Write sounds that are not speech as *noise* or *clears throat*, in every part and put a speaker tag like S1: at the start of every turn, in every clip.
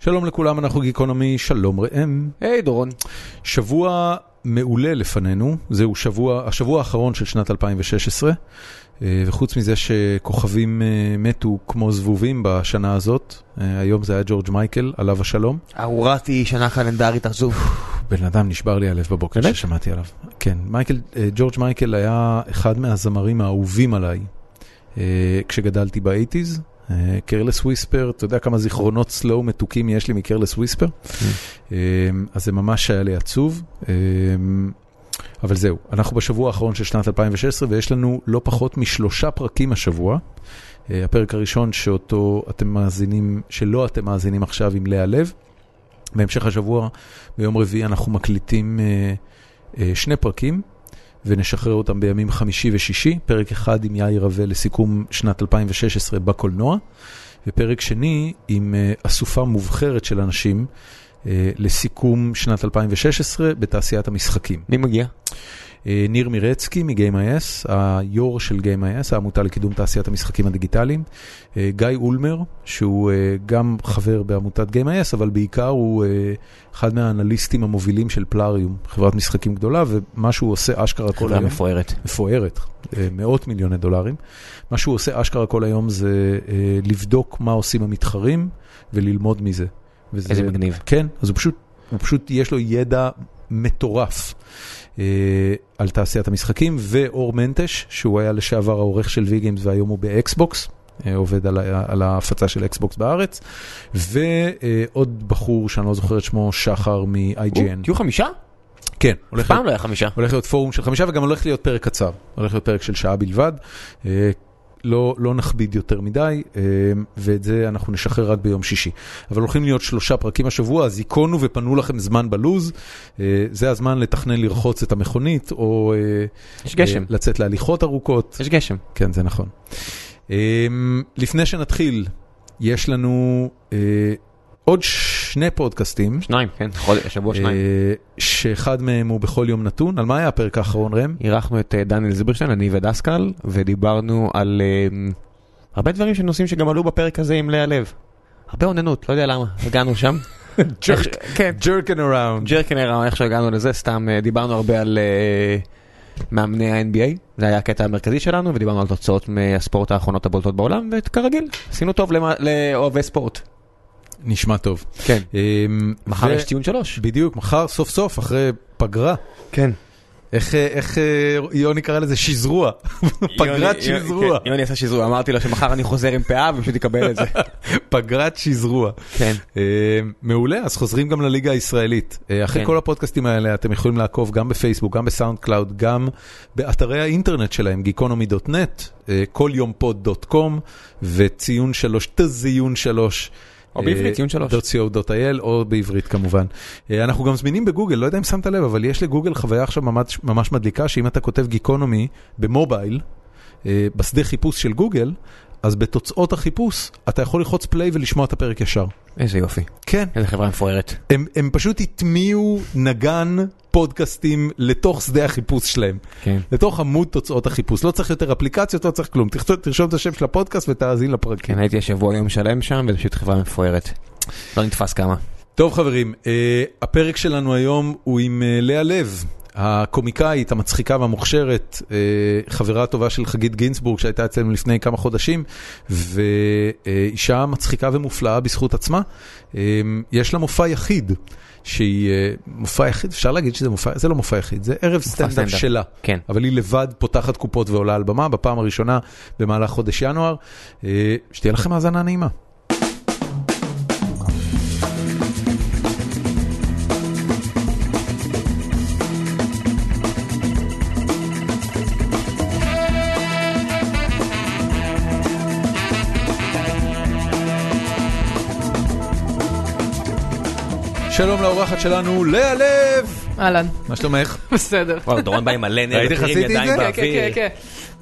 S1: שלום לכולם, אנחנו גיקונומי, שלום ראם.
S2: היי דורון.
S1: שבוע מעולה לפנינו, זהו שבוע, השבוע האחרון של שנת 2016, אה, וחוץ מזה שכוכבים אה, מתו כמו זבובים בשנה הזאת, אה, היום זה היה ג'ורג' מייקל, עליו השלום.
S2: ארורת היא שנה קלנדרית עזוב.
S1: בן אדם נשבר לי הלב בבוקר
S2: באמת?
S1: ששמעתי עליו. כן, מייקל, אה, ג'ורג' מייקל היה אחד מהזמרים האהובים עליי אה, כשגדלתי באייטיז. קרלס וויספר, אתה יודע כמה זיכרונות סלואו מתוקים יש לי מקרלס וויספר? אז זה ממש היה לי עצוב. אה, אבל זהו, אנחנו בשבוע האחרון של שנת 2016 ויש לנו לא פחות משלושה פרקים השבוע. אה, הפרק הראשון שאותו אתם מאזינים, שלא אתם מאזינים עכשיו עם לאה לב. בהמשך השבוע, ביום רביעי, אנחנו מקליטים אה, אה, שני פרקים ונשחרר אותם בימים חמישי ושישי. פרק אחד עם יאיר רווה לסיכום שנת 2016 בקולנוע, ופרק שני עם אה, אסופה מובחרת של אנשים אה, לסיכום שנת 2016 בתעשיית המשחקים.
S2: מי מגיע?
S1: אה, ניר מירצקי מ-GameIS, היו"ר של GameIS, העמותה לקידום תעשיית המשחקים הדיגיטליים. אה, גיא אולמר, שהוא אה, גם חבר בעמותת GameIS, אבל בעיקר הוא אה, אחד מהאנליסטים המובילים של פלאריום, חברת משחקים גדולה, ומה שהוא עושה אשכרה כל
S2: חברה
S1: היום...
S2: מפוארת.
S1: מפוארת, אה, מאות מיליוני דולרים. מה שהוא עושה אשכרה כל היום זה אה, לבדוק מה עושים המתחרים וללמוד מזה. וזה-
S2: איזה מגניב.
S1: כן, אז הוא פשוט, הוא פשוט יש לו ידע מטורף אה, על תעשיית המשחקים, ואור מנטש, שהוא היה לשעבר העורך של V-Games והיום הוא באקסבוקס. אה, עובד על, ה- על ההפצה של אקסבוקס בארץ, ועוד בחור שאני לא זוכר את שמו, שחר
S2: או,
S1: מ-IGN.
S2: תהיו חמישה?
S1: כן, הולך
S2: פעם לא היה חמישה.
S1: הולך להיות פורום של חמישה וגם הולך להיות פרק קצר, הולך להיות פרק של שעה בלבד. אה, לא, לא נכביד יותר מדי, אה, ואת זה אנחנו נשחרר רק ביום שישי. אבל הולכים להיות שלושה פרקים השבוע, אז היכונו ופנו לכם זמן בלוז. אה, זה הזמן לתכנן לרחוץ את המכונית, או אה,
S2: יש גשם.
S1: אה, לצאת להליכות ארוכות.
S2: יש גשם.
S1: כן, זה נכון. אה, לפני שנתחיל, יש לנו אה, עוד שני פודקאסטים.
S2: שניים, כן. חודש, השבוע שניים.
S1: אה, שאחד מהם הוא בכל יום נתון, על מה היה הפרק האחרון ראם?
S2: אירחנו את אה, דניאל זילברשטיין, אני ודסקל, ודיברנו על אה, הרבה דברים של נושאים שגם עלו בפרק הזה עם לאה לב. הרבה אוננות, לא יודע למה. הגענו שם.
S1: *laughs*
S2: איך- כן.
S1: jerking around.
S2: ג'רקנר, איך שהגענו לזה, סתם אה, דיברנו הרבה על אה, מאמני ה-NBA, זה היה הקטע המרכזי שלנו, ודיברנו על תוצאות מהספורט האחרונות הבולטות בעולם, וכרגיל, עשינו טוב למ- לאוהבי ספורט.
S1: נשמע טוב.
S2: כן.
S1: אמ,
S2: מחר
S1: ו-
S2: יש ציון שלוש.
S1: בדיוק, מחר סוף סוף, אחרי פגרה.
S2: כן.
S1: איך, אה, איך אה, יוני קרא לזה? שזרוע. פגרת שזרוע.
S2: יוני כן, עשה שזרוע, אמרתי לו שמחר אני חוזר עם פאה ופשוט יקבל את זה.
S1: פגרת שזרוע.
S2: *laughs* כן.
S1: אה, מעולה, אז חוזרים גם לליגה הישראלית. אה, אחרי
S2: כן.
S1: כל הפודקאסטים האלה אתם יכולים לעקוב גם בפייסבוק, גם בסאונד קלאוד, גם באתרי האינטרנט שלהם, גיקונומי.נט, אה, כל יום פוד דוט קום, וציון שלוש, תזיון שלוש. אה,
S2: או בעברית, ציון שלוש.
S1: .co.il או בעברית כמובן. אה, אנחנו גם זמינים בגוגל, לא יודע אם שמת לב, אבל יש לגוגל חוויה עכשיו ממש, ממש מדליקה, שאם אתה כותב גיקונומי במובייל, אה, בשדה חיפוש של גוגל, אז בתוצאות החיפוש אתה יכול ללחוץ פליי ולשמוע את הפרק ישר.
S2: איזה יופי.
S1: כן.
S2: איזה חברה מפוארת.
S1: הם, הם פשוט הטמיעו נגן פודקאסטים לתוך שדה החיפוש שלהם,
S2: כן.
S1: לתוך עמוד תוצאות החיפוש. לא צריך יותר אפליקציות, לא צריך כלום. תרשום, תרשום את השם של הפודקאסט ותאזין לפרקים.
S2: כן, הייתי השבוע יום שלם שם, וזו פשוט חברה מפוארת. לא נתפס כמה.
S1: טוב חברים, אה, הפרק שלנו היום הוא עם אה, לאה לב, הקומיקאית המצחיקה והמוכשרת, אה, חברה טובה של חגית גינצבורג שהייתה אצלנו לפני כמה חודשים, ואישה מצחיקה ומופלאה בזכות עצמה. אה, יש לה מופע יחיד, שהיא אה, מופע יחיד, אפשר להגיד שזה מופע, זה לא מופע יחיד, זה ערב סטנדאפ
S2: סטנדאפ.
S1: שלה.
S2: כן.
S1: אבל היא לבד פותחת קופות ועולה על במה בפעם הראשונה במהלך חודש ינואר. אה, שתהיה לכם האזנה נעימה. שלום לאורחת שלנו, לאה לב!
S3: אהלן, *laughs*
S1: מה שלומך?
S3: בסדר.
S4: וואו, דורון בא עם מלא נר,
S1: ראית איך
S4: מכירים
S1: עשיתי את
S4: ידיים
S1: זה?
S3: כן, כן, כן,
S4: באוויר.
S3: כן.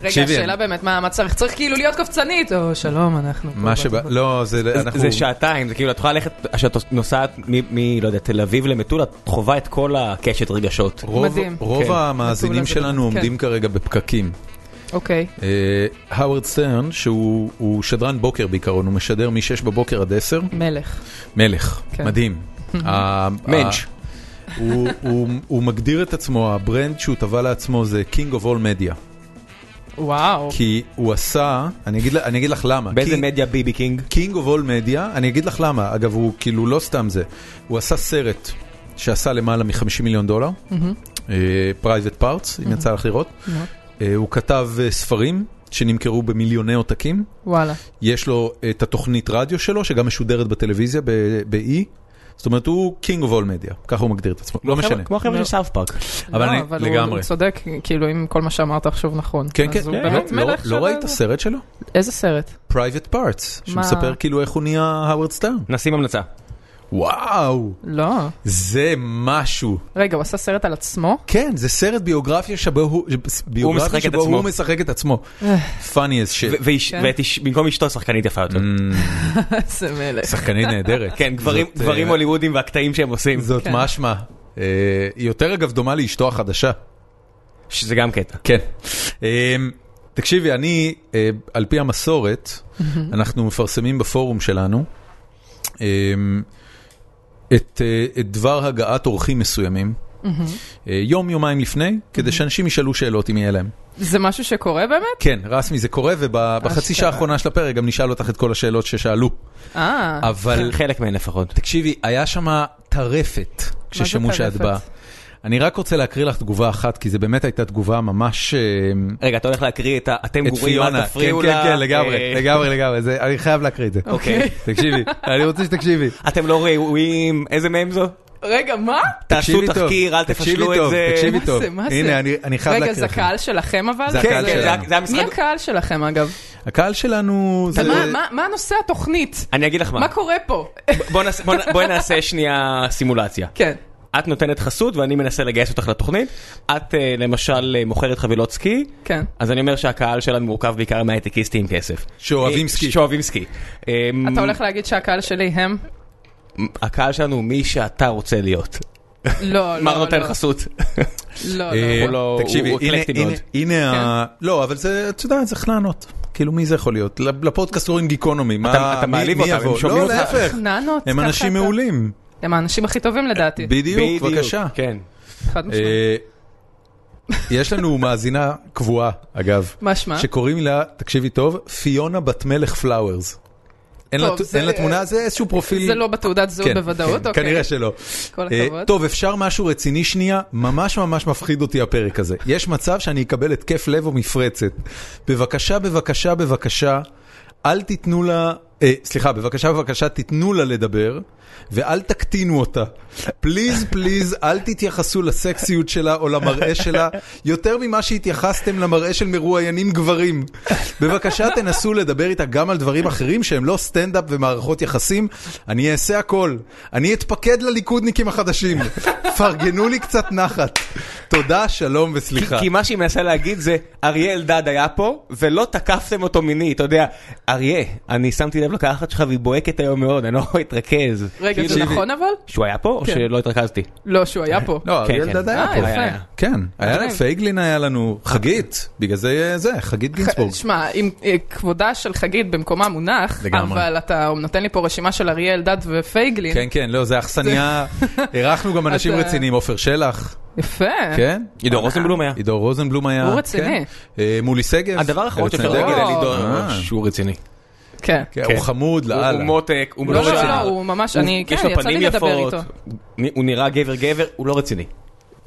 S3: רגע,
S1: תקשיבי,
S3: השאלה באמת, מה מה צריך? צריך כאילו להיות קופצנית, או שלום, אנחנו פה.
S1: מה שבא, לא,
S3: כן.
S1: זה אנחנו...
S4: זה שעתיים, זה כאילו, את יכולה ללכת, כשאת נוסעת מ- מ... לא יודע, תל אביב למטולה, את חווה את כל הקשת רגשות.
S1: רוב,
S3: מדהים.
S1: רוב
S4: כן.
S1: המאזינים
S3: הפעולה זה כן.
S1: שלנו
S3: באמת,
S1: עומדים כרגע בפקקים.
S3: אוקיי.
S1: אה, האוורד סטרן, שהוא הוא שדרן בוקר בעיקרון, הוא משדר מ-6 בבוקר עד 10,
S3: מלך.
S1: מלך,
S3: כן. *laughs*
S1: מדהים. ה-
S2: מענץ'.
S1: ה- הוא- הוא- הוא מגדיר את עצמו, הברנד שהוא טבע לעצמו זה King of all media.
S3: וואו.
S1: כי הוא עשה, אני אגיד, לה- אני אגיד לך למה.
S2: באיזה
S1: כי-
S2: מדיה ביבי קינג?
S1: King of all media, אני אגיד לך למה, אגב הוא כאילו לא סתם זה, הוא עשה סרט שעשה למעלה מ-50 מיליון דולר, פרייבט פארטס, אם יצא לך לראות, אה, הוא כתב אה, ספרים שנמכרו במיליוני עותקים,
S3: וואלה.
S1: יש לו אה, את התוכנית רדיו שלו שגם משודרת בטלוויזיה ב- ב-E, זאת אומרת הוא King of all media, ככה הוא מגדיר את עצמו, לא משנה,
S2: כמו החבר'ה של
S3: לא.
S2: סאוף פארק.
S1: אבל
S3: לא,
S1: אני-
S3: הוא-
S1: לגמרי.
S3: הוא צודק, כאילו, אם כל מה שאמרת עכשיו נכון.
S1: כן כן,
S3: אז הוא
S1: לא-
S3: באמת
S1: לא-
S3: מלך של
S1: לא ראית
S3: הזה.
S1: סרט שלו?
S3: איזה סרט?
S1: פרייבט פארטס,
S3: מה?
S1: שמספר כאילו איך הוא נהיה האוורד סטארן,
S2: נשים המלצה.
S1: וואו,
S3: לא.
S1: זה משהו.
S3: רגע, הוא עשה סרט על
S1: *laughs*
S3: עצמו?
S1: כן, זה סרט ביוגרפיה שבו הוא, ביוגרפיה
S2: משחק את
S1: שבו
S2: עצמו.
S1: הוא משחק את עצמו. funny as shit.
S3: כן.
S2: ובמקום אשתו שחקנית יפה
S1: Mm.
S2: יותר.
S3: איזה מלך.
S1: שחקנית נהדרת.
S2: כן, גברים-
S1: זאת, אה,
S2: גברים הוליוודים והקטעים שהם עושים.
S1: זאת
S3: כן.
S1: משמע. אה, היא יותר אגב דומה לאשתו החדשה.
S2: שזה גם קטע.
S1: כן. תקשיבי, אני, אה, על פי המסורת, אנחנו מפרסמים בפורום שלנו אה, את אה, את דבר הגעת אורחים מסוימים, אה, יום, יומיים לפני, כדי שאנשים ישאלו שאלות אם יהיה להם.
S3: זה משהו שקורה באמת?
S1: כן, רסמי זה קורה, ובחצי
S3: אשכרה.
S1: שעה האחרונה של הפרק גם נשאל אותך את כל השאלות ששאלו.
S3: אה.
S2: *laughs*
S1: אבל
S2: חלק מהן
S1: *laughs*
S2: לפחות.
S1: תקשיבי, היה שם טרפת כששמעו שאת
S3: טרפת?
S1: באה. אני רק רוצה להקריא לך תגובה אחת, כי זו באמת הייתה תגובה ממש... אה,
S2: רגע, אתה הולך להקריא את ה- אתם
S1: את
S2: גורים, אל
S1: פיונה. כן,
S2: תפריעו לה.
S1: כן, כן,
S2: אה,
S1: לגמרי, לגמרי, לגמרי. זה- אני חייב להקריא את זה.
S2: אוקיי.
S1: תקשיבי, אני רוצה שתקשיבי.
S2: אתם לא ראויים, איזה מהם זו?
S3: רגע, מה?
S2: תעשו
S1: תקשיבי טוב,
S2: תחקיר, אל
S1: תקשיבי
S2: תפשלו
S1: טוב,
S2: את זה.
S1: תקשיבי
S3: מה
S1: טוב.
S3: זה, מה זה?
S1: הנה, אני- אני חייב
S3: רגע,
S1: להקריא
S3: זה
S1: לך.
S3: הקהל שלכם אבל?
S1: זה
S2: כן,
S1: הקהל
S2: כן, זה
S1: שלנו.
S2: ה- זה המשחק.
S3: מי הקהל שלכם אגב?
S1: הקהל שלנו זה...
S3: מה- מה- מה הנושא התוכנית?
S2: אני אגיד לך מה.
S3: מה קורה פה?
S2: בוא נעשה- בוא נ- בואי נעשה שנייה סימולציה.
S3: כן.
S2: את נותנת חסות ואני מנסה לגייס אותך לתוכנית. את אה, למשל אה, מוכרת חבילות סקי.
S3: כן.
S2: אז אני אומר שהקהל שלנו מורכב בעיקר מהייטקיסטים עם כסף.
S1: שאוהבים
S2: אה,
S1: סקי.
S2: שאוהבים סקי. אה,
S1: אמ,
S3: אתה הולך להגיד שהקהל שלי הם?
S2: הקהל שלנו הוא מי שאתה רוצה
S1: *laughs*
S2: להיות.
S3: לא, לא.
S2: מר נותן
S3: לא.
S2: חסות.
S3: לא,
S1: אה,
S3: לא.
S2: הוא לא-
S1: תקשיבי,
S2: הוא
S1: הנה-
S2: אקלקטי
S1: הנה-
S2: מאוד. כן.
S1: הנה ה... לא, אבל זה, את יודעת, צריך לענות. כאילו, מי זה יכול להיות? לפודקאסט קוראים גיקונומי. מה-
S2: אתה
S1: מי-
S2: מעליב
S1: מי
S2: אותם, הם
S1: יבוא?
S2: שומעים
S1: לא,
S2: אותך.
S1: להפך.
S3: נענות.
S1: הם
S3: ככה
S1: אנשים
S3: אתה- כן.
S1: מעולים.
S3: הם האנשים הכי טובים לדעתי.
S1: בדיוק, בבקשה.
S2: כן.
S3: חד משמעית.
S1: אה, יש לנו מאזינה קבועה, אגב,
S3: משמע.
S1: שקוראים לה, תקשיבי טוב, פיונה בת מלך פלאוורס. אין לה
S3: טוב,
S1: ת-
S3: זה-
S1: אין לה תמונה, זה איזשהו פרופיל.
S3: זה לא בתעודת זהות
S1: כן,
S3: בוודאות,
S1: כן,
S3: אוקיי.
S1: כנראה שלא.
S3: כל
S1: אה,
S3: הכבוד.
S1: טוב, אפשר משהו רציני שנייה? ממש ממש מפחיד אותי הפרק הזה. יש מצב שאני אקבל התקף לב או מפרצת. בבקשה, בבקשה, בבקשה, אל תיתנו לה... אה, סליחה, בבקשה, בבקשה, תיתנו לה לדבר, ואל תקטינו אותה. פליז, פליז, אל תתייחסו לסקסיות שלה או למראה שלה, יותר ממה שהתייחסתם למראה של מרואיינים גברים. בבקשה, תנסו לדבר איתה גם על דברים אחרים שהם לא סטנדאפ ומערכות יחסים. אני אעשה הכל. אני אתפקד לליכודניקים החדשים. פרגנו לי קצת נחת. תודה, שלום וסליחה.
S2: כי- כי מה שהיא מנסה להגיד זה, אריה אלדד היה פה, ולא תקפתם אותו מיני, אתה יודע, אריה, אני שמתי לב לקחת שלך והיא בוהקת היום מאוד, אני לא יכול להתרכז.
S3: רגע,
S2: כאילו,
S3: זה נכון אבל?
S2: שהוא היה פה, או
S3: כן.
S2: שלא התרכזתי?
S3: לא, שהוא היה פה.
S1: לא,
S2: כן,
S1: אריאל
S2: כן.
S1: דד היה
S3: אה,
S1: פה.
S3: יפה.
S2: היה.
S1: כן, היה לנו
S3: מגניב.
S1: פייגלין היה לנו, חגית, בגלל זה אה, זה, חגית גינסבורג.
S3: שמע, אם אה, כבודה של חגית במקומה מונח,
S1: לגמרי.
S3: אבל אתה נותן לי פה רשימה של אריה אלדד ופייגלין.
S1: כן, כן, לא, זה אכסניה, אירחנו גם אנשים
S3: אתה-
S1: רציניים, עופר שלח,
S3: יפה.
S1: כן?
S2: עידו רוזנבלום היה.
S1: עידו רוזנבלום היה,
S3: הוא רציני.
S1: כן. אה, מולי שגב,
S2: הדבר האחרון
S1: ארץ
S2: שאפשר
S1: נהדרת.
S2: להגיד על עידו,
S1: אה.
S2: שהוא רציני.
S3: כן.
S1: כן,
S2: כן.
S1: הוא חמוד
S2: הוא
S1: לאללה.
S2: הוא מותק, הוא
S3: לא,
S2: לא
S3: לא,
S2: רציני.
S3: לא, הוא ממש- אני-
S2: יש
S3: כן,
S2: לו
S3: יצא
S2: פנים
S3: לי לדבר
S2: יפות,
S3: איתו.
S2: הוא- הוא נראה גבר גבר, הוא לא רציני.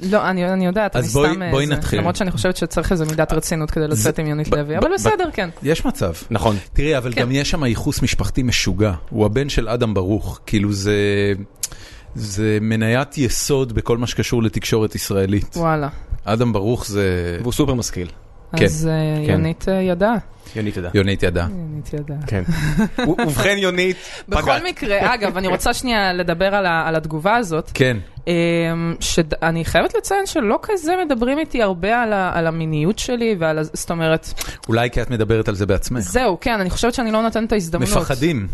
S3: לא, אני אני יודעת, אני
S1: אז בואי-
S3: סתם... אה,
S1: בואי
S3: זה-
S1: נתחיל. אה,
S3: למרות שאני חושבת שצריך איזו מידת רצינות כדי לצאת עם יונית לוי, אבל בסדר, כן.
S1: יש מצב.
S2: נכון.
S1: תראי, אבל
S3: כן.
S1: גם יש שם ייחוס משפחתי משוגע. הוא הבן של אדם ברוך, כאילו זה... זה מניית יסוד בכל מה שקשור לתקשורת ישראלית.
S3: וואלה.
S1: אדם ברוך זה...
S2: והוא סופר משכיל.
S1: כן,
S3: אז אה, יונית אה, ידעה.
S2: יונית תודה.
S1: יונית ידע.
S3: יונית ידעה.
S2: כן.
S3: *laughs*
S2: ו- ובכן יונית, פגעת.
S3: בכל
S1: *laughs*
S3: מקרה, אגב, אני רוצה שנייה לדבר על ה- על התגובה הזאת.
S1: כן,
S3: אמ, שאני חייבת לציין שלא כזה מדברים איתי הרבה על ה- על המיניות שלי ועל, ה- זאת אומרת,
S1: אולי כי את מדברת על זה בעצמך.
S3: זהו, כן, אני חושבת שאני לא נותנת את ההזדמנות.
S1: מפחדים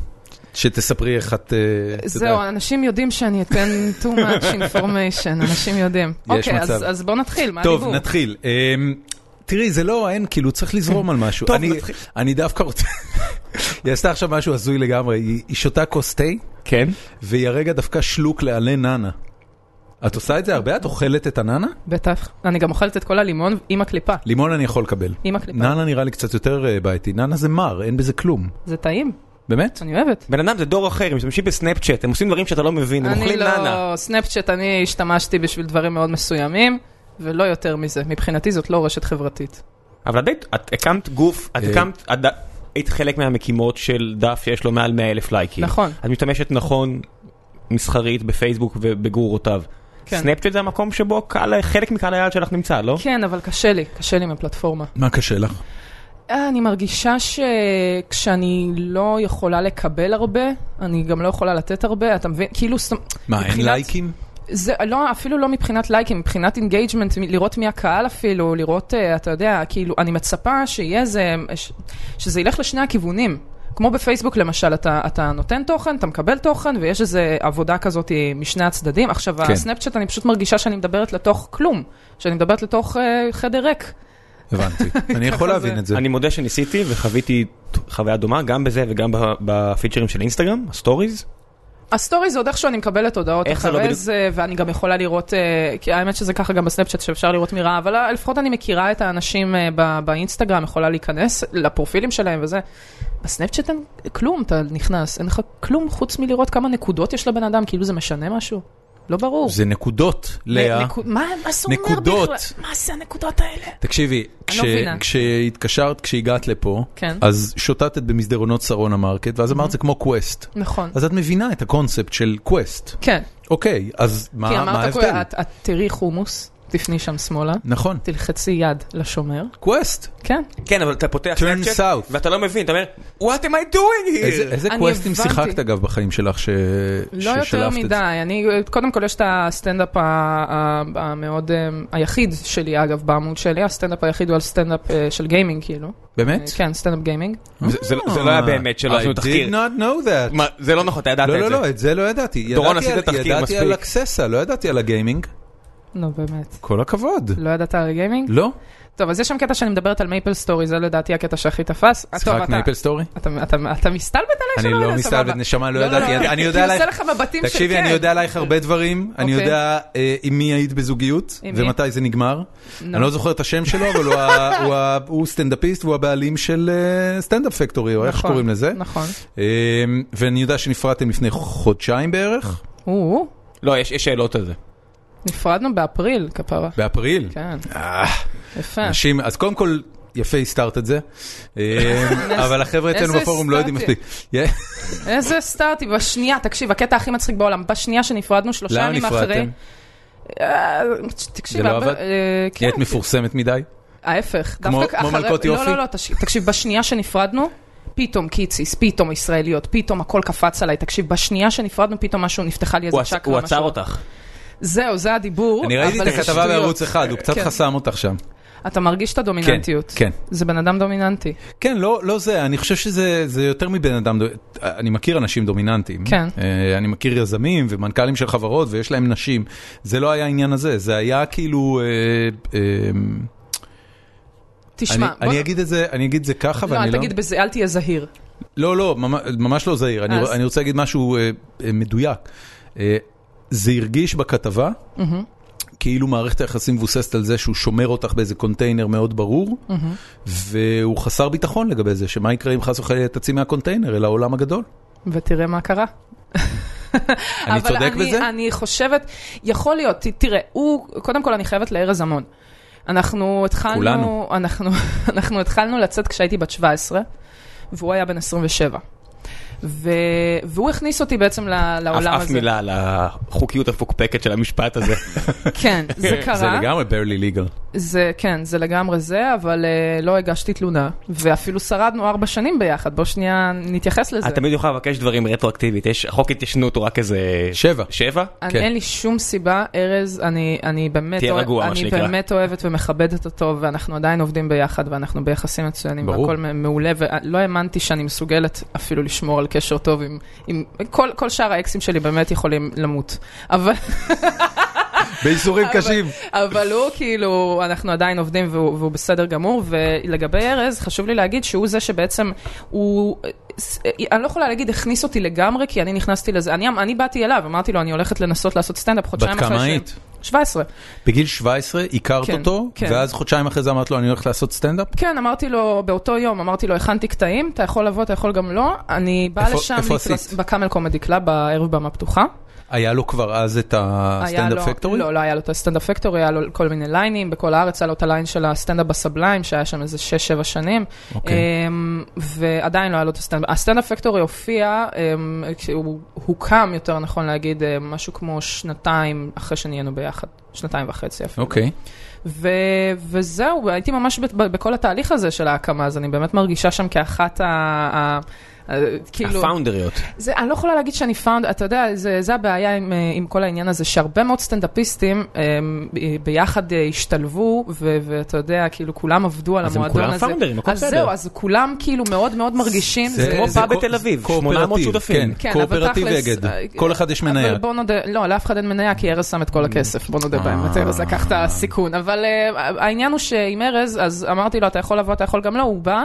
S1: שתספרי איך את... אה, את
S3: זהו,
S1: יודעת.
S3: אנשים יודעים שאני אתן too
S1: *laughs*
S3: much information, אנשים יודעים.
S1: יש
S3: אוקיי, אז-
S1: מצב.
S3: אז בואו נתחיל, מה
S1: טוב,
S3: הדיבור?
S1: נתחיל. אמ, תראי, זה לא, אין, כאילו, צריך
S3: כן.
S1: לזרום על משהו.
S2: טוב,
S1: אני-
S2: נתחיל.
S1: אני דווקא רוצה... *laughs* היא עשתה עכשיו משהו הזוי לגמרי, היא היא שותה כוס תה,
S5: כן.
S1: והיא הרגע דפקה שלוק לעלה נאנה. את עושה את זה הרבה? את אוכלת את הנאנה?
S3: בטח. אני גם אוכלת את כל הלימון עם הקליפה.
S1: לימון אני יכול לקבל.
S3: עם הקליפה.
S1: נאנה נראה לי קצת יותר אה, בעייתי. נאנה זה מר, אין בזה כלום.
S3: זה טעים,
S1: באמת?
S3: אני אוהבת.
S2: בן אדם זה דור אחר, הם משתמשים בסנאפצ'אט, הם עושים דברים שאתה לא מבין, הם
S3: אני
S2: אוכלים נאנה.
S3: לא... סנאפצ'אט, אני השתמשתי בשביל דברים מאוד מסוימים, ולא יותר מזה. מבחינתי זאת לא רשת חברתית.
S2: אבל את היית- את הקמת גוף, את
S1: אה.
S2: הקמת, את ד- היית חלק מהמקימות של דף שיש לו מעל 100 אלף לייקים.
S3: נכון.
S2: את משתמשת נכון מסחרית בפייסבוק ובגרורותיו.
S3: כן.
S2: סנאפצ'אט זה המקום שבו קהל- חלק מקהל היעד שלך נמצא, לא?
S3: כן, אבל קשה לי, קשה לי עם הפלטפורמה.
S1: מה קשה לך?
S3: אה, אני מרגישה שכשאני לא יכולה לקבל הרבה, אני גם לא יכולה לתת הרבה, אתה מבין? כאילו, סתם-
S1: מה, אין
S3: מבחינת-
S1: לייקים?
S3: זה לא, אפילו לא מבחינת לייקים, מבחינת אינגייג'מנט, מ- לראות מי הקהל אפילו, לראות, אה, אתה יודע, כאילו, אני מצפה שיהיה איזה, ש- שזה ילך לשני הכיוונים. כמו בפייסבוק למשל, אתה, אתה נותן תוכן, אתה מקבל תוכן, ויש איזו עבודה כזאת משני הצדדים. עכשיו,
S1: כן.
S3: כן. הסנאפצ'אט, אני פשוט מרגישה שאני מדברת לתוך כלום, שאני מדברת לתוך אה, חדר ריק.
S1: הבנתי.
S3: *laughs*
S1: אני יכול
S3: ככה
S1: להבין
S3: זה.
S1: את זה.
S2: אני מודה שניסיתי וחוויתי חוויה דומה גם בזה וגם ב- בפיצ'רים של אינסטגרם, הסטוריז.
S3: הסטורי זה עוד איכשהו אני מקבלת הודעות
S2: איך זה לא
S3: אחרי
S2: בדיוק?
S3: זה, ואני גם יכולה לראות, אה, כי האמת שזה ככה גם בסנאפצ'אט שאפשר לראות מי ראה, אבל אה, לפחות אני מכירה את האנשים אה, ב- באינסטגרם, יכולה להיכנס לפרופילים שלהם וזה. בסנאפצ'אט אין כלום, אתה נכנס, אין לך כלום חוץ מלראות כמה נקודות יש לבן אדם, כאילו זה משנה משהו? לא ברור.
S1: זה נקודות, לאה.
S3: נקו- מה מה זה אומר בכלל?
S1: נקודות.
S3: מה זה הנקודות האלה?
S1: תקשיבי, כש-
S3: לא מבינה.
S1: כשהתקשרת, כשהגעת לפה,
S3: כן. Mm-hmm.
S1: אז שוטטת במסדרונות שרונה מרקט, ואז אמרת זה כמו קווסט.
S3: נכון.
S1: אז את מבינה את הקונספט של קווסט.
S3: כן,
S1: אוקיי, אז מה
S3: כי
S1: מה
S3: אמרת,
S1: ההבדל?
S3: "את- את תראי חומוס, תפני שם שמאלה,
S1: נכון,
S3: תלחצי יד לשומר,
S1: קווסט.
S3: כן.
S2: כן, אבל אתה פותח
S1: Turn
S2: סנאפצ'אט
S1: south.
S2: ואתה לא מבין, אתה אומר, what am I doing
S1: איזה
S2: here?
S1: איזה
S3: אני
S1: קווסטים
S3: הבנתי.
S1: שיחקת אגב בחיים שלך ש-
S3: לא יותר
S1: ששלפת את זה?
S3: מדי, אני, קודם כל יש את הסטנדאפ ה- ה- המאוד אמ, היחיד שלי אגב בעמוד שלי, הסטנדאפ היחיד הוא על סטנדאפ אה, של גיימינג כאילו,
S1: באמת? אה.
S3: כן סטנדאפ גיימינג,
S2: זה- זה לא- זה לא היה באמת שלא עשינו
S1: I
S2: תחקיר.
S1: did not know that.
S2: מה, זה לא נכון, אתה ידעת את
S1: לא,
S2: זה.
S1: לא, לא, את זה לא ידעתי.
S2: דורון,
S1: ידעתי
S2: עשית
S1: על-
S2: תחקיר
S1: ידעתי על
S2: מספיק.
S1: אקססה, לא ידעתי על הגיימינג.
S3: נו באמת,
S1: כל הכבוד.
S3: לא ידעת על גיימינג?
S1: לא?
S3: טוב אז יש שם קטע שאני מדברת על מייפל סטורי, זה לדעתי הקטע שהכי תפס, אה, טוב,
S1: שיחקת
S3: אתה-
S1: מייפל סטורי?
S3: אתה- אתה- אתה מסתלבט עליי
S1: אני
S3: שלא
S1: לא
S3: יודע,
S1: מסתלבט,
S3: סבבה.
S1: נשמה, לא
S3: לא, לא,
S1: ידעתי.
S3: לא. *laughs*
S1: אני
S3: כי
S1: יודע
S3: הוא עושה
S1: עלייך...
S3: לך מבטים של כן.
S1: תקשיבי, אני יודע עלייך הרבה דברים. אני
S3: אוקיי.
S1: יודע אה, עם מי היית בזוגיות,
S3: עם מי?
S1: ומתי זה נגמר.
S3: נו.
S1: אני לא זוכר את השם שלו, אבל הוא
S3: *laughs*
S1: ה- הוא ה- הוא סטנדאפיסט, והוא הבעלים של אה, סטנדאפ פקטורי, או איך
S3: נכון,
S1: שקוראים לזה.
S3: נכון,
S1: אה, ואני יודע שנפרדתם לפני חודשיים בערך,
S3: כן. או,
S2: לא, יש יש שאלות על זה.
S3: נפרדנו באפריל כפרה,
S1: באפריל.
S3: כן,
S1: אה,
S3: יפה,
S1: אנשים, אז קודם כל, יפה הסתרת את זה, אה,
S3: *laughs*
S1: אבל החבר'ה אצלנו
S3: איזה
S1: בפורום לא יודעים מספיק.
S3: הסתרתי?
S1: *laughs*
S3: איזה סטארטי, בשנייה, תקשיב, הקטע הכי מצחיק בעולם, בשנייה שנפרדנו שלושה
S1: למה
S3: ימים אחרי,
S1: נפרדתם?
S3: אה, תקשיב,
S1: זה לא
S3: אבל-
S1: עבד?
S3: אה, כן,
S1: נהיית מפורסמת מדי?
S3: ההפך.
S1: כמו-
S3: דווקא
S1: כמו
S3: אחרי-
S1: מלכות יופי?
S3: לא, לא, לא, תש- תקשיב, בשנייה שנפרדנו, פתאום קיציס, פתאום ישראליות, פתאום הכל קפץ עליי, תקשיב, בשנייה שנפרדנו, פתאום משהו, נפתחה לי איזה
S2: הוא עצ-
S3: צ'קרה.
S2: הוא
S3: משהו.
S1: לא.
S2: עצר אותך.
S3: זהו, זה הדיבור.
S1: אני ראיתי את
S3: אבל זה
S1: הכתבה
S3: שטויות.
S1: בערוץ אחד, הוא קצת
S3: כן.
S1: חסם אותך שם.
S3: אתה מרגיש את הדומיננטיות.
S1: כן, כן.
S3: זה בן אדם דומיננטי.
S1: כן, לא, לא זה, אני חושב שזה זה יותר מבן אדם, דו- אני מכיר אנשים דומיננטיים.
S3: כן.
S1: אה, אני מכיר יזמים ומנכ"לים של חברות ויש להם נשים. זה לא היה העניין הזה, זה היה כאילו... אה, אה,
S3: תשמע,
S1: אני, אני, אגיד את זה, אני אגיד את זה ככה
S3: לא,
S1: ואני
S3: אל
S1: לא...
S3: תגיד בזה, אל תהיה זהיר.
S1: לא, לא, ממ- ממש לא זהיר. אני,
S3: אז-
S1: אני רוצה להגיד משהו אה, אה, מדויק. אה, זה הרגיש בכתבה
S3: Mm-hmm.
S1: כאילו מערכת היחסים מבוססת על זה שהוא שומר אותך באיזה קונטיינר מאוד ברור,
S3: Mm-hmm.
S1: והוא חסר ביטחון לגבי זה, שמה יקרה אם חס וחלילה תצאי מהקונטיינר אל העולם הגדול.
S3: ותראה מה קרה.
S1: אני
S3: אבל
S1: צודק
S3: אני,
S1: בזה?
S3: אני חושבת, יכול להיות, ת, תראה, הוא, קודם כל אני חייבת לארז המון. אנחנו התחלנו,
S1: כולנו.
S3: אנחנו, *laughs* אנחנו התחלנו לצאת כשהייתי בת 17, והוא היה בן 27. ו, והוא הכניס אותי בעצם ל-
S2: אף
S3: לעולם
S2: אף
S3: הזה.
S2: מילה על החוקיות המפוקפקת של המשפט הזה.
S3: *laughs* כן,
S1: *laughs*
S3: זה קרה.
S1: זה לגמרי barely legal.
S3: זה, כן, זה לגמרי זה, אבל uh, לא הגשתי תלונה, ואפילו שרדנו ארבע שנים ביחד, בוא שנייה נתייחס לזה.
S2: את תמיד יכולה לבקש דברים רטרואקטיבית, יש חוק התיישנות הוא רק איזה...
S1: שבע.
S2: שבע?
S3: אני
S1: כן.
S3: אין לי שום סיבה, ארז, אני, אני באמת,
S2: תהיה
S3: אוה-
S2: רגוע, מה
S3: אני
S2: שנקרא.
S3: באמת אוהבת ומכבדת אותו, ואנחנו עדיין עובדים ביחד, ואנחנו ביחסים מצוינים,
S1: ברור.
S3: והכל מ- מעולה, ולא האמנתי שאני מסוגלת אפילו לשמור על קשר טוב עם... עם כל, כל שאר האקסים שלי באמת יכולים למות. אבל
S1: בייסורים
S3: *laughs*
S1: קשים.
S3: אבל הוא כאילו, אנחנו עדיין עובדים והוא, והוא בסדר גמור, ולגבי ארז, חשוב לי להגיד שהוא זה שבעצם, הוא, אני לא יכולה להגיד הכניס אותי לגמרי, כי אני נכנסתי לזה, אני, אני באתי אליו, אמרתי לו, אני הולכת לנסות לעשות סטנדאפ חודשיים
S1: כמה
S3: אחרי ש-
S1: היית?
S3: 17.
S1: בגיל 17 הכרת
S3: כן,
S1: אותו,
S3: כן.
S1: ואז חודשיים אחרי זה אמרת לו, אני הולך לעשות סטנדאפ?
S3: כן, אמרתי לו, באותו יום, אמרתי לו, הכנתי קטעים, אתה יכול לבוא, אתה יכול גם לא. אני באה
S1: איפה-
S3: לשם,
S1: איפה
S3: להתרס-
S1: עשית?
S3: בקאמל קומדי קלאב, בערב במה פתוחה.
S1: היה לו כבר אז את
S3: היה
S1: הסטנדאפ
S3: לו-
S1: פקטורי?
S3: לא, לא היה לו את הסטנדאפ פקטורי, היה לו כל מיני ליינים, בכל הארץ היה לו את הליין של הסטנדאפ בסבליים, שהיה שם איזה 6-7 שנים,
S1: אוקיי.
S3: אמ, ועדיין לא היה לו את הסטנדאפ. הסטנדאפ פקטורי הופיע, אמ, כשהוא הוקם, יותר נכון להגיד, אמ, משהו כמו שנתיים אחרי שנהיינו ביחד, שנתיים וחצי אפילו.
S1: אוקיי.
S3: ו- וזהו, הייתי ממש ב- ב- בכל התהליך הזה של ההקמה, אז אני באמת מרגישה שם כאחת ה... ה- ה- כאילו,
S6: הפאונדריות.
S1: אה,
S3: זה, אני לא יכולה להגיד שאני פאונד, אתה יודע, זה, זה הבעיה עם, אה, עם כל העניין הזה, שהרבה מאוד סטנדאפיסטים הם, ביחד אה, השתלבו, ו, ואתה יודע, כאילו כולם עבדו על
S6: אז הם
S3: המועדון
S6: כולם
S3: הזה.
S6: פאונדרים, הכל
S3: אז
S6: בסדר.
S3: זהו, אז כולם כאילו מאוד מאוד מרגישים.
S2: כמו
S1: זה
S2: פאב
S1: קו-
S2: בתל אביב,
S1: קואופרטיב,
S2: 800 שותפים.
S1: כן,
S3: כן, אבל
S1: קואופרטיב
S3: תכלס,
S1: אגד,
S3: אה,
S1: כל אחד יש מניה. Mm. אה.
S3: אבל בוא נודה, לא, לאף אחד אין מניה, כי ארז שם את כל הכסף, בוא נודה באמת, ארז לקח את הסיכון. אבל אה, העניין הוא שעם ארז, אז אמרתי לו, אתה יכול לבוא, אתה יכול גם לא, הוא בא.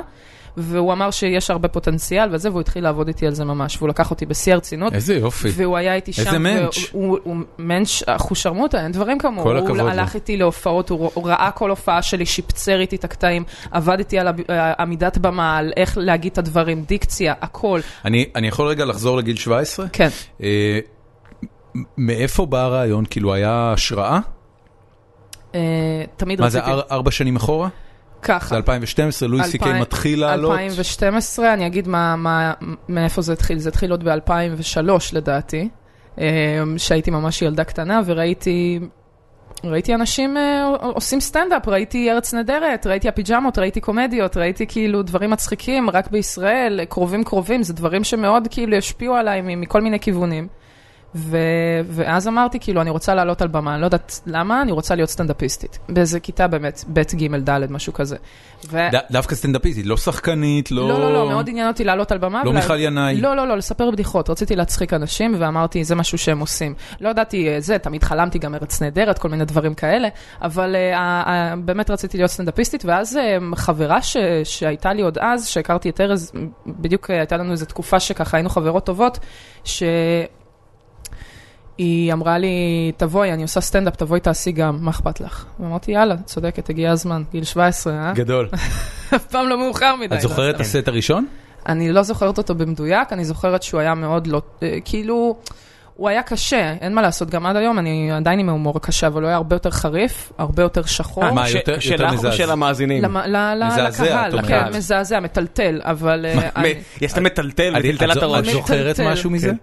S3: והוא אמר שיש הרבה פוטנציאל וזה, והוא התחיל לעבוד איתי על זה ממש, והוא לקח אותי בשיא הרצינות.
S1: איזה יופי.
S3: והוא היה איתי שם.
S1: איזה מענץ'.
S3: והוא- הוא- הוא מענץ' אחושרמוטה, אין דברים כמוהו.
S1: כל הכבוד לו.
S3: הוא הלך איתי להופעות, הוא רוא- הוא ראה כל הופעה שלי, שיפצר איתי את הקטעים, עבד איתי על הב- אה, עמידת במה, על איך להגיד את הדברים, דיקציה, הכל.
S1: אני אני יכול רגע לחזור לגיל 17?
S3: כן.
S1: אה, מ- מאיפה בא הרעיון? כאילו היה השראה?
S3: אה, תמיד
S1: מה זה,
S3: רציתי.
S1: אר- ארבע שנים אחורה?
S3: ככה.
S1: זה 2012, לואי סי קיי לא-
S3: אלפיים-
S1: מתחיל לעלות.
S3: 2012, אני אגיד מה, מה, מאיפה זה התחיל. זה התחיל עוד ב-2003 לדעתי, אמ, שהייתי ממש ילדה קטנה וראיתי... ראיתי אנשים אה, עושים סטנדאפ, ראיתי ארץ נהדרת, ראיתי הפיג'מות, ראיתי קומדיות, ראיתי כאילו דברים מצחיקים רק בישראל, קרובים קרובים, זה דברים שמאוד כאילו השפיעו עליי מ- מכל מיני כיוונים. ו... ואז אמרתי, כאילו, אני רוצה לעלות על במה, אני לא יודעת למה, אני רוצה להיות סטנדאפיסטית. באיזה כיתה באמת, ב' ג' ד', משהו כזה. ו...
S1: ד- דווקא סטנדאפיסטית, לא שחקנית, לא...
S3: לא, לא, לא, מאוד עניין אותי לעלות על במה.
S1: לא
S3: ולה-
S1: מיכל ינאי.
S3: לא, לא, לא, לספר בדיחות. רציתי להצחיק אנשים, ואמרתי, זה משהו שהם עושים. לא ידעתי אה, זה, תמיד חלמתי גם ארץ נהדרת, כל מיני דברים כאלה, אבל אה, אה, באמת רציתי להיות סטנדאפיסטית, ואז אה, חברה ש- שהייתה לי עוד אז, שהכרתי את ארז, בדיוק אה, הייתה לנו איזו תקופה שככה היינו חברות טובות, ש... היא אמרה לי, תבואי, אני עושה סטנדאפ, תבואי תעשי גם, מה אכפת לך? ואמרתי, יאללה, צודקת, הגיע הזמן, גיל 17, אה?
S1: גדול.
S3: *laughs* אף פעם לא מאוחר מדי.
S1: את זוכרת את הסט הראשון?
S3: אני לא זוכרת אותו במדויק, אני זוכרת שהוא היה מאוד לא, אה, כאילו, הוא היה קשה, אין מה לעשות, גם עד היום אני עדיין עם ההומור הקשה, אבל הוא היה הרבה יותר חריף, הרבה יותר שחור.
S1: אה, מה,
S2: ש-
S1: יותר- יותר
S2: שלך או
S1: מזעזע.
S2: של המאזינים?
S3: למ- ל- ל-
S1: מזעזע, את
S3: לקהל,
S1: אומרת.
S3: כן, מזעזע, מטלטל,
S1: *laughs*
S3: אבל אה,
S2: מ-
S3: אני-
S2: היא עשתה מטלטל
S1: אני-
S2: וטלטלה
S1: את
S2: את
S1: זו- את
S2: הראש.
S3: אני-
S1: זוכרת
S3: מטלטל.
S1: משהו מזה?
S2: כן.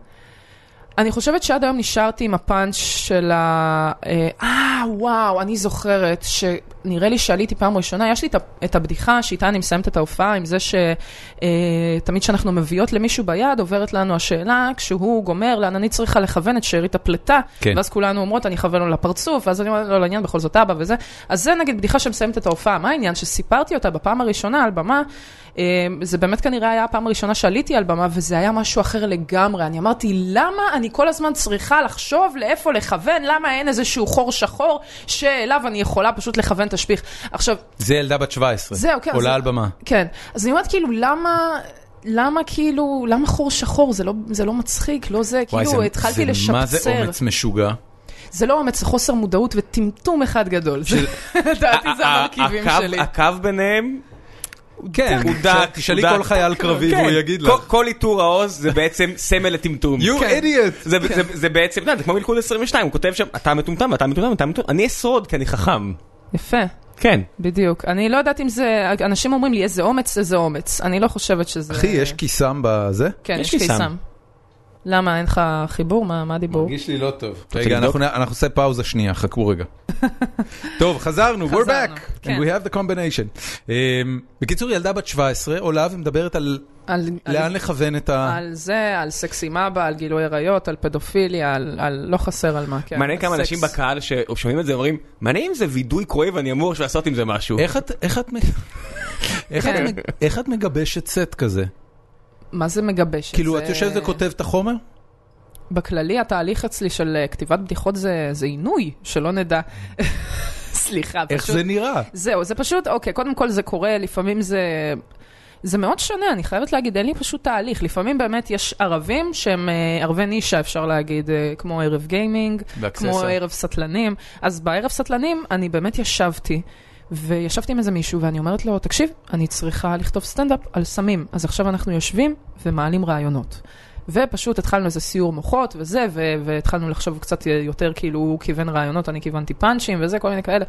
S3: אני חושבת שעד היום נשארתי עם הפאנץ' של ה... אה, אה, וואו, אני זוכרת שנראה לי שעליתי פעם ראשונה, יש לי את ה- את הבדיחה שאיתה אני מסיימת את ההופעה, עם זה שתמיד כשאנחנו מביאות למישהו ביד, עוברת לנו השאלה, כשהוא גומר, לאן אני צריכה לכוון את שארית הפלטה,
S1: כן.
S3: ואז כולנו אומרות, אני אכוון לו לפרצוף, ואז אני אומרת, לא לעניין, בכל זאת אבא וזה. אז זה נגיד בדיחה שמסיימת את ההופעה. מה העניין? שסיפרתי אותה בפעם הראשונה על במה, אה, זה באמת כנראה היה הפעם הראשונה שעליתי על במה, וזה היה משהו אחר לגמרי. אני אמרתי, למה אני כל הזמן צריכה לחשוב לאיפה לכוון? למה אין איזשהו חור שחור שאליו אני יכולה פשוט לכוון תשפיך? עכשיו,
S1: זה ילדה בת 17.
S3: זהו, כן,
S1: עולה
S3: זה-
S1: על במה.
S3: כן. אז אני אומרת, כאילו, למה... למה כאילו, למה חור שחור? זה לא, זה לא מצחיק, לא זה,
S1: וואי,
S3: כאילו,
S1: זה-
S3: התחלתי
S1: זה-
S3: לשפצר.
S1: מה זה אומץ משוגע?
S3: זה לא אומץ, זה חוסר מודעות וטמטום אחד גדול. זה- *laughs* לדעתי זה המרכיבים
S2: הקו-
S3: שלי.
S2: הקו ביניהם
S1: כן,
S2: הוא דק.
S1: תשאלי
S2: הוא
S1: כל
S2: דק.
S1: חייל קרבי
S2: כן.
S1: והוא יגיד
S2: כל-
S1: לך.
S2: כל עיטור העוז זה בעצם סמל לטמטום.
S1: You
S3: כן.
S1: idiot!
S2: זה- זה- זה בעצם, אתה יודע, זה כמו מלכוד 22, הוא כותב שם, אתה מטומטם, אתה מטומטם, אתה מטומטם, אני אשרוד כי אני חכם.
S3: יפה,
S2: כן.
S3: בדיוק. אני לא יודעת אם זה, אנשים אומרים לי איזה אומץ, איזה אומץ. אני לא חושבת שזה...
S1: אחי, יש קיסם בזה?
S3: כן,
S2: יש
S3: יש
S2: לי סם.
S3: קיסם. למה, אין לך חיבור? מה מה הדיבור?
S1: מרגיש לי לא טוב. רגע,
S2: לבדוק?
S1: אנחנו אנחנו נעשה פאוזה שנייה, חכו רגע. טוב, חזרנו, we're
S3: חזרנו,
S1: back, and
S3: כן.
S1: we have the combination. אמ, בקיצור, ילדה בת 17 עולה ומדברת על
S3: על- על-
S1: לאן לכוון את ה...
S3: על זה, על סקסי מבא, על גילוי עריות, על פדופיליה, על על- לא חסר על מה. כן,
S2: מעניין
S3: על
S2: כמה
S3: סקס.
S2: אנשים בקהל ששומעים את זה אומרים, מעניין אם זה וידוי כואב ואני אמור עכשיו לעשות עם זה משהו.
S1: איך את- איך את מ- *laughs* איך את
S3: כן.
S1: מג- איך את מגבשת סט כזה?
S3: מה זה מגבש?
S1: כאילו,
S3: זה-
S1: את יושבת וכותבת את החומר?
S3: בכללי התהליך אצלי של אה, כתיבת בדיחות זה, זה עינוי, שלא נדע. *laughs* סליחה,
S1: איך
S3: פשוט...
S1: זה נראה?
S3: זהו, זה פשוט, אוקיי, קודם כל זה קורה, לפעמים זה... זה מאוד שונה, אני חייבת להגיד, אין לי פשוט תהליך. לפעמים באמת יש ערבים שהם אה, ערבי נישה, אפשר להגיד, אה, כמו ערב גיימינג,
S1: באקססה.
S3: כמו ערב סטלנים. אז בערב סטלנים אני באמת ישבתי, וישבתי עם איזה מישהו, ואני אומרת לו, תקשיב, אני צריכה לכתוב סטנדאפ על סמים. אז עכשיו אנחנו יושבים ומעלים רעיונות. ופשוט התחלנו איזה סיור מוחות וזה, ו- והתחלנו לחשוב קצת יותר, כאילו הוא כיוון רעיונות, אני כיוונתי פאנצ'ים וזה, כל מיני כאלה.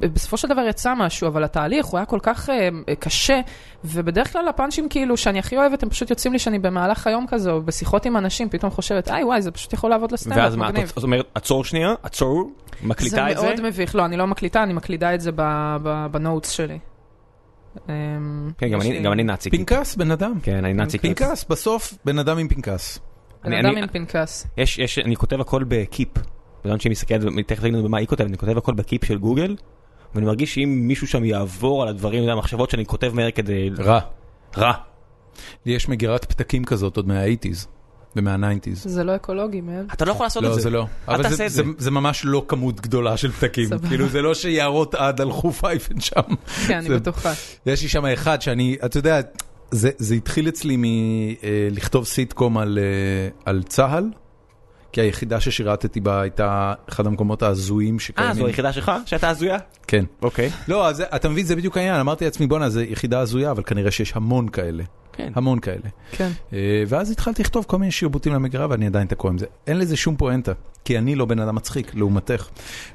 S3: ובסופו של דבר יצא משהו, אבל התהליך הוא היה כל כך אה, אה, קשה, ובדרך כלל הפאנצ'ים כאילו שאני הכי אוהבת, הם פשוט יוצאים לי שאני במהלך היום כזה, או בשיחות עם אנשים, פתאום חושבת, איי וואי, זה פשוט יכול לעבוד לסטנדאפ,
S2: ואז מה,
S3: מגניב."
S2: את אומרת, עצור שנייה, עצור, מקליטה את זה?
S3: זה מאוד מביך, לא, אני לא מקליטה, אני מקלידה את זה ב- ב- בנוטס שלי. אמ,
S2: כן, גם
S3: יש
S2: אני-
S3: לי
S2: גם אני נאצי.
S1: פנקס, בן אדם.
S2: כן, אני נאצי.
S1: פנקס, בסוף בן אדם עם פנקס.
S3: בן
S2: אני-
S3: אדם
S2: אני-
S3: עם פנקס.
S2: יש, יש, אני כותב הכל בקיפ. בזמן שהיא מסתכלת, תכף תגיד לנו במה היא כותבת, אני כותב הכל בקיפ של גוגל, ואני מרגיש שאם מישהו שם יעבור על הדברים, המחשבות שאני כותב מהר כדי...
S1: רע.
S2: רע.
S1: לי יש מגירת פתקים כזאת עוד מה-80's ומה-90's.
S3: זה לא אקולוגי, מאיר.
S2: אתה לא יכול לעשות את
S1: לא,
S2: זה.
S1: זה לא. אבל
S2: תעשה
S1: זה-
S2: את זה.
S1: זה- זה ממש לא כמות גדולה של פתקים.
S3: סבבה.
S1: כאילו, זה לא שיערות עד הלכו פייפן שם.
S3: *laughs* כן, אני
S1: זה-
S3: בטוחה.
S1: יש לי שם אחד שאני, אתה יודע, זה זה התחיל אצלי מלכתוב סיטקום על, אה, על צה"ל, כי היחידה ששירתתי בה הייתה אחד המקומות ההזויים שקיימים.
S2: אה, זו היחידה שלך? שהייתה הזויה?
S1: כן.
S2: אוקיי.
S1: לא, אז אתה מבין, זה בדיוק העניין, אמרתי לעצמי, בואנה, זו יחידה הזויה, אבל כנראה שיש המון כאלה.
S2: כן.
S1: המון כאלה.
S3: כן.
S1: אה, ואז התחלתי לכתוב כל מיני שירבוטים למגירה ואני עדיין תקוע עם זה. אין לזה שום פואנטה, כי אני לא בן אדם מצחיק, לעומתך.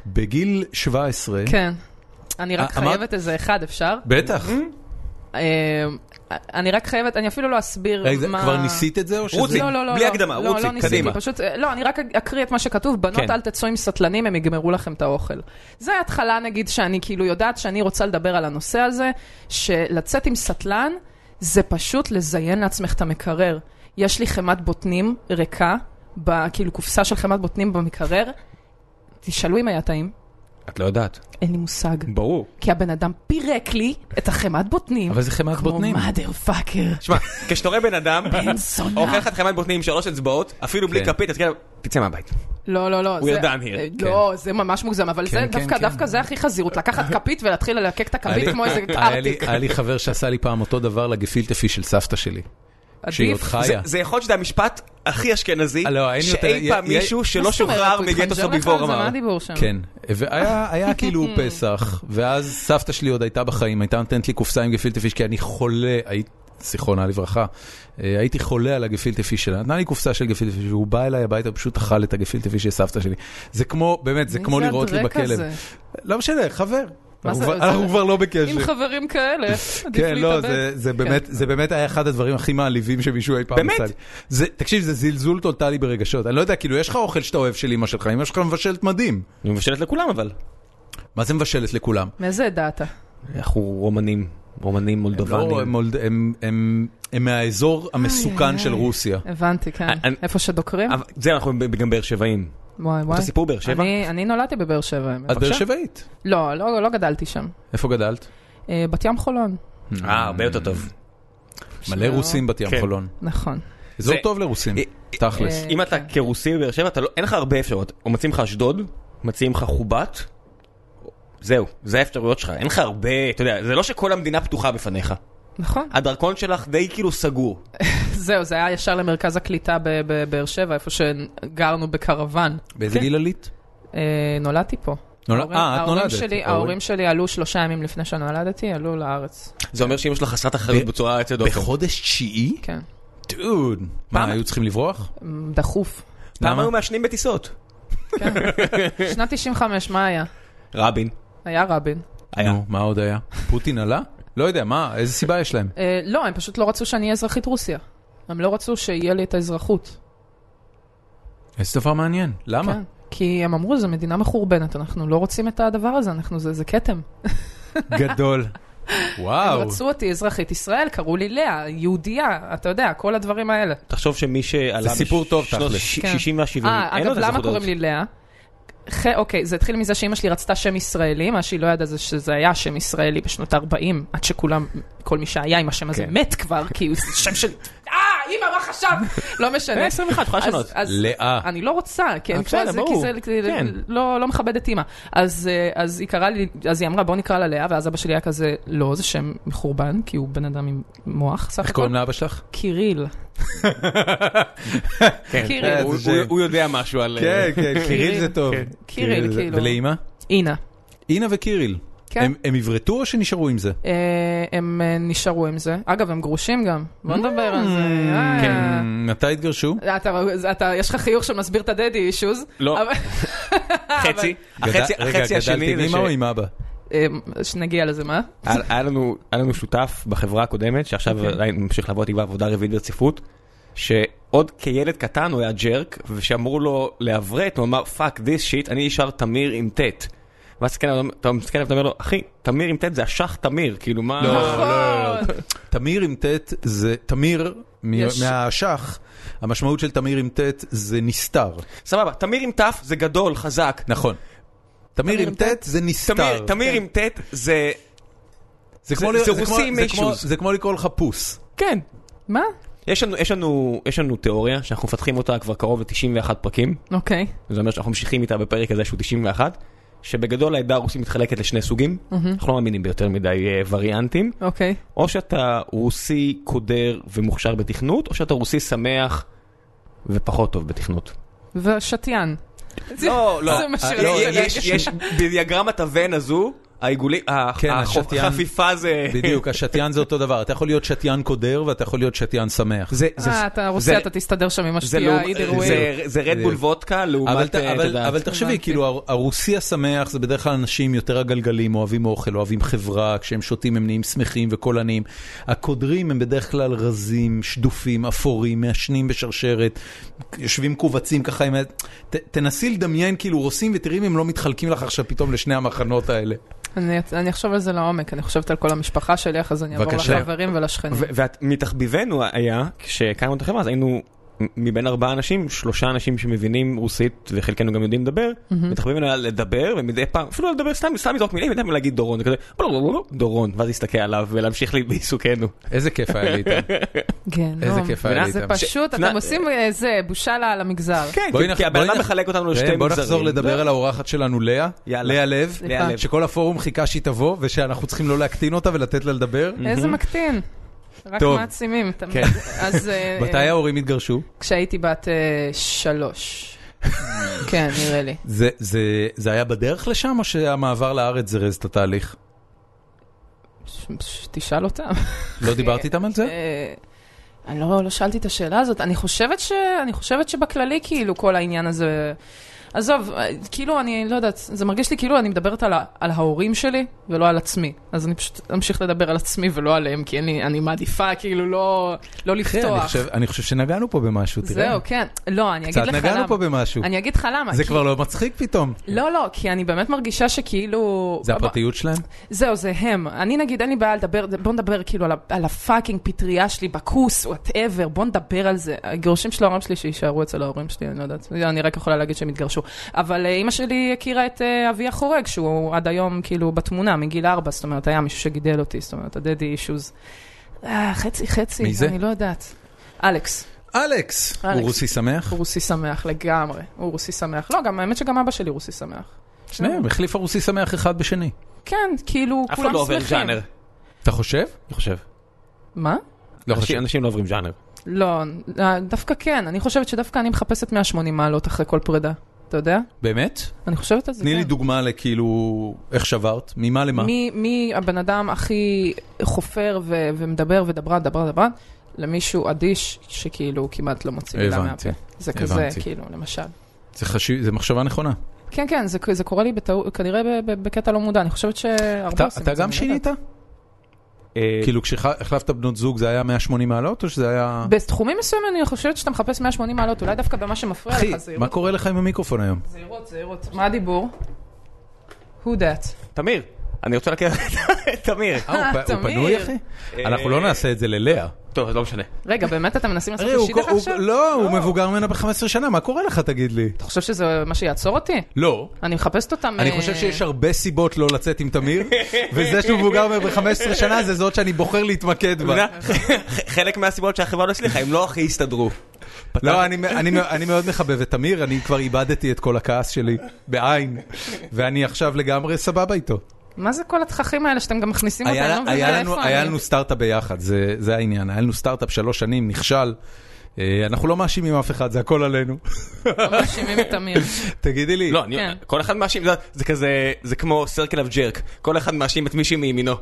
S1: בגיל 17,
S3: כן. אני
S2: אה,
S3: רק
S1: א- אמרת-
S3: חייבת איזה אחד, אפשר?
S1: בטח,
S3: Mm-hmm. אה, אני רק חייבת, אני אפילו לא אסביר
S1: רגע, זה-
S3: מה...
S1: כבר ניסית את זה או שזה...
S2: רוצי,
S3: לא, לא, לא,
S2: בלי
S3: לא.
S2: הקדמה,
S3: לא,
S2: רוצי,
S3: לא ניסיתי,
S2: קדימה.
S3: פשוט, אה, לא, אני רק אקריא את מה שכתוב, בנות
S2: כן.
S3: אל תצאו עם סטלנים, הם יגמרו לכם את האוכל. זה התחלה נגיד שאני כאילו יודעת שאני רוצה לדבר על הנושא הזה, שלצאת עם סטלן זה פשוט לזיין לעצמך את המקרר. יש לי חמת בוטנים ריקה, ב- כאילו קופסה של חמת בוטנים במקרר, תשאלו אם היה טעים,
S2: את לא יודעת.
S3: אין לי מושג.
S2: ברור.
S3: כי הבן אדם פירק לי את החמת בוטנים.
S1: אבל זה חמת בוטנים.
S3: כמו מאדר פאקר,
S2: שמע, כשאתה רואה בן *laughs* אדם,
S3: בן זונה.
S2: אוכל לך את חמת בוטנים עם שלוש אצבעות, אפילו בלי
S1: כן.
S2: כפית, אז כאילו, תצא מהבית.
S3: לא, לא, לא.
S2: הוא
S3: זה-
S2: ידען here,
S3: אה, לא, זה ממש מוגזם, אבל זה
S1: כן,
S3: דווקא,
S1: כן.
S3: דווקא זה הכי
S1: *laughs*
S3: חזירות, לקחת כפית ולהתחיל ללקק את הכפית כמו איזה
S1: היה לי-
S3: ארטיק.
S1: היה לי חבר שעשה לי פעם אותו דבר לגפילטפי של סבתא שלי. כשהיא עוד
S3: עדיף.
S2: זה-
S1: חיה.
S2: זה יכול להיות שזה המשפט הכי אשכנזי,
S1: לא, אין יותר-
S2: שאי
S1: יה-
S2: פעם
S1: יה-
S2: מישהו
S3: מה
S2: שלא
S3: זאת אומרת?
S2: לא שוחרר
S3: הוא
S2: מגטו
S3: התחנזר לך
S2: סוביבור
S3: על זה, מה
S2: אמר.
S3: הדיבור שם?
S1: כן, והיה
S3: *laughs*
S1: היה כאילו פסח, ואז סבתא שלי עוד הייתה בחיים, הייתה נותנת לי קופסה עם גפילטע פיש, כי אני חולה, היית- זיכרונה לברכה, אה, הייתי חולה על הגפילטע פיש שלה, נתנה לי קופסה של גפילטע פיש, והוא בא אליי הביתה, פשוט אכל את הגפילטע פיש של סבתא שלי. זה כמו, באמת, זה
S3: מי
S1: כמו
S3: זה
S1: לראות לי
S3: הדרק
S1: בכלב.
S3: הזה?
S1: לא משנה, חבר.
S3: מה זה-
S1: אנחנו כבר-
S3: זה-
S1: אנחנו כבר לא
S3: עם
S1: בקשר.
S3: חברים כאלה, עדיף
S1: כן,
S3: להתאבד.
S1: לא, זה- זה באמת- זה באמת היה אחד הדברים הכי מעליבים שמישהו אי פעם
S2: באמת?
S1: עשה לי. זה- תקשיב, זה זלזול טוטאלי ברגשות. אני לא יודע, כאילו, יש לך אוכל שאתה אוהב של אמא שלך, אמא שלך מבשלת מדהים.
S2: אני מבשלת לכולם אבל.
S1: מה זה מבשלת לכולם?
S3: מאיזה עדה אתה?
S2: אנחנו רומנים, רומנים
S1: לא, הם
S2: מולדובנים.
S1: מולד- הם- הם- הם מהאזור המסוכן
S3: איי,
S1: של
S3: איי.
S1: רוסיה.
S3: הבנתי, כן.
S2: אני-
S3: איפה שדוקרים?
S2: אבל זה אנחנו ב- גם באר שבעים.
S3: וואי וואי.
S2: את הסיפור באר שבע?
S3: אני- אני נולדתי בבאר שבע. האמת.
S1: את באר
S2: בבקשה.
S1: שבעית.
S3: לא, לא לא גדלתי שם.
S1: איפה גדלת?
S3: אה, בת ים חולון.
S2: אה, הרבה יותר טוב.
S1: מלא רוסים בת ים
S2: כן.
S1: חולון.
S3: נכון.
S1: אזור
S2: זה-
S1: טוב לרוסים,
S2: אה,
S1: תכלס.
S3: אה,
S2: אם אתה
S3: כן.
S2: כרוסי בבאר שבע, אתה לא- אין לך הרבה אפשרויות. או מציעים לך אשדוד, מציעים לך חובט, זהו, זה האפשרויות שלך. אין לך הרבה, אתה יודע, זה לא שכל המדינה פתוחה בפניך.
S3: נכון.
S2: הדרכון שלך די כאילו סגור.
S3: זהו, זה היה ישר למרכז הקליטה בב- בבאר שבע, איפה שגרנו בקרוון.
S1: באיזה גיל עלית?
S3: אה, נולדתי פה.
S1: נולד-
S3: כן. ההורים-
S1: אה, את
S3: ההורים
S1: נולדת.
S3: שלי-
S1: ההורים-
S3: ההורים שלי עלו שלושה ימים לפני שנולדתי, עלו לארץ.
S2: זה אומר שאמא שלך חסרת אחריות בצורה יוצאת דופן.
S1: בחודש תשיעי?
S3: כן.
S1: דוד. מה,
S2: פעם-
S1: היו צריכים לברוח?
S3: מ, דחוף.
S2: פעם
S1: למה?
S2: היו מעשנים בטיסות.
S3: כן. שנת 95, מה היה?
S2: רבין.
S3: היה רבין.
S2: היה.
S1: נו, מה עוד היה? פוטין עלה? לא יודע, מה, איזה סיבה יש להם?
S3: אה, לא, הם פשוט לא רצו שאני אהיה אזרחית רוסיה. הם לא רצו שיהיה לי את האזרחות.
S1: איזה דבר מעניין, למה?
S3: כן. כי הם אמרו, זו מדינה מחורבנת, אנחנו לא רוצים את הדבר הזה, אנחנו, זה זה כתם. *laughs*
S1: גדול.
S3: כן. הם
S1: וואו.
S3: רצו אותי אזרחית ישראל, קראו לי לאה, יהודייה, אתה יודע, כל הדברים האלה.
S2: תחשוב שמי שעלה...
S1: זה סיפור טוב,
S2: בשנות
S1: תכלס.
S2: ש-
S3: כן.
S2: 60 וה-70,
S3: אה,
S2: כאילו, אין לו
S3: אגב,
S2: את
S3: למה
S2: הזכות
S3: קוראים לי לאה? ח... אוקיי, זה התחיל מזה שאימא שלי רצתה שם ישראלי, מה שהיא לא ידעה זה שזה היה שם ישראלי בשנות ה-40, עד שכולם, כל מי שהיה עם השם הזה
S2: כן.
S3: מת כבר, כי הוא זה שם של... אה, אימא, מה חשב? לא משנה.
S2: 21, אה, יכולה לשנות.
S3: אז- אז-
S1: לאה.
S3: אני לא רוצה, כן,
S2: אה,
S3: בסדר,
S2: בסדר,
S3: זה- כי
S2: ברור.
S3: זה כי זה
S2: כן.
S3: לא לא מכבד את אימא. אז אה, אז היא קראה לי, אז היא אמרה, בוא נקרא לה לאה, ואז אבא שלי היה כזה, לא, זה שם מחורבן, כי הוא בן אדם עם מוח, סך
S1: איך
S3: הכל.
S1: קוראים לאבא שלך?
S3: קיריל.
S2: כן.
S3: קיריל.
S2: הוא-
S1: זה
S2: הוא-
S1: שם.
S2: הוא יודע משהו על... אה,
S1: כן,
S3: קיריל זה
S1: טוב.
S3: קיריל, כאילו.
S1: ולאימא?
S3: אינה.
S1: אינה וקיריל.
S3: כן.
S1: הם- הם עברתו או שנשארו עם זה?
S3: אה, הם אה, נשארו עם זה. אגב, הם גרושים גם. בוא נדבר על זה. אה.
S2: כן.
S1: Mm, מתי התגרשו?
S3: אתה, אתה, יש לך חיוך שמסביר את הדדי אישוז.
S2: לא.
S3: אבל-
S2: חצי. החצי-
S1: גד- רגע,
S2: החצי השני
S1: גדלתי עם
S2: זה ש...
S1: אמא או עם אבא? לא,
S3: אה, שנגיע לזה, מה?
S2: היה היה לנו, היה לנו שותף בחברה הקודמת, שעכשיו עדיין ממשיך לעבוד איתי בעבודה רביעית ברציפות, שעוד כילד קטן הוא היה ג'רק, ושאמרו לו לעברת, הוא אמר, פאק דיס שיט, אני נשאר תמיר עם טט. ואז כן, אתה מסתכל עליו ואתה אומר לו, אחי, תמיר עם טט זה השח תמיר, כאילו מה...
S1: לא,
S3: נכון.
S1: לא, לא. תמיר עם ט' זה תמיר מ-
S3: יש.
S1: מהשח, המשמעות של תמיר עם ט' זה נסתר.
S2: סבבה, תמיר עם תף זה גדול, חזק.
S1: נכון. תמיר עם ט' זה
S2: תמיר,
S1: נסתר.
S2: תמיר עם טט זה...
S1: זה כמו
S2: זה-
S1: ל-
S2: זה
S1: כמו-
S2: רוסי עם
S1: זה כמו-
S2: issues.
S1: זה כמו לקרוא לך פוס.
S2: כן.
S3: מה?
S2: יש לנו, יש, לנו, יש לנו תיאוריה שאנחנו מפתחים אותה כבר קרוב ל-91 פרקים,
S3: אוקיי.
S2: זה אומר שאנחנו ממשיכים איתה בפרק הזה שהוא 91, שבגדול העדה הרוסית מתחלקת לשני סוגים, אנחנו לא מאמינים ביותר מדי אה, וריאנטים,
S3: אוקיי.
S2: או שאתה רוסי קודר ומוכשר בתכנות, או שאתה רוסי שמח ופחות טוב בתכנות.
S3: ושתיין.
S2: לא, לא,
S3: *laughs* זה משאיר
S2: אה,
S3: את זה
S2: אה, יש-
S3: רגע.
S2: יש בדיאגרמת הוון הזו, העיגולים, ה-
S1: כן,
S2: ה-
S1: השתיין.
S2: החפיפה זה...
S1: בדיוק, *laughs* השתיין זה אותו דבר. אתה יכול להיות שתיין קודר ואתה יכול להיות שתיין שמח.
S2: זה- זה-
S3: אה, אתה
S2: זה-
S3: רוצה, אתה תסתדר שם עם
S2: זה
S3: השתייה,
S2: לא-
S3: either
S2: זה-
S3: way.
S2: זה רדבול
S1: בדיוק.
S2: וודקה
S1: אבל,
S2: לעומת,
S1: ת,
S2: אה, אתה
S1: אבל,
S2: יודע,
S1: אבל תחשבי,
S3: הבנתי.
S1: כאילו הר- הרוסי השמח זה בדרך כלל אנשים יותר עגלגלים, אוהבים אוכל, אוהבים חברה, כשהם שותים הם נהיים שמחים וקולניים. הקודרים הם בדרך כלל רזים, שדופים, אפורים, מעשנים בשרשרת, יושבים מכווצים ככה עם... ה- ת, תנסי לדמיין כאילו רוסים ותראי אם הם לא מתחלקים לך עכשיו פתאום לשני המחנות האלה.
S3: אני- אני אחשוב על זה לעומק, אני חושבת על כל המשפחה שלי, אחרי זה אני אעבור
S1: בבקשה.
S3: לחברים ולשכנים.
S2: ומתחביבנו היה, כשהקמנו את החברה, אז היינו מ- מבין ארבעה אנשים, שלושה אנשים שמבינים רוסית וחלקנו גם יודעים לדבר, מתחביבנו היה לדבר ומדי פעם, אפילו לא לדבר, סתם סתם לזרוק מילים, מדי פעם להגיד דורון, וכזה, "בלבלבלב, דורון, ואז להסתכל עליו ולהמשיך לי בעיסוקנו.
S1: איזה כיף היה לי
S2: *laughs*
S1: איתם.
S3: גיהנום.
S1: איזה כיף היה לי
S3: זה
S1: איתם.
S3: פשוט,
S2: ש-
S3: אתם
S2: נ-
S3: עושים אה, זה, בושה לה על המגזר.
S2: כן,
S1: בואי
S2: כי-
S1: נח-
S2: כי הבן
S1: בואי
S2: אדם
S1: נח-
S2: מחלק אותנו לשתי
S1: ראם,
S2: מגזרים. לא,
S1: בוא נחזור לדבר על האורחת שלנו, לאה.
S2: יאללה.
S1: לאה לב.
S2: לאה לב.
S1: שכל הפורום חיכה שהיא תבוא ושאנחנו צריכים לא להקטין אותה ולתת לה לדבר.
S2: אה.
S3: איזה מקטין. רק
S1: טוב.
S3: מעצימים. אתם-
S1: כן. *laughs*
S3: אז אה,
S1: מתי
S3: אה,
S1: ההורים התגרשו?
S3: כשהייתי בת אה,
S1: *laughs*
S3: שלוש. כן, נראה לי.
S1: זה, זה, זה היה בדרך לשם, או שהמעבר לארץ זירז את התהליך?
S3: ש- ש- תשאל אותם.
S1: לא דיברת איתם על זה?
S3: אה, אני לא, לא שאלתי את השאלה הזאת. אני חושבת, ש... אני חושבת שבכללי, כאילו, כל העניין הזה... עזוב, אה, כאילו, אני לא יודעת, זה מרגיש לי כאילו אני מדברת על, ה... על ההורים שלי ולא על עצמי. אז אני פשוט אמשיך לדבר על עצמי ולא עליהם, כי אין לי, אני מעדיפה כאילו לא, לא
S1: אחי, כן, אני
S3: לפתוח.
S1: חושב- אני חושב שנגענו פה במשהו, תראה.
S3: זהו, כן. לא, אני
S1: קצת
S3: אגיד לך
S1: נגענו
S3: למה.
S1: פה במשהו.
S3: אני אגיד לך למה.
S1: זה
S3: כי-
S1: כבר לא מצחיק פתאום.
S3: לא, לא, כי אני באמת מרגישה שכאילו...
S1: זה הפרטיות שלהם?
S3: זהו, זה הם. אני נגיד, אין לי בעיה לדבר, בוא נדבר כאילו על ה- על הפאקינג פטריה שלי בכוס, וואטאבר, בוא נדבר על זה. הגירושים של ההורים שלי שיישארו אצל ההורים שלי, אני לא יודעת. אני רק יכולה להגיד שהם התגרשו. אבל אה, אימא שלי הכירה את אה, אבי החורג, שהוא עד היום כאילו בתמונה, מגיל ארבע, זאת אומרת, היה מישהו שגידל אותי, זאת אומרת, הדדי אישוז. אה, חצי חצי,
S1: מי זה?
S3: אני לא יודעת. אלכס,
S1: אלכס! הוא
S3: אלכס.
S1: רוסי שמח?
S3: הוא רוסי שמח לגמרי, הוא רוסי שמח. לא, גם האמת שגם אבא שלי רוסי שמח.
S1: שניהם, החליף הרוסי שמח אחד בשני.
S3: כן, כאילו,
S2: אף אחד
S3: כולם
S2: לא עובר
S3: שמחים.
S2: ז'אנר,
S1: אתה חושב?
S2: אני חושב.
S3: מה?
S1: לא
S2: אנשים-
S1: חושב.
S2: אנשים לא עוברים ז'אנר.
S3: לא, אה, דווקא כן, אני חושבת שדווקא אני מחפשת 180 מעלות אחרי כל פרידה, אתה יודע?
S1: באמת?
S3: אני חושבת על זה.
S1: תני
S3: כן.
S1: לי דוגמה לכאילו, איך שברת? ממה למה?
S3: מי- מי הבן אדם הכי חופר ו- ומדבר ודברן, דברן, דברן, למישהו אדיש שכאילו כמעט לא מוציא מילה
S1: הבנתי,
S3: מהפה. זה כזה,
S1: הבנתי.
S3: כאילו, למשל.
S1: זה חשי- זה מחשבה נכונה.
S3: כן, כן, זה, זה קורה לי בטעות, כנראה ב- ב- בקטע לא מודע, אני חושבת שהרבה
S1: אתה
S3: עושים את זה.
S1: אתה גם
S3: אני לא יודעת.
S1: שינית?
S2: אה,
S1: כאילו כשהחלפת בנות זוג זה היה 180 מעלות או שזה היה...
S3: בתחומים מסוימים אני חושבת שאתה מחפש 180 מעלות, אולי דווקא במה שמפריע
S1: אחי,
S3: לך,
S1: מה
S3: זהירות,
S1: קורה לך עם המיקרופון היום? אה,
S3: זהירות, זהירות. מה הדיבור? Who that?
S2: תמיר, אני רוצה להכיר את תמיר.
S1: אה, הוא פ- הוא
S3: תמיר.
S1: אה, פנוי אחי? אנחנו לא נעשה את זה ללאה.
S2: טוב, אז לא משנה.
S3: רגע, באמת אתם מנסים לעשות
S1: הרי הוא-
S3: אישית לך
S1: הוא-
S3: עכשיו?
S1: לא, הוא מבוגר ממנה ב-15 שנה, מה קורה לך תגיד לי?
S3: אתה חושב שזה מה שיעצור אותי?
S1: לא.
S3: אני מחפשת אותם...
S1: אני
S3: אה,
S1: חושב שיש הרבה סיבות לא לצאת עם *laughs* תמיר, וזה שהוא מבוגר ממנה ב-15 שנה זה זאת שאני בוחר להתמקד בה.
S2: *laughs* חלק מהסיבות שהחברה לא הצליחה, הם לא הכי הסתדרו.
S1: לא, אני- אני- אני מאוד מחבב את תמיר, אני כבר איבדתי את כל הכעס שלי, בעין, ואני עכשיו לגמרי סבבה איתו.
S3: מה זה כל התככים האלה שאתם גם מכניסים אותם? אני
S1: היה
S3: לא מבינה
S1: היה לנו-
S3: איפה
S1: היה
S3: אני.
S1: לנו סטארט-אפ ביחד, זה זה העניין, היה לנו סטארט-אפ שלוש שנים, נכשל. אה, אנחנו לא מאשימים אף אחד, זה הכל עלינו. *laughs*
S3: לא מאשימים את אמיר.
S1: תגידי לי,
S2: לא, אני-
S3: כן.
S2: כל אחד מאשים, זה- זה כזה, זה כמו סרקל אב ג'רק, כל אחד מאשים את מישהי מימינו.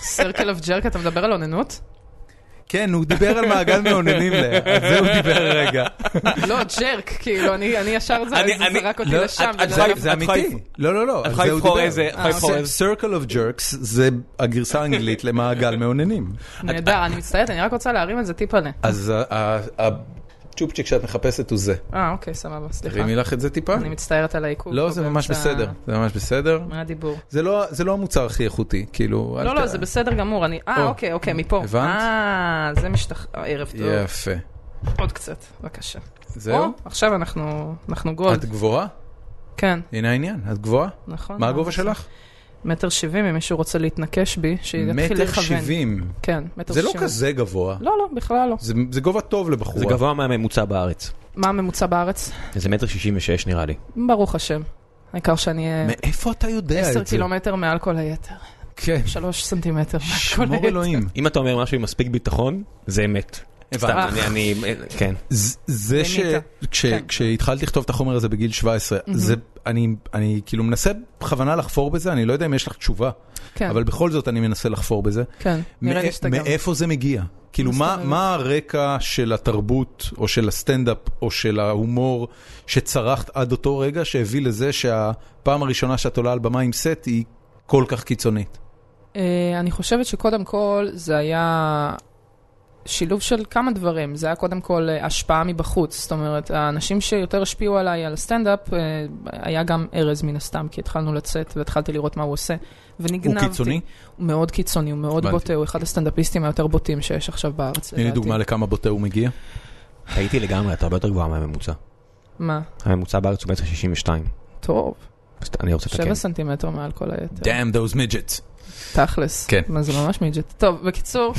S3: סרקל אוף ג'רק, אתה מדבר על אוננות?
S1: כן, הוא דיבר על מעגל מאוננים, לה, על זה הוא דיבר רגע.
S3: לא, ג'רק, כאילו, אני אני ישר זה
S2: אני-
S3: זה
S2: אני-
S3: זרק אותי
S2: לא,
S3: לשם.
S2: את- את-
S1: *laughs*
S3: ולא-
S1: זה-
S2: את
S1: זה
S2: יכולה
S1: אמיתי.
S2: לבחור-
S1: לא, לא, לא,
S2: את
S1: על
S2: יכולה
S1: זה הוא
S2: לבחור
S1: דיבר.
S2: איזה- את יכולה
S1: אה,
S2: לבחור
S1: ס-
S2: איזה-
S1: Circle of Jerks זה הגרסה האנגלית *laughs* למעגל מאוננים.
S3: נהדר, אני מצטערת, אני רק רוצה להרים את זה טיפלה.
S1: אז אה, ה- ה- הצ'ופצ'יק שאת מחפשת הוא זה.
S3: אה, אוקיי, סבבה, סליחה.
S1: תרימי לך את זה טיפה?
S3: אני מצטערת על העיכוב.
S1: לא,
S3: פה
S1: זה ממש
S3: באמצע-
S1: בסדר. זה ממש בסדר.
S3: מה הדיבור?
S1: זה לא- זה לא המוצר הכי איכותי, כאילו... אל
S3: לא, לא,
S1: ת-
S3: זה בסדר גמור, אני... אה,
S1: או.
S3: אוקיי, אוקיי, מפה.
S1: הבנת?
S3: אה, זה משתח... אה, ערב טוב.
S1: יפה.
S3: עוד קצת, בבקשה. או,
S1: זהו?
S3: עכשיו אנחנו אנחנו
S1: את
S3: גולד.
S1: גבוהה?
S3: כן,
S1: הנה העניין, את גבוהה?
S3: נכון.
S1: מה הגובה שלך?
S3: מטר שבעים, אם מישהו רוצה להתנקש בי, שיתחיל
S1: מטר
S3: לכוון.
S1: שבעים.
S3: כן, מטר
S1: זה
S3: שבעים.
S1: לא כזה גבוה.
S3: לא, לא, בכלל לא.
S1: זה זה גובה טוב לבחורה.
S2: זה גבוה מהממוצע בארץ.
S3: מה הממוצע בארץ?
S2: איזה מטר שישים ושש נראה לי.
S3: ברוך השם. העיקר שאני אהיה
S1: מאיפה אתה יודע את זה?
S3: עשר קילומטר מעל כל היתר.
S1: כן.
S3: שלוש סנטימטר מעל כל
S1: שמור
S3: היתר.
S1: אלוהים.
S2: אם אתה אומר משהו עם מספיק ביטחון, זה אמת. סתם,
S1: הבנתי.
S2: אני- אני, כן.
S1: ז- זה ש...
S3: במיקה.
S1: כש-
S3: כן.
S1: כשהתחלתי לכתוב את החומר הזה בגיל 17, זה... אני, אני כאילו מנסה בכוונה לחפור בזה, אני לא יודע אם יש לך תשובה,
S3: כן,
S1: אבל בכל זאת אני מנסה לחפור בזה.
S3: כן, נראה לי
S1: מאי-
S3: שאתה גם.
S1: מאיפה זה מגיע? כאילו, מה,
S3: מסתובב.
S1: מה הרקע של התרבות, או של הסטנדאפ, או של ההומור שצרחת עד אותו רגע, שהביא לזה שהפעם הראשונה שאת עולה על במה עם סט היא כל כך קיצונית?
S3: אה, אני חושבת שקודם כל זה היה שילוב של כמה דברים. זה היה קודם כל אה, השפעה מבחוץ. זאת אומרת, האנשים שיותר השפיעו עליי על הסטנדאפ, אה, היה גם ארז מן הסתם, כי התחלנו לצאת והתחלתי לראות מה הוא עושה, ונגנבתי.
S1: הוא קיצוני?
S3: הוא מאוד קיצוני, הוא מאוד
S1: הבנתי.
S3: בוטה, הוא אחד הסטנדאפיסטים היותר בוטים שיש עכשיו בארץ.
S1: תני לי
S3: לדעתי.
S1: דוגמה לכמה בוטה הוא מגיע.
S2: הייתי לגמרי, אתה הרבה יותר גבוהה מהממוצע.
S3: מה?
S2: הממוצע בארץ הוא מטר שישים ושתיים.
S3: טוב,
S2: אז אני רוצה לתקן.
S3: שבע סנטימטר מעל כל היתר.
S1: Damn those midgets.
S3: תכלס.
S1: כן.
S3: מה זה ממש מידג'ט. טוב, בקיצור,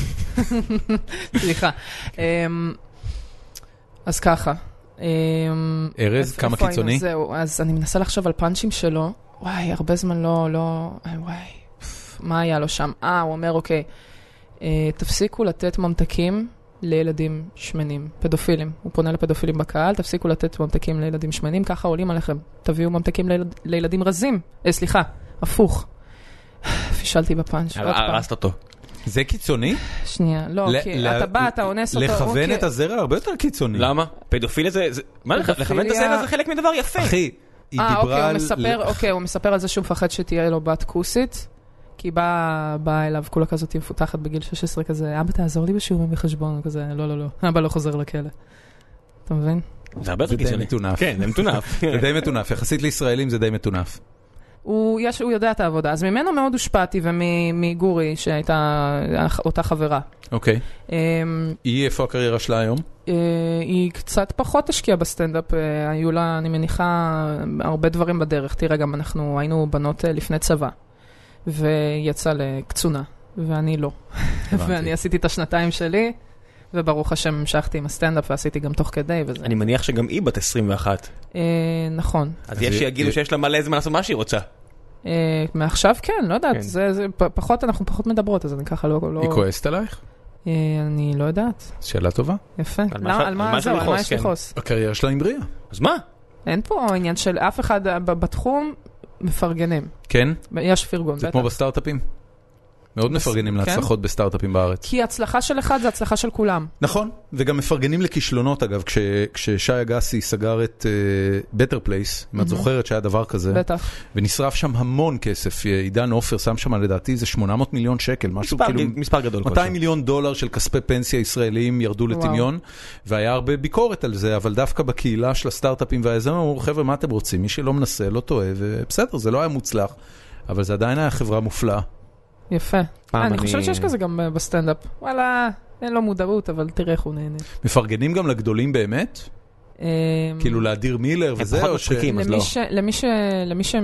S3: סליחה. אמ, אז ככה. אמ,
S1: ארז,
S3: איפה-
S1: כמה
S3: איפה
S1: קיצוני?
S3: היינו? זהו, אז אני מנסה לחשוב על פאנצ'ים שלו. וואי, הרבה זמן לא, לא, אה, וואי, פף, מה היה לו שם? אה, הוא אומר, אוקיי, אה, תפסיקו לתת ממתקים לילדים שמנים, פדופילים. הוא פונה לפדופילים בקהל, תפסיקו לתת ממתקים לילדים שמנים, ככה עולים עליכם. תביאו ממתקים לילד, לילדים רזים. אה, סליחה, הפוך. *sighs* פישלתי בפאנץ', עוד פעם.
S2: הרסת אותו.
S1: זה
S3: *laughs*
S1: קיצוני?
S3: שנייה, לא,
S1: ל-
S3: כי
S1: ל-
S3: אתה בא, אתה אונס אותו.
S1: לכוון
S3: אוקיי.
S1: את הזרע הרבה יותר קיצוני.
S2: למה? פדופיליה זה... זה- מה לכ-
S3: פדופיליה-
S2: לכוון את הזרע זה חלק מדבר יפה.
S1: אחי, היא
S3: אה, אוקיי,
S1: דיברה
S3: הוא
S1: על...
S3: מספר, אוקיי, הוא מספר על זה שהוא מפחד שתהיה לו בת כוסית, כי באה בא אליו כולה כזאת מפותחת בגיל 16 כזה, אבא תעזור לי בשיעורים בחשבון, הוא כזה, לא, לא, לא, אבא לא חוזר לכלא. אתה מבין?
S2: זה הרבה יותר
S1: זה די
S2: קיצוני.
S1: מטונף.
S2: כן, זה מטונף.
S1: *laughs* זה די מטונף, יחסית לישראלים זה די מטונף.
S3: הוא, יש, הוא יודע את העבודה, אז ממנו מאוד הושפעתי ומגורי, שהייתה אותה חברה.
S1: אוקיי.
S3: אמ,
S1: היא, איפה הקריירה שלה היום?
S3: אה, היא קצת פחות השקיעה בסטנדאפ, אה, היו לה, אני מניחה, הרבה דברים בדרך. תראה, גם אנחנו היינו בנות אה, לפני צבא, והיא יצאה לקצונה, ואני לא.
S1: הבנתי.
S3: *laughs* ואני עשיתי את השנתיים שלי, וברוך השם המשכתי עם הסטנדאפ ועשיתי גם תוך כדי וזה.
S2: אני מניח שגם היא בת 21.
S3: אה, נכון.
S2: אז יש
S1: היא-
S2: שיגידו
S1: היא-
S2: שיש לה מלא זמן לעשות מה שהיא רוצה.
S3: אה, מעכשיו כן, לא יודעת,
S2: כן.
S3: זה, זה פ- פחות, אנחנו פחות מדברות, אז אני ככה לא... לא
S1: היא כועסת עלייך?
S3: אה, אני לא יודעת,
S1: שאלה טובה.
S3: יפה.
S2: על מה
S3: למה-
S2: ש-
S3: על מה
S2: על מה
S3: זהו, על מה
S2: שלכעוס,
S3: יש לכעוס?
S1: הקריירה שלה עם בריאה.
S2: אז מה?
S3: אין פה עניין של אף אחד אה, ב- בתחום מפרגנים.
S1: כן?
S3: יש פרגון,
S1: זה
S3: בטח.
S1: כמו בסטארט-אפים. מאוד
S3: בס-
S1: מפרגנים
S3: כן?
S1: להצלחות בסטארט-אפים בארץ.
S3: כי הצלחה של אחד זה הצלחה של כולם.
S1: נכון, וגם מפרגנים לכישלונות אגב, כש- כששי אגסי סגר את בטר פלייס, אם את זוכרת שהיה דבר כזה,
S3: בטח.
S1: ונשרף שם המון כסף, אה, עידן עופר שם שם לדעתי איזה 800 מיליון שקל, משהו
S2: מספר-
S1: כאילו
S2: מספר גדול.
S1: 200 מיליון דולר של כספי פנסיה ישראליים ירדו
S3: וואו.
S1: לטמיון, והיה הרבה ביקורת על זה, אבל דווקא בקהילה של הסטארט-אפים והיזמים אמרו, חבר'ה, מה אתם רוצים? מי שלא מנסה, לא טועה, ובסדר, זה לא היה מוצלח, אבל זה עדיין היה חברה מופלאה.
S3: יפה.
S2: פעם
S3: אה, אני
S2: אני-
S3: חושבת שיש כזה גם אה, בסטנדאפ. וואלה, אין לו מודעות, אבל תראה איך הוא נהנה.
S1: מפרגנים גם לגדולים באמת?
S3: אה,
S1: כאילו לאדיר מילר
S2: הם
S1: וזה,
S2: פחות
S1: או ש...
S2: מצחיקים. אז
S3: למי
S2: לא.
S3: ש... למי ש... למי ש...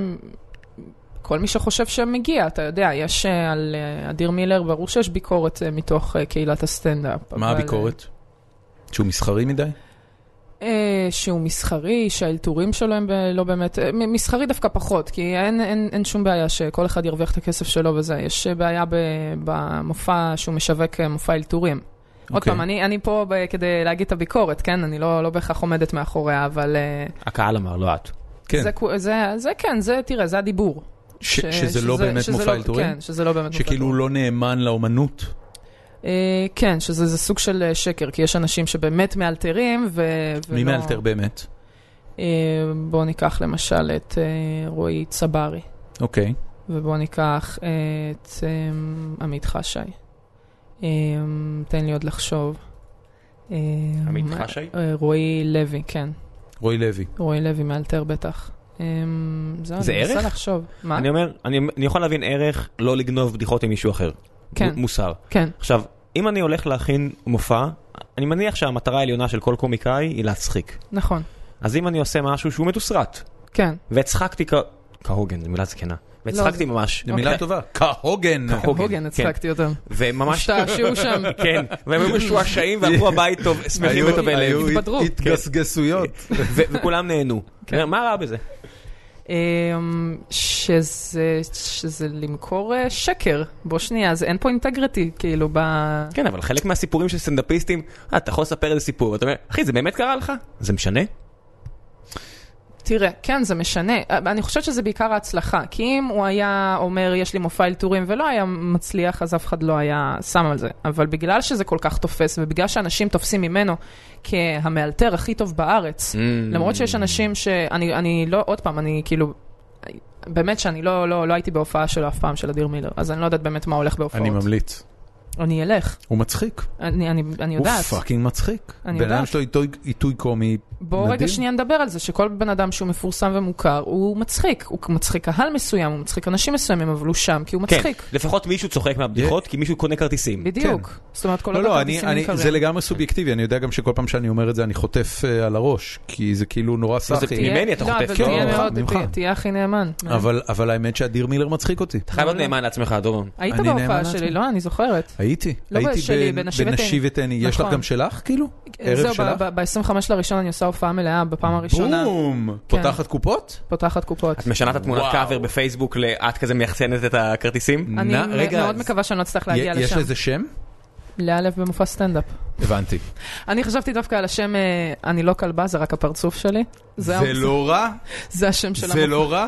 S3: כל מי שחושב שמגיע, אתה יודע, יש אה, על אה, אדיר מילר, ברור שיש ביקורת אה, מתוך אה, קהילת הסטנדאפ.
S1: מה
S3: אבל,
S1: הביקורת? שהוא מסחרי מדי?
S3: אה, שהוא מסחרי, שהאלתורים שלו הם ב- לא באמת, אה, מ- מסחרי דווקא פחות, כי אין, אין, אין שום בעיה שכל אחד ירוויח את הכסף שלו וזה, יש אה, בעיה ב- במופע שהוא משווק אה, מופע אלתורים. עוד
S1: אוקיי.
S3: פעם, אני, אני פה ב- כדי להגיד את הביקורת, כן? אני לא, לא בהכרח עומדת מאחוריה, אבל אה,
S2: הקהל אמר, לא את.
S1: כן,
S3: זה, כו- זה, זה כן, זה, תראה, זה הדיבור.
S1: ש- שזה לא באמת
S3: שזה
S1: מופע
S3: לא-
S1: אלתורים?
S3: כן, שזה לא באמת מופע
S1: שכאילו הוא לא נאמן לאומנות?
S3: אה, כן, שזה זה סוג של אה, שקר, כי יש אנשים שבאמת מאלתרים, ו... ולא...
S1: מי מאלתר באמת?
S3: אה, בואו ניקח למשל את אה, רועי צברי,
S1: אוקיי.
S3: ובואו ניקח אה, את אה, עמית חשאי. אה, תן לי עוד לחשוב. אה,
S2: עמית
S3: מה-
S2: חשאי?
S3: אה, רועי לוי, כן.
S1: רועי לוי.
S3: רועי לוי מאלתר בטח. אה, זהו,
S2: זה
S3: אני מנסה
S2: ערך?
S3: לחשוב. מה?
S2: אני אומר, אני אני יכול להבין ערך לא לגנוב בדיחות עם מישהו אחר.
S3: כן.
S2: מ- מוסר.
S3: כן,
S2: עכשיו, אם אני הולך להכין מופע, אני מניח שהמטרה העליונה של כל קומיקאי היא להצחיק.
S3: נכון.
S2: אז אם אני עושה משהו שהוא מתוסרט,
S3: כן.
S2: והצחקתי כ... כהוגן, זו מילה זקנה.
S3: לא.
S2: והצחקתי ממש.
S3: אוקיי.
S1: זו מילה טובה. כהוגן.
S2: *laughs* כהוגן,
S3: הוגן,
S2: כן.
S3: הצחקתי אותם. *laughs*
S2: וממש...
S3: השתעשעו
S2: *laughs*
S3: שם.
S2: כן, והם היו משועשעים
S3: *laughs*
S2: ואמרו הבית טוב, שמחים
S1: היו-
S2: וטובי לב.
S1: היו הת-
S3: התבדרו.
S1: התגסגסויות.
S2: ו- וכולם נהנו.
S3: כן.
S2: מה רע בזה?
S3: אמ, שזה, שזה למכור אה, שקר. בוא שנייה, אז אין פה אינטגריטי, כאילו, ב...
S2: כן, אבל חלק מהסיפורים של סטנדאפיסטים, אה, אתה יכול לספר איזה סיפור, ואתה אומר, אחי, זה באמת קרה לך? זה משנה?
S3: Mm. תראה, כן, זה משנה. אה, אני חושבת שזה בעיקר ההצלחה, כי אם הוא היה אומר, יש לי מופע אלתורים, ולא היה מצליח, אז אף אחד לא היה שם על זה. אבל בגלל שזה כל כך תופס, ובגלל שאנשים תופסים ממנו כהמאלתר הכי טוב
S1: Mm.
S3: בארץ, למרות שיש אנשים שאני אני לא, עוד פעם, אני כאילו... באמת שאני לא, לא, לא הייתי בהופעה שלו אף פעם, של אדיר מילר, אז אני לא יודעת באמת מה הולך בהופעות.
S1: אני ממליץ.
S3: אני אלך,
S1: הוא מצחיק.
S3: אני, אני, אני
S1: הוא
S3: יודעת.
S1: פאקינג מצחיק.
S3: אני
S1: בן אדם
S3: יודעת.
S1: שלו עיתוי- עיתוי קומי.
S3: בואו רגע
S1: נדיר.
S3: שנייה נדבר על זה, שכל בן אדם שהוא מפורסם ומוכר, הוא מצחיק. הוא מצחיק קהל מסוים, הוא מצחיק אנשים מסוימים, אבל הוא שם, כי הוא
S2: כן,
S3: מצחיק.
S2: לפחות מישהו צוחק מהבדיחות, כי מישהו קונה כרטיסים.
S3: בדיוק. זאת אומרת, כל
S1: לא, לא, אני,
S3: הכרטיסים
S1: אני,
S3: נמכרים.
S1: זה לגמרי סובייקטיבי, אני יודע גם שכל פעם שאני אומר את זה אני חוטף אה, על הראש, כי זה כאילו נורא סאחי.
S2: פנימי. ממני אתה חוטף,
S3: לא,
S1: כן,
S3: אבל תהיה
S1: ממך,
S3: מאוד,
S1: ממך.
S3: תה- תהיה הכי נאמן.
S1: אבל, אבל האמת שאדיר מילר מצחיק אותי.
S2: אתה חייב להיות נאמן לעצמך, דורון.
S3: היית
S1: אני נאמן
S3: בהופעה
S1: לעצמי.
S3: שלי, לא? אני זוכרת.
S1: הייתי,
S3: לא
S1: הייתי
S3: בשלי,
S1: בנ-
S3: בנשי ותן.
S1: בנשי ותני. יש לך
S3: נכון.
S1: גם שלך כאילו? ערב שלך?
S3: ב-25 לראשון אני עושה הופעה מלאה, בפעם הראשונה
S1: בום!
S3: כן.
S1: פותחת קופות?
S3: פותחת קופות.
S2: את משנה את התמונת
S1: וואו.
S2: קאבר בפייסבוק לאת כזה מייחסנת את הכרטיסים?
S3: אני
S1: נא-
S3: מ-
S1: רגע,
S3: מאוד
S1: אז-
S3: מקווה שאני לא אצטרך
S1: י-
S3: להגיע
S1: יש
S3: לשם.
S1: לזה שם?
S3: לאלף במופע סטנדאפ.
S1: הבנתי.
S3: אני חשבתי דווקא על השם, אה, אני לא כלבה, זה רק הפרצוף שלי. זה
S1: זה
S3: המ-
S1: לא רע?
S3: זה השם של
S1: זה לא רע?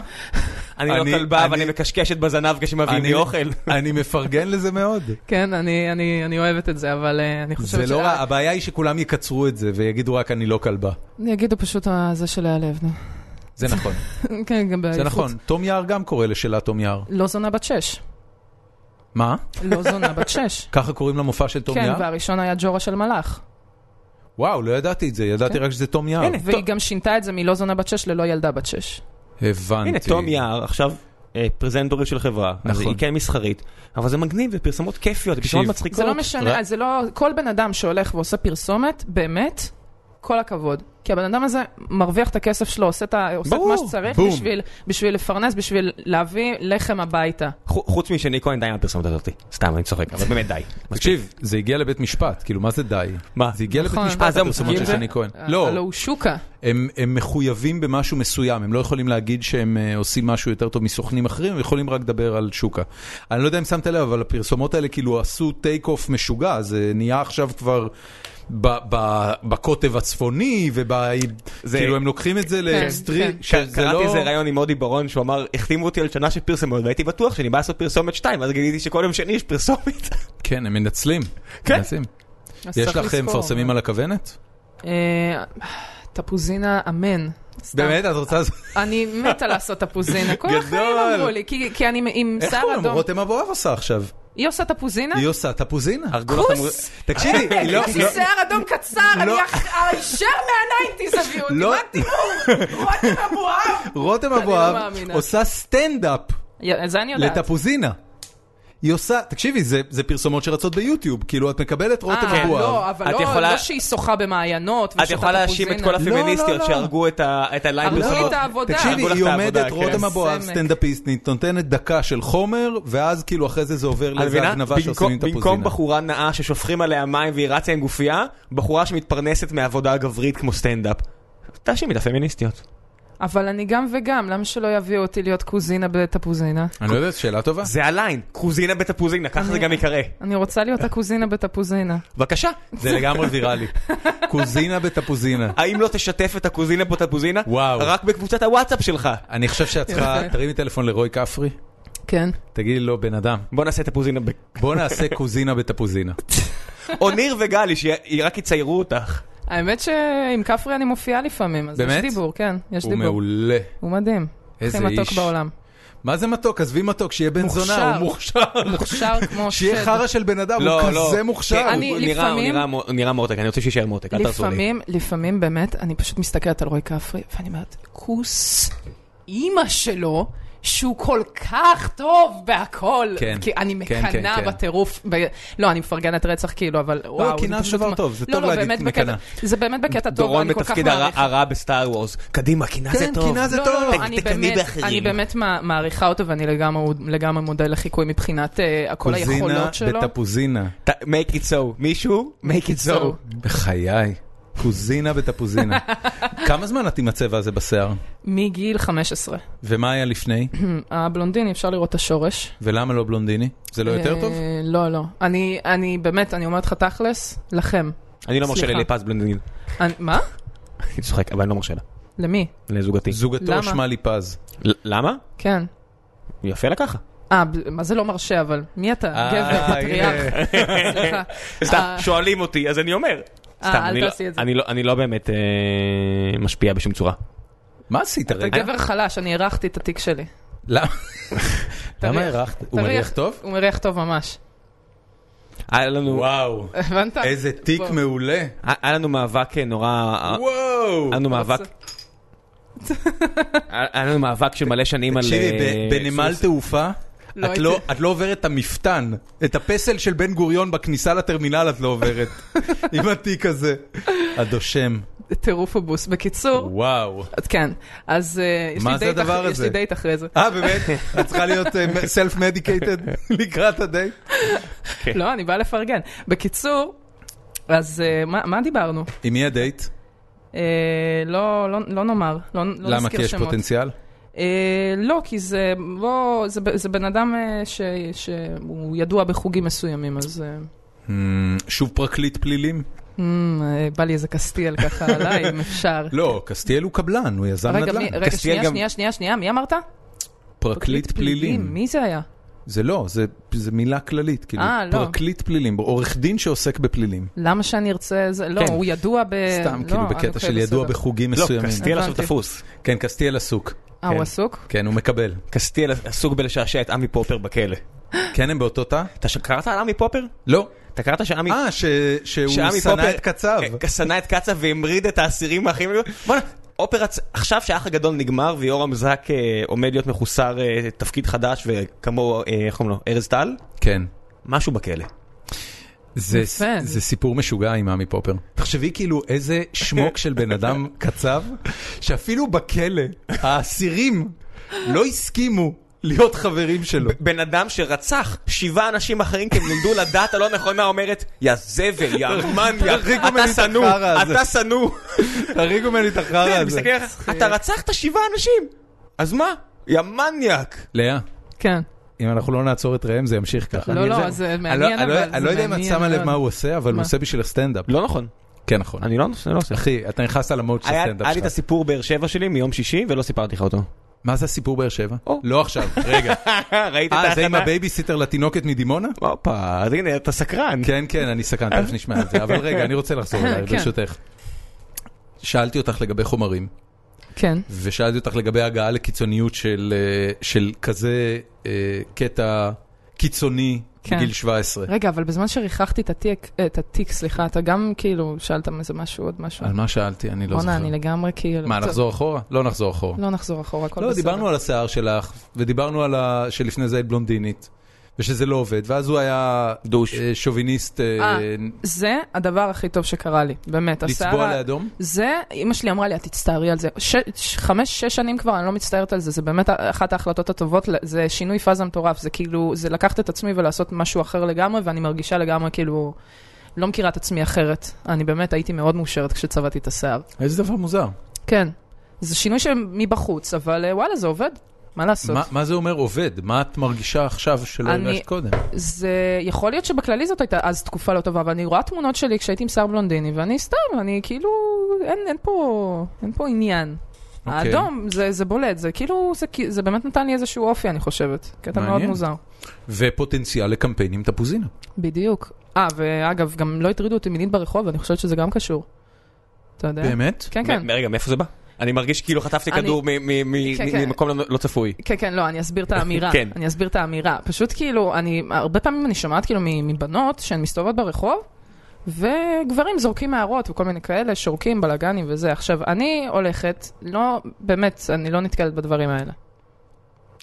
S2: אני לא
S1: אני-
S2: כלבה, אבל
S1: אני-
S2: אני מקשקשת בזנב כשמביאים
S1: אני-
S2: לי אוכל.
S1: *laughs* אני מפרגן לזה מאוד.
S3: כן, אני, אני, אני אוהבת את זה, אבל אה, אני חושבת
S1: זה לא רע, הבעיה היא שכולם יקצרו את זה ויגידו רק אני לא כלבה.
S3: אני אגידו פשוט אה, זה של הלב, נו.
S1: זה נכון,
S3: *laughs* כן, גם
S1: זה
S3: באליפות.
S1: נכון. תום יער גם קורא לשאלה תום יער.
S3: לא זונה בת שש.
S1: מה?
S3: לא זונה
S1: *laughs*
S3: בת שש.
S1: ככה קוראים למופע של תום
S3: כן,
S1: יער?
S3: והראשון היה ג'ורה של מלאך.
S1: וואו, לא ידעתי את זה, ידעתי רק שזה תום יער.
S2: הנה,
S3: והיא
S2: ת-
S3: גם שינתה את זה מלא זונה בת שש ללא ילדה בת שש.
S1: הבנתי.
S2: הנה, תום יער עכשיו אה, פרזנטורית של חברה. אז
S1: נכון.
S2: היא כן מסחרית, אבל זה מגניב, זה פרסומות כיפיות,
S1: תקשיב,
S2: פרסומות מצחיקות.
S3: זה לא משנה,
S1: רק-
S3: זה לא... כל בן אדם שהולך ועושה פרסומת, באמת, כל הכבוד. כי הבן אדם הזה מרוויח את הכסף שלו, עושה את ה- עושה את
S1: ברור,
S3: מה שצריך
S1: בום.
S3: בשביל- בשביל לפרנס, בשביל להביא לחם הביתה.
S2: חו- חוץ משני כהן, די עם הפרסומת הזאת. סתם, אני צוחק, אבל באמת *laughs* די.
S1: תקשיב, זה הגיע לבית משפט, כאילו, מה זה די?
S2: מה?
S1: זה הגיע לבית
S3: נכון.
S1: משפט,
S2: אה, זהו,
S1: הפרסומות
S2: מגיעים
S1: של
S2: לזה?
S1: שני כהן.
S3: הלו
S1: לא,
S3: הוא שוקה.
S1: הם הם מחויבים במשהו מסוים, הם לא יכולים להגיד שהם אה, עושים משהו יותר טוב מסוכנים אחרים, הם יכולים רק לדבר על שוקה. אני לא יודע אם שמת לב, אבל הפרסומות האלה כאילו עשו טייק אוף משוגע, זה נהיה עכשיו כבר ב- ב- בקוטב הצפוני,
S2: זה-
S1: וכאילו הם לוקחים את זה לאקסטרים,
S3: כן.
S1: שזה
S2: קראתי
S1: לא...
S2: איזה ראיון עם מודי ברון שהוא אמר, החתימו אותי על שנה של פרסומות והייתי בטוח שאני בא לעשות פרסומת 2 ואז גיליתי שכל יום שני יש פרסומת.
S1: כן, הם מנצלים.
S2: כן.
S1: מנצלים.
S3: אז
S1: יש לך
S3: צריך
S1: אה,
S3: לזכור.
S1: מפרסמים על הכוונת?
S3: אה, תפוזינה, אמן. סתם.
S1: באמת? את רוצה...
S3: אני
S1: *laughs*
S3: מתה לעשות תפוזינה. כל החיים
S1: גדול.
S3: אמרו לי, כי כי אני עם
S1: איך
S3: שיער
S1: קוראים לו?
S3: אדום. אה.
S1: רותם אבואב עושה עכשיו.
S3: היא עושה תפוזינה?
S1: היא עושה תפוזינה.
S2: הרגו לך מול-
S3: כוס!
S1: תקשיבי, *laughs* היא לא...
S3: יש לי
S1: לא-
S3: שיער אדום קצר, אני
S1: לא.
S3: אח- הישר מהניינטיז הביאו אותי,
S1: לא.
S3: מה תראו? רותם אבואב!
S1: רותם
S3: אני לא
S1: אבואב
S3: מאמינה.
S1: עושה סטנדאפ
S3: י- זה אני יודעת.
S1: לתפוזינה. היא עושה, תקשיבי, זה, זה פרסומות שרצות ביוטיוב, כאילו את מקבלת רוטב
S3: אה,
S1: אבואב.
S3: לא, אבל
S2: את
S3: לא,
S2: יכולה-
S3: לא שהיא שוחה במעיינות
S2: את יכולה להאשים את כל
S3: הפוזינה.
S2: הפמיניסטיות
S7: לא, לא.
S2: שהרגו את ה- את הליין
S3: הרגו
S2: בסוף.
S3: לי את העבודה.
S2: הרגו
S1: לא תקשיבי,
S2: לך
S1: היא
S2: את העבודה,
S1: עומדת,
S2: כן.
S1: רותם אבואב,
S3: סמק.
S1: סטנדאפיסטית, נותנת דקה של חומר, ואז כאילו אחרי זה זה עובר
S2: את
S1: לאיזה
S2: מבינה?
S1: הגנבה שעושים
S2: במקום-
S1: עם תפוזינה.
S2: במקום בחורה נאה ששופכים עליה מים והיא רצה עם גופייה, בחורה שמתפרנסת מעבודה גברית כמו סטנדאפ. תאשימי את הפמיניסטיות.
S3: אבל אני גם וגם, למה שלא יביאו אותי להיות קוזינה בתפוזינה?
S1: אני לא יודע, שאלה טובה.
S2: זה הליין, קוזינה בתפוזינה, ככה זה גם ייקרא.
S3: אני רוצה להיות הקוזינה בתפוזינה.
S2: בבקשה.
S1: זה לגמרי ויראלי. קוזינה בתפוזינה.
S2: *laughs* האם לא תשתף את הקוזינה בתפוזינה?
S1: וואו.
S2: רק בקבוצת הוואטסאפ שלך.
S1: אני חושב שאת צריכה, תרימי טלפון לרוי כפרי,
S3: כן.
S1: תגידי לו, בן אדם,
S2: בוא נעשה תפוזינה ב...
S1: *laughs* בוא נעשה קוזינה
S3: *laughs*
S1: בתפוזינה.
S2: או ניר וגלי, שרק יציירו אותך.
S3: האמת שעם כפרי אני מופיעה לפעמים, אז
S1: באמת?
S3: יש דיבור, כן, יש
S1: הוא
S3: דיבור.
S1: מעולה.
S3: הוא מדהים.
S1: איזה
S3: הכי מתוק
S1: איש.
S3: בעולם.
S1: מה זה מתוק? עזבי מתוק, שיהיה בן
S3: מוכשר.
S1: זונה, הוא מוכשר. *laughs*
S3: מוכשר כמו שד.
S1: שיהיה חרא של בן אדם, הוא כזה מוכשר.
S2: כן,
S3: אני
S2: הוא נראה- הוא
S3: לפעמים-
S2: נראה מו- הוא נראה מותק, אני רוצה שיישאר מותק, אל תעשו לי.
S3: לפעמים, לפעמים באמת, אני פשוט מסתכלת על רועי כפרי, ואני אומרת, כוס אימא שלו, שהוא כל כך טוב בהכל.
S1: כן,
S3: כי אני
S1: כן,
S3: מקנאה
S1: כן, כן.
S3: בטירוף. ב... לא, אני מפרגנת רצח כאילו, אבל וואו. זה
S1: קנאה זה
S3: פשוט
S1: דבר
S3: מ-
S1: טוב, זה
S3: לא,
S1: טוב
S3: לא,
S1: להגיד
S3: באמת
S1: מקנאה.
S3: בקטע- זה באמת בקטע טוב,
S2: דורון
S3: לא, אני כל כך
S2: בתפקיד הרע-
S3: מעריכה.
S2: הרע בסטאר וורס. קדימה, קינה זה
S1: כן,
S2: טוב.
S1: קינה זה
S3: לא,
S1: טוב.
S3: לא,
S2: תק-
S3: לא, אני
S2: תקנאי
S3: באמת,
S2: באחרים.
S3: אני באמת מע- מעריכה אותו ואני לגמרי, לגמרי מודל לחיקוי מבחינת אה, כל
S1: קוזינה
S3: היכולות שלו.
S1: בתפוזינה.
S2: ת- make it so. מישהו? make it so.
S3: So.
S1: בחיי. קוזינה
S3: *laughs*
S1: בתפוזינה. כמה זמן את עם הצבע הזה בשיער?
S3: מגיל 15.
S1: ומה היה לפני?
S3: הבלונדיני, אפשר לראות את השורש.
S1: ולמה לא בלונדיני? זה לא יותר טוב?
S3: אה, לא, לא. אני, אני באמת, אני אומרת לך תכלס, לכם.
S2: אני לא מרשה
S3: סליחה.
S2: לליפז בלונדינית.
S3: אני, מה?
S2: אני צוחק, אבל אני לא מרשה לה.
S3: למי?
S2: לזוגתי.
S1: זוגתו
S3: למה?
S1: שמה לי פז.
S2: ל- למה?
S3: כן.
S2: יפה לה ככה.
S3: אה, ב- מה זה לא מרשה, אבל מי אתה?
S1: אה,
S3: גבר,
S1: הנה.
S3: פטריארך. סליחה.
S2: סתם,
S3: אה,
S2: שואלים אותי, אז אני אומר.
S3: אה,
S2: סתם,
S3: אל
S2: אני לא-
S3: תעשי את זה.
S2: אני לא- אני לא באמת אה, משפיע בשום צורה.
S1: *laughs* מה עשית
S3: אתה
S1: רגע?
S3: גבר חלש, אני הרחתי את התיק שלי.
S1: למה- למה
S3: תריח.
S1: הארכת? הוא
S3: תריח.
S1: מריח טוב?
S3: הוא מריח טוב ממש.
S2: היה לנו-
S1: וואו.
S3: הבנת?
S1: איזה תיק
S3: בוא.
S1: מעולה.
S2: היה לנו מאבק אה, נורא...
S1: וואו.
S2: היה לנו מאבק...
S3: *laughs*
S2: היה לנו מאבק של מלא שנים על...
S1: תקשיבי,
S2: אה,
S1: ב- בנמל
S2: סוס.
S1: תעופה,
S3: לא
S1: את
S3: הייתי-
S1: לא- את לא עוברת את המפתן, את הפסל של בן גוריון בכניסה לטרמינל את לא
S3: *laughs*
S1: עוברת, עם התיק הזה. הדושם,
S3: טירוף הבוס. בקיצור,
S1: וואו.
S3: אז כן. אז אה, יש
S1: מה
S3: לי
S1: זה
S3: דייט
S1: הדבר
S3: אח- יש
S1: הזה?
S3: לי דייט אחרי זה.
S1: אה, באמת? את צריכה להיות סלף מדיקייטד *laughs* לקראת הדייט? אוקיי.
S3: לא, אני באה לפרגן. בקיצור, אז אה, מה מה דיברנו?
S1: עם מי הדייט?
S3: לא אה, לא, לא, לא נאמר, לא, לא נזכיר שמות.
S1: למה? כי יש פוטנציאל?
S3: אה, לא, כי זה, לא, זה, ב- זה בן אדם אה, ש, שהוא ידוע בחוגים מסוימים, אז אה,
S1: Hmm, שוב פרקליט פלילים?
S3: אמ, אה, בא לי איזה קסטיאל
S1: *laughs*
S3: ככה עליי, אם אפשר.
S1: לא, קסטיאל הוא קבלן, הוא יזם
S3: רגע,
S1: נדל"ן.
S3: מי, רגע
S2: קסטיאל
S3: שנייה,
S2: גם-
S3: שנייה, שנייה, שנייה, מי אמרת?
S1: פרקליט פלילים.
S3: מי זה היה?
S1: זה לא, זה זה מילה כללית. כאילו,
S3: אה, לא.
S1: פרקליט פלילים, עורך דין שעוסק בפלילים.
S3: למה שאני ארצה... זה... לא,
S2: כן.
S3: הוא ידוע ב...
S1: סתם,
S3: לא,
S1: כאילו,
S3: אוקיי,
S1: בקטע של ידוע
S3: בסדר.
S1: בחוגים
S2: לא,
S1: מסוימים.
S2: קסטיאל עכשיו
S3: הבנתי.
S2: תפוס.
S1: כן, קסטיאל עסוק.
S3: אה, הוא
S1: כן.
S3: עסוק?
S1: כן, הוא מקבל.
S2: קסטיאל עסוק בלשעשע את עמי פופר בכלא.
S1: כן, הם באותו תא?
S2: אתה ש- קראת על עמי פופר?
S1: לא.
S2: אתה קראת שעמי...
S1: אה, ש- שהוא
S2: שעמי
S1: שנא
S2: פופר-
S1: את קצב.
S2: אה, שנא את קצב והמריד את האסירים האחרים. בוא'נה, אופרה, צ- עכשיו שהאח הגדול נגמר ויורם זק אה, עומד להיות מחוסר אה, תפקיד חדש וכמוהו, אה, איך קוראים לו, ארז טל?
S1: כן.
S2: משהו בכלא.
S1: זה,
S3: יפה.
S1: זה סיפור משוגע עם עמי פופר. תחשבי כאילו איזה שמוק של בן *laughs* אדם קצב, שאפילו בכלא האסירים לא הסכימו להיות חברים שלו.
S2: בן אדם שרצח שבעה אנשים אחרים כי הם נולדו לדעת הלא נכונה אומרת, יא זבל, יא מניאק,
S1: תרחיקו ממני
S2: אתה
S1: את
S2: שנוא,
S1: החרא הזה."
S2: אתה
S1: *laughs*
S2: שנוא.
S1: תריגו ממני את החרא
S2: אני
S1: הזה.
S2: מסתכל עליך, אתה רצחת שבעה אנשים, אז מה? יא מניאק.
S1: לאה,
S3: כן.
S1: אם אנחנו לא נעצור את ראם זה ימשיך ככה.
S3: לא,
S2: זהו.
S3: לא, זה
S1: אני לא-
S3: מעניין,
S1: אני
S3: אבל...
S1: לא-
S3: זה
S1: אני לא יודע אם את
S3: מעניין
S1: שמה לב
S3: מאוד.
S1: מה הוא עושה, אבל הוא
S3: מה?
S1: עושה בשביל הסטנדאפ.
S2: לא נכון,
S1: כן, נכון.
S2: אני לא לא עושה.
S1: אחי, אתה נכנסת למוד של
S2: היה היה
S1: הסטנדאפ
S2: לי את
S1: שלך.
S2: הסיפור באר שבע שלי מיום שישי ולא סיפרתי לך אותו.
S1: מה זה הסיפור באר שבע?
S2: או.
S1: לא עכשיו,
S3: *laughs*
S1: רגע.
S2: *laughs* ראית את
S1: אה, זה עם
S2: ההחלטה?
S1: הבייביסיטר לתינוקת מדימונה?
S2: הופה, אז הנה אתה סקרן.
S1: כן, כן, אני סקרן, תכף נשמע את זה. אבל רגע, אני רוצה לחזור אלייך,
S3: *laughs* כן.
S1: ברשותך. שאלתי אותך לגבי חומרים,
S3: כן.
S1: ושאלתי אותך לגבי הגעה לקיצוניות של, אה, של כזה אה, קטע קיצוני
S3: כן.
S1: בגיל 17.
S3: רגע, אבל בזמן שריחחתי את התיק, אה, את התיק, סליחה, אתה גם כאילו שאלת איזה משהו, עוד משהו.
S1: על מה שאלתי? אני לא
S3: בואנה,
S1: זוכר.
S3: אני לגמרי כאילו...
S1: מה,
S3: טוב,
S1: נחזור אחורה? לא נחזור אחורה.
S3: לא נחזור אחורה, הכל
S1: לא,
S3: בסדר.
S1: דיברנו על השיער שלך, ודיברנו על ה... שלפני זה היית בלונדינית, ושזה לא עובד, ואז הוא היה
S2: דוש.
S1: אה, שוביניסט אה,
S3: אה, זה הדבר הכי טוב שקרה לי, באמת.
S1: לצבוע
S3: הסערה-
S1: לאדום.
S3: זה, אמא שלי אמרה לי, את תצטערי על זה. ש- ש- חמש, שש שנים כבר, אני לא מצטערת על זה, זה באמת אחת ההחלטות הטובות, ל- זה שינוי פאזה מטורף, זה כאילו, זה לקחת את עצמי ולעשות משהו אחר לגמרי, ואני מרגישה לגמרי כאילו, לא מכירה את עצמי אחרת. אני באמת הייתי מאוד מאושרת כשצבעתי את השיער.
S1: איזה דבר מוזר.
S3: כן, זה שינוי שמבחוץ, אבל אה, וואלה, זה עובד, מה לעשות?
S1: מה- מה זה אומר עובד? מה את מרגישה עכשיו שלא
S3: אני-
S1: הרגשת קודם?
S3: זה יכול להיות שבכללי זאת הייתה אז תקופה לא טובה, אבל אני רואה תמונות שלי כשהייתי עם שיער בלונדיני, ואני סתם, אני כאילו, אין, אין, פה, אין פה עניין. Okay.
S1: אוקיי.
S3: האדום זה, זה בולט, זה כאילו, זה, כי- זה באמת נתן לי איזשהו אופי, אני חושבת. קטע מאוד
S1: מעניין.
S3: מוזר.
S1: ופוטנציאל לקמפיין עם תפוזינה.
S3: כן. בדיוק. אה, ואגב, גם לא הטרידו אותי מינית ברחוב, אני חושבת שזה גם קשור. אתה יודע?
S1: באמת?
S3: כן, כן.
S2: מ- רגע, מאיפה זה בא? אני מרגיש כאילו חטפתי
S3: אני-
S2: כדור מ- מ- מ-
S3: כן,
S2: מ-
S3: כן.
S2: ממקום לא- לא צפוי.
S3: כן, כן, לא, אני אסביר את
S1: *laughs*
S3: האמירה.
S2: כן.
S3: אני אסביר את האמירה. פשוט כאילו, אני, הרבה פעמים אני שומעת כאילו מ- מבנות שהן מסתובבות ברחוב, וגברים זורקים הערות וכל מיני כאלה, שורקים, בלאגנים וזה. עכשיו, אני הולכת, לא, באמת, אני לא נתקלת בדברים האלה.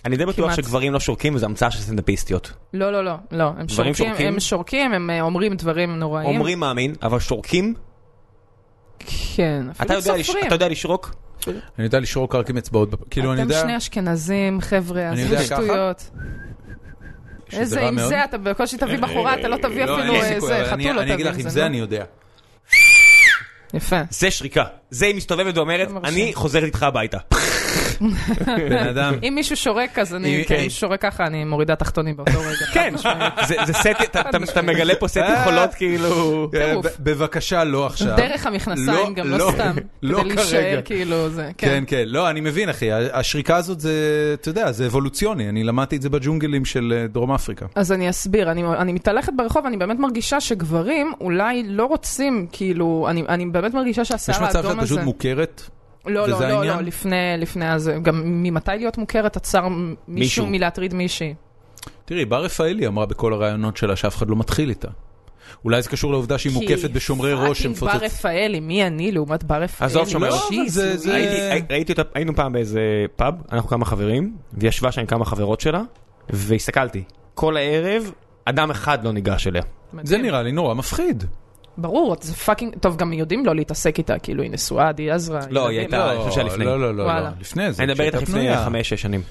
S2: אני די בטוח
S3: כמעט.
S2: שגברים לא שורקים וזו המצאה של סטנדאפיסטיות.
S3: לא, לא, לא, לא. הם
S2: גברים
S3: שורקים,
S2: שורקים?
S3: הם שורקים, הם אה, אומרים דברים נוראים.
S2: אומרים מאמין, אבל שורקים?
S3: כן,
S2: אתה
S3: אפילו
S2: יודע לש-
S3: סופרים.
S2: אתה יודע לשרוק?
S1: אני יודע לשרוק רק עם אצבעות, בפ- כאילו אני
S3: אתם
S1: יודע...
S3: שני אשכנזים, חבר'ה,
S1: אני
S3: עזבו
S1: יודע ככה?
S3: שטויות.
S1: שזה
S3: איזה,
S1: רע
S3: עם
S1: מאוד. אה,
S3: זה אתה בקושי תביא בחורה, אתה לא תביא
S1: לא, אין
S3: אפילו
S1: לי
S3: אה,
S1: סיכוי,
S3: זה,
S1: אבל אני-
S3: חתול לא
S1: אני אגיד
S3: תביא
S1: לך, עם
S3: נו.
S1: זה אני
S3: *laughs*
S1: יודע.
S3: יפה.
S2: זה שריקה. זה היא מסתובבת ואומרת,
S3: לא מרשה.
S2: אני חוזרת איתך הביתה.
S1: בן אדם.
S3: אם מישהו שורק, אז אני,
S1: אם-
S3: כן,
S1: אם-
S3: אם שורק ככה, אני מורידה תחתונים באותו
S1: *laughs*
S3: רגע.
S2: כן,
S3: חד-משמעית.
S2: זה- זה סט, אתה- אתה- אתה מגלה פה סט
S3: אה.
S2: יכולות כאילו...
S1: אה,
S3: טירוף.
S1: ב- בבקשה, לא עכשיו.
S3: דרך המכנסיים,
S1: לא-
S3: גם לא
S1: לא-
S3: סתם.
S1: לא
S3: כדי להישאר,
S1: כרגע.
S3: כאילו, זה,
S1: כן,
S3: כן.
S1: כן, לא, אני מבין, אחי, ה- השריקה הזאת זה, אתה יודע, זה אבולוציוני, אני למדתי את זה בג'ונגלים של אה, דרום אפריקה.
S3: אז אני אסביר, אני, אני מתהלכת ברחוב, אני באמת מרגישה שגברים אולי לא רוצים, כאילו, אני, אני באמת מרגישה
S1: יש
S3: שהשיער
S1: מצב
S3: האדום
S1: שאת
S3: הזה...
S1: פשוט מוכרת?
S3: לא, לא,
S1: וזה
S3: לא,
S1: העניין?
S3: לא, לפני, לפני אז, גם ממתי להיות מוכרת עצר מישהו,
S2: מישהו.
S3: מלהטריד מישהי.
S1: תראי, בר רפאלי אמרה בכל הראיונות שלה שאף אחד לא מתחיל איתה. אולי זה קשור לעובדה שהיא מוקפת בשומרי ראש
S3: כי פאקינג
S1: שמפוצצת.
S3: בר רפאלי, מי אני לעומת בר רפאלי? לא,
S2: עזוב, שומר
S1: ראש.
S3: שיז,
S1: זה-
S3: לואיז.
S1: זה-
S2: הייתי- הי- ראיתי אותה, היינו פעם באיזה פאב, אנחנו כמה חברים, וישבה שם עם כמה חברות שלה, והסתכלתי. כל הערב, אדם אחד לא ניגש אליה.
S1: זה
S3: מדהים.
S1: נראה לי נורא מפחיד.
S3: ברור, זה פאקינג, טוב, גם יודעים לא להתעסק איתה, כאילו, היא נשואה, עדי עזרא.
S2: לא, היא הייתה, אני חושב שהיה לפני.
S1: לא, לא, לא, לא,
S3: וואלה.
S1: לפני זה.
S2: אני מדבר
S1: כשהייתה
S2: איתך לפני
S1: פנויה.
S2: 5-6 שנים.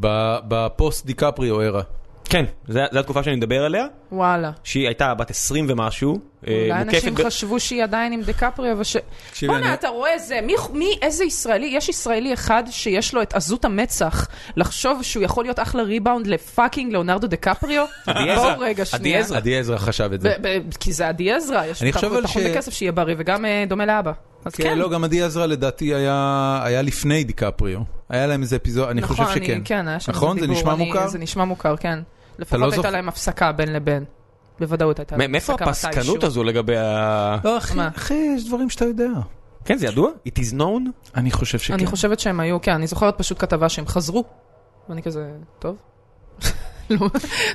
S1: ב- בפוסט דיקפריו ערה.
S2: כן, זו התקופה שאני מדבר עליה,
S3: וואלה.
S1: אה,
S2: שהיא הייתה בת 20 ומשהו, אה,
S3: אולי אנשים
S2: מוקפת ב-
S3: חשבו שהיא עדיין עם דקפריו וש... בואנה,
S1: כאילו, אני-
S3: אתה רואה זה, מי, מי, איזה ישראלי, יש ישראלי אחד שיש לו את עזות המצח לחשוב שהוא יכול להיות אחלה ריבאונד לפאקינג ליאונרדו
S1: *laughs*
S3: דקפריו?
S2: עזרא.
S3: בואו רגע, שנייה.
S1: עדי עזרא חשב את זה.
S3: ב- ב- כי זה עדי עזרא, יש
S1: אני
S3: לך
S1: חושב אבל
S3: פתחון
S1: ש-
S3: בכסף שיהיה בריא, וגם אה, דומה לאבא. אז
S1: כן,
S3: כן.
S1: לא, גם עדי עזרא לדעתי היה היה לפני דיקפריו. היה להם איזה אפיזוד, אני
S3: נכון,
S1: חושב שכן.
S3: אני- כן, היה שם איזה
S1: נכון, זה
S3: דיבור,
S1: נשמע
S3: אני-
S1: מוכר?
S3: זה נשמע מוכר, כן.
S1: לא
S3: לפחות
S1: זוכר?
S3: הייתה להם הפסקה בין לבין. בוודאות הייתה
S2: מ-
S3: להם
S2: מאיפה
S3: הפסקה
S2: הפסקנות
S3: מתישהו.
S2: הזו לגבי ה...
S1: לא, אחי,
S3: מה?
S1: אחי, יש דברים שאתה יודע.
S2: כן, זה ידוע? It is known?
S1: אני חושב שכן.
S3: אני חושבת שהם היו, כן, אני זוכרת פשוט כתבה שהם חזרו. ואני כזה, טוב. *laughs* לא,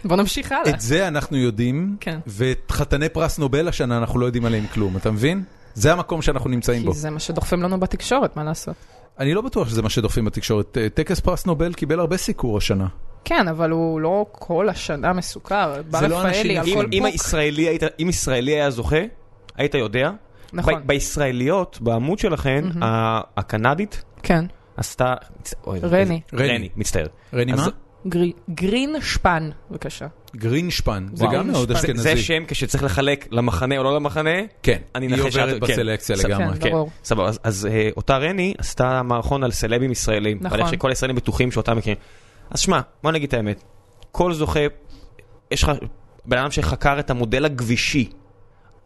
S3: בוא נמשיך הלאה.
S1: את זה אנחנו יודעים,
S3: כן.
S1: ואת חתני פרס נובל השנה אנחנו לא יודעים עליהם כלום, אתה מבין? זה המקום שאנחנו נמצאים בו.
S3: כי זה מה שדוחפים לנו בתקשורת, מה לעשות?
S1: אני לא בטוח שזה מה שדוחפים בתקשורת. אה, טקס פרס נובל קיבל הרבה סיקור השנה.
S3: כן, אבל הוא לא כל השנה מסוכר. בר
S1: לא אנשים
S3: רפאלי על
S2: אם-
S3: כל
S2: אם
S3: פוק.
S2: הישראלי היית- אם ישראלי היה זוכה, היית יודע. ב-
S3: נכון,
S2: בישראליות, בעמוד שלכן,
S3: מהמם.
S2: ה- הקנדית
S3: כן.
S2: עשתה... מצ- אוי,
S3: רני.
S2: איזה- רני, מצטער.
S1: רני
S2: אז
S1: מה?
S3: גרי- גרין שפן, בבקשה.
S1: גרינשפן, זה
S2: וואו.
S1: גם מאוד
S2: זה- זה
S1: אשכנזי.
S2: שם כשצריך לחלק למחנה או לא למחנה,
S1: כן,
S2: אני
S1: היא
S2: אנחש
S1: עוברת
S2: שאת- כן.
S1: בסלקציה
S2: ס-
S1: לגמרי.
S3: כן. ברור.
S2: סבבה, אז, אז אה, אותה רני עשתה מערכון על סלבים ישראלים.
S3: נכון.
S2: על איך שכל הישראלים בטוחים שאותם מכירים. אז שמע, בוא נגיד את האמת. כל זוכה, יש לך בן אדם שחקר את המודל הגבישי.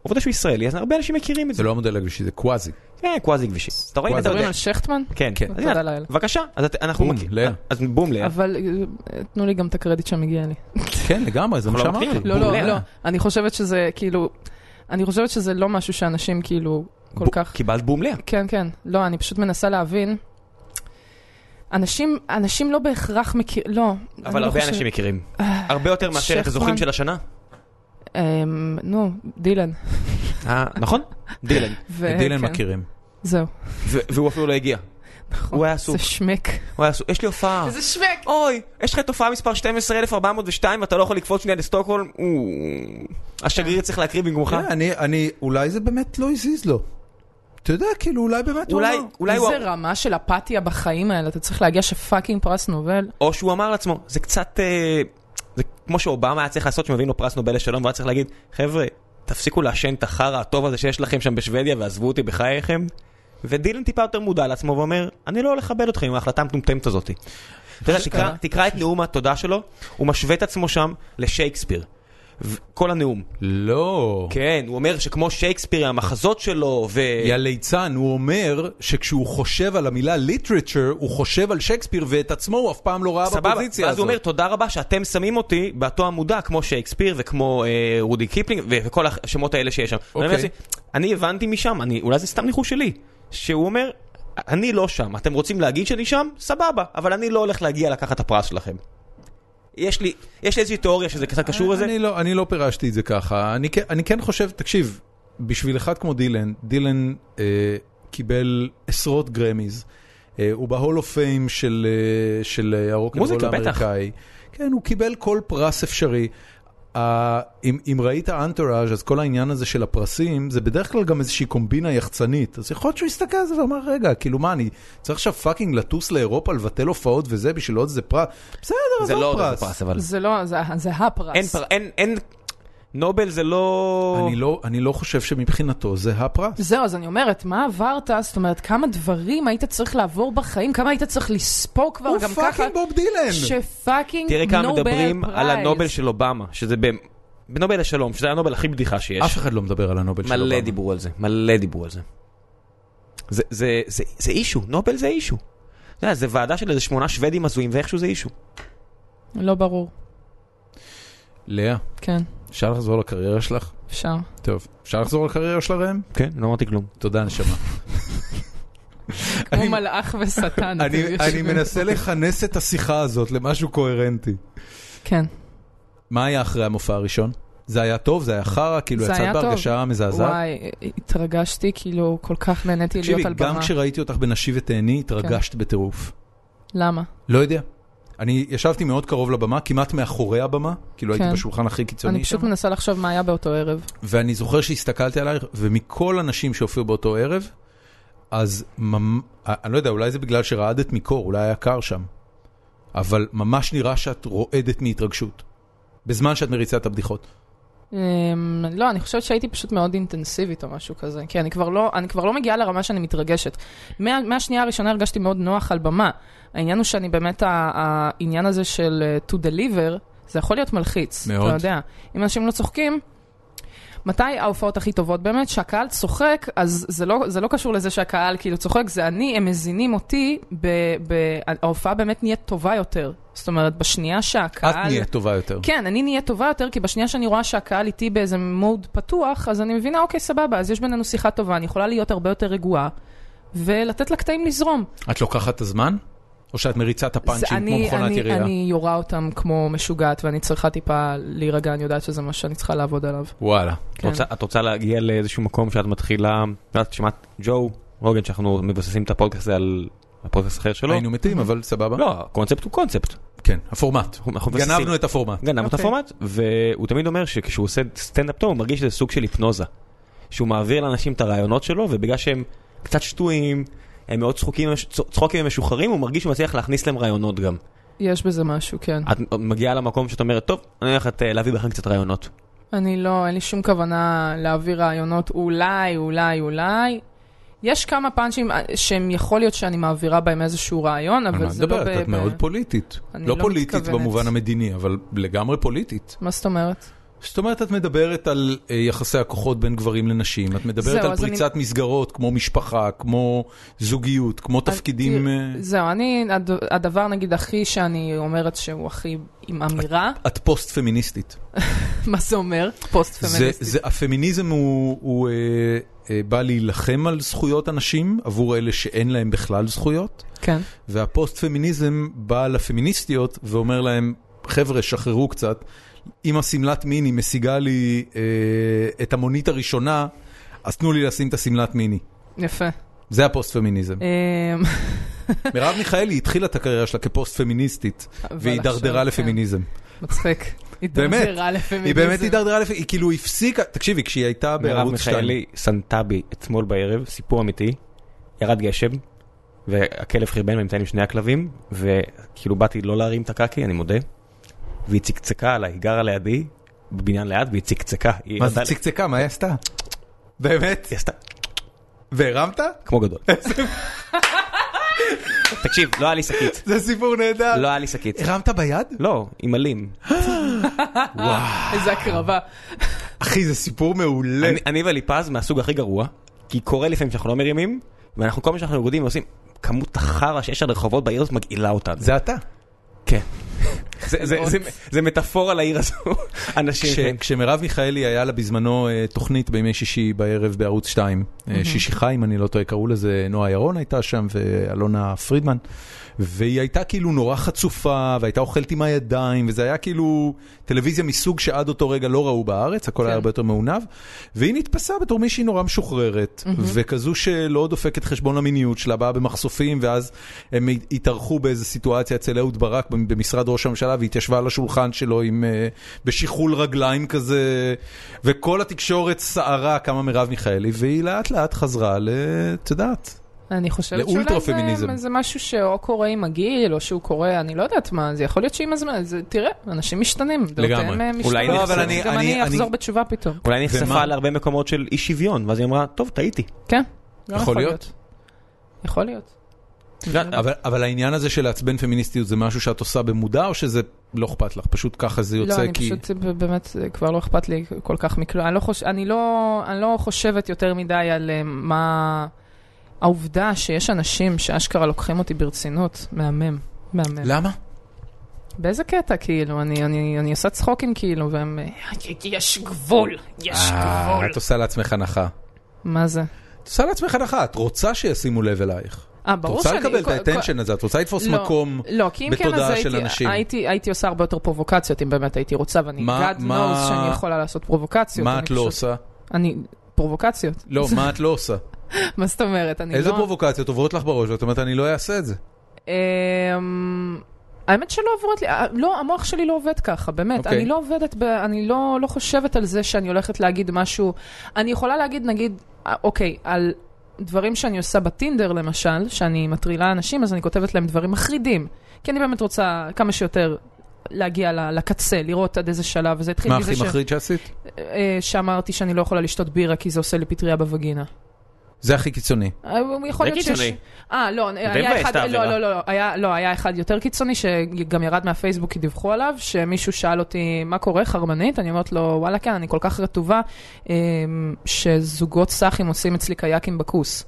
S2: עובדה שהוא ישראלי, אז הרבה אנשים מכירים את זה.
S1: זה לא המודל הגבישי, זה קוואזי.
S2: כן, קוואזי גבישי. אז אתה רואה אם אתה
S3: מדברים
S2: יודע.
S3: על שכטמן?
S2: כן,
S1: כן.
S2: אז
S3: תודה
S2: יאללה,
S3: לאל.
S2: בבקשה, אז את- אנחנו
S1: בום,
S2: מכירים.
S1: לאה.
S2: אז בום, לאה.
S3: אבל אה, תנו לי גם את הקרדיט שמגיע לי.
S1: כן, לגמרי, זה מה
S2: אנחנו לא
S1: שאמרתי.
S2: מכירים.
S3: לא, לא,
S2: בולע.
S3: לא. אני חושבת שזה כאילו... אני חושבת שזה לא משהו שאנשים כאילו כל
S2: בום,
S3: כך...
S2: קיבלת בום, לאה.
S3: כן, כן. לא, אני פשוט מנסה להבין. אנשים, אנשים לא בהכרח מכיר... לא. אני
S2: אבל
S3: לא אה,
S2: הרבה
S3: חושבת-
S2: אנשים מכירים. הרבה יותר מאשר את הזוכים
S3: שכטמן.
S2: של השנה.
S3: אמ, נו, דילן.
S2: אה, נכון? דילן.
S3: ו-
S1: את דילן
S3: כן.
S1: מכירים.
S3: זהו.
S2: ו- והוא אפילו לא הגיע. הוא היה עסוק,
S3: זה שמק.
S2: הוא היה עסוק, יש לי הופעה.
S3: זה שמק!
S2: אוי, יש לך את הופעה מספר 12,402 ואתה לא יכול לקפוץ שנייה לסטוקהולם? או, השגריר צריך להקריב במקומך?
S1: כן, אני, אני, אולי זה באמת לא הזיז לו. אתה יודע, כאילו, אולי באמת
S2: אולי,
S1: הוא לא.
S2: אולי הוא...
S3: איזה רמה של אפתיה בחיים האלה, אתה צריך להגיע שפאקינג פרס נובל.
S2: או שהוא אמר לעצמו, זה קצת... אה, זה כמו שאובמה היה צריך לעשות שמביאים לו פרס נובל לשלום, והוא היה צריך להגיד, חבר'ה, תפסיקו לעשן את החרא הטוב הזה שיש לכם שם בשוודיה ועזבו אותי בחייכם. ודילן טיפה יותר מודע לעצמו ואומר, אני לא הולך לכבד אתכם עם ההחלטה המטומטמת הזאת. אתה יודע, תקרא- תקרא את נאום התודה שלו, הוא משווה את עצמו שם לשייקספיר. ו- כל הנאום.
S1: לא.
S2: כן, הוא אומר שכמו שייקספיר, המחזות שלו, ו...
S1: יא ליצן, הוא אומר שכשהוא חושב על המילה literature, הוא חושב על שייקספיר ואת עצמו הוא אף פעם לא ראה
S2: סבבה,
S1: בפוזיציה
S2: ואז
S1: הזאת.
S2: הוא אומר תודה רבה שאתם שמים אותי באותו עמודה כמו שייקספיר וכמו אה, רודי קיפלינג ו- וכל השמות האלה שיש שם. ואני אומר לעצמי, אני הבנתי משם, אני, אולי זה סתם ניחוש שלי, שהוא אומר, אני לא שם, אתם רוצים להגיד שאני שם? סבבה, אבל אני לא הולך להגיע לקחת את הפרס שלכם. יש לי, יש לי איזושהי תיאוריה שזה קצת
S1: אה,
S2: קשור לזה.
S7: אני לא, אני לא פירשתי את זה ככה, אני, כן- אני כן חושב, תקשיב, בשביל אחד כמו דילן, דילן אה, קיבל עשרות גרמיז, אה, הוא בהול אוף פיים של, אה, של אה, הרוקנרול
S2: מוזיקה, בטח.
S7: האמריקאי, כן, הוא קיבל כל פרס אפשרי. אה, אם, אם ראית אנטוראז' אז כל העניין הזה של הפרסים זה בדרך כלל גם איזושהי קומבינה יחצנית אז יכול להיות שהוא הסתכל על זה ואמר רגע כאילו מה אני צריך עכשיו פאקינג לטוס לאירופה לבטל הופעות וזה בשביל עוד איזה פרס בסדר
S2: זה
S7: עזוב
S2: לא עוד
S7: פרס.
S2: פרס, אבל...
S3: זה לא, זה- זה הפרס.
S2: אין, פר, אין, אין, נובל זה לא...
S7: אני לא, אני לא חושב שמבחינתו זה הפרס.
S3: זהו, אז אני אומרת, מה עברת? זאת אומרת, כמה דברים היית צריך לעבור בחיים? כמה היית צריך לספוג כבר
S7: הוא
S3: גם ככה?
S7: פאקינג בוב דילן!
S3: שפאקינג
S2: תראה כמה
S3: נובל
S2: מדברים על
S3: פרייז.
S2: הנובל של אובמה, שזה ב... בנובל השלום, שזה הנובל הכי בדיחה שיש.
S7: אף אחד לא מדבר על הנובל של
S2: מלא
S7: אובמה.
S2: דיברו על זה, מלא דיברו על זה. זה, זה, זה, זה אישו, נובל זה אישו. אתה יודע, זה ועדה של איזה שמונה שוודים הזויים, ואיכשהו זה אישו.
S3: לא ברור,
S7: לאה,
S3: כן,
S7: אפשר לחזור לקריירה שלך?
S3: אפשר.
S7: טוב. אפשר לחזור לקריירה של הראם?
S2: כן, לא אמרתי כלום.
S7: תודה, נשמה.
S3: כמו מלאך ושטן. אתם
S1: אני, אני
S3: יושבים.
S1: מנסה לכנס את השיחה הזאת למשהו קוהרנטי.
S3: כן.
S7: מה היה אחרי המופע הראשון?
S1: זה היה טוב, זה היה חרא, כאילו
S3: זה
S1: יצאת
S3: היה טוב.
S1: בהרגשה מזעזעת.
S3: וואי, התרגשתי, כאילו, כל כך נהניתי
S1: תקשיבי,
S3: להיות על
S1: גם
S3: במה. כן.
S1: כשראיתי אותך בנשי ותהני, התרגשת בטירוף.
S3: למה?
S1: לא יודע. אני ישבתי מאוד קרוב לבמה, כמעט מאחורי הבמה, כאילו הייתי
S3: כן.
S1: בשולחן הכי
S3: אני
S1: קיצוני שם,
S3: פשוט מנסה לחשוב מה היה באותו ערב.
S1: ואני זוכר שהסתכלתי עלייך, ומכל הנשים שהופיעו באותו ערב, אז ממ- אני לא יודע, אולי זה בגלל שרעדת מקור, אולי היה קר שם, אבל ממש נראה שאת רועדת מהתרגשות, בזמן שאת מריצה את הבדיחות.
S3: אמ, לא, אני חושבת שהייתי פשוט מאוד אינטנסיבית או משהו כזה, כי אני כבר לא, אני כבר לא מגיעה לרמה שאני מתרגשת. מה, מהשנייה הראשונה הרגשתי מאוד נוח על במה. העניין הוא שאני באמת, ה- העניין הזה של אה, to deliver, זה יכול להיות מלחיץ.
S1: מאוד.
S3: אתה יודע, אם אנשים לא צוחקים... מתי ההופעות הכי טובות באמת? שהקהל צוחק, אז זה לא, זה לא קשור לזה שהקהל כאילו צוחק, זה אני, הם מזינים אותי, ב, ב, ההופעה באמת נהיית טובה יותר. זאת אומרת, בשנייה
S1: את
S3: שהקהל...
S1: נהיית טובה יותר.
S3: כן, אני נהיה טובה יותר, כי בשנייה שאני רואה שהקהל איתי באיזה מוד פתוח, אז אני מבינה, אוקיי, סבבה, אז יש בינינו שיחה טובה, אני יכולה להיות הרבה יותר רגועה, ולתת לקטעים לזרום.
S1: את לוקחת את הזמן? או שאת מריצה את
S3: כן. זה-
S1: הפאנצ'ים כמו
S3: אני,
S1: מכונת
S3: אני,
S1: ירייה?
S3: אני יורה אותם כמו משוגעת, ואני צריכה טיפה להירגע, אני יודעת שזה מה שאני צריכה לעבוד עליו.
S1: וואלה.
S2: את
S3: כן.
S2: רוצה- את רוצה להגיע לאיזשהו מקום שאת מתחילה, את יודעת, שמעת ג'ו רוגן, שאנחנו מבססים את הפודקאסט הזה על הפודקאסט אחר שלו?
S1: היינו מתים, אבל סבבה.
S2: לא, הקונספט הוא קונספט.
S1: כן, הפורמט.
S2: אנחנו- אנחנו מבססים.
S1: גנבנו את הפורמט.
S2: גנב את
S3: אוקיי.
S2: הפורמט, והוא תמיד אומר שכשהוא עושה סטנדאפ טוב הוא מרגיש שזה סוג של היפנוזה. שהוא מעביר לאנשים את הרעיונות שלו, ובגלל שהם קצת שטויים, הם מאוד צחוקים, צחוקים ומשוחררים, הוא מרגיש שהוא מצליח להכניס להם רעיונות גם.
S3: יש בזה משהו, כן.
S2: את מגיעה למקום שאת אומרת, טוב, אני הולך את- להביא בכם קצת רעיונות.
S3: אני לא, אין לי שום כוונה להעביר רעיונות, אולי, אולי, אולי. יש כמה פאנצ'ים אה, שהם יכול להיות שאני מעבירה בהם איזשהו רעיון,
S1: על
S3: אבל
S1: מה
S3: זה לא...
S1: מדברת? את
S3: ב- ב-
S1: מאוד פוליטית.
S3: אני
S1: לא
S3: לא
S1: פוליטית
S3: מתכוונת.
S1: במובן המדיני, אבל לגמרי פוליטית.
S3: מה זאת אומרת?
S1: זאת אומרת, את מדברת על אה, יחסי הכוחות בין גברים לנשים, את מדברת
S3: זהו,
S1: על
S3: אז אני-
S1: פריצת מסגרות כמו משפחה, כמו זוגיות, כמו תפקידים... אה,
S3: זהו, אני, הד- הדבר נגיד הכי שאני אומרת שהוא הכי עם אמירה, *laughs*
S1: את פוסט פמיניסטית.
S3: מה זה אומר? פוסט פמיניסטי.
S1: הפמיניזם הוא- הוא אה, אה, בא להילחם על זכויות הנשים עבור אלה שאין להם בכלל זכויות,
S3: כן.
S1: והפוסט-פמיניזם בא לפמיניסטיות ואומר להם, חבר'ה, שחררו קצת. אם השמלת מיני משיגה לי אה, את המונית הראשונה, אז תנו לי לשים את השמלת מיני.
S3: יפה. *laughs*
S1: זה הפוסט-פמיניזם.
S3: אמ,
S1: מרב מיכאלי התחילה את הקריירה שלה כפוסט פמיניסטית,
S3: אבל
S1: והיא הידרדרה
S3: עכשיו, כן.
S1: לפמיניזם.
S3: מצחיק.
S1: באמת.
S3: הידרדרה לפמיניזם.
S1: היא באמת הידרדרה לפמיניזם, היא כאילו הפסיקה, תקשיבי, כשהיא הייתה
S2: מרב
S1: בערוץ 2.
S2: מיכאלי סנטה בי אתמול בערב, סיפור אמיתי, ירד גשם, והכלב חרבן במתאם עם שני הכלבים, וכאילו באתי לא להרים את הקקי, אני מודה, והיא צקצקה עליי, היא גרה לידי, בבניין ליד, והיא צקצקה. היא
S1: מה
S2: ירדה
S1: זה
S2: לי-
S1: צקצקה? מה היא עשתה? באמת?
S2: היא עשתה
S1: והרמת? *laughs*
S2: כמו גדול. תקשיב, לא היה לי שקית,
S1: זה סיפור נהדר.
S2: לא היה לי שקית.
S1: הרמת ביד?
S2: לא, עם עלים.
S3: איזה הקרבה.
S1: אחי, זה סיפור מעולה.
S2: אני- אני וליפז מהסוג הכי גרוע, כי קורה לפעמים שאנחנו לא מרימים, ואנחנו כל מה שאנחנו יורדים עושים, כמות החרא שיש על הרחובות בעיר הזאת מגעילה אותנו.
S1: זה אתה.
S2: כן. זה- זה- זה- זה מטאפורה לעיר הזו, אנשים.
S1: כש-
S2: כן.
S1: כשמרב מיכאלי היה לה בזמנו אה, תוכנית בימי שישי בערב בערוץ 2, אה, שישי חי אם אני לא טועה, קראו לזה נועה ירון הייתה שם ואלונה פרידמן, והיא הייתה כאילו נורא חצופה והייתה אוכלת עם הידיים וזה היה כאילו טלוויזיה מסוג שעד אותו רגע לא ראו בארץ, הכל
S2: כן.
S1: היה הרבה יותר מעונב, והיא נתפסה בתור מישהי נורא משוחררת וכזו שלא דופקת חשבון למיניות שלה, באה במחשופים ואז הם התארחו באיזה סיטואציה אצל אהוד ברק במשרד ראש הממשלה והתיישבה על השולחן שלו עם, אה, בשיחול רגליים כזה, וכל התקשורת סערה כמה מרב מיכאלי, והיא לאט לאט חזרה ל... את יודעת.
S3: אני חושבת
S1: לאולטרה
S3: שאולי
S1: פמיניזם.
S3: זה, זה משהו שאו קורה עם הגיל, או שהוא קורה, אני לא יודעת מה, זה יכול להיות שעם הזמן, זה, תראה, אנשים משתנים. דעותיהם,
S1: לגמרי.
S3: אה,
S2: אולי
S3: משתנות.
S2: לא, אבל
S1: אני-
S3: גם
S1: אני-
S3: אני,
S1: אני-
S3: אחזור בתשובה פתאום.
S2: אולי היא
S1: ומה?
S2: נחשפה להרבה מקומות של אי שוויון, ואז היא אמרה, טוב, טעיתי.
S3: כן, גם
S1: יכול
S3: יכול
S1: להיות.
S3: להיות. יכול להיות.
S2: את יודעת,
S1: אבל, אבל העניין הזה של לעצבן פמיניסטיות זה משהו שאת עושה במודע, או שזה לא אכפת לך? פשוט ככה זה יוצא
S3: לא, אני
S1: כי...
S3: פשוט ב- באמת, אה, כבר לא אכפת לי כל כך מכלום. אני, לא חוש... אני, לא, אני לא חושבת יותר מדי על אה, מה... העובדה שיש אנשים שאשכרה לוקחים אותי ברצינות, מהמם. מהמם.
S1: למה?
S3: באיזה קטע, כאילו? אני, אני, אני עושה צחוקים, כאילו, והם... אה, יש גבול, יש
S1: אה,
S3: גבול.
S1: את עושה לעצמך הנחה.
S3: מה זה?
S1: את עושה לעצמך הנחה, את רוצה שישימו לב אלייך.
S3: אה,
S1: את
S3: ברור
S1: רוצה
S3: שאני...
S1: לקבל את
S3: כל-
S1: האטנשן הזה, את רוצה לתפוס מקום.
S3: לא, כי אם כן,
S1: בתודעה
S3: אז
S1: של
S3: הייתי,
S1: אנשים.
S3: הייתי, הייתי עושה הרבה יותר פרובוקציות, אם באמת הייתי רוצה, ואני
S1: מה-
S3: God
S1: מה-
S3: knows שאני יכולה לעשות פרובוקציות.
S1: מה
S3: אני
S1: את לא
S3: פשוט-
S1: עושה?
S3: אני... פרובוקציות? *laughs*
S1: לא, מה את לא עושה?
S3: מה זאת אומרת? אני
S1: איזה
S3: לא...
S1: פרובוקציות עוברות לך בראש ואת אומרת, אני לא אעשה את זה.
S3: אמ, האמת שלא עוברות לי, אה, לא, המוח שלי לא עובד ככה, באמת.
S1: אוקיי.
S3: אני לא עובדת, ב, אני לא, לא חושבת על זה שאני הולכת להגיד משהו. אני יכולה להגיד, נגיד, אה, אוקיי, על דברים שאני עושה בטינדר למשל, שאני מטרילה אנשים, אז אני כותבת להם דברים מחרידים. כי אני באמת רוצה כמה שיותר להגיע ל- לקצה, לראות עד איזה שלב, וזה התחיל
S1: מה
S3: מזה
S1: הכי
S3: ש-
S1: מחריד שעשית?
S3: אה, שאמרתי שאני לא יכולה לשתות בירה כי זה עושה לי פטריה בווגינה.
S1: זה הכי קיצוני.
S3: אה, הוא יכול
S2: זה
S3: להיות שיש...
S2: קיצוני.
S3: אה, לא, היה
S2: מבאס,
S3: אחד,
S2: את
S3: לא,
S1: אה?
S2: העבירה.
S3: לא, לא, לא, היה, לא, היה אחד יותר קיצוני שגם ירד מהפייסבוק, כי דיווחו עליו, שמישהו שאל אותי, מה קורה, חרמנית? אני אומרת לו, וואלה, כן, אני כל כך רטובה, אמ, שזוגות סאחים עושים אצלי קייקים בכוס.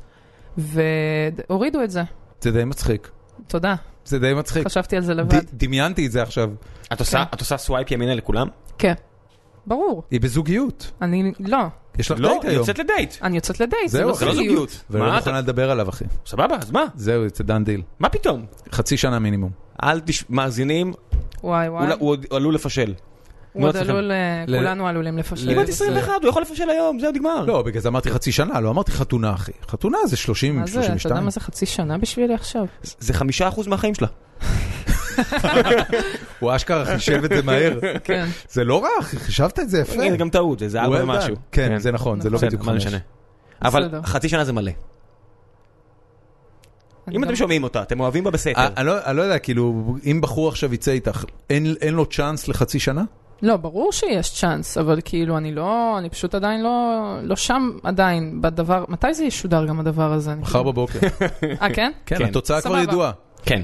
S3: והורידו את זה,
S1: זה די מצחיק.
S3: תודה,
S1: זה די מצחיק.
S3: חשבתי על זה לבד.
S1: ד- דמיינתי את זה עכשיו.
S2: את עושה- את עושה סווייפ ימינה לכולם?
S3: כן, ברור,
S1: היא בזוגיות.
S3: אני, לא,
S1: יש לך
S2: לא,
S1: דייט
S2: היא
S1: היום.
S2: יוצאת לדייט.
S3: אני יוצאת לדייט,
S1: זהו,
S3: לא
S1: זה
S2: זה לא
S1: זוגיות.
S2: זוגיות.
S1: ולא
S2: מה אתה-
S1: מוכנה לדבר עליו, אחי.
S2: סבבה, אז מה?
S1: זהו, זה דן דיל.
S2: מה פתאום?
S1: חצי שנה מינימום.
S2: אל תש... מאזינים,
S3: וואי וואי,
S1: לא-
S2: הוא הוא עוד- הוא עלול לפשל.
S3: הוא עוד
S2: אצלכם.
S3: עלול, אה,
S1: ל-
S3: כולנו עלולים לפשל.
S2: היא בת
S1: זה-
S2: 21, הוא יכול לפשל היום, זהו, נגמר.
S1: לא, בגלל זה אמרתי חצי שנה, לא אמרתי חתונה, אחי. חתונה זה 30,
S3: מה זה, אתה יודע
S1: 32.
S3: מה זה חצי שנה בשבילי עכשיו?
S1: כן.
S2: זה חמישה אחוז מהחיים שלה.
S1: הוא אשכרה חישב את זה
S3: *laughs*
S1: מהר.
S3: כן.
S1: זה לא רע, אחי, חישבת את זה יפה.
S2: זה גם טעות, זה- זה
S1: הוא
S2: ארבע
S1: אוהב
S2: ומשהו.
S1: דן. כן, זה נכון, זה לא
S3: נכון.
S1: בדיוק
S2: מה
S1: חמש.
S2: משנה. אבל
S3: בסדר.
S2: חצי שנה זה מלא.
S3: אני
S2: אם
S3: גם-
S2: אתם שומעים אותה, אתם אוהבים בה בסתר.
S1: אה, אני לא- אני לא יודע, כאילו, אם בחור עכשיו יצא איתך, אין- אין לו צ'אנס לחצי שנה?
S3: לא, ברור שיש צ'אנס, אבל כאילו, אני לא, אני פשוט עדיין לא, לא שם עדיין בדבר, מתי זה ישודר גם הדבר הזה? אני
S1: מחר
S3: כאילו-
S1: בבוקר.
S3: אה, כן?
S1: *laughs* כן,
S2: כן.
S1: התוצאה כבר
S3: סבבה.
S1: ידועה.
S2: כן.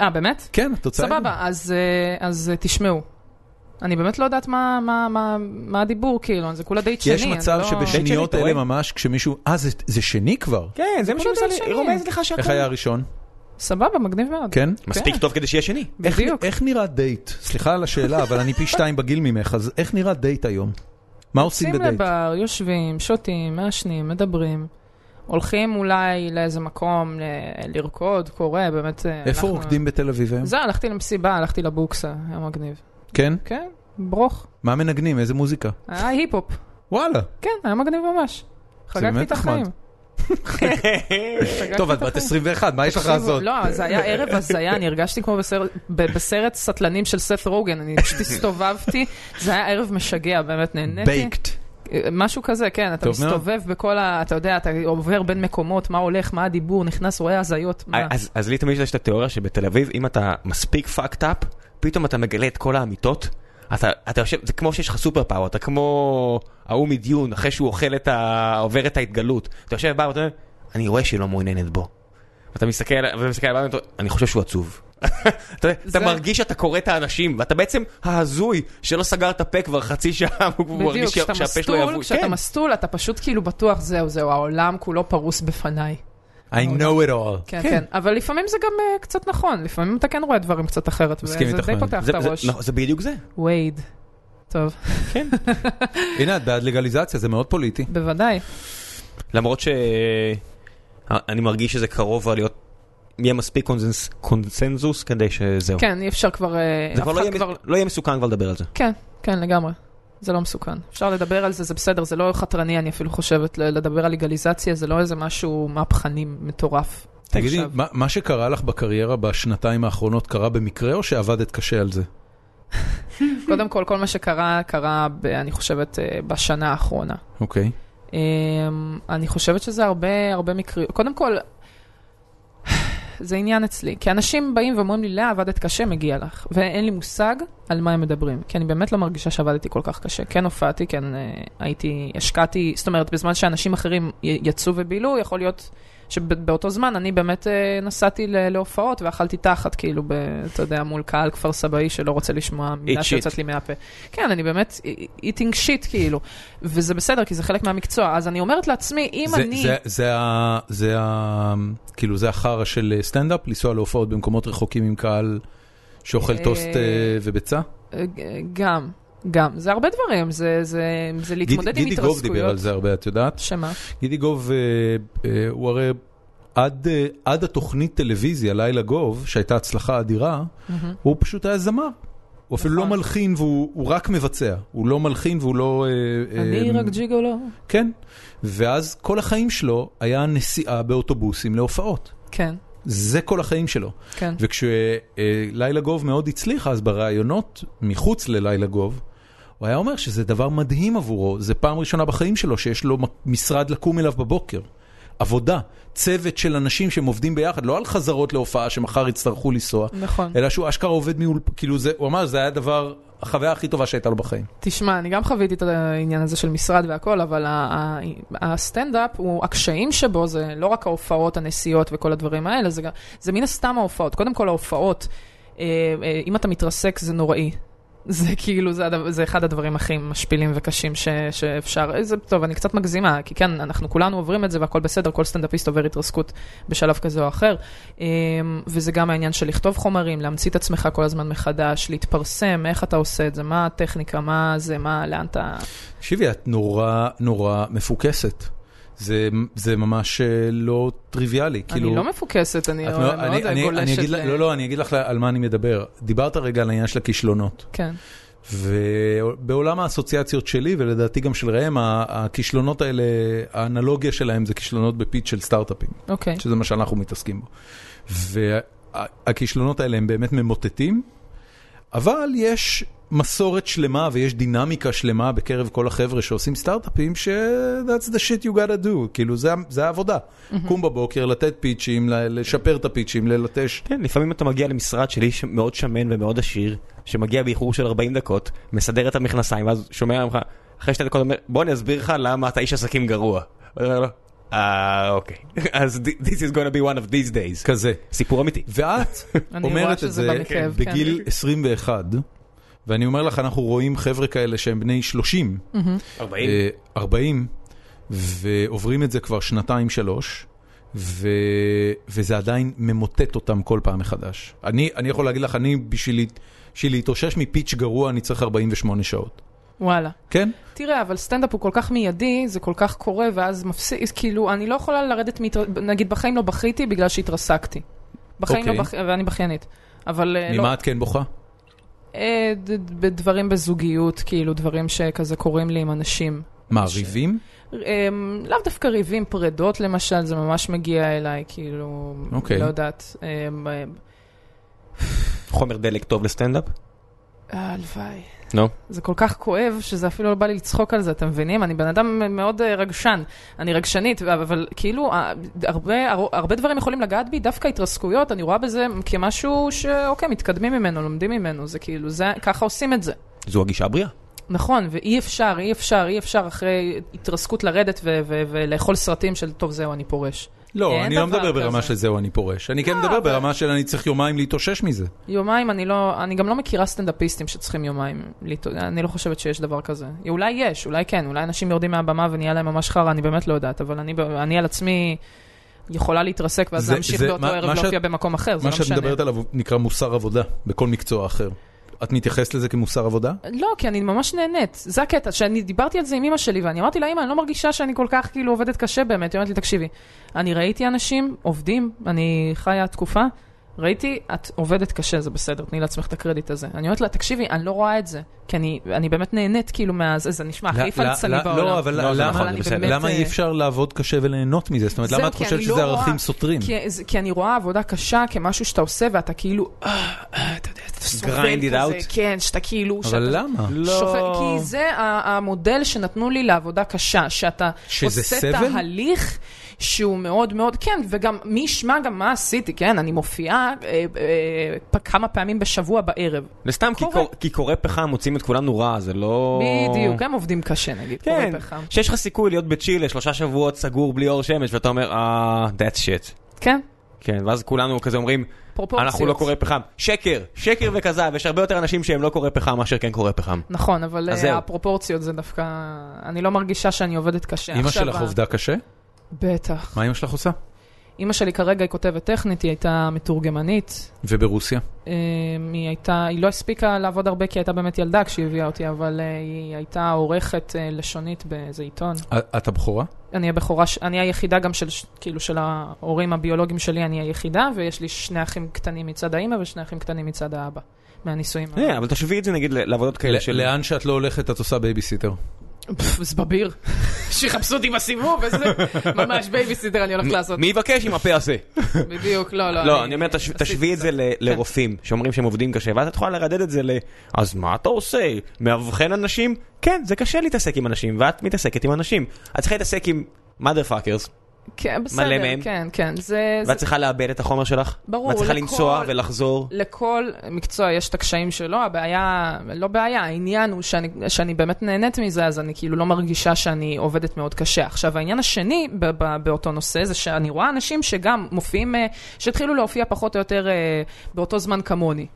S3: אה, באמת?
S1: כן, התוצאה ידועה.
S3: סבבה, אז, אה, אז אה, תשמעו. אני באמת לא יודעת מה, מה, מה, מה הדיבור, כאילו, זה כולה דייט שני.
S1: יש
S3: אני
S1: מצב
S3: לא...
S1: שבשניות
S2: אתה רואה?
S1: אלה ממש, כשמישהו... אה, זה- זה שני כבר?
S2: כן, זה מה
S3: כל
S2: שהוא עושה
S3: מצב
S2: לי,
S3: שני.
S2: היא רומזת לך
S3: נכון.
S1: איך היה
S2: שהכל.
S1: הראשון?
S3: סבבה, מגניב מאוד.
S1: כן?
S2: מספיק טוב כדי שיהיה שני.
S1: איך-
S3: בדיוק.
S1: איך נראה דייט? סליחה על השאלה, אבל אני פי שתיים בגיל ממך, אז איך נראה דייט היום? מה עושים
S3: יוצאים
S1: בדייט?
S3: לבר, יושבים, שותים, מעשנים, מדברים. הולכים אולי לאיזה מקום ל- לרקוד, קורה, באמת... אה,
S1: איפה
S3: אנחנו-
S1: רוקדים בתל אביב היום?
S3: זה, הלכתי למסיבה, הלכתי לבוקסה, היה מגניב.
S1: כן?
S3: כן, ברוך.
S1: מה מנגנים? איזה מוזיקה?
S3: היה היפ-הופ.
S1: וואלה.
S3: כן, היה מגניב ממש. חגגתי
S1: באמת
S3: את החיים.
S1: נחמד. טוב, את בת 21, מה יש לך לעשות?
S3: לא, זה היה ערב הזיה, אני הרגשתי כמו בסרט- ב- בסרט סטלנים של סת רוגן, אני
S1: *laughs*
S3: פשוט הסתובבתי, זה היה ערב משגע, באמת נהניתי.
S1: בייקט.
S3: משהו כזה, כן, אתה
S1: טוב מאוד.
S3: מסתובב בכל ה... אתה יודע, אתה עובר בין מקומות, מה הולך, מה הדיבור, נכנס, רואה הזיות,
S1: אה,
S3: מה.
S2: אז אז לי תמיד יש את התיאוריה שבתל אביב, אם אתה מספיק fucked up, פתאום אתה מגלה את כל האמיתות. אתה, אתה יושב, זה כמו שיש לך סופר פאוור, אתה כמו ההוא מדיון, אחרי שהוא אוכל את ה... עובר את ההתגלות. אתה יושב בבר ואתה אומר, אני רואה שהיא לא מעוניינת בו. ואתה מסתכל, ואתה מסתכל עליו ואתה אומר, אני חושב שהוא עצוב. *laughs* אתה,
S3: זה-
S2: אתה מרגיש שאתה קורא את האנשים, ואתה בעצם ההזוי שלא סגר את הפה כבר חצי שעה, הוא
S3: בדיוק,
S2: מרגיש שה-
S3: כשאתה
S2: שהפה שלו
S3: מסטול,
S2: יבוא.
S3: כשאתה
S2: כן.
S3: מסטול, אתה פשוט כאילו בטוח, זהו, זהו, העולם כולו פרוס בפניי.
S1: I know it all.
S3: כן, כן, אבל לפעמים זה גם אה, קצת נכון, לפעמים אתה כן רואה דברים קצת אחרת,
S1: מסכים
S3: וזה
S1: איתך,
S3: די
S1: מאוד.
S3: פותח
S2: זה,
S3: את הראש.
S2: זה, נכון, זה בדיוק זה.
S3: וייד. טוב,
S1: הנה, את בעד לגליזציה, זה מאוד פוליטי.
S3: בוודאי.
S2: למרות שאני מרגיש שזה קרוב כבר להיות, יהיה מספיק קונזנס, קונצנזוס כדי שזהו.
S3: כן, אי אפשר כבר... אה,
S2: זה
S3: אף
S2: כבר לא,
S3: אחד
S2: יהיה, כבר... לא יהיה מסוכן כבר לדבר על זה.
S3: כן, כן, לגמרי. זה לא מסוכן. אפשר לדבר על זה, זה בסדר, זה לא חתרני, אני אפילו חושבת, ל- לדבר על לגליזציה, זה לא איזה משהו מהפכני מטורף.
S1: תגידי,
S3: עכשיו.
S1: מה- מה שקרה לך בקריירה בשנתיים האחרונות קרה במקרה או שעבדת קשה על זה?
S3: קודם כל, כל מה שקרה, קרה, ב- אני חושבת, אה, בשנה האחרונה.
S1: אוקיי.
S3: אמ, אני חושבת שזה הרבה, הרבה מקרים. קודם כל, *sighs* זה עניין אצלי. כי אנשים באים ואומרים לי, לאה, עבדת קשה, מגיע לך. ואין לי מושג על מה הם מדברים. כי אני באמת לא מרגישה שעבדתי כל כך קשה. כן הופעתי, כן אה, הייתי, השקעתי, זאת אומרת, בזמן שאנשים אחרים י- יצאו ובילו, יכול להיות שבאותו זמן אני באמת אה, נסעתי ל- להופעות ואכלתי תחת, כאילו, ב, אתה יודע, מול קהל כפר סבאי שלא רוצה לשמוע מילה
S2: shit.
S3: שיוצאת לי מהפה. כן, אני באמת eating shit, כאילו. וזה בסדר, כי זה חלק מהמקצוע. אז אני אומרת לעצמי, אם
S1: זה-
S3: אני...
S1: זה- זה ה... זה ה... כאילו, זה החרא של אה, סטנדאפ, לנסוע להופעות במקומות רחוקים עם קהל שאוכל
S3: אה,
S1: טוסט אה, וביצה?
S3: גם, גם. זה הרבה דברים, זה, זה, זה להתמודד עם
S1: גידי גוב דיבר על
S3: התרסקויות.
S1: זה הרבה, את יודעת?
S3: שמה?
S1: גידי גוב, אה, אה, הוא הרי עד, אה, עד התוכנית טלוויזיה, לילה גוב, שהייתה הצלחה אדירה, הוא פשוט היה זמר. הוא אפילו
S3: נכון.
S1: לא מלחין והוא הוא רק מבצע. הוא לא מלחין והוא לא... אה, אה,
S3: אני רק ג'יגולו.
S1: כן. ואז כל החיים שלו היה נסיעה באוטובוסים להופעות.
S3: כן,
S1: זה כל החיים שלו.
S3: כן.
S1: וכשלילה גוב מאוד הצליחה, אז בראיונות מחוץ ללילה גוב, הוא היה אומר שזה דבר מדהים עבורו, זה פעם ראשונה בחיים שלו שיש לו מ- משרד לקום אליו בבוקר. עבודה, צוות של אנשים שהם עובדים ביחד, לא על חזרות להופעה שמחר יצטרכו לנסוע,
S3: נכון.
S1: אלא שהוא אשכרה עובד מאולפ... כאילו זה, הוא אמר, זה היה הדבר, החוויה הכי טובה שהייתה לו בחיים.
S3: תשמע, אני גם חוויתי את העניין הזה של משרד והכל, אבל ה- ה- הסטנדאפ, הוא, הקשיים שבו זה לא רק ההופעות, הנסיעות וכל הדברים האלה, זה, גם- זה מן הסתם ההופעות. קודם כל ההופעות, אה, אה, אם אתה מתרסק זה נוראי. *laughs* זה כאילו, זה, הדבר, זה אחד הדברים הכי משפילים וקשים ש, שאפשר. אה, זה, טוב, אני קצת מגזימה, כי כן, אנחנו כולנו עוברים את זה והכל בסדר, כל סטנדאפיסט עובר התרסקות בשלב כזה או אחר. אמ, וזה גם העניין של לכתוב חומרים, להמציא את עצמך כל הזמן מחדש, להתפרסם, איך אתה עושה את זה, מה הטכניקה, מה זה, מה, לאן אתה...
S1: תקשיבי, את נורא נורא מפוקסת. זה, זה ממש אה, לא טריוויאלי. כאילו...
S3: אני לא מפוקסת, אני
S1: את
S3: מאוד
S1: מאוד- אני- אני- אני
S3: גולשת.
S1: אגיד לה-
S3: ל-
S1: לא, לא, אני אגיד לך על מה אני מדבר. דיברת רגע על העניין של הכישלונות.
S3: כן,
S1: ובעולם האסוציאציות שלי, ולדעתי גם של ראם, ה- הכישלונות האלה, האנלוגיה שלהם זה כישלונות בפיץ של סטארט-אפים,
S3: אוקיי.
S1: שזה מה שאנחנו מתעסקים בו. והכישלונות האלה הם באמת ממוטטים, אבל יש מסורת שלמה ויש דינמיקה שלמה בקרב כל החבר'ה שעושים סטארט-אפים, ש- that's the shit you gotta do, כאילו זה, ה- זה העבודה.
S3: Mm-hmm.
S1: קום בבוקר, לתת פיצ'ים, ל- לשפר את הפיצ'ים, ללטש.
S2: כן, לפעמים אתה מגיע למשרד של איש מאוד שמן ומאוד עשיר, שמגיע באיחור של 40 דקות, מסדר את המכנסיים, ואז שומע ממך, אחרי שתי דקות אומר, בוא אני אסביר לך למה אתה איש עסקים גרוע. ואתה אומר לו, אה, אוקיי. *laughs* אז thi- this is gonna be one of these days.
S1: כזה.
S2: סיפור אמיתי.
S1: ואת
S3: *laughs* אני רואה
S1: אומרת
S3: שזה
S1: את זה
S3: בא מכאב, כן.
S1: בגיל 21, ואני אומר לך, אנחנו רואים חבר'ה כאלה שהם בני 30,
S2: 40.
S1: אה, 40, ועוברים את זה כבר שנתיים-שלוש, ו... וזה עדיין ממוטט אותם כל פעם מחדש. אני, אני יכול להגיד לך, אני בשביל להת- בשביל להתאושש מפיץ' גרוע, אני צריך 48 שעות.
S3: וואלה.
S1: כן?
S3: תראה, אבל סטנדאפ הוא כל כך מיידי, זה כל כך קורה, ואז מפסיק, כאילו, אני לא יכולה לרדת, מהתר- נגיד, בחיים לא בכיתי בגלל שהתרסקתי. בחיים לא
S1: אוקיי.
S3: בכיתי, ואני בכיינית. אבל אה, לא,
S1: ממה את כן בוכה?
S3: אה, ד- ד- בדברים בזוגיות, כאילו, דברים שכזה קורים לי עם אנשים.
S1: מה, ריבים?
S3: אמ, לאו דווקא ריבים, פרדות למשל, זה ממש מגיע אליי, כאילו,
S1: אוקיי.
S3: לא יודעת. אמ, אמ,
S2: חומר דלק טוב לסטנדאפ?
S3: אה, הלוואי.
S2: לא.
S3: זה כל כך כואב, שזה אפילו לא בא לי לצחוק על זה, אתם מבינים? אני בן אדם מאוד אה, רגשן. אני רגשנית, אבל- אבל כאילו, אה, הרבה, הר- הרבה דברים יכולים לגעת בי, דווקא התרסקויות, אני רואה בזה כמשהו שאוקיי, מתקדמים ממנו, לומדים ממנו, זה כאילו, זה, ככה עושים את זה.
S2: זו הגישה הבריאה.
S3: נכון, ואי אפשר, אי אפשר, אי אפשר אחרי התרסקות לרדת ו- ו- ולאכול סרטים של, טוב, זהו, אני פורש.
S1: לא,
S3: אין
S1: אני לא
S3: דבר
S1: מדבר ברמה
S3: כזה.
S1: של זהו, אני פורש. אני כן
S3: לא,
S1: מדבר
S3: אבל-
S1: ברמה של אני צריך יומיים להתאושש מזה.
S3: יומיים, אני לא, אני גם לא מכירה סטנדאפיסטים שצריכים יומיים. להת- אני לא חושבת שיש דבר כזה. אולי יש, אולי כן, אולי אנשים יורדים מהבמה ונהיה להם ממש חרא, אני באמת לא יודעת, אבל אני, ב- אני על עצמי יכולה להתרסק ואז
S1: זה-
S3: להמשיך
S1: זה-
S3: באותו
S1: מה-
S3: ערב
S1: מה
S3: להופיע
S1: שאת-
S3: במקום אחר, זה
S1: מה
S3: לא
S1: שאת
S3: משנה.
S1: מדברת עליו הוא נקרא מוסר עבודה בכל מקצוע אחר. את מתייחסת לזה כמוסר עבודה?
S3: לא, כי אני ממש נהנית. זה הקטע, שאני דיברתי על זה עם אימא שלי, ואני אמרתי לה, אימא, אני לא מרגישה שאני כל כך כאילו עובדת קשה באמת. היא אומרת לי, תקשיבי, אני ראיתי אנשים עובדים, אני חיה תקופה, ראיתי, את עובדת קשה, זה בסדר, תני לעצמך את הקרדיט הזה. אני אומרת לה, תקשיבי, אני לא רואה את זה, כי אני, אני באמת נהנית כאילו מה... זה, זה נשמע הכי פלצני בעולם.
S1: לא, אבל
S2: לא, זה
S1: למה-
S2: נכון, זה
S3: אני
S2: בסדר.
S3: באמת,
S1: למה אי
S3: אה,
S1: אפשר לעבוד קשה וליהנות מזה? זאת אומרת,
S3: זהו,
S1: למה את
S3: כי אני
S1: חושבת
S3: לא
S1: שזה ערכים
S3: רואה-
S1: סותרים?
S3: כי, זה- כי אני רואה עבודה קשה כמשהו שאתה עושה ואתה כאילו, אה, אה, אתה יודע, אתה סובל
S2: Grind it
S3: כזה,
S2: out.
S3: כן, שאתה כאילו, שאתה
S1: אבל למה?
S2: לא.
S3: שופט, כי זה ה- המודל שנתנו לי לעבודה קשה, שאתה
S1: שזה
S3: עושה
S1: סבל?
S3: תהליך שהוא מאוד מאוד, כן, וגם מי ישמע גם מה עשיתי, כן, אני מופיעה אה, אה, פ- כמה פעמים בשבוע בערב.
S2: זה סתם כי
S3: קורה.
S2: קור- כי קורא פחם מוצאים את כולנו רע, זה לא...
S3: בדיוק, הם עובדים קשה נגיד,
S2: כן,
S3: קורא פחם.
S2: שיש לך סיכוי להיות בצ'ילה שלושה שבועות סגור בלי אור שמש, ואתה אומר, אה, that's shit.
S3: כן,
S2: כן, ואז כולנו כזה אומרים,
S3: פרופורציות.
S2: אנחנו לא קורא פחם. שקר, שקר וכזב, יש הרבה יותר אנשים שהם לא קורא פחם מאשר כן קורא פחם.
S3: נכון, אבל
S2: אז
S3: אה,
S2: זהו.
S3: הפרופורציות זה דווקא, אני לא מרגישה שאני עובדת קשה.
S1: אימא
S3: לא, עכשיו
S1: שלך
S3: ה-
S1: עובדה קשה?
S3: בטח.
S1: מה אימא שלך עושה?
S3: אימא שלי כרגע היא כותבת טכנית, היא הייתה מתורגמנית,
S1: וברוסיה?
S3: אמ, היא הייתה, היא לא הספיקה לעבוד הרבה כי הייתה באמת ילדה כשהיא הביאה אותי, אבל אה, היא הייתה עורכת אה, לשונית באיזה עיתון.
S1: א- את הבכורה?
S3: אני הבכורה, ש- אני היחידה גם של, ש- כאילו, של ההורים הביולוגיים שלי, אני היחידה, ויש לי שני אחים קטנים מצד האימא ושני אחים קטנים מצד האבא, מהנישואים. האלה.
S2: אה, אבל תשווי את זה נגיד ל- לעבודות כאלה
S1: ל-
S2: של...
S1: לאן שאת לא הולכת את עושה בייביסיטר.
S3: פפ, זה בביר. *laughs* שיחפשו אותי בסיבוב, איזה ממש בייביסיטר אני הולכת לעשות.
S2: מי יבקש עם הפה הזה?
S3: בדיוק, לא, לא.
S2: לא, אני אומר, תש-
S3: עשיתי
S2: תשווי את זה ל- לרופאים שאומרים שהם עובדים קשה, ואז את יכולה לרדד את זה ל... אז מה אתה עושה? מאבחן אנשים? כן, זה קצת קשה להתעסק עם אנשים, ואת מתעסקת עם אנשים. את צריכה להתעסק עם mother fuckers,
S3: כן, בסדר,
S2: מהם.
S3: כן, כן, זה... זה-
S2: ואת צריכה לאבד את החומר שלך.
S3: ברור,
S2: ואת צריכה
S3: לכל-
S2: לנסוע ולחזור.
S3: לכל מקצוע יש את הקשיים שלו, הבעיה, לא בעיה, העניין הוא שאני, שאני באמת נהנית מזה, אז אני כאילו לא מרגישה שאני עובדת מאוד קשה. עכשיו, העניין השני ב- ב- באותו נושא, זה שאני רואה אנשים שגם מופיעים, אה, שהתחילו להופיע פחות או יותר אה, באותו זמן כמוני.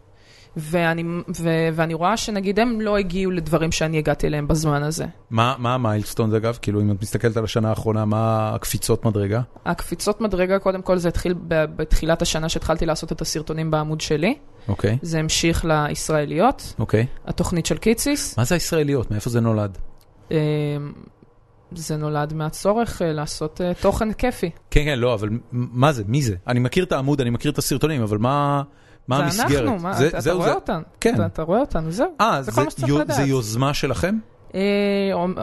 S3: ואני, ו, ואני רואה שנגיד הם לא הגיעו לדברים שאני הגעתי אליהם בזמן הזה.
S1: מה מה המיילסטונס אגב? כאילו אם את מסתכלת על השנה האחרונה, מה הקפיצות מדרגה?
S3: הקפיצות מדרגה, קודם כל, זה התחיל ב- בתחילת השנה שהתחלתי לעשות את הסרטונים בעמוד שלי.
S1: אוקיי,
S3: זה המשיך לישראליות,
S1: אוקיי.
S3: התוכנית של קיציס.
S1: מה זה הישראליות? מאיפה זה נולד?
S3: אמ, זה נולד מהצורך אה, לעשות אה, תוכן כיפי.
S1: כן, כן, לא, אבל מ- מה זה? מי זה? אני מכיר את העמוד, אני מכיר את הסרטונים, אבל מה מה
S3: זה
S1: המסגרת?
S3: אנחנו, מה, אתה, אתה
S1: זהו,
S3: רואה אותנו.
S1: כן.
S3: אתה, אתה רואה אותנו, זהו.
S1: אה,
S3: זה
S1: זה,
S3: כל מה שצריך
S1: יו-
S3: לדעת.
S1: זה יוזמה שלכם?
S3: אה, עומ-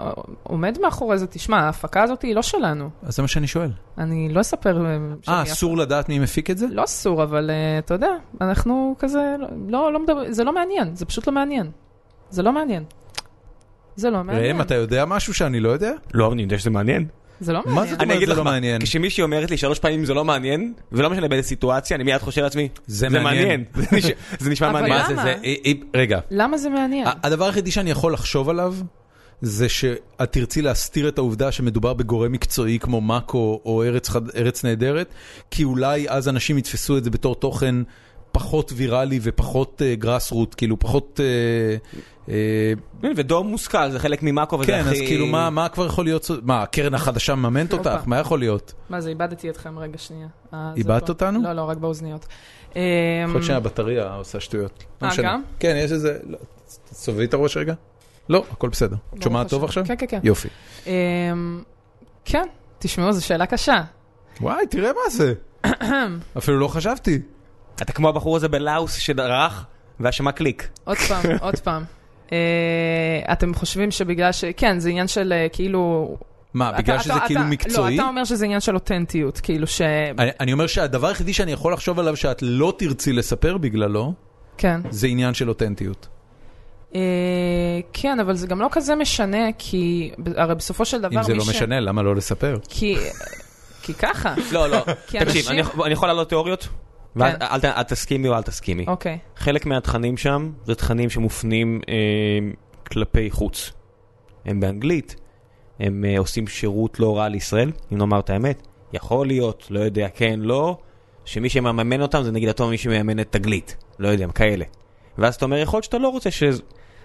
S3: עומד מאחורי זה, תשמע, ההפקה הזאת היא לא שלנו.
S1: אז זה מה שאני שואל.
S3: אני לא אספר... אה, שאני
S1: אה, אסור לדעת מי מפיק את זה?
S3: לא אסור, אבל אה, אתה יודע, אנחנו כזה, לא, לא מדבר, זה לא מעניין, זה פשוט לא מעניין. זה לא מעניין. זה לא מעניין.
S1: ראם, אתה יודע משהו שאני לא יודע?
S2: לא, אני יודע שזה מעניין.
S3: זה לא
S1: מה
S3: מעניין.
S1: זה
S2: אני
S1: אומרת,
S2: אגיד
S1: זה
S2: לך
S1: לא
S2: מה,
S1: מעניין.
S2: כשמישהי אומרת לי שלוש פעמים זה לא מעניין, ולא משנה באיזה סיטואציה, אני מיד חושב לעצמי,
S1: זה
S2: זה
S1: מעניין." *laughs*
S2: מעניין. זה נש- זה נשמע
S3: אבל
S2: מעניין.
S1: זה,
S3: למה?
S1: זה, אה,
S2: כן.
S1: אה, רגע,
S3: למה זה מעניין?
S1: ה- הדבר היחידי שאני יכול לחשוב עליו, זה שאת תרצי להסתיר את העובדה שמדובר בגורם מקצועי כמו מאקו או ארץ, חד... ארץ נהדרת, כי אולי אז אנשים יתפסו את זה בתור תוכן פחות ויראלי ופחות uh, גראס רוט, כאילו פחות... Uh, uh,
S2: ודום מושכל זה חלק ממאקו וזה
S1: כן,
S2: הכי...
S1: אז כאילו מה, מה כבר יכול להיות? סוד- מה, הקרן החדשה מממנת
S3: הופה.
S1: אותך? מה יכול להיות?
S3: מה זה, איבדתי אתכם רגע שנייה. אה, זה
S1: איבדת
S3: פה.
S1: אותנו?
S3: לא, לא, רק באוזניות. אמ,
S1: יכול להיות שהבטריה עושה שטויות. לא
S3: אה,
S1: משנה.
S3: גם?
S1: כן, יש איזה... לא, תסובבי את הראש רגע. לא, הכל בסדר. את
S3: ברוך
S1: שומעת טוב
S3: השם.
S1: עכשיו?
S3: כן, כן, כן.
S1: יופי.
S3: אמ, כן, תשמעו, זו שאלה קשה.
S1: וואי, תראה מה זה. אפילו לא חשבתי.
S2: אתה כמו הבחור הזה בלאוס שדרך, והשמה קליק.
S1: *laughs*
S3: עוד פעם, עוד פעם. אה, אתם חושבים שבגלל ש... כן, זה עניין של אה, כאילו...
S1: מה,
S3: אתה-
S1: בגלל
S3: אתה-
S1: שזה
S3: אתה-
S1: כאילו
S3: אתה-
S1: מקצועי? אה.
S3: לא, אתה אומר שזה עניין של אותנטיות, כאילו ש...
S1: אני, אני אומר שהדבר היחידי שאני יכול לחשוב עליו שאת לא תרצי לספר בגללו,
S3: כן.
S1: זה עניין של אותנטיות.
S3: אה, כן, אבל זה גם לא כזה משנה, כי ב- הרי בסופו של דבר
S1: אם זה
S3: מי
S1: לא
S3: ש...
S1: משנה, למה לא לספר?
S3: כי... כי ככה.
S2: לא, לא. תקשיב,
S3: כי
S2: אני
S3: אנשים-
S2: יכול- אני יכול להעלות תיאוריות? ואל אל ת- אל תסכימי או אל תסכימי.
S3: אוקיי.
S2: חלק מהתכנים שם זה תכנים שמופנים אה, כלפי חוץ. הם באנגלית, הם אה, עושים שירות לא רע לישראל, אם נאמר את האמת. יכול להיות, לא יודע, כן, לא, שמי שמממן אותם זה נגיד אותו מי שמממן את תגלית. לא יודע, כאלה. ואז אתה אומר, יכול להיות שאתה לא רוצה ש...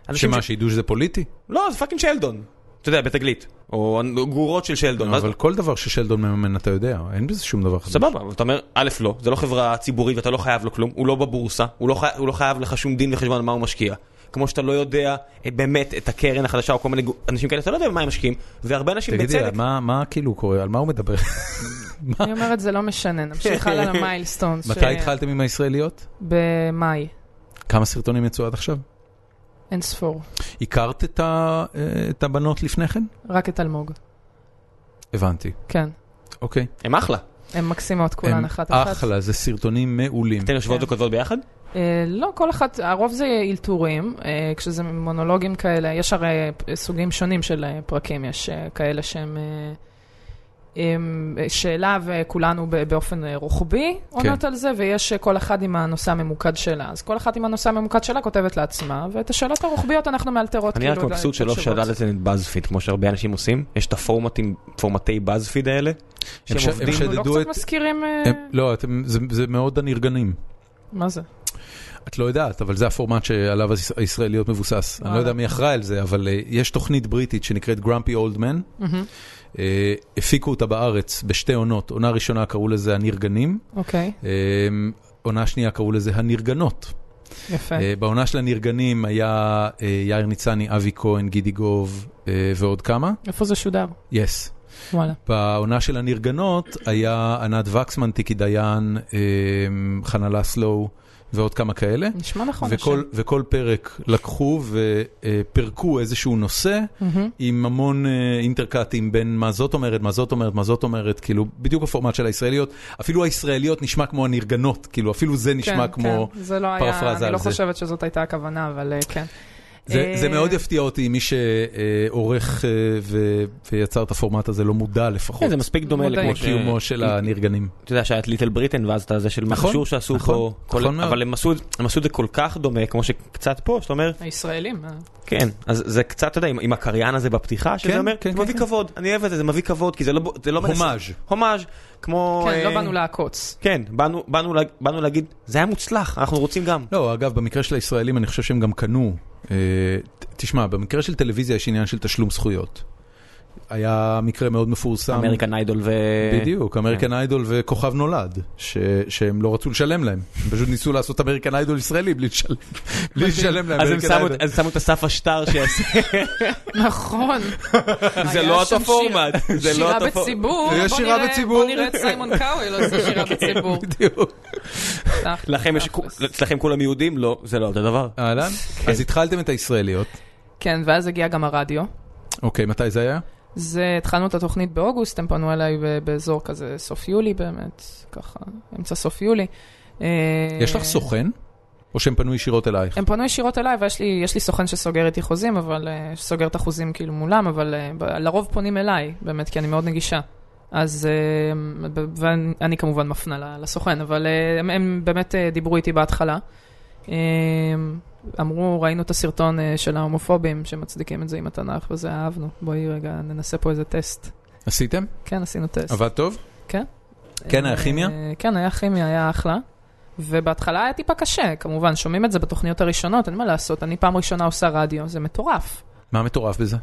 S2: אנשים
S1: שמה, שידעו שזה פוליטי?
S2: לא, זה פאקינג שלדון. אתה יודע, בתגלית. או גרורות של שלדון. ואז-
S1: לא, אבל כל דבר ששלדון מממן אתה יודע, אין בזה שום דבר חדש.
S2: סבבה, אבל אתה אומר, א', לא, זה לא חברה ציבורית ואתה לא חייב לו כלום, הוא לא בבורסה, הוא לא, חי... הוא לא חייב לך שום דין וחשבון על מה הוא משקיע. כמו שאתה לא יודע את, באמת את הקרן החדשה או כל מיני גו- אנשים כאלה, אתה לא יודע במה הם משקיעים, והרבה אנשים
S1: תגידי,
S2: בצדק.
S1: על מה מה כאילו קורה? על מה הוא מדבר?
S3: אני אומרת, זה לא משנה,
S1: *laughs*
S3: נמשיך הלאה למיילסטונס.
S1: מתי התחלתם עם הישראליות?
S3: במאי,
S1: כמה סרטונים יצאו עד עכשיו?
S3: אין ספור.
S1: הכרת את ה- אה, את הבנות לפני כן?
S3: רק את אלמוג,
S1: הבנתי,
S3: כן.
S1: אוקיי.
S2: הם אחלה.
S3: הן מקסימות
S1: הם
S3: כולן אחת אחת.
S1: אחלה, זה סרטונים מעולים.
S2: אתן יושבות
S3: כן.
S2: וכותבות ביחד?
S3: אה, לא, כל אחת, הרוב זה אלתורים, אה, כשזה מונולוגים כאלה, יש הרי אה, סוגים שונים של אה, פרקים, יש אה, כאלה שהם... אה, עם אה, שאלה וכולנו ב- באופן אה, רוחבי עונות על זה, ויש אה, כל אחת עם הנושא הממוקד שלה. אז כל אחת עם הנושא הממוקד שלה כותבת לעצמה, ואת השאלות הרוחביות אנחנו מאלתרות
S2: אני רק
S3: כאילו,
S2: מבסוט שלא
S3: לתשובות.
S2: שלל את זה את באזפיד, כמו שהרבה אנשים עושים. יש את הפורמטים, פורמטי באזפיד האלה, שהם
S1: ש- הם
S2: עובדים...
S1: ש-
S3: אנחנו לא
S1: שדדו
S3: קצת
S1: את-
S3: מזכירים... אה,
S1: הם- לא, אתם- זה- זה מאוד הנרגנים.
S3: מה זה?
S1: את לא יודעת, אבל זה הפורמט שעליו הישראליות מבוסס. אני לא
S3: וואלה.
S1: יודע מי אחראי על זה, אבל אה, יש תוכנית בריטית שנקראת גרמפי אולדמן.
S3: מהמם.
S1: אה, הפיקו אותה בארץ בשתי עונות. עונה ראשונה קראו לזה הנרגנים,
S3: אוקיי,
S1: אה, עונה שנייה קראו לזה הנרגנות.
S3: יפה.
S1: אה, בעונה של הנרגנים היה אה, יאיר ניצני, אבי כהן, גידי גוב אה, ועוד כמה.
S3: איפה זה שודר?
S1: יס.
S3: וואלה.
S1: בעונה של הנרגנות היה ענת וקסמן, טיקי דיין, אה, חנה לסלו ועוד כמה כאלה.
S3: נשמע נכון.
S1: וכל,
S3: השם.
S1: וכל פרק לקחו ופירקו איזשהו נושא
S3: מהמם.
S1: עם המון אה, אינטרקטים בין מה זאת אומרת, מה זאת אומרת, מה זאת אומרת, כאילו בדיוק הפורמט של הישראליות, אפילו הישראליות נשמע כמו הנרגנות, כאילו אפילו זה נשמע
S3: כן,
S1: כמו,
S3: כן, זה לא היה,
S1: פרפרזה על
S3: אני לא
S1: זה.
S3: חושבת שזאת הייתה הכוונה, אבל אה, כן.
S1: זה,
S3: אה,
S1: זה מאוד יפתיע אותי מי שעורך אה, ו, ויצר את הפורמט הזה לא מודע
S2: כן,
S1: לפחות
S2: זה מספיק דומה
S3: מודעים.
S2: לכמו ש-
S1: לקיומו של
S2: אה, כן.
S1: הנרגנים.
S2: אתה יודע שהיה את ליטל בריטן ואז אתה זה של
S1: נכון,
S2: מכשור שעשו
S1: נכון,
S2: פה, כל-
S1: נכון מאוד.
S2: אבל הם עשו את- הם עשו את זה כל כך דומה כמו שקצת פה, שאתה אומר,
S3: הישראלים, אה,
S2: כן, אז זה קצת, אתה יודע, עם- עם הקריין הזה בפתיחה,
S1: כן,
S2: שזה אומר,
S1: כן,
S2: זה
S1: כן,
S2: מביא
S1: כן.
S2: כבוד, אני אוהב את זה, זה מביא כבוד, כי זה לא... ב- זה לא מנסה-
S1: הומאז'.
S2: הומאז', כמו...
S3: כן,
S2: אה,
S3: לא באנו לעקוץ.
S2: כן, באנו- באנו לה- באנו להגיד, זה היה מוצלח, אנחנו רוצים גם.
S1: לא, אגב, במקרה של הישראלים אני חושב שהם גם קנו. אה, ת- תשמע, במקרה של טלוויזיה יש עניין של תשלום זכויות. היה מקרה מאוד מפורסם.
S2: אמריקן איידול ו...
S1: בדיוק, אמריקן איידול וכוכב נולד, ש- שהם לא רצו לשלם להם. הם פשוט ניסו לעשות אמריקן איידול ישראלי בלי לשלם בלי לשלם להם.
S2: אז הם
S1: American
S2: שמו
S1: Idol.
S2: את- אז שמו את אסף השטר שיעשה,
S3: נכון.
S2: *laughs*
S1: *laughs*
S2: זה
S3: היה
S2: לא
S3: שם
S2: אותו פורמט, זה לא
S3: שירה
S2: אותו פורמט.
S3: בציבור,
S1: זה
S3: בוא
S1: שירה
S3: נראה-
S1: בציבור. כן.
S3: בוא נראה את סיימון קאוול עושה
S1: *laughs*
S3: שירה בציבור. אה,
S1: בדיוק.
S3: תכלס,
S2: לכם יש...
S3: תכלס.
S2: אצלכם כולם יהודים? לא, זה לא אותו דבר.
S1: אהלן? אז התחלתם את הישראליות.
S3: כן, ואז הגיע גם הרדיו.
S1: אוקיי, מתי זה היה?
S3: זה, התחלנו את התוכנית באוגוסט, הם פנו אליי ב- באזור כזה סוף יולי באמת, ככה, אמצע סוף יולי. אה,
S1: יש לך סוכן? או שהם פנו ישירות אלייך?
S3: הם פנו ישירות אליי, ויש לי, יש לי סוכן שסוגר איתי חוזים, אבל אה, שסוגר את החוזים כאילו מולם, אבל אה, ב- לרוב פונים אליי, באמת, כי אני מאוד נגישה. אז, אה, ב- ואני אני כמובן מפנה ל- לסוכן, אבל אה, הם, הם באמת אה, דיברו איתי בהתחלה. אה, אמרו, ראינו את הסרטון אה, של ההומופובים שמצדיקים את זה עם התנ"ך, וזה אהבנו. בואי רגע, ננסה פה איזה טסט.
S1: עשיתם?
S3: כן, עשינו טסט.
S1: עבד טוב? כן, היה כימיה?
S3: אה, כן, היה כימיה, היה אחלה. ובהתחלה היה טיפה קשה, כמובן, שומעים את זה בתוכניות הראשונות, אין מה לעשות, אני פעם ראשונה עושה רדיו, זה מטורף.
S1: מה מטורף בזה?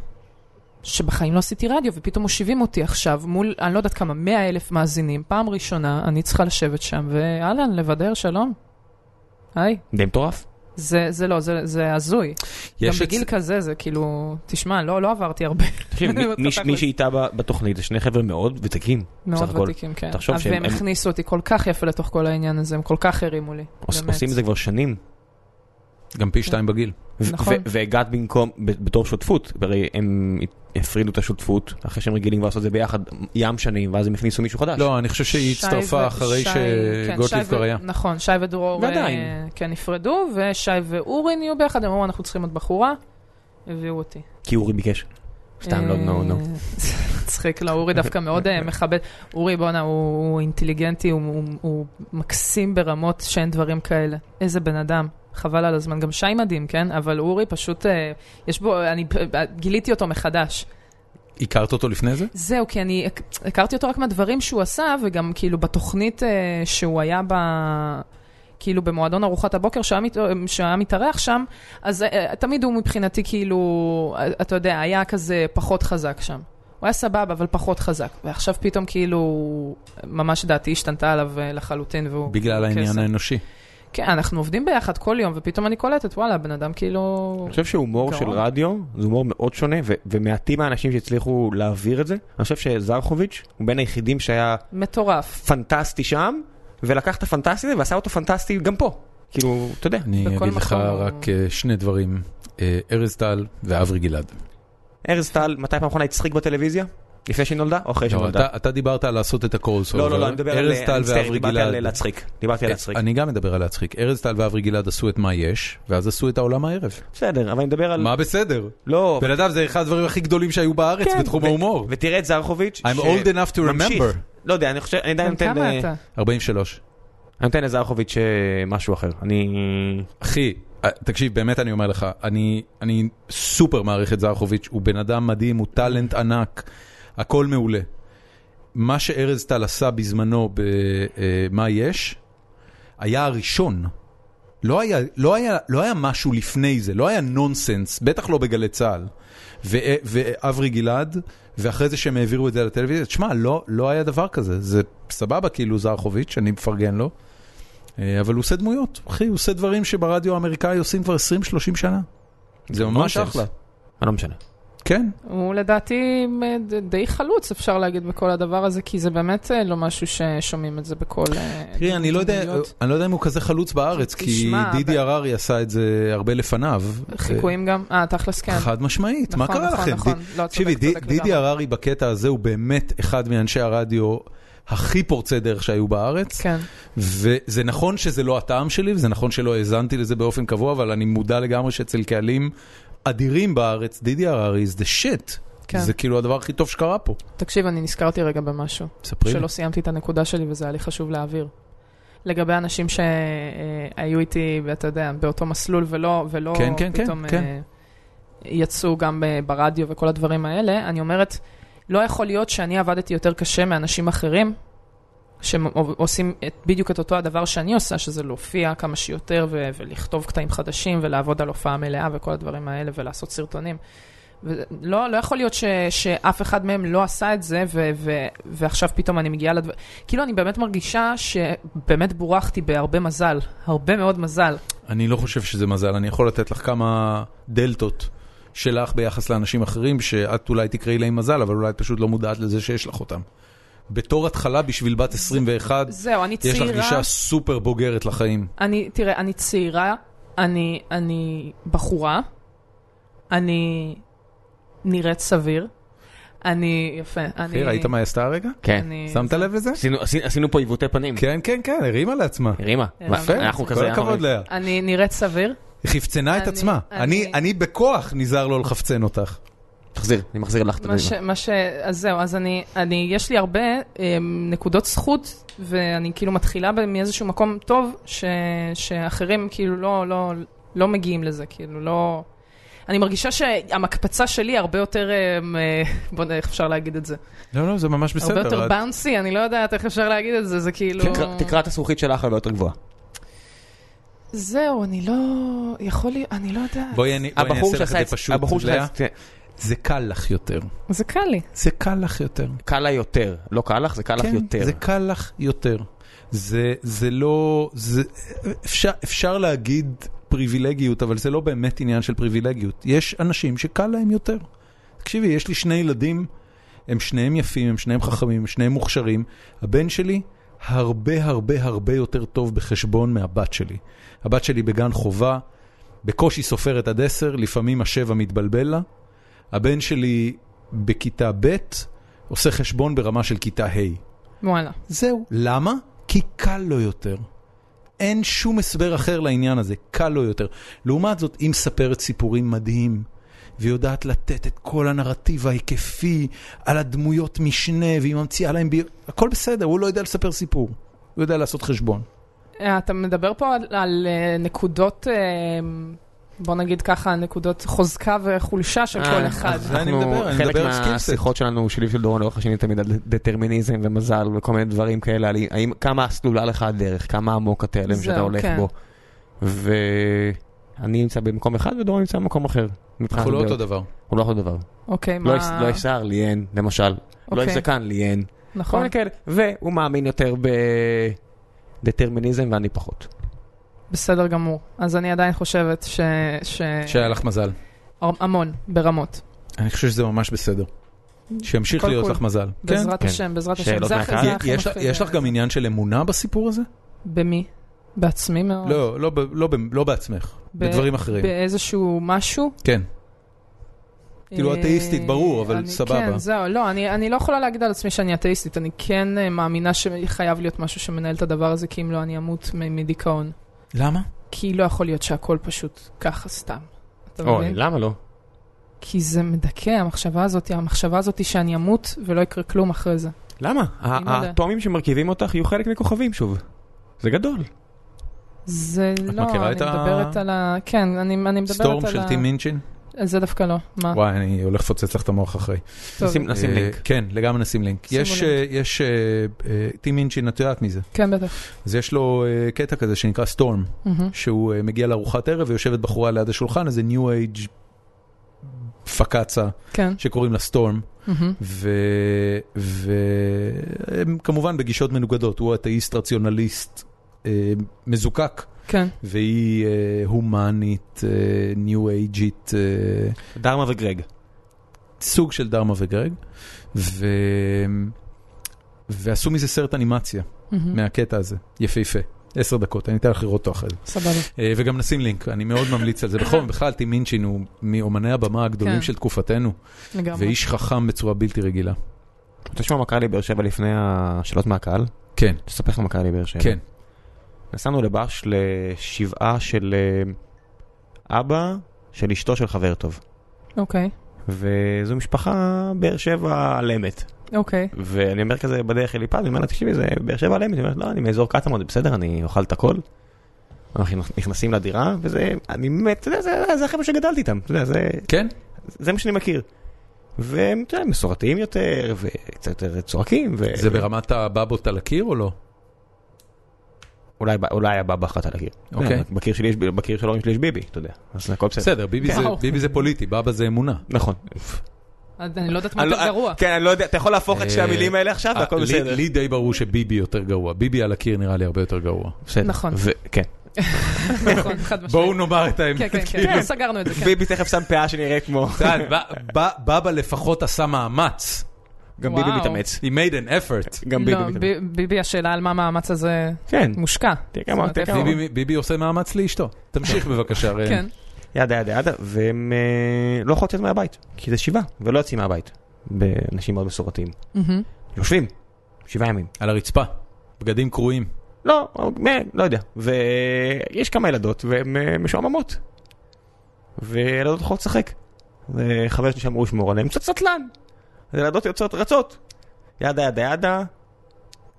S3: שבחיים לא עשיתי רדיו, ופתאום מושיבים אותי עכשיו מול, אני לא יודעת כמה, 100 אלף מאזינים, פעם ראשונה, אני צריכה לשבת שם, ואהלן, לבדר, שלום. היי.
S2: די
S3: *laughs*
S2: מטורף.
S3: זה, זה לא, זה, זה הזוי. גם
S1: יש
S3: בגיל
S1: אצ-
S3: כזה, זה כאילו, תשמע, לא, לא עברתי הרבה.
S2: תקשיב, מי- מי ש- מי שאיתה ב- בתוכנית זה שני חבר'ה מאוד ותיקים. בסך
S3: מאוד
S2: הכל,
S3: ותיקים, כן.
S2: תחשוב
S3: אבל
S2: שהם-
S3: והם
S2: הם-
S3: הכניסו אותי כל כך יפה לתוך כל העניין הזה, הם כל כך הרימו לי.
S2: עוש-
S3: באמת.
S2: עושים את זה כבר שנים.
S1: גם פי שתיים בגיל.
S2: ו-
S3: נכון.
S2: ו- והגעת במקום, ב- בתור שותפות, הרי הם הפרידו את השותפות, אחרי שהם רגילים כבר לעשות את זה ביחד ים שנים, ואז הם הכניסו מישהו חדש.
S1: לא, אני חושב שהיא
S3: שי
S1: הצטרפה
S3: ו-
S1: אחרי
S3: שי-
S1: שגוטליב
S3: כן, שי ו-
S1: כבר היה.
S3: נכון, שי ודרור אה,
S2: ועדיין.
S3: כן נפרדו, ושי ואורי נהיו ביחד, הם אמרו, אנחנו צריכים עוד בחורה, הביאו אותי. אה,
S2: כי אורי ביקש. סתם, לא, נו, נו.
S3: *laughs* מצחיק, לא, אורי דווקא מאוד אה, מכבד. אורי, בואנה, הוא הוא אינטליגנטי, הוא- הוא- הוא מקסים ברמות שאין דברים כאלה. איזה בן אדם. חבל על הזמן. גם שי מדהים, כן? אבל אורי פשוט, אה, יש בו, אני אה, גיליתי אותו מחדש.
S1: הכרת אותו לפני זה?
S3: זהו, כי אני הכ- הכרתי אותו רק מהדברים שהוא עשה, וגם כאילו בתוכנית אה, שהוא היה ב... כאילו במועדון ארוחת הבוקר שהיה מת- שהיה מתארח שם, אז אה, תמיד הוא מבחינתי כאילו, אה, אתה יודע, היה כזה פחות חזק שם. הוא היה סבבה, אבל פחות חזק. ועכשיו פתאום כאילו, ממש דעתי השתנתה עליו אה, לחלוטין, והוא...
S1: בגלל
S3: הוא
S1: העניין
S3: קסם.
S1: האנושי.
S3: כן, אנחנו עובדים ביחד כל יום, ופתאום אני קולטת, וואלה, הבן אדם כאילו...
S2: אני חושב שהומור של
S3: גאון.
S2: רדיו זה הומור מאוד שונה, ו- ומעטים האנשים שהצליחו להעביר את זה. אני חושב שזרחוביץ' הוא בין היחידים שהיה
S3: מטורף.
S2: פנטסטי שם, ולקח את הפנטסטי הזה ועשה אותו פנטסטי גם פה. כאילו, אתה יודע.
S1: אני
S3: בכל
S1: אגיד לך
S3: מקום הוא-
S1: רק אה, שני דברים, אה, ארז טל ואברי גלעד.
S2: ארז טל, מתי פעם אחרונה הצחיק בטלוויזיה? לפני שהיא נולדה או אחרי שהיא
S1: לא,
S2: נולדה?
S1: אתה- אתה דיברת על לעשות את הקורס.
S2: לא, לא, לא, אני מדבר על...
S1: ארז
S2: אני
S1: טל
S2: מצטער,
S1: ואברי
S2: דיברתי על
S1: גלעד. אה,
S2: להצחיק. דיברתי על להצחיק.
S1: אני גם מדבר על להצחיק. ארז טל ואברי גלעד עשו את מה יש, ואז עשו את העולם הערב.
S2: בסדר, אבל אני מדבר על...
S1: מה בסדר?
S2: לא,
S1: בן אדם זה אחד הדברים הכי גדולים שהיו בארץ
S2: כן,
S1: בתחום
S2: ו-
S1: ההומור.
S2: ותראה את זרחוביץ'.
S1: I'm
S2: ש-
S1: old enough to
S2: ממשיך.
S1: remember.
S2: לא יודע, אני חושב, אני עדיין
S3: בן
S2: נותן...
S3: כמה
S2: אה,
S3: אתה?
S1: 43.
S2: אני נותן לזרחוביץ' אה, משהו אחר. אני...
S1: אחי, אה, תקשיב, באמת אני אומר לך, אני, אני סופר מעריך את זרחוביץ', הוא בן אדם מדהים, הוא טאלנט ענק, הכל מעולה. מה שארז טל עשה בזמנו ב"מה יש", היה הראשון. לא היה, לא, היה, לא היה משהו לפני זה, לא היה נונסנס, בטח לא בגלי צה"ל. ו- אה, ואברי גלעד, ואחרי זה שהם העבירו את זה לטלוויזיה, תשמע, לא, לא היה דבר כזה, זה סבבה כאילו זרחוביץ', אני מפרגן לו, אה, אבל הוא עושה דמויות, אחי, הוא עושה דברים שברדיו האמריקאי עושים כבר 20-30 שנה. זה ממש
S2: נונסנס.
S1: אחלה.
S2: אה, לא משנה.
S1: כן,
S3: הוא לדעתי אה, ד- די חלוץ, אפשר להגיד, בכל הדבר הזה, כי זה באמת אה, לא משהו ששומעים את זה בכל... אה,
S1: תראי, אני לא יודע-
S3: דמויות.
S1: אני לא יודע אם הוא כזה חלוץ בארץ, כי
S3: תשמע,
S1: דידי
S3: אבל-
S1: הררי עשה את זה הרבה לפניו.
S3: חיקויים גם? אה, תכלס כן.
S1: חד משמעית, מה
S3: נכון,
S1: קרה
S3: נכון,
S1: לכם?
S3: נכון.
S1: די-
S3: לא,
S1: תקשיבי,
S3: צודק,
S1: די-
S3: צודק
S1: דידי
S3: לגמרי.
S1: הררי בקטע הזה הוא באמת אחד מאנשי הרדיו הכי פורצי דרך שהיו בארץ,
S3: כן.
S1: וזה נכון שזה לא הטעם שלי, וזה נכון שלא האזנתי לזה באופן קבוע, אבל אני מודע לגמרי שאצל קהלים אדירים בארץ, דידי הררי זה שיט.
S3: כן.
S1: זה כאילו הדבר הכי טוב שקרה פה.
S3: תקשיב, אני נזכרתי רגע במשהו,
S1: ספרי לי.
S3: שלא סיימתי את הנקודה שלי וזה היה לי חשוב להעביר. לגבי אנשים שהיו איתי, אתה יודע, באותו מסלול ולא, ולא
S1: כן, כן, כן,
S3: פתאום אה,
S1: כן.
S3: יצאו גם אה, ברדיו וכל הדברים האלה, אני אומרת, לא יכול להיות שאני עבדתי יותר קשה מאנשים אחרים, שעושים את, בדיוק את אותו הדבר שאני עושה, שזה להופיע כמה שיותר ו- ולכתוב קטעים חדשים ולעבוד על הופעה מלאה וכל הדברים האלה ולעשות סרטונים. ולא, לא יכול להיות ש, שאף אחד מהם לא עשה את זה, ו, ו, ועכשיו פתאום אני מגיעה לדבר... כאילו, אני באמת מרגישה שבאמת בורחתי בהרבה מזל, הרבה מאוד מזל.
S1: אני לא חושב שזה מזל, אני יכול לתת לך כמה דלתות שלך ביחס לאנשים אחרים, שאת אולי תקראי להם מזל, אבל אולי את פשוט לא מודעת לזה שיש לך אותם. בתור התחלה בשביל בת 21,
S3: זהו, אני
S1: יש
S3: צעירה...
S1: לך גישה סופר בוגרת לחיים.
S3: אני, תראה, אני צעירה, אני, אני בחורה, אני נראית סביר, אני, יפה, אני...
S1: אחי, ראית מה היא עשתה הרגע?
S2: כן.
S3: אני...
S1: שמת לב לזה?
S2: עשינו- עשינו- עשינו פה עיוותי פנים.
S1: כן, כן, כן, הרימה לעצמה.
S2: רימה.
S3: הרמנו.
S1: יפה,
S2: אנחנו כזה...
S1: כל
S2: אנחנו-
S1: הכבוד לאה.
S3: אני נראית סביר,
S1: היא חפצנה את
S3: אני-
S1: עצמה. אני
S3: אני-
S1: אני בכוח נזהר לא לחפצן אותך.
S2: תחזיר, אני מחזיר לך את
S3: מה
S2: הדברים.
S3: ש... מה ש... אז זהו, אז אני, אני יש לי הרבה אמ, נקודות זכות, ואני כאילו מתחילה ב- מאיזשהו מקום טוב, ש... שאחרים כאילו לא, לא, לא מגיעים לזה, כאילו לא... אני מרגישה שהמקפצה שלי הרבה יותר, אמ, אה, *laughs* בוא נראה איך אפשר להגיד את זה.
S1: לא, לא, זה ממש
S3: הרבה
S1: בסדר.
S3: יותר
S1: את-
S3: באונסי, אני לא יודעת איך אפשר להגיד את זה, זה כאילו...
S2: תקרא- תקרת הזכוכית שלך הרבה יותר גבוהה.
S3: זהו, אני לא... יכול להיות, אני לא יודעת.
S1: בואי אני בואי אני
S2: הבחור
S1: אעשה לך
S2: שעשה
S1: את
S2: את
S1: זה פשוט.
S2: הבחור
S1: לאה.
S2: שעשה את זה,
S1: זה קל לך יותר.
S3: זה קל לי.
S1: זה קל לך יותר.
S2: קל לה יותר. לא קל לך, זה קל לך
S1: כן,
S2: יותר.
S1: זה קל לך יותר. זה, זה לא, זה, אפשר, אפשר להגיד פריבילגיות, אבל זה לא באמת עניין של פריבילגיות. יש אנשים שקל להם יותר. תקשיבי, יש לי שני ילדים, הם שניהם יפים, הם שניהם חכמים, הם שניהם מוכשרים. הבן שלי הרבה הרבה הרבה יותר טוב בחשבון מהבת שלי. הבת שלי בגן חובה, בקושי סופרת עד עשר, לפעמים השבע מתבלבל לה. הבן שלי בכיתה ב' עושה חשבון ברמה של כיתה ה'.
S3: וואלה.
S1: זהו. למה? כי קל לו יותר. אין שום הסבר אחר לעניין הזה, קל לו יותר. לעומת זאת, היא מספרת סיפורים מדהים, ויודעת לתת את כל הנרטיב ההיקפי על הדמויות משנה, והיא ממציאה להם... בי... הכל בסדר, הוא לא יודע לספר סיפור. הוא יודע לעשות חשבון.
S3: אה, אתה מדבר פה על, על אה, נקודות, אה, בוא נגיד ככה, נקודות חוזקה וחולשה
S2: אה,
S3: של כל אחד.
S1: אה, זה אני מדבר, אני מדבר על
S2: חלק
S1: סקילסט.
S2: מהשיחות שלנו, שלי ושל דורון לאורך השנים, תמיד על דטרמיניזם ומזל וכל מיני דברים כאלה, על האם, כמה סלולה לך הדרך, כמה עמוק התלם
S3: זהו,
S2: שאתה הולך
S3: כן.
S2: בו. ואני נמצא במקום אחד ודורון נמצא במקום אחר. מבחינת
S1: אנחנו לא אותו
S2: הדעות.
S1: דבר.
S2: הוא לא אותו דבר.
S3: אוקיי,
S2: לא
S3: מה...
S2: יש- לא יש שיער, לי אין, למשל. לא עם
S3: אוקיי,
S2: זקן, לי אין. כל
S3: נכון,
S2: מיני כאלה. והוא מאמין יותר בדטרמיניזם ואני פחות.
S3: בסדר גמור. אז אני עדיין חושבת ש... ש...
S1: שהיה לך מזל.
S3: המון, ברמות.
S2: כן.
S1: אני חושב שזה ממש בסדר. שימשיך
S3: הכל
S1: להיות
S3: קול.
S1: לך מזל. כן. אה,
S3: בעזרת
S2: כן.
S3: השם, בעזרת השם.
S2: שאלות
S3: זה
S2: מהקהל?
S3: הכי- זה הכי
S1: יש לך-
S3: מפחיד.
S1: יש לך גם עניין של אמונה בסיפור הזה?
S3: במי? בעצמי מאוד?
S1: לא, לא ב- לא ב- לא בעצמך,
S3: ב-
S1: בדברים אחרים.
S3: באיזשהו משהו?
S1: כן. כאילו,
S3: אה,
S1: אתאיסטית, ברור, אבל
S3: אני-
S1: סבבה.
S3: כן, זהו, לא, אני, אני לא יכולה להגיד על עצמי שאני אתאיסטית, אני כן אה, מאמינה שחייב להיות משהו שמנהל את הדבר הזה, כי אם לא, אני אמות מ- מדיכאון.
S1: למה?
S3: כי לא יכול להיות שהכל פשוט ככה סתם. אתה
S2: אוי,
S3: מבין?
S2: למה לא?
S3: כי זה מדכא, המחשבה הזאת, המחשבה הזאת שאני אמות ולא יקרה כלום אחרי זה.
S2: למה?
S3: לא יודע.
S2: האטומים שמרכיבים אותך יהיו חלק מכוכבים שוב. זה גדול.
S3: זה לא,
S1: מכירה
S3: אני
S1: את ה-
S3: מדברת על ה... כן, אני, אני מדברת
S1: סטורם
S3: על ה...
S1: של טים מינצ'ין?
S3: זה דווקא לא. מה?
S1: וואי, אני הולך לפוצץ לך את המוח אחרי.
S3: טוב,
S2: נשים- נשים
S1: אה,
S2: לינק.
S1: כן, לגמרי נשים לינק.
S3: שימו
S1: יש,
S3: לינק.
S1: אה, יש, אה, אה, טים מינצ'ין, את יודעת מי זה.
S3: כן, בטח.
S1: אז יש לו אה, קטע כזה שנקרא סטורם,
S3: מהמם.
S1: שהוא אה, מגיע לארוחת ערב ויושבת בחורה ליד השולחן, איזה ניו אייג' פקצה
S3: כן.
S1: שקוראים לה סטורם,
S3: מהמם.
S1: והם כמובן בגישות מנוגדות, הוא אתאיסט רציונליסט אה, מזוקק,
S3: כן.
S1: והיא אה, הומנית, אה, ניו אייג'ית. אה,
S8: דרמה וגרג.
S1: סוג של דרמה וגרג, ו... ועשו מזה סרט אנימציה
S3: מהמם.
S1: מהקטע הזה, יפהפה. עשר דקות, אני אתן לך לראות אותו אחרי זה.
S3: סבבה.
S1: אה, וגם נשים לינק, אני מאוד ממליץ על זה.
S3: *laughs*
S1: בכל בכלל, טים מינצ'ין הוא מאומני הבמה
S3: כן.
S1: הגדולים של תקופתנו,
S3: לגמרי.
S1: ואיש חכם בצורה בלתי רגילה.
S2: אתה שומע מה קרה לי באר שבע לפני השאלות מהקהל?
S1: כן,
S2: תספר לך מה קרה לי באר שבע.
S1: כן.
S2: נסענו לבש לשבעה של אה, אבא של אשתו של חבר טוב.
S3: אוקיי.
S2: וזו משפחה באר שבע על אמת.
S3: אוקיי.
S2: ואני אומר כזה בדרך אליפז, אני אומר לה, תקשיבי, זה באר שבע על אמת. היא אומרת, לא, אני מאזור קטמון, זה בסדר, אני אוכל את הכל. אנחנו נכנסים לדירה, וזה, אני מת, אתה יודע, זה- זה החבר'ה שגדלתי איתם, אתה יודע, זה
S1: כן?
S2: זה מה שאני מכיר. והם אתה יודע, מסורתיים יותר, וקצת יותר צועקים, ו...
S1: זה ברמת הבבות על הקיר או לא?
S2: אולי, אולי הבבא אחת על הקיר.
S1: אוקיי.
S2: אתה יודע, בקיר שלי יש, בקיר של ההורים שלי יש ביבי, אתה יודע. אז הכל בסדר.
S1: בסדר, ביבי זה-
S3: וואו.
S1: ביבי זה פוליטי, בבא זה אמונה.
S2: נכון.
S3: אני לא יודעת מה
S2: אני
S3: יותר
S2: לא-
S3: גרוע.
S2: כן, אני לא יודע, אתה יכול להפוך את שתי
S1: אה,
S2: המילים האלה עכשיו,
S1: אה,
S2: והכל
S1: לי-
S2: בסדר.
S1: לי די ברור שביבי יותר גרוע, ביבי על הקיר נראה לי הרבה יותר גרוע.
S2: בסדר.
S3: נכון.
S2: ו- כן.
S3: נכון, חד משמעית.
S1: בואו נאמר את האמת.
S3: כן, כן, כן,
S1: כאילו.
S3: כן, סגרנו את זה, כן.
S2: ביבי תכף שם פאה שנראית כמו...
S1: אתה יודע, ב- ב- בבא לפחות עשה מאמץ.
S2: *laughs* גם ביבי
S3: וואו.
S2: מתאמץ.
S1: He made an effort.
S2: *laughs* גם ביבי
S3: לא,
S2: מתאמץ.
S3: ב- ביבי, השאלה על מה המאמץ הזה
S2: כן.
S3: מושקע.
S2: תראה
S3: זאת
S2: כמה...
S3: אומרת,
S2: תראה כמה-
S1: ביבי- ביבי עושה מאמץ לאשתו. תמשיך בבקשה, ראם.
S3: כן.
S2: ידה ידה ידה, והם אה, לא יכולות לצאת מהבית, כי זה שבעה, ולא יוצאים מהבית. באנשים מאוד מסורתיים.
S3: מהמם.
S2: יושבים, שבעה ימים.
S1: על הרצפה. בגדים קרועים.
S2: לא, מ- לא יודע. ויש כמה ילדות והן אה, משועממות. וילדות הולכות לשחק. וחבר שלי שאמרו לשמור עליהן, קצת סטלן. אז ילדות יוצאות רצות. ידה ידה ידה,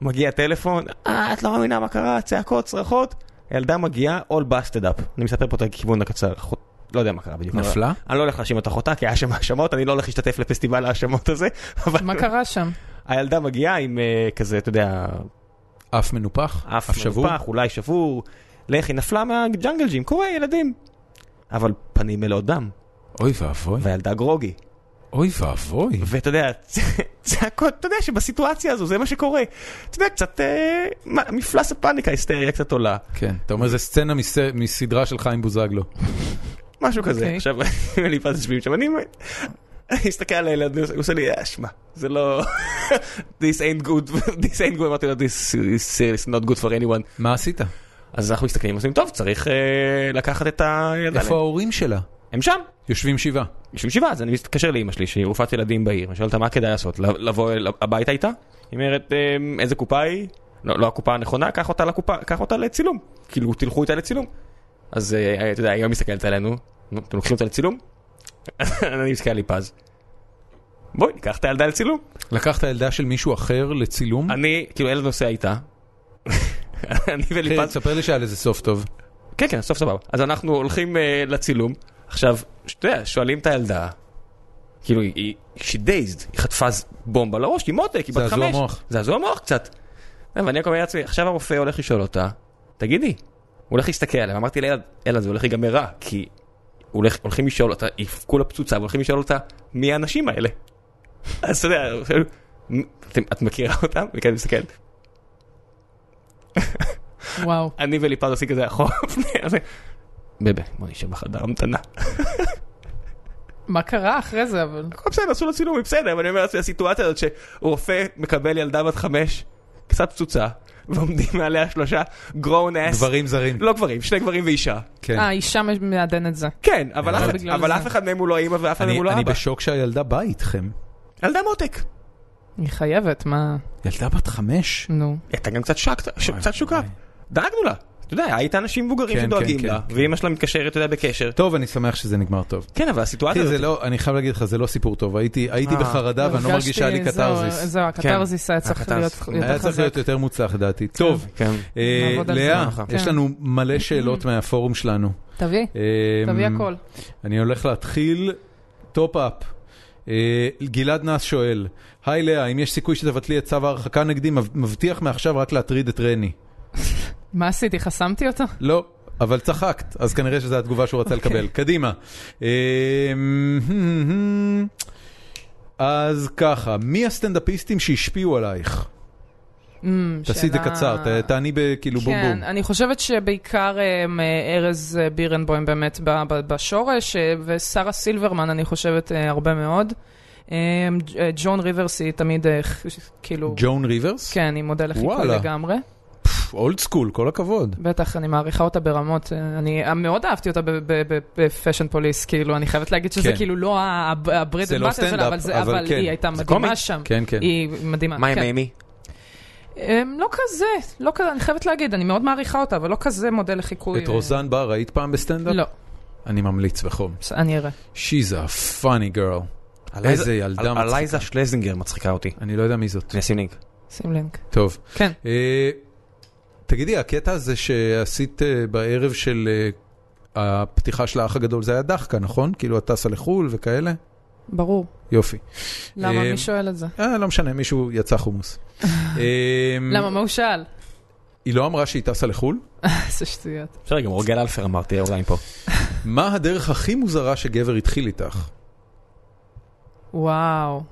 S2: מגיע טלפון, אה, את לא מאמינה מה קרה, צעקות, צרחות. הילדה מגיעה all busted up. אני מספר פה את הכיוון הקצר. אחות- לא יודע מה קרה בדיוק.
S1: נפלה?
S2: אני לא הולך להאשים את אחותה, כי היה שם האשמות, אני לא הולך להשתתף לפסטיבל ההאשמות הזה. אבל
S3: מה קרה שם?
S2: הילדה מגיעה עם אה, כזה, אתה יודע,
S1: אף מנופח?
S2: אף שבור, אולי שבור, לכי נפלה מהג'אנגל ג'ים, קורה ילדים. אבל פנים מלאות דם,
S1: אוי ואבוי.
S2: והילדה גרוגי.
S1: אוי ואבוי.
S2: ואתה יודע, *laughs* צ- צעקות, אתה יודע שבסיטואציה הזו זה מה שקורה. אתה יודע, קצת אה, מה- מפלס הפאניקה, היסטריה קצת עולה,
S1: כן. אתה אומר, זו סצנה מס- מסדרה של חיים בוזגלו.
S2: משהו כזה.
S3: אוקיי.
S2: עכשיו, *laughs* אני פז יושבים שם, אני *laughs* אני מסתכל על הילד, הוא עושה לי, אה, שמע, זה לא... *laughs* This ain't good, this ain't good, אמרתי לו, this is serious, not good for anyone.
S1: מה עשית?
S2: אז אנחנו מסתכלים, עושים טוב, צריך אה, לקחת את ה...
S1: איפה ההורים שלה?
S2: הם שם.
S1: יושבים שבעה.
S2: יושבים שבעה, אז אני מתקשר לאימא שלי, שהיא רופאת ילדים בעיר, אני שואל אותה מה כדאי לעשות, לב- לבוא אל- הביתה איתה? היא אומרת, "אמ, איזה קופה היא? לא, לא הקופה הנכונה, קח אותה לקופה, קח אותה לצילום. כאילו, תלכו איתה לצילום. אז אה, אתה יודע, האמא מסתכלת עלינו, "נו, אתם לוקחים אותה לצילום? *laughs* אני מסתכל על ליפז. בואי, ניקח את הילדה לצילום.
S1: לקחת ילדה של מישהו אחר לצילום?
S2: אני, כאילו, ילד נוסע איתה. *laughs* אני
S1: כן,
S2: וליפז
S1: תספר לי שהיה לזה סוף טוב.
S2: כן, כן, סוף סבבה. אז אנחנו הולכים אה, לצילום. עכשיו, שאתה יודע, שואלים את הילדה, כאילו, היא- היא, she dazed, היא חטפה ז- בומבה לראש, היא מותק, היא בת חמש.
S1: זעזוע מוח.
S2: זעזוע מוח קצת. אה, ואני רק אומר לעצמי, עכשיו הרופא הולך לשאול אותה, תגידי, הוא הולך להסתכל עליה, אמרתי לילד, אלא זה הולך להיגמר רע, כי הולך, הולכים לשאול אותה, היא כולה פצוצה, והולכים לשאול אותה, מי האנשים האלה? *laughs* אז אתה יודע, "מ- אתם- את מכירה אותם? וכאן מסתכלת,
S3: וואו.
S2: אני וליפז עושים כזה אחורה. *laughs* זה, בבה, בוא נשב בחדר המתנה.
S3: מה קרה אחרי זה, אבל...
S2: הכל בסדר, עשו לו צילום, היא בסדר, אבל אני אומר לעצמי, הסיטואציה הזאת שרופא מקבל ילדה בת חמש, קצת פצוצה, ועומדים מעליה שלושה grown ass,
S1: גברים זרים.
S2: לא גברים, שני גברים ואישה.
S1: כן.
S3: אה, אישה מעדנת זה.
S2: כן, אבל
S1: אה,
S2: אף-
S3: בגלל
S2: אבל
S3: זה.
S2: אף אחד מהם הוא לא אימא ואף אחד מהם
S1: אני
S2: הוא לא
S1: אני
S2: אבא.
S1: בשוק שהילדה באה איתכם.
S2: ילדה מותק.
S3: היא חייבת, מה...
S1: ילדה בת חמש?
S3: נו.
S2: הייתה גם קצת שוקת- ש- קצת שוקה. דאגנו לה. אתה יודע, היית אנשים מבוגרים
S1: כן,
S2: שדואגים
S1: כן,
S2: לה,
S1: כן.
S2: ואימא שלה מתקשרת, אתה יודע, בקשר.
S1: טוב, אני שמח שזה נגמר טוב.
S2: כן, אבל הסיטואציה
S1: תראי, זה
S2: הזאת...
S1: לא, אני חייב להגיד לך, זה לא סיפור טוב. הייתי הייתי
S2: אה.
S1: בחרדה ואני לא
S3: הרגשתי-
S1: מרגיש שהיה לי
S3: זהו,
S1: קתרזיס. כן.
S3: זהו, הקתרזיס היה צריך להיות
S2: הקתרזיס.
S3: יותר
S1: היה צריך
S3: חזק.
S1: להיות יותר מוצלח לדעתי. טוב,
S2: כן.
S1: אה,
S3: נעבוד על זה.
S1: לאה,
S3: כן.
S1: יש לנו מלא
S3: *clears throat*
S1: שאלות מהפורום שלנו.
S3: תביא,
S1: אה,
S3: תביא הכל.
S1: אני הולך להתחיל טופ-אפ. אה, גלעד נס שואל, היי לאה, אם יש סיכוי שתבטלי את צו ההרחקה נגדי, מב- מבטיח מעכשיו רק להטריד את רני.
S3: מה עשיתי? חסמתי אותו?
S1: לא, אבל צחקת, אז כנראה שזו התגובה שהוא רצה
S3: אוקיי.
S1: לקבל. קדימה. אה, אז ככה, מי הסטנדאפיסטים שהשפיעו עלייך?
S3: Mm,
S1: תעשי את זה
S3: שאלה-
S1: קצר, ת- תעני בכאילו בום בום.
S3: כן, אני חושבת שבעיקר אמ, אה, ארז אה, בירנבוים באמת ב- ב- בשורש, אה, ושרה סילברמן, אני חושבת, אה, הרבה מאוד. אמ, ג'- אה, ג'ון ריברס היא תמיד, אה, ח- כאילו,
S1: ג'ון ריברס?
S3: כן, היא מודל לחיקוי
S1: וואלה.
S3: לגמרי.
S1: אולד סקול, כל הכבוד.
S3: בטח, אני מעריכה אותה ברמות. אה, אני אה, מאוד אהבתי אותה בפאשן פוליס, כאילו, אני חייבת להגיד שזה
S1: כן.
S3: כאילו לא ה- הב- הברד
S1: זה
S3: אנד
S1: לא
S3: באטר
S1: סטנדאפ,
S3: שלה, אבל זה-
S1: אבל
S3: אבל
S1: כן.
S3: היא הייתה מדהימה
S2: קומי.
S3: שם.
S1: כן, כן.
S3: היא מדהימה.
S2: מה עם
S3: כן.
S2: אמי?
S3: אמ, לא כזה, לא כזה, אני חייבת להגיד, אני מאוד מעריכה אותה, אבל לא כזה מודל לחיקוי.
S1: את
S3: אה,
S1: רוזן בר ראית פעם בסטנדאפ?
S3: לא,
S1: אני ממליץ בחום.
S3: ס- אני אראה.
S1: She's a funny girl. איזה ילדה
S2: מצחיקה.
S1: מצחיקה.
S2: אלייזה שלזינגר מצחיקה אותי.
S1: אני לא יודע מי זאת.
S2: נשים לינק.
S3: שים לינק.
S1: טוב.
S3: כן.
S1: אה, תגידי, הקטע הזה שעשית אה, בערב של אה, הפתיחה של האח הגדול, זה היה דחקה, נכון? כאילו את טסה לחו"ל וכאלה?
S3: ברור.
S1: יופי.
S3: למה?
S1: אמ,
S3: מי שואל את זה?
S1: אה, לא משנה, מישהו יצא
S3: *laughs*
S1: חומוס. אה,
S3: למה? מה הוא שאל? *laughs*
S1: היא לא אמרה שהיא טסה לחו"ל?
S3: איזה שטויות.
S2: בסדר, גם רוגל אלפר אמרתי, אולי פה.
S1: מה הדרך הכי מוזרה שגבר התחיל איתך?
S3: וואו.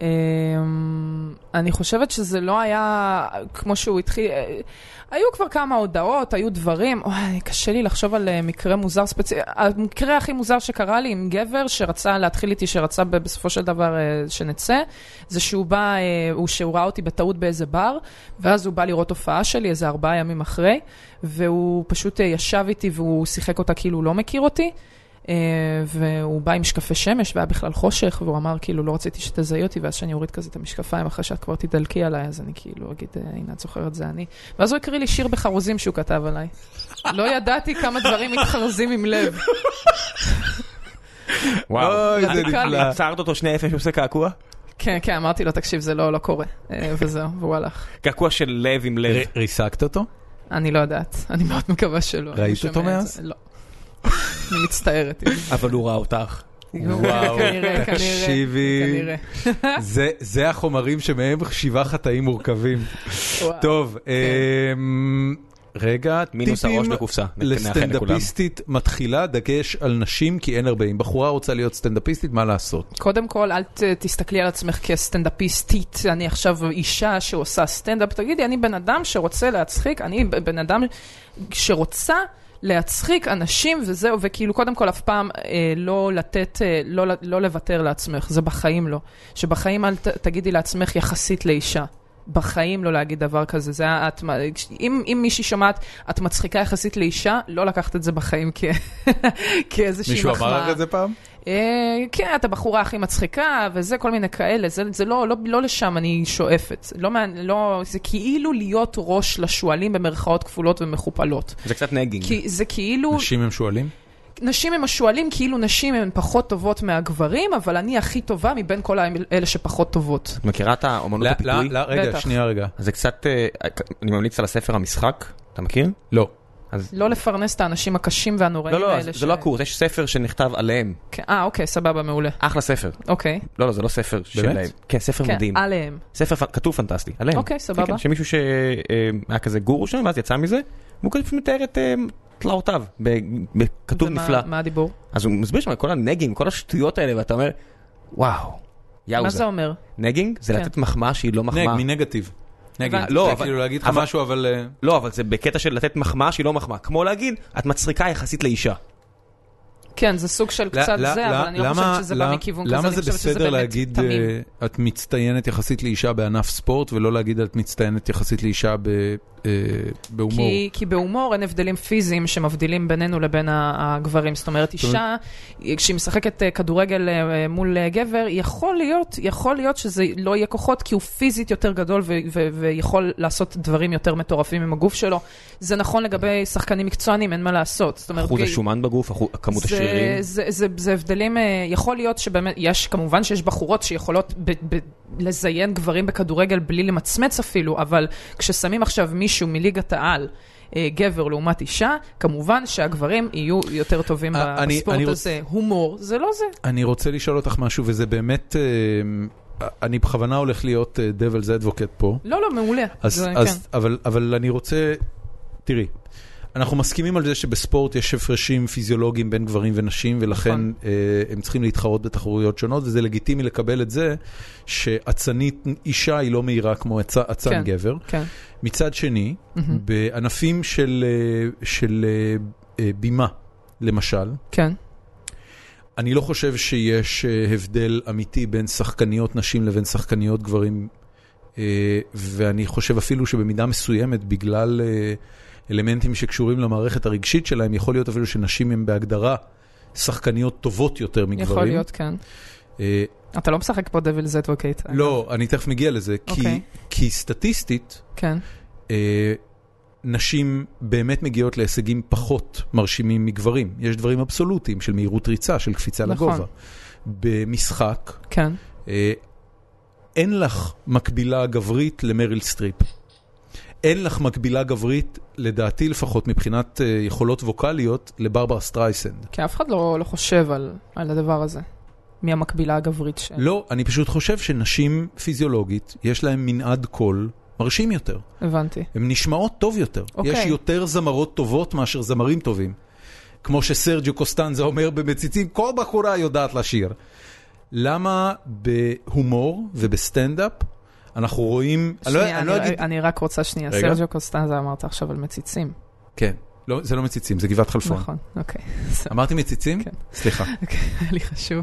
S3: אמ, אני חושבת שזה לא היה כמו שהוא התחיל, אה, היו כבר כמה הודעות, היו דברים, אוי, קשה לי לחשוב על אה, מקרה מוזר ספציפי, המקרה הכי מוזר שקרה לי עם גבר שרצה להתחיל איתי, שרצה ב- בסופו של דבר אה, שנצא, זה שהוא בא, אה, הוא שהוא ראה אותי בטעות באיזה בר, ואז הוא בא לראות הופעה שלי איזה ארבעה ימים אחרי, והוא פשוט אה, ישב איתי והוא שיחק אותה כאילו הוא לא מכיר אותי. אה, והוא בא עם משקפי שמש והיה בכלל חושך, והוא אמר כאילו לא רציתי שתזהי אותי, ואז שאני אוריד כזה את המשקפיים אחרי שאת כבר תדלקי עליי, אז אני כאילו אגיד, "אה, הנה את זוכרת זה אני. ואז הוא הקריא לי שיר בחרוזים שהוא כתב עליי. לא ידעתי כמה דברים מתחרזים עם לב.
S2: וואו.
S1: אוי, זה
S3: רדיקלי.
S1: נפלא.
S2: עצרת אותו שני אפס שעושה קעקוע?
S3: כן, כן, אמרתי לו, תקשיב, זה לא, לא קורה. אה, וזהו, והוא הלך.
S2: קעקוע של לב עם לב.
S1: ר- ריסקת אותו?
S3: אני לא יודעת, אני מאוד מקווה שלא.
S1: ראית
S3: הוא שומע
S1: אותו
S3: את זה.
S1: מאז?
S3: לא. אני מצטערת.
S2: אבל הוא ראה
S3: *laughs*
S2: אותך.
S1: וואו,
S3: כנראה, כנראה,
S1: תקשיבי.
S3: כנראה.
S1: זה- זה החומרים שמהם שבעה חטאים מורכבים.
S3: וואו.
S1: טוב,
S3: כן.
S1: אמ, רגע,
S2: מינוס
S1: טיפים
S2: הראש בקופסה. נ- נאחל לכולם.
S1: לסטנדאפיסטית מתחילה, דגש על נשים, כי אין הרבה. אם בחורה רוצה להיות סטנדאפיסטית, מה לעשות?
S3: קודם כל, אל ת, תסתכלי על עצמך כסטנדאפיסטית, אני עכשיו אישה שעושה סטנדאפ, תגידי, אני בן אדם שרוצה להצחיק, אני ב- בן אדם שרוצה להצחיק אנשים וזהו, וכאילו, קודם כל, אף פעם אה, לא לתת, אה, לא, ל- לא לוותר לעצמך, זה בחיים לא. שבחיים אל ת, תגידי לעצמך יחסית לאישה. בחיים לא להגיד דבר כזה, זה היה, את, אם, אם מישהי שומעת, את מצחיקה יחסית לאישה, לא לקחת את זה בחיים כ... *laughs* כאיזושהי
S1: מישהו
S3: מחמאה.
S1: אמר לך את זה פעם?
S3: אה, כן, את הבחורה הכי מצחיקה, וזה, כל מיני כאלה. זה, זה לא, לא, לא לשם אני שואפת. לא, מה- לא, זה כאילו להיות ראש לשועלים במרכאות כפולות ומכופלות.
S2: זה קצת נגינג.
S3: כי זה כאילו, נשים,
S1: נשים הם לא, שועלים?
S3: נשים הם השועלים, כאילו נשים הן פחות טובות מהגברים, אבל אני הכי טובה מבין כל האלה שפחות טובות.
S2: את מכירה את האומנות
S1: לא, לא,
S2: הפיתוי?
S1: לא, רגע,
S3: בטח.
S1: שנייה רגע.
S2: אז זה קצת, אה, אני ממליץ על הספר המשחק, אתה מכיר?
S1: לא.
S3: לא לפרנס את האנשים הקשים והנוראים
S2: לא, לא,
S3: האלה.
S2: אז זה לא הקורס, יש ספר שנכתב עליהם.
S3: כן, אה, אוקיי, סבבה, מעולה.
S2: אחלה ספר.
S3: אוקיי.
S2: לא, לא, זה לא ספר שלהם. כן, ספר
S3: כן,
S2: מדהים.
S3: עליהם.
S2: ספר פ- כתוב פנטסטי, עליהם.
S3: אוקיי, סבבה.
S2: כן, כן, שמישהו שהיה כזה גורו שם, ואז יצא מזה, והוא כזה פשוט מתאר את אה, תלאותיו, ב- ב- כתוב
S3: ומה-
S2: נפלא.
S3: מה הדיבור?
S2: אז הוא מסביר שם את כל הנגינג, כל השטויות האלה, ואתה אומר, וואו,
S3: מה זה
S2: יאוזה.
S3: אומר?
S2: נגינג זה
S3: כן.
S2: לתת מחמאה שהיא לא
S1: נג,
S2: מחמאה.
S1: מנגטיב. נגד.
S3: הבנתי.
S1: לא,
S2: זה
S1: אבל...
S2: כאילו
S1: כאילו להגיד
S2: לך
S1: לך משהו, אבל... אה,
S2: לא, אבל זה בקטע של לתת מחמאה שהיא לא מחמאה. כמו להגיד, את מצחיקה יחסית לאישה.
S3: כן, זה סוג של
S1: לא,
S3: קצת
S1: לא,
S3: זה, אבל אני לא
S1: למה-
S3: חושבת שזה בא
S1: למה-
S3: מכיוון כזה,
S1: למה
S3: אני
S1: זה
S3: חושבת שזה
S1: בסדר
S3: באמת
S1: להגיד
S3: תמים.
S1: אה, את מצטיינת יחסית לאישה בענף ספורט, ולא להגיד את מצטיינת יחסית לאישה ב- אה, בהומור?
S3: כי, כי בהומור אין הבדלים פיזיים שמבדילים בינינו לבין ה- הגברים. זאת אומרת, אישה, כשהיא משחקת אה, כדורגל אה, מול אה, גבר, יכול להיות, יכול להיות שזה לא יהיה כוחות, כי הוא פיזית יותר גדול ו- ו- ויכול לעשות דברים יותר מטורפים עם הגוף שלו. זה נכון לגבי שחקנים מקצוענים, אין מה לעשות. זאת אומרת,
S2: אחוז
S3: גיי-
S2: השומן בגוף, אחוז- כמות
S3: אוקיי. זה-
S2: השרירים.
S3: זה, זה, זה הבדלים, אה, יכול להיות שבאמת, יש, כמובן שיש בחורות שיכולות ב, ב, לזיין גברים בכדורגל בלי למצמץ אפילו, אבל כששמים עכשיו מישהו מליגת העל, אה, גבר לעומת אישה, כמובן שהגברים יהיו יותר טובים
S1: אה, אני-
S3: בספורט
S1: אני
S3: הזה. הומור, זה לא זה.
S1: אני רוצה לשאול אותך משהו, וזה באמת... אה, אני בכוונה הולך להיות דבלס אדבוקט פה.
S3: לא, לא, מעולה.
S1: אז,
S3: זה, כן.
S1: אז אבל, אבל אני רוצה, תראי, אנחנו מסכימים על זה שבספורט יש הפרשים פיזיולוגיים בין גברים ונשים, ולכן
S3: נכון.
S1: אה, הם צריכים להתחרות בתחרויות שונות, וזה לגיטימי לקבל את זה שאצנית אישה היא לא מהירה כמו אצ, אצן
S3: כן.
S1: גבר.
S3: כן,
S1: מצד שני, בענפים של, אה, של אה, אה, בימה, למשל,
S3: כן,
S1: אני לא חושב שיש אה, הבדל אמיתי בין שחקניות נשים לבין שחקניות גברים, אה, ואני חושב אפילו שבמידה מסוימת, בגלל אה, אלמנטים שקשורים למערכת הרגשית שלהם, יכול להיות אפילו שנשים הן בהגדרה שחקניות טובות יותר מגברים.
S3: יכול להיות, כן.
S1: אה,
S3: אתה לא משחק פה דביל זט ווקייט.
S1: לא, אני תכף מגיע לזה, כי,
S3: אוקיי.
S1: כי סטטיסטית,
S3: כן,
S1: אה, נשים באמת מגיעות להישגים פחות מרשימים מגברים. יש דברים אבסולוטיים של מהירות ריצה, של קפיצה
S3: נכון.
S1: לגובה. במשחק,
S3: כן.
S1: אה, אין לך מקבילה גברית למריל סטריפ. אין לך מקבילה גברית, לדעתי לפחות מבחינת אה, יכולות ווקאליות, לברברה סטרייסנד.
S3: כי אף אחד לא, לא חושב על, על הדבר הזה. מהמקבילה הגברית ש...
S1: לא, אני פשוט חושב שנשים פיזיולוגית, יש להן מנעד קול מרשים יותר.
S3: הבנתי.
S1: הן נשמעות טוב יותר.
S3: אוקיי.
S1: יש יותר זמרות טובות מאשר זמרים טובים. כמו שסרג'יו קוסטנזה אומר במציצים, כל בחורה יודעת לשיר. למה בהומור ובסטנדאפ אנחנו רואים... אני לא-
S3: שנייה,
S1: אני לא
S3: אני-
S1: אגיד...
S3: אני רק רוצה שנייה,
S1: רגע.
S3: סרג'ו קוסטנזה אמרת עכשיו על מציצים.
S1: כן. לא, זה לא מציצים, זה גבעת חלפון.
S3: נכון, אוקיי. *laughs*
S1: אמרתי מציצים?
S3: כן. *laughs*
S1: סליחה,
S3: אוקיי, היה לי חשוב.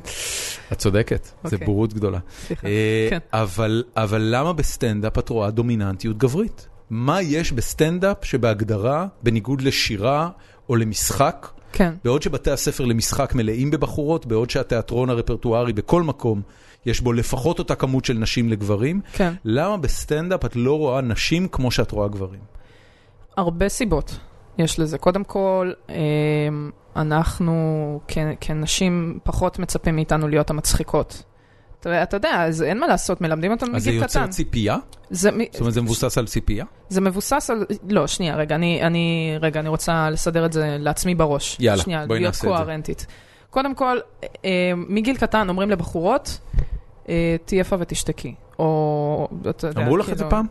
S1: את צודקת, זה
S3: אוקיי.
S1: בורות גדולה.
S3: סליחה.
S1: אה,
S3: כן.
S1: אבל אבל למה בסטנדאפ את רואה דומיננטיות גברית? מה יש בסטנדאפ שבהגדרה, בניגוד לשירה או למשחק,
S3: כן,
S1: בעוד שבתי הספר למשחק מלאים בבחורות, בעוד שהתיאטרון הרפרטוארי בכל מקום יש בו לפחות אותה כמות של נשים לגברים,
S3: כן.
S1: למה בסטנדאפ את לא רואה נשים כמו שאת רואה גברים?
S3: הרבה סיבות יש לזה. קודם כל, אמ, אנחנו כ- כנשים פחות מצפים מאיתנו להיות המצחיקות. אתה אתה יודע, אז אין מה לעשות, מלמדים אותנו
S1: אז זה
S3: מגיל
S1: יוצר
S3: קטן.
S1: ציפייה?
S3: זה מ-
S1: זאת אומרת, זה מבוסס על ציפייה?
S3: זה מבוסס על... לא, שנייה, רגע, אני, אני, רגע, אני רוצה לסדר את זה לעצמי בראש.
S1: יאללה,
S3: שנייה,
S1: בואי נעשה את זה.
S3: להיות קוהרנטית. קודם כל, אה, אה, מגיל קטן אומרים לבחורות, אה, תהיי יפה ותשתקי. או... אתה יודע,
S1: אמרו לך את זה
S3: כאילו,
S1: פעם?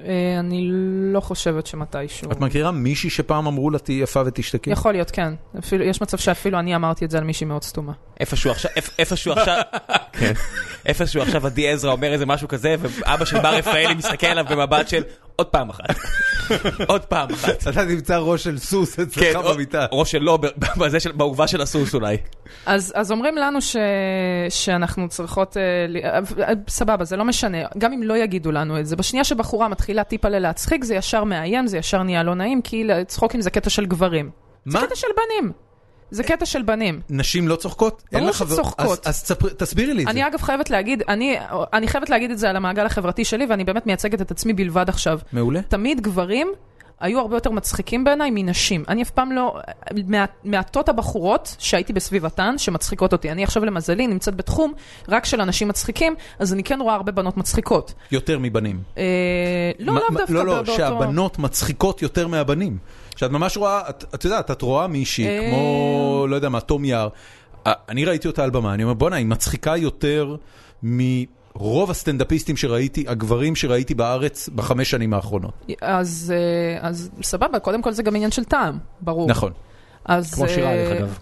S3: אה, אני לא חושבת שמתישהו.
S1: את מכירה מישהי שפעם אמרו לה תהיי יפה ותשתקי?
S3: יכול להיות, כן. אפילו, יש מצב שאפילו אני אמרתי את זה על מישהי מאוד סתומה.
S2: איפשהו עכשיו, איפ- איפשהו
S3: *laughs*
S2: עכשיו, כן. איפשהו עכשיו עדי עזרא אומר איזה משהו כזה, ואבא של בר רפאלי מסתכל עליו במבט של, עוד פעם
S3: *laughs*
S2: אחת. עוד פעם
S3: כן,
S2: אחת.
S1: אתה תמצא ראש של סוס
S2: כן,
S1: אצלך
S2: עוד-
S1: במיטה.
S2: ראש של לובר, בזה של- באורווה של הסוס אולי.
S3: אז, אז אומרים לנו ש, שאנחנו צריכות, אה, ל- אה, אה, סבבה, זה לא משנה, גם אם לא יגידו לנו את זה. בשנייה שבחורה מתחילה טיפלה להצחיק, זה ישר מאיים, זה ישר נהיה לא נעים, כי לצחוקים זה קטע של גברים.
S1: מה?
S3: זה קטע של בנים. זה קטע של בנים.
S1: נשים לא צוחקות? אין
S3: ברור
S1: לך חבר-
S3: שצוחקות.
S1: אז- אז תספר- תסבירי לי את זה.
S3: אני אגב חייבת להגיד, אני, אני חייבת להגיד את זה על המעגל החברתי שלי, ואני באמת מייצגת את עצמי בלבד עכשיו.
S1: מעולה.
S3: תמיד גברים היו הרבה יותר מצחיקים בעיניי מנשים. אני אף פעם לא... מה- מעטות הבחורות שהייתי בסביבתן שמצחיקות אותי. אני עכשיו למזלי נמצאת בתחום רק של אנשים מצחיקים, אז אני כן רואה הרבה בנות מצחיקות.
S1: יותר מבנים.
S3: אה, לא,
S1: מה-
S3: לאו
S1: מה-
S3: דווקא
S1: לא,
S3: בא-
S1: לא,
S3: באותו...
S1: שהבנות מצחיקות יותר מהבנים. שאת ממש רואה, את את יודעת, את רואה מישהי,
S3: אה.
S1: כמו, לא יודע מה, תום יער. אה, אני ראיתי אותה על במה, אני אומר, בואנה, היא מצחיקה יותר מרוב הסטנדאפיסטים שראיתי, הגברים שראיתי בארץ בחמש שנים האחרונות.
S3: אז, אה, אז סבבה, קודם כל זה גם עניין של טעם, ברור.
S1: נכון.
S3: אז,
S2: כמו שירה,
S3: אה,
S2: דרך אגב.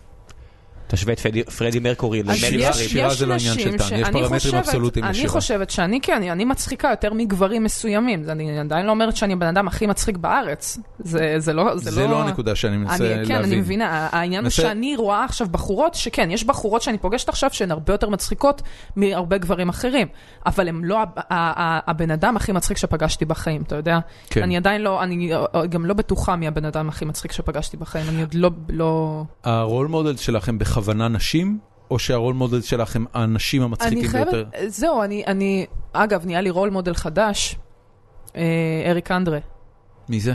S2: תשווה את פדי- פרדי מרקורי
S3: אז
S2: למרי
S3: יש-
S2: פרי.
S1: שירה
S3: יש
S1: זה לא עניין של
S3: נשים
S1: טעם, יש
S3: שאני
S1: פרמטרים
S3: חושבת-
S1: אבסולוטיים
S3: אני
S1: לשירה.
S3: חושבת שאני כן, אני מצחיקה יותר מגברים מסוימים. זה- אני עדיין לא אומרת שאני הבן אדם הכי מצחיק בארץ. זה זה לא...
S1: זה לא הנקודה שאני מנסה
S3: אני,
S1: להבין.
S3: כן, אני מבינה, ה- העניין הוא
S1: מנסה-
S3: שאני רואה עכשיו בחורות, שכן, יש בחורות שאני פוגשת עכשיו שהן הרבה יותר מצחיקות מהרבה גברים אחרים, אבל הן לא ה- ה- ה- הבן אדם הכי מצחיק שפגשתי בחיים, אתה יודע?
S1: כן.
S3: אני עדיין לא, אני אה, גם לא בטוחה מי הבן אדם הכי מצחיק שפגשתי בחיים, אני עוד לא, לא...
S1: הרול מודל שלכם בכוונה נשים, או שהרול מודל שלכם הנשים
S3: אני
S1: המצחיקים
S3: חייבת,
S1: ביותר?
S3: זהו, אני, אני, אגב, נהיה לי רול מודל חדש, אה, אריק אנדרה.
S1: מי זה?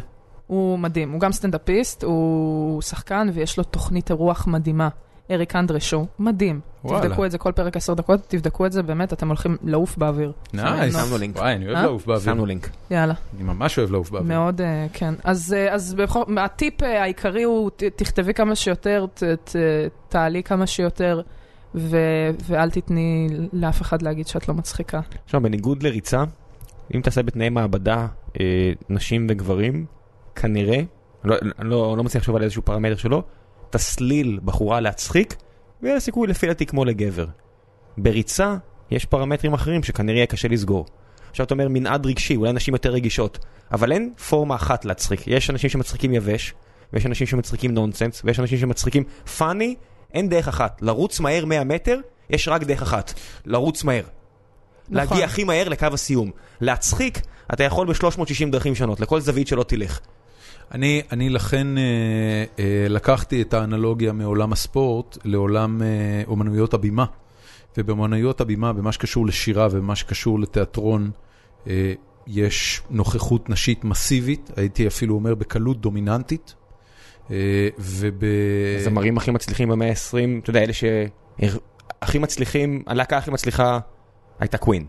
S3: הוא מדהים, הוא גם סטנדאפיסט, הוא שחקן ויש לו תוכנית אירוח מדהימה. אריק אנדרה שואו, מדהים.
S1: וואלה.
S3: תבדקו את זה כל פרק עשר דקות, תבדקו את זה, באמת, אתם הולכים לעוף באוויר.
S1: נייס.
S3: שמנו
S2: לינק.
S1: וואי, אני
S3: אה?
S1: אוהב לעוף באוויר.
S2: שמנו לינק.
S3: יאללה,
S1: אני ממש אוהב לעוף באוויר.
S3: מאוד, אה, כן. אז, אה, אז בכל, הטיפ אה, העיקרי הוא, ת- תכתבי כמה שיותר, ת- ת- תעלי כמה שיותר, ו, ואל תתני לאף אחד להגיד שאת לא מצחיקה.
S2: עכשיו, בניגוד לריצה, אם תעשה בתנאי מעבדה אה, נשים וגברים, כנראה, לא- אני לא לא מצליח לחשוב על איזשהו פרמטר שלו, תסליל בחורה להצחיק, ויהיה סיכוי לפי דעתי כמו לגבר. בריצה, יש פרמטרים אחרים שכנראה יהיה קשה לסגור. עכשיו אתה אומר מנעד רגשי, אולי נשים יותר רגישות, אבל אין פורמה אחת להצחיק. יש אנשים שמצחיקים יבש, ויש אנשים שמצחיקים נונסנס, ויש אנשים שמצחיקים פאני, אין דרך אחת. לרוץ מהר 100 מטר, יש רק דרך אחת, לרוץ מהר.
S3: נכון.
S2: להגיע הכי מהר לקו הסיום. להצחיק, אתה יכול ב-360 דרכים שונות, לכל זווית שלא תלך.
S1: אני, אני לכן אה, אה, לקחתי את האנלוגיה מעולם הספורט לעולם אה, אומנויות הבימה. ובאומנויות הבימה, במה שקשור לשירה ובמה שקשור לתיאטרון, אה, יש נוכחות נשית מסיבית, הייתי אפילו אומר בקלות דומיננטית. אה, וב...
S2: הזמרים אה, הכי מצליחים במאה ה-20, אתה יודע, אלה שהכי מצליחים, הלהקה הכי מצליחה הייתה קווין.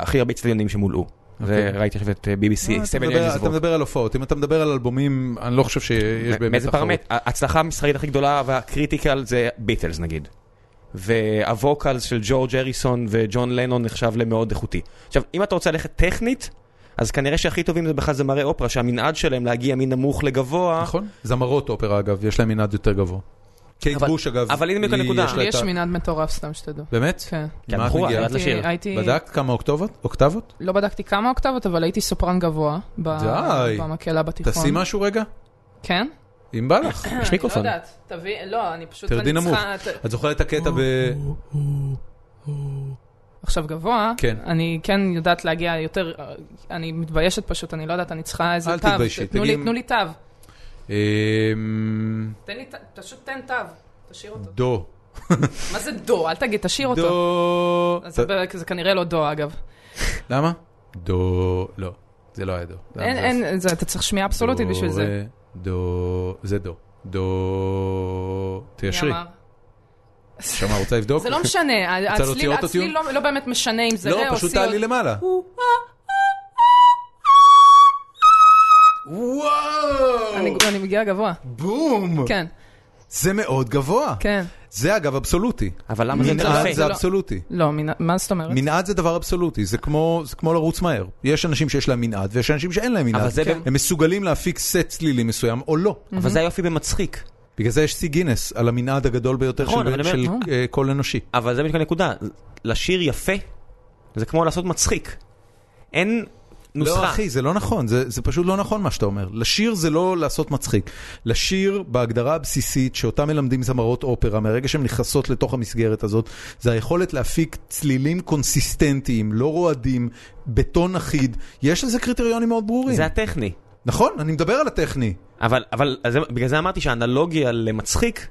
S2: הכי הרבה אצטדיונים שמולאו.
S1: אוקיי.
S2: וראיתי עכשיו את אה,
S1: אה,
S2: BBC,
S1: אתה
S2: סבל
S1: מדבר-
S2: אנג'לס
S1: אתה
S2: ווק.
S1: מדבר על הופעות, אם אתה מדבר על אלבומים, אני לא חושב שיש באמת
S2: מאיזה
S1: תחרות.
S2: פרמט? ההצלחה המסחרית הכי גדולה והקריטיקל זה ביטלס נגיד. והווקלס של ג'ורג' אריסון וג'ון לנון נחשב למאוד איכותי. עכשיו, אם אתה רוצה ללכת טכנית, אז כנראה שהכי טובים זה בכלל זמרי אופרה, שהמנעד שלהם להגיע מנמוך לגבוה.
S1: נכון. זמרות אופרה אגב, יש להם מנעד יותר גבוה. קייט
S2: אבל-
S1: בוש אגב,
S2: אבל הנה בדיוק
S1: היא-
S2: הנקודה.
S1: יש לה את
S3: יש
S1: ה-
S3: מנעד מטורף, סתם שתדעו.
S1: באמת?
S3: כן.
S2: כי
S1: מה את
S2: הבחורה,
S1: מגיעה?
S2: ידעת לשיר.
S3: הייתי- הייתי...
S1: בדקת כמה אוקטובות? אוקטבות?
S3: לא בדקתי כמה אוקטבות, אבל הייתי סופרן גבוה. ב-
S1: די.
S3: במקהלה בתיכון.
S1: תעשי משהו רגע,
S3: כן?
S1: אם בא
S3: *coughs*
S1: לך.
S2: יש מיקרופון.
S3: אני לא יודעת, תביא, לא, אני פשוט...
S1: תרדי
S3: אני
S1: נמוך.
S3: צריכה- ת-
S1: את זוכרת את הקטע ב...
S3: עכשיו גבוה,
S1: כן.
S3: אני כן יודעת להגיע יותר, אה, אני מתביישת פשוט, אני לא יודעת, אני צריכה איזה
S1: אל
S3: תו.
S1: תתביישי,
S3: תנו לי-
S1: תגידי-
S3: תנו לי תו.
S1: אמ,
S3: תן לי, ת- פשוט תן תו, תשאיר אותו.
S1: דו.
S3: מה זה דו? אל תגיד, תשאיר אותו.
S1: דו.
S3: אז זה ב- זה כנראה לא דו, אגב.
S1: למה? דו. לא, זה לא היה דו.
S3: אין, אין, זה- אתה צריך שמיעה אבסולוטית בשביל
S1: דו, אה,
S3: זה.
S1: רה, דו. זה דו. דו.
S3: מי
S1: תיישרי.
S3: אמר?
S1: שמע, רוצה לבדוק?
S3: זה לא משנה, ה-
S1: רוצה להוציא
S3: הצליל
S1: אוטוטיון?
S3: הצליל לא לא באמת משנה אם זה
S1: לא,
S3: רה או
S1: פשוט
S3: סי או
S1: תעלי למעלה.
S3: אני
S1: וואו!
S3: אני מגיעה גבוה.
S1: בום!
S3: כן,
S1: זה מאוד גבוה.
S3: כן.
S1: זה אגב אבסולוטי.
S2: אבל למה זה
S1: מנעד
S2: יפה?
S1: זה
S3: לא.
S1: אבסולוטי.
S3: לא, מנ- מה זאת אומרת?
S1: מנעד זה דבר אבסולוטי, זה כמו, זה כמו לרוץ מהר. יש אנשים שיש להם מנעד ויש אנשים שאין להם מנעד.
S2: אבל זה
S1: הם מסוגלים להפיק סט צלילים מסוים או לא.
S2: אבל זה היופי במצחיק.
S1: בגלל זה יש שיא גינס על המנעד הגדול ביותר
S2: נכון,
S1: של,
S2: אבל
S1: של
S2: אני
S1: אה, קול אנושי.
S2: אבל זה בדיוק הנקודה, לשיר יפה זה כמו לעשות מצחיק. אין
S9: נוסחה.
S1: לא, אחי, זה לא נכון, זה, זה פשוט לא נכון מה שאתה אומר. לשיר זה לא לעשות מצחיק. לשיר, בהגדרה הבסיסית שאותה מלמדים זמרות אופרה, מהרגע שהן נכנסות לתוך המסגרת הזאת, זה היכולת להפיק צלילים קונסיסטנטיים, לא רועדים, בטון אחיד. יש לזה קריטריונים מאוד ברורים.
S9: זה הטכני.
S1: נכון, אני מדבר על הטכני.
S9: אבל, אבל אז זה- בגלל זה אמרתי שהאנלוגיה למצחיק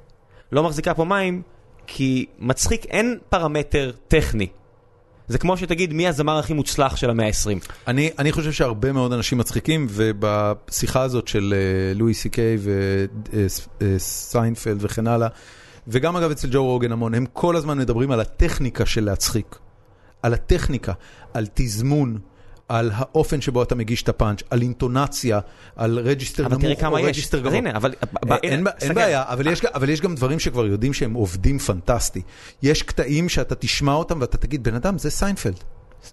S9: לא מחזיקה פה מים, כי מצחיק אין פרמטר טכני. זה כמו שתגיד מי הזמר הכי מוצלח של המאה ה-20.
S1: אני, אני חושב שהרבה מאוד אנשים מצחיקים, ובשיחה הזאת של אה, לואי סי קיי אה, וסיינפלד וכן הלאה, וגם אגב אצל ג'ו רוגן המון, הם כל הזמן מדברים על הטכניקה של להצחיק. על הטכניקה, על תזמון, על האופן שבו אתה מגיש את הפאנץ', על אינטונציה, על רג'יסטר
S9: אבל תראה
S1: נמוך או
S9: כמה יש.
S1: רג'יסטר
S9: אז
S1: גבוה.
S9: הנה, אה, אבל... ב-
S1: אין, אין,
S9: הנה,
S1: אין
S9: סגר.
S1: בעיה, אבל יש, גם- אבל יש גם דברים שכבר יודעים שהם עובדים פנטסטי. יש קטעים שאתה תשמע אותם ואתה תגיד, בן אדם, זה סיינפלד.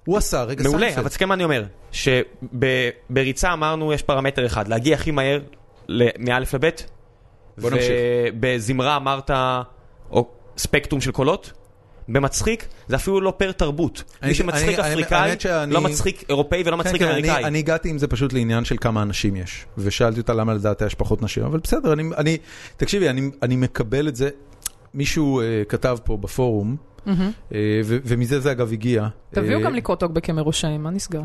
S1: הוא עשה רגע
S9: מעולה,
S1: סיינפלד.
S9: אבל תסתכל מה אני אומר. שבריצה אמרנו יש פרמטר אחד, להגיע הכי מהר ל- מאלף לבית.
S1: בוא נמשיך.
S9: ובזמרה אמרת או, ספקטרום של קולות. במצחיק זה אפילו לא פר תרבות.
S1: אני-
S9: מי שמצחיק
S1: אני-
S9: אפריקאי,
S1: האמת שאני-
S9: לא מצחיק אירופאי ולא מצחיק
S1: כן, כן,
S9: אמריקאי.
S1: אני, אני הגעתי עם זה פשוט לעניין של כמה אנשים יש, ושאלתי אותה למה לדעתה יש פחות נשים, אבל בסדר, אני, אני תקשיבי, אני, אני מקבל את זה. מישהו אה, כתב פה בפורום, אה, ו, ומזה זה אגב הגיע.
S3: תביאו
S1: אה,
S3: גם לקרות אוגבקים מרושעים, מה נסגר?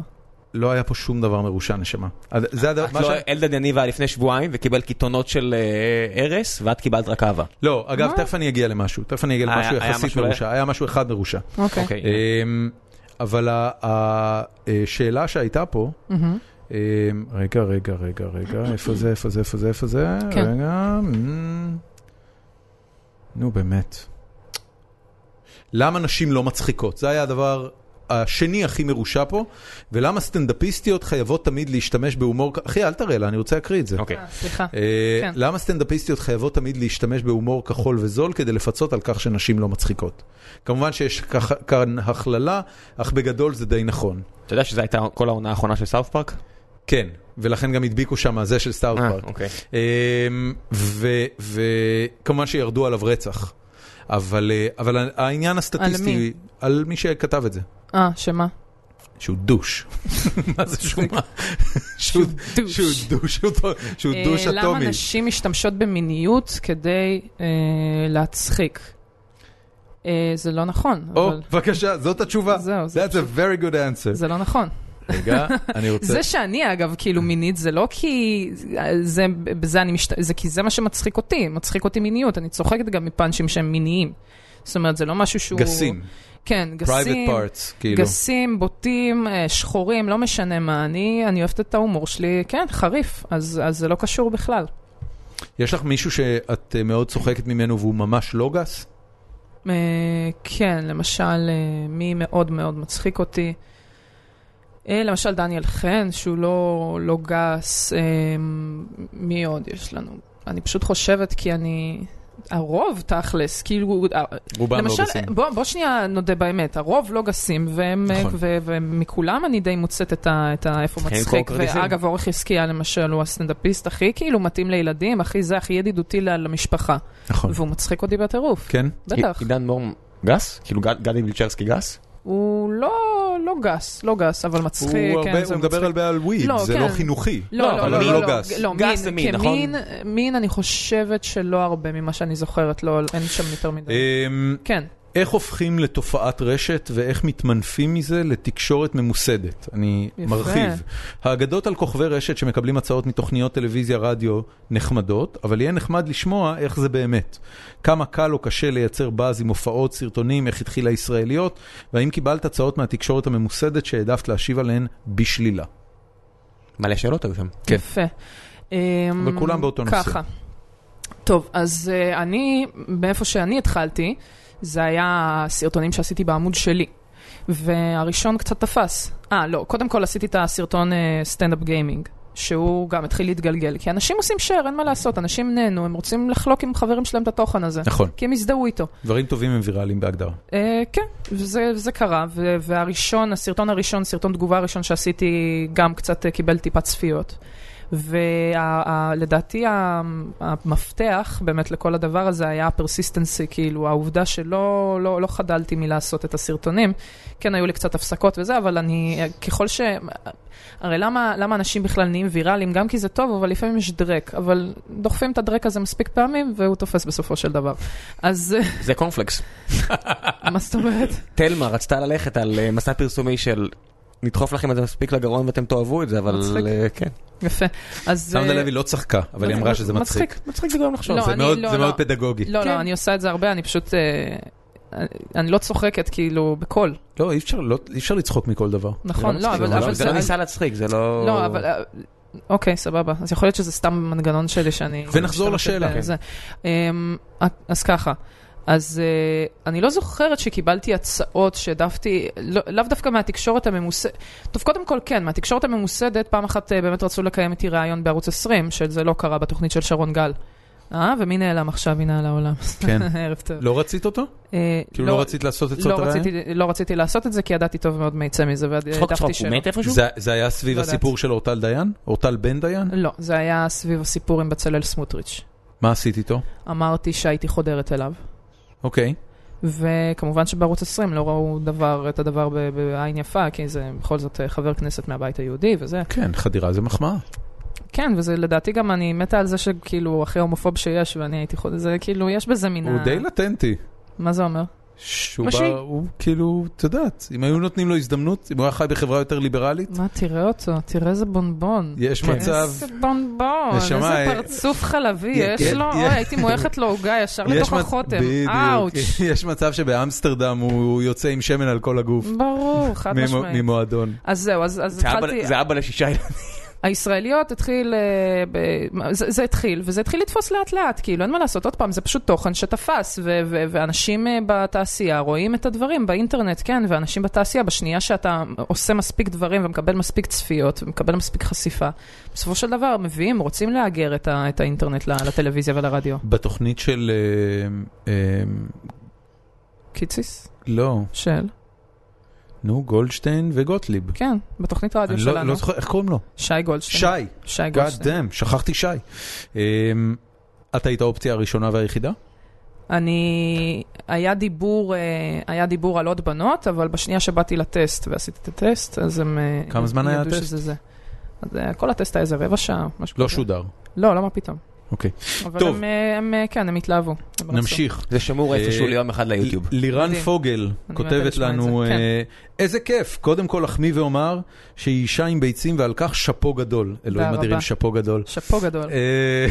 S1: לא היה פה שום דבר מרושע, נשמה. אז זה הדבר,
S9: את
S1: מה
S9: לא,
S1: ש...
S9: אלדד יניב היה לפני שבועיים וקיבל קיתונות של אה, ארס, ואת קיבלת רק אהבה.
S1: לא, אגב,
S3: מה?
S1: תכף אני אגיע למשהו, תכף אני אגיע
S9: היה-
S1: למשהו
S9: היה
S1: יחסית
S9: משהו
S1: מרושע, היה משהו אחד מרושע.
S3: אוקיי.
S9: אוקיי.
S1: אמ, אבל ה- ה- השאלה שהייתה פה,
S3: מהמם.
S1: אמ, רגע, רגע, רגע, רגע, איפה זה, איפה זה, איפה זה, איפה זה,
S3: כן.
S1: רגע, אמ, נו באמת. למה נשים לא מצחיקות? זה היה הדבר השני הכי מרושע פה, ולמה סטנדאפיסטיות חייבות תמיד להשתמש בהומור, כ- אחי, אל תראה לה, אני רוצה להקריא את זה.
S9: אוקיי.
S3: אה, סליחה.
S1: אה,
S3: כן.
S1: למה סטנדאפיסטיות חייבות תמיד להשתמש בהומור כחול וזול כדי לפצות על כך שנשים לא מצחיקות? כמובן שיש ככה- כאן הכללה, אך בגדול זה די נכון.
S9: אתה יודע שזו הייתה כל העונה האחרונה של סאוף פארק?
S1: כן, ולכן גם הדביקו שם זה של סטארט
S9: אה,
S1: פארק.
S9: אוקיי.
S1: אמ, וכמובן שירדו עליו רצח. אבל, אה, אבל ה- העניין הסטטיסטי,
S3: על מי?
S1: על מי שכתב את זה,
S3: אה, שמה?
S1: שהוא דוש. *laughs* מה זה שהוא מה? *laughs* שהוא
S3: דוש.
S1: שהוא דוש, שהוא- שהוא
S3: אה,
S1: דוש
S3: למה
S1: אטומי.
S3: נשים משתמשות במיניות כדי אה, להצחיק? אה, זה לא נכון,
S1: או,
S3: אבל
S1: בבקשה, זאת התשובה.
S3: זהו, זה
S1: That's a very good answer.
S3: זה לא נכון.
S1: רגע, *laughs* אני רוצה...
S3: זה שאני אגב כאילו מינית זה לא כי זה, בזה אני משת... זה כי זה מה שמצחיק אותי, מצחיק אותי מיניות, אני צוחקת גם מפאנצ'ים שהם מיניים. זאת אומרת זה לא משהו שהוא...
S1: גסים,
S3: כן,
S1: private
S3: גסים.
S1: parts, כאילו.
S3: גסים, בוטים, אה, שחורים, לא משנה מה, אני, אני אוהבת את ההומור שלי, כן, חריף, אז, אז זה לא קשור בכלל.
S1: יש לך מישהו שאת אה, מאוד צוחקת ממנו והוא ממש לא גס?
S3: אה, כן, למשל, אה, מי מאוד מאוד מצחיק אותי? אה, למשל דניאל חן, שהוא לא, לא גס, אה, מי עוד יש לנו? אני פשוט חושבת כי אני... הרוב תכלס, כאילו, אה,
S1: רובם לא
S3: למשל, אה,
S1: גסים.
S3: בוא, בוא שנייה נודה באמת, הרוב לא גסים, והם,
S1: נכון. כן,
S3: ו, ומכולם אני די מוצאת את, ה, את ה, איפה
S9: צריכים
S3: מצחיק.
S9: למכור כרטיסים.
S3: ואגב, אורך חזקיה למשל הוא הסטנדאפיסט הכי כאילו מתאים לילדים, הכי זה, הכי ידידותי ל- למשפחה.
S1: נכון.
S3: והוא מצחיק אותי בטירוף,
S1: כן?
S3: בטח.
S9: עידן מור גס? כאילו גד- גדי וילצ'רסקי גס?
S3: הוא לא, לא גס, לא גס, אבל מצחיק,
S1: הוא
S3: כן,
S1: הרבה-
S3: זה
S1: הוא מדבר
S3: מצחיק.
S1: הרבה על וויד,
S3: לא,
S1: זה
S3: כן.
S1: לא חינוכי.
S3: לא,
S9: לא,
S3: לא,
S1: אבל
S3: לא,
S1: מין
S3: לא,
S1: לא גס.
S3: לא,
S9: גס
S3: מין,
S9: זה מין, נכון?
S3: כמין, מין אני חושבת שלא הרבה ממה שאני זוכרת, לא, אין שם יותר מדי.
S1: אמ,
S3: כן,
S1: איך הופכים לתופעת רשת ואיך מתמנפים מזה לתקשורת ממוסדת? אני
S3: יפה.
S1: מרחיב. האגדות על כוכבי רשת שמקבלים הצעות מתוכניות טלוויזיה, רדיו, נחמדות, אבל יהיה נחמד לשמוע איך זה באמת. כמה קל או קשה לייצר באז עם הופעות, סרטונים, איך התחילה ישראליות, והאם קיבלת הצעות מהתקשורת הממוסדת שהעדפת להשיב עליהן בשלילה.
S9: מלא שאלות היו שם.
S1: כן.
S3: יפה. אמ,
S1: וכולם באותו נושא.
S3: ככה. טוב, אז אה, אני, מאיפה שאני התחלתי, זה היה סרטונים שעשיתי בעמוד שלי. והראשון קצת תפס. אה, לא, קודם כל עשיתי את הסרטון אה, סטנדאפ גיימינג, שהוא גם התחיל להתגלגל, כי אנשים עושים שייר, אין מה לעשות, אנשים נהנו, הם רוצים לחלוק עם חברים שלהם את התוכן הזה.
S1: נכון,
S3: כי הם הזדהו איתו.
S1: דברים טובים הם ויראליים בהגדרה.
S3: אה, כן, וזה, וזה קרה, ו- והראשון, הסרטון הראשון, סרטון תגובה הראשון שעשיתי, גם קצת אה, קיבל טיפה צפיות. ולדעתי המפתח באמת לכל הדבר הזה היה הפרסיסטנסי, כאילו העובדה שלא לא, לא חדלתי מלעשות את הסרטונים. כן, היו לי קצת הפסקות וזה, אבל אני, אה, ככל ש... הרי למה, למה אנשים בכלל נהיים ויראליים? גם כי זה טוב, אבל לפעמים יש דרק. אבל דוחפים את הדרק הזה מספיק פעמים, והוא תופס בסופו של דבר. אז... אה,
S2: זה קורנפלקס.
S3: מה זאת אומרת?
S2: תלמה רצתה ללכת על אה, מסע פרסומי של נדחוף לכם את זה מספיק לגרון ואתם תאהבו את זה, אבל
S3: מצחיק.
S2: אה, כן.
S3: יפה. אז...
S1: סמנה
S3: אה,
S1: לוי לא צחקה, אבל היא אמרה שזה מצחיק.
S2: מצחיק, מצחיק זה גורם לחשוב.
S3: לא,
S1: זה
S3: אני-
S1: מאוד-
S3: לא,
S1: זה
S3: לא.
S1: מאוד פדגוגי.
S3: לא, לא, אני עושה את זה הרבה, אני פשוט... אה, אני- אני לא צוחקת כאילו בקול,
S1: לא, אי אפשר, לא, אי אפשר לצחוק מכל דבר.
S3: נכון,
S1: זה
S3: לא,
S1: מצחיק,
S3: אבל-
S1: זה
S3: אבל
S1: ממש-
S2: זה לא ניסה להצחיק, זה לא...
S3: לא, אבל... אה, אוקיי, סבבה. אז יכול להיות שזה סתם מנגנון שלי שאני...
S1: ונחזור
S3: משתמשת
S1: לשאלה.
S3: בזה. אמ, אז ככה. אז אה, אני לא זוכרת שקיבלתי הצעות שהעדפתי, לא- לאו דווקא מהתקשורת הממוסדת, טוב, קודם כל כן, מהתקשורת הממוסדת, פעם אחת אה, באמת רצו לקיים איתי ראיון בערוץ 20, שזה לא קרה בתוכנית של שרון גל. אה, ומי נעלם עכשיו? הנה על העולם.
S1: כן.
S3: *laughs* ערב טוב.
S1: לא רצית אותו?
S3: אה,
S1: כאילו לא רצית לעשות את
S3: לא
S1: סוד הרעיון?
S3: רציתי- לא רציתי לעשות את זה, כי ידעתי טוב מאוד מה יצא מזה,
S2: צחוק צחוק,
S3: והעדפתי
S2: הוא
S3: שלא.
S2: מת איפשהו?
S1: זה- זה היה סביב
S3: לא יודעת.
S1: הסיפור של אורטל דיין? אורטל בן דיין?
S3: לא, זה היה סביב הסיפור עם בצלאל סמוטריץ'.
S1: מה עשית איתו?
S3: אמרתי שהייתי חודרת אליו.
S1: אוקיי.
S3: וכמובן שבערוץ 20 לא ראו דבר, את הדבר ב- בעין יפה, כי זה בכל זאת אה, חבר כנסת מהבית היהודי וזה.
S1: כן, חדירה זה מחמאה.
S3: כן, וזה לדעתי גם, אני מתה על זה שכאילו הכי הומופוב שיש, ואני הייתי חודרת, זה כאילו, יש בזה מן ה...
S1: הוא די לא- לטנטי.
S3: מה זה אומר?
S1: שהוא
S2: מה
S1: בא,
S2: שהיא-
S1: הוא כאילו, את יודעת, אם היו נותנים לו הזדמנות, אם הוא היה חי בחברה יותר ליברלית,
S3: מה, תראה אותו, תראה איזה בונבון.
S1: יש
S2: כן.
S1: מצב,
S3: איזה בונבון,
S1: נשמה,
S3: איזה
S1: אה,
S3: פרצוף חלבי
S1: יה-
S3: יש
S1: יה-
S3: לו,
S1: יה-
S3: אוי, הייתי מועכת לו עוגה ישר
S1: יש
S3: לתוך
S1: מצ-
S3: החותם,
S1: בדיוק.
S3: אאוץ'.
S1: *laughs* יש מצב שבאמסטרדם הוא יוצא עם שמן על כל הגוף,
S3: ברור, חד
S1: כן. ממו-
S3: משמעית.
S1: ממועדון.
S3: אז זהו, אז אז
S2: זה אבא-
S3: התחלתי,
S2: זה אבא לשישה ילדים.
S3: הישראליות התחיל, אה, ב- זה, זה התחיל, וזה התחיל לתפוס לאט לאט, כאילו אין מה לעשות, עוד פעם, זה פשוט תוכן שתפס, ו- ו- ואנשים אה, בתעשייה רואים את הדברים באינטרנט, כן, ואנשים בתעשייה, בשנייה שאתה עושה מספיק דברים ומקבל מספיק צפיות ומקבל מספיק חשיפה, בסופו של דבר מביאים, רוצים לאגר את, ה- את האינטרנט ל- לטלוויזיה ולרדיו.
S1: בתוכנית של, אה, אה,
S3: קיציס?
S1: לא,
S3: של?
S1: נו, גולדשטיין וגוטליב.
S3: כן, בתוכנית הרדיו
S1: אני לא-
S3: שלנו.
S1: לא זוכר, איך קוראים לו?
S3: שי גולדשטיין.
S1: שי,
S3: שי
S1: God
S3: גולדשטיין.
S1: damn, שכחתי שי. אה, אתה היית האופציה הראשונה והיחידה?
S3: אני, היה דיבור, אה, היה דיבור על עוד בנות, אבל בשנייה שבאתי לטסט ועשיתי את הטסט, אז הם אה,
S1: כמה זמן היה
S3: ידעו
S1: הטסט?
S3: שזה זה. אז אה, כל הטסט היה איזה רבע שעה, משהו
S1: לא
S3: כזה.
S1: שודר.
S3: לא, לא, מה פתאום.
S1: אוקיי.
S3: אבל
S1: טוב.
S3: הם, אה, הם, אה, כן, הם התלהבו. הם רצו.
S1: נמשיך.
S2: זה שמור
S1: אה,
S2: איפשהו ליום אחד ליוטיוב.
S1: ל- לירן
S3: מדהים.
S1: פוגל
S3: מתה
S1: כותבת
S3: לשמוע את
S1: לנו,
S3: זה, כן.
S1: אה, איזה כיף, קודם כל אחמיא ואומר שהיא אישה עם ביצים ועל כך שאפו גדול. אלוהים
S3: רבה.
S1: אדירים, שאפו גדול.
S3: שאפו גדול,
S1: אה,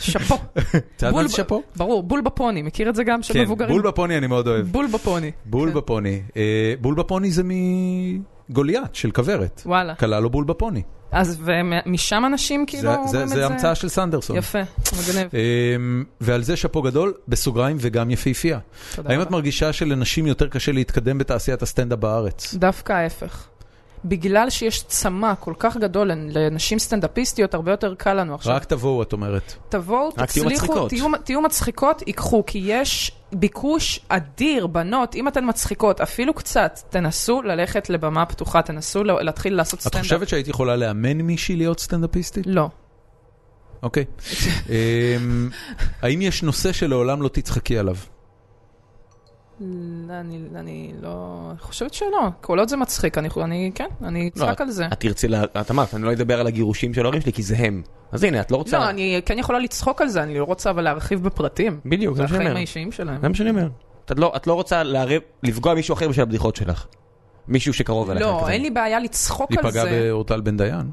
S3: שאפו,
S1: את יודעת מה
S3: בול
S1: זה
S3: ב-
S1: שאפו?
S3: ברור, בול בפוני, מכיר את זה גם של
S1: כן,
S3: מבוגרים?
S1: בול בפוני אני מאוד אוהב.
S3: בול בפוני,
S1: בול
S3: כן.
S1: בפוני. אה, בול בפוני זה מגוליית של כוורת.
S3: וואלה.
S1: כלה לו בול בפוני.
S3: אז ומשם אנשים כאילו
S1: כן. זה-
S3: אומרים את
S1: זה
S3: זה?
S1: זה המצאה של סנדרסון.
S3: יפה, מגניב,
S1: אמ, ועל זה שאפו גדול, בסוגריים וגם יפהפייה.
S3: תודה
S1: האם
S3: רבה.
S1: את מרגישה שלנשים יותר קשה להתקדם בתעשיית הסטנדאפ בארץ?
S3: דווקא ההפך. בגלל שיש צמא כל כך גדול לנ- לנשים סטנדאפיסטיות, הרבה יותר קל לנו עכשיו.
S1: רק תבואו, את אומרת.
S3: תבואו,
S2: רק תהיו
S3: תצליחו,
S2: מצחיקות.
S3: תהיו, תהיו מצחיקות, ייקחו, כי יש ביקוש אדיר, בנות, אם אתן מצחיקות, אפילו קצת, תנסו ללכת לבמה פתוחה, תנסו ל- להתחיל לעשות
S1: את
S3: סטנדאפ.
S1: חושבת שהיית יכולה לאמן מישהי להיות סטנדאפיסטית?
S3: לא.
S1: אוקיי. אמ, האם יש נושא שלעולם לא תצחקי עליו?
S3: אני, אני לא... חושבת שלא. כל עוד זה מצחיק, אני, אני כן, אני אצחק
S2: לא,
S3: על זה.
S2: את תרצי, לה- את אמרת, אני לא אדבר על הגירושים של ההורים שלי כי זה הם. אז הנה, את לא רוצה...
S3: לא, אני כן יכולה לצחוק על זה, אני לא רוצה אבל להרחיב בפרטים.
S2: בדיוק, זה
S3: זה
S2: מה שאני
S3: החיים
S2: אומר.
S3: האישיים שלהם.
S2: זה מה שאני אומר. את לא- את לא רוצה לערב- לפגוע מישהו אחר בשביל הבדיחות שלך. מישהו שקרוב אליך.
S3: לא,
S2: כזה.
S3: אין לי בעיה לצחוק
S1: היא
S3: על
S1: פגעה
S3: זה.
S1: באורטל בן דיין?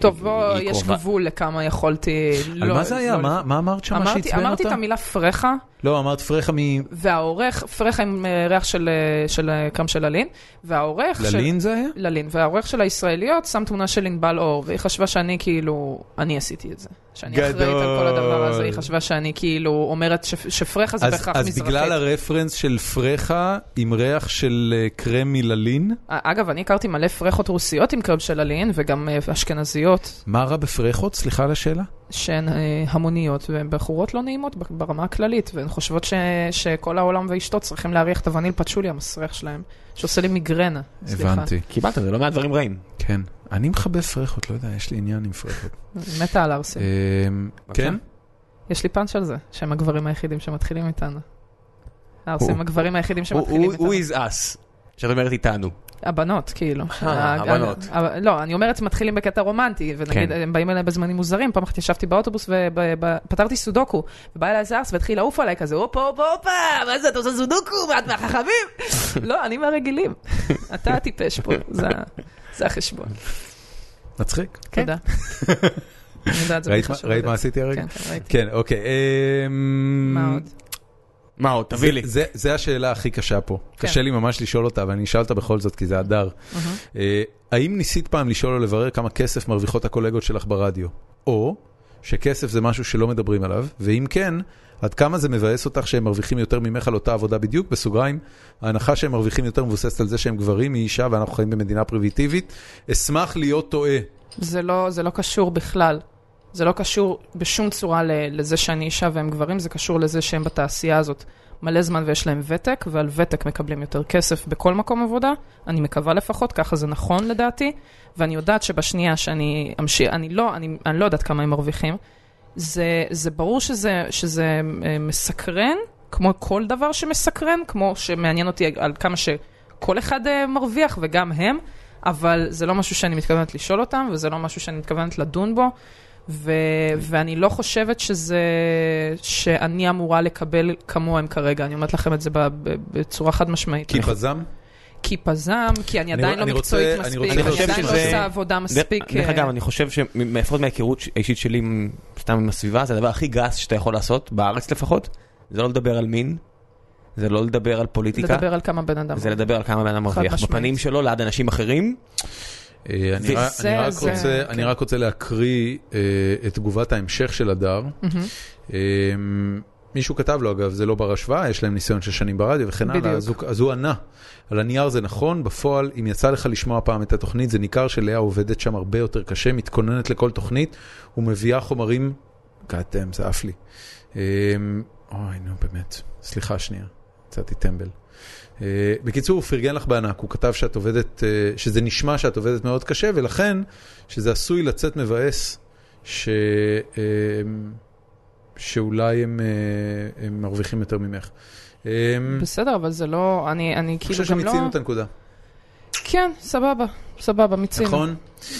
S3: טוב,
S2: היא-
S3: בוא,
S2: אה, היא
S3: יש
S2: קרובה.
S3: גבול לכמה יכולתי...
S1: אה, על
S3: לא-
S1: מה זה היה?
S3: לא-
S1: מה מה אמרת שם
S3: אמרתי-
S1: שעצבן
S3: אמרתי את
S1: אותה?
S3: המילה פרחה,
S1: לא, אמרת פרחה מ...
S3: והעורך, פרחה עם אה, ריח של, אה, של אה, קרם של ללין, והעורך... של-
S1: ללין זה היה?
S3: ללין, והעורך של הישראליות שם תמונה של ענבל אור, והיא חשבה שאני כאילו, אני עשיתי את זה. שאני
S1: גדול.
S3: אחראית על כל הדבר הזה, היא חשבה שאני כאילו אומרת ש- שפרחה זה
S1: אז-
S3: בהכרח
S1: אז
S3: מזרחית.
S1: בגלל הרפרנס של פרחה עם ריח של אה, קרם מללין,
S3: אגב, אני הכרתי מלא פרחות רוסיות עם קרם של ללין, וגם אה, אשכנזיות,
S1: מה רע בפרחות? סליחה על השאלה.
S3: שהן אה, המוניות, והן בחורות לא נעימות ב- ברמה הכללית, והן חושבות ש- שכל העולם ואשתו צריכים להריח את הווניל פצ'ולי המסריח שלהם, שעושה לי מיגרנה. סליחה.
S1: הבנתי,
S2: קיבלת, זה לא מעט דברים רעים.
S1: כן. אני מכבה פרחות, לא יודע, יש לי עניין עם פרחות.
S3: מתה על ערסים.
S2: אה,
S1: אמ, כן?
S3: יש לי פאנץ' על זה, שהם הגברים היחידים שמתחילים איתנו. הערסים
S2: הוא-
S3: הגברים היחידים
S2: הוא-
S3: שמתחילים
S2: הוא
S3: איתנו.
S2: הוא is us, שאת אומרת איתנו.
S3: הבנות, כאילו.
S1: אה,
S3: ה-
S2: הבנות.
S3: ה- לא, אני אומרת, מתחילים בקטע רומנטי, ונגיד,
S2: כן.
S3: הם באים אליי בזמנים מוזרים, פעם אחת ישבתי באוטובוס ופתרתי סודוקו, ובא אליי איזה ארס והתחיל לעוף עליי כזה, הופה, הופה, הופה, מה זה, את עושה סודוקו, מה, את מהחכמים? *laughs* לא, אני
S1: *laughs*
S3: מהרגילים. אתה הטיפש פה, זה ה- זה החשבון.
S1: מצחיק.
S3: תודה. אני יודעת, כן, זה
S1: כן. ראית מה-
S3: חשוב
S1: ראית
S3: לדעת.
S1: מה עשיתי הרגע?
S3: כן, כן, ראיתי.
S1: כן, אוקיי. אמ,
S3: מה עוד?
S2: מה עוד? תביא לי.
S1: זה, זה השאלה הכי קשה פה.
S3: כן.
S1: קשה לי ממש לשאול אותה, אבל אני אשאל אותה בכל זאת, כי זה הדר. אה, האם ניסית פעם לשאול או לברר כמה כסף מרוויחות הקולגות שלך ברדיו? או שכסף זה משהו שלא מדברים עליו, ואם כן, עד כמה זה מבאס אותך שהם מרוויחים יותר ממך על אותה עבודה בדיוק? בסוגריים, ההנחה שהם מרוויחים יותר מבוססת על זה שהם גברים, היא אישה ואנחנו חיים במדינה פרימיטיבית. אשמח להיות טועה.
S3: זה לא, זה לא קשור בכלל. זה לא קשור בשום צורה ל- לזה שאני אישה והם גברים, זה קשור לזה שהם בתעשייה הזאת מלא זמן ויש להם ותק, ועל ותק מקבלים יותר כסף בכל מקום עבודה. אני מקווה לפחות, ככה זה נכון לדעתי, ואני יודעת שבשנייה שאני אמשיך, אני לא, אני, אני לא יודעת כמה הם מרוויחים. זה, זה ברור שזה, שזה אה, מסקרן, כמו כל דבר שמסקרן, כמו שמעניין אותי על כמה שכל אחד אה, מרוויח וגם הם, אבל זה לא משהו שאני מתכוונת לשאול אותם, וזה לא משהו שאני מתכוונת לדון בו, ו, ואני לא חושבת שזה, שאני אמורה לקבל כמוהם כרגע, אני אומרת לכם את זה ב- ב- בצורה חד משמעית.
S1: כי פזם?
S3: כי פזם, כי אני
S1: אני
S3: עדיין
S1: רוצ-
S3: לא
S1: אני
S3: מקצועית
S1: רוצה- אני
S3: מספיק,
S1: רוצה
S3: אני
S2: להוסיף
S3: עדיין לא
S2: שזה-
S3: עושה עבודה מספיק.
S2: דרך
S3: אה,
S2: אגב, אני חושב שלפחות מההיכרות ש- האישית שלי עם- סתם עם הסביבה, זה הדבר הכי גס שאתה יכול לעשות, בארץ לפחות, זה לא לדבר על מין, זה לא לדבר על פוליטיקה,
S3: לדבר על כמה בן אדם.
S2: זה לדבר על כמה בן אדם מרוויח.
S3: משמעית.
S2: בפנים שלו, ליד אנשים אחרים,
S1: אה, אני רק-
S3: זה-
S1: אני רק
S3: זה-
S1: רוצה-
S3: כן.
S1: אני רק רוצה להקריא אה, את תגובת ההמשך של הדר.
S3: מהמם.
S1: אמ, מישהו כתב לו, אגב, זה לא בר השוואה, יש להם ניסיון של שנים ברדיו וכן הלאה,
S3: בדיוק.
S1: אז הוא, אז הוא ענה. על הנייר זה נכון, בפועל, אם יצא לך לשמוע פעם את התוכנית, זה ניכר שלאה עובדת שם הרבה יותר קשה, מתכוננת לכל תוכנית ומביאה חומרים... גאטם, זה עף לי. אמ, אוי, נו, באמת. סליחה שנייה, יצאתי טמבל. אה, בקיצור, הוא פרגן לך בענק, הוא כתב שאת עובדת, אה, שזה נשמע שאת עובדת מאוד קשה, ולכן שזה עשוי לצאת מבאס, ש... אה, שאולי הם, אה, הם מרוויחים יותר ממך. אה, אני
S3: בסדר, אבל זה לא, אני אני
S1: חושב
S3: כאילו גם לא...
S1: שמיצינו את הנקודה,
S3: כן, סבבה, סבבה, מיצינו.
S1: נכון?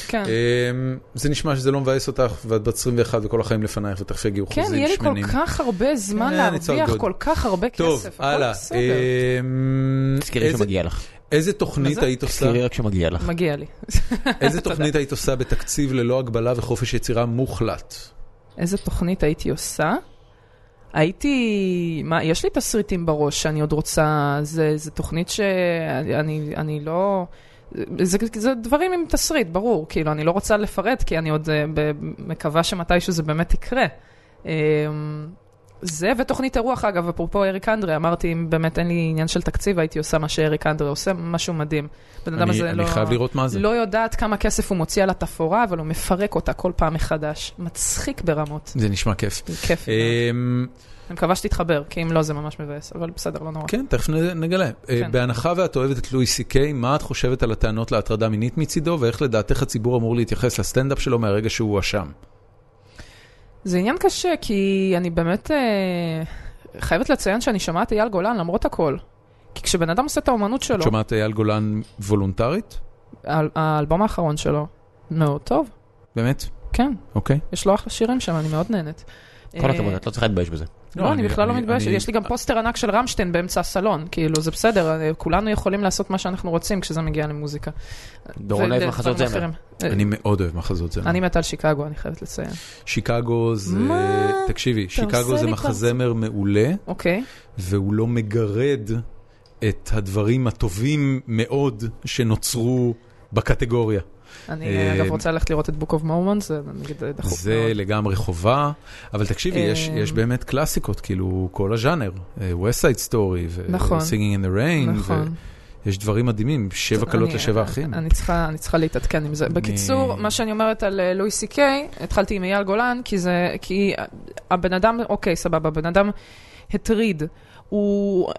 S3: כן.
S1: אה, זה נשמע שזה לא מבאס אותך, ואת בת 21 וכל החיים לפנייך, ותכף יגיעו
S3: כן,
S1: חוזים
S3: יהיה לי כל
S1: שמנים.
S3: כך הרבה זמן
S1: כן, it's all
S3: להרוויח
S1: good.
S3: כל כך הרבה
S1: טוב,
S3: כסף. הכל
S1: הלאה.
S3: בסדר.
S1: אה,
S10: תזכירי
S1: איזה-
S10: שמגיע לך.
S1: איזה
S3: מה
S1: תוכנית
S3: זה?
S1: היית עושה?
S10: תזכירי רק שמגיע
S1: אה,
S10: לך.
S3: מגיע לי. *laughs*
S1: איזה תוכנית היית עושה בתקציב ללא הגבלה וחופש יצירה מוחלט?
S3: איזה תוכנית הייתי עושה? הייתי, מה, יש לי תסריטים בראש שאני עוד רוצה, זה, זה תוכנית שאני אני לא, זה, זה דברים עם תסריט, ברור, כאילו, אני לא רוצה לפרט, כי אני עוד אה, ב, מקווה שמתישהו זה באמת יקרה. אה, זה ותוכנית אירוח, אגב, אפרופו אריק אנדרה, אמרתי, אם באמת אין לי עניין של תקציב, הייתי עושה מה שאריק אנדרה עושה, משהו מדהים. בן אדם הזה
S1: אני אני
S3: לא...
S1: חייב לראות מה זה.
S3: לא יודעת כמה כסף הוא מוציא על התפאורה, אבל הוא מפרק אותה כל פעם מחדש. מצחיק ברמות.
S1: זה נשמע כיף.
S3: זה כיף. מאוד.
S1: אה,
S3: אני מקווה שתתחבר, כי אם לא זה ממש מבאס, אבל בסדר, לא נורא.
S1: כן, תכף נ- נגלה. אה,
S3: כן.
S1: בהנחה ואת אוהבת את לואי סי קיי, מה את חושבת על הטענות להטרדה מינית מצידו, ואיך לדעתך הציבור אמור להתייחס לסטנדאפ שלו מהרגע שהוא הואשם?
S3: זה עניין קשה, כי אני באמת אה, חייבת לציין שאני שומעת אייל גולן למרות הכל. כי כשבן אדם עושה את האומנות
S1: את
S3: שלו,
S1: שומעת אה, אייל גולן וולונטרית?
S3: האל- האלבום האחרון שלו, מאוד טוב,
S1: באמת?
S3: כן,
S1: אוקיי.
S3: יש לו אחלה שירים שם, אני מאוד נהנית.
S10: כל
S3: אה,
S10: הכבוד, את לא צריכה להתבייש בזה.
S3: לא, אני בכלל לא מתביישת, יש לי גם פוסטר ענק של רמשטיין באמצע הסלון, כאילו, זה בסדר, אה, כולנו יכולים לעשות מה שאנחנו רוצים כשזה מגיע למוזיקה.
S10: דורון אוהב
S3: ולדברים
S10: מחזות זמר.
S3: אחרים. אה,
S1: אני מאוד אוהב מחזות זמר.
S3: אני מתה על שיקגו, אני חייבת לציין.
S1: שיקגו זה...
S3: מה?
S1: תקשיבי, שיקגו
S3: עושה
S1: זה
S3: לי כבר-
S1: מחזמר מעולה,
S3: אוקיי,
S1: והוא לא מגרד את הדברים הטובים מאוד שנוצרו בקטגוריה.
S3: אני אה, אגב
S1: אה,
S3: רוצה ללכת לראות את Book of Mormon, זה נגיד אה, דחוף
S1: זה
S3: מאוד.
S1: לגמרי חובה, אבל תקשיבי, יש,
S3: אמ,
S1: יש באמת קלאסיקות, כאילו כל הז'אנר, אה, West Side Story, ו-
S3: נכון.
S1: Singing in the Rain,
S3: נכון.
S1: ויש דברים מדהימים, שבע קלות
S3: אני-
S1: לשבע אחים.
S3: אני צריכה, אני צריכה להתעדכן עם זה. בקיצור, מה שאני אומרת על אה, לואי סי קיי, התחלתי עם אייל גולן, כי זה, כי הבן אדם, אוקיי, סבבה, הבן אדם הטריד. הוא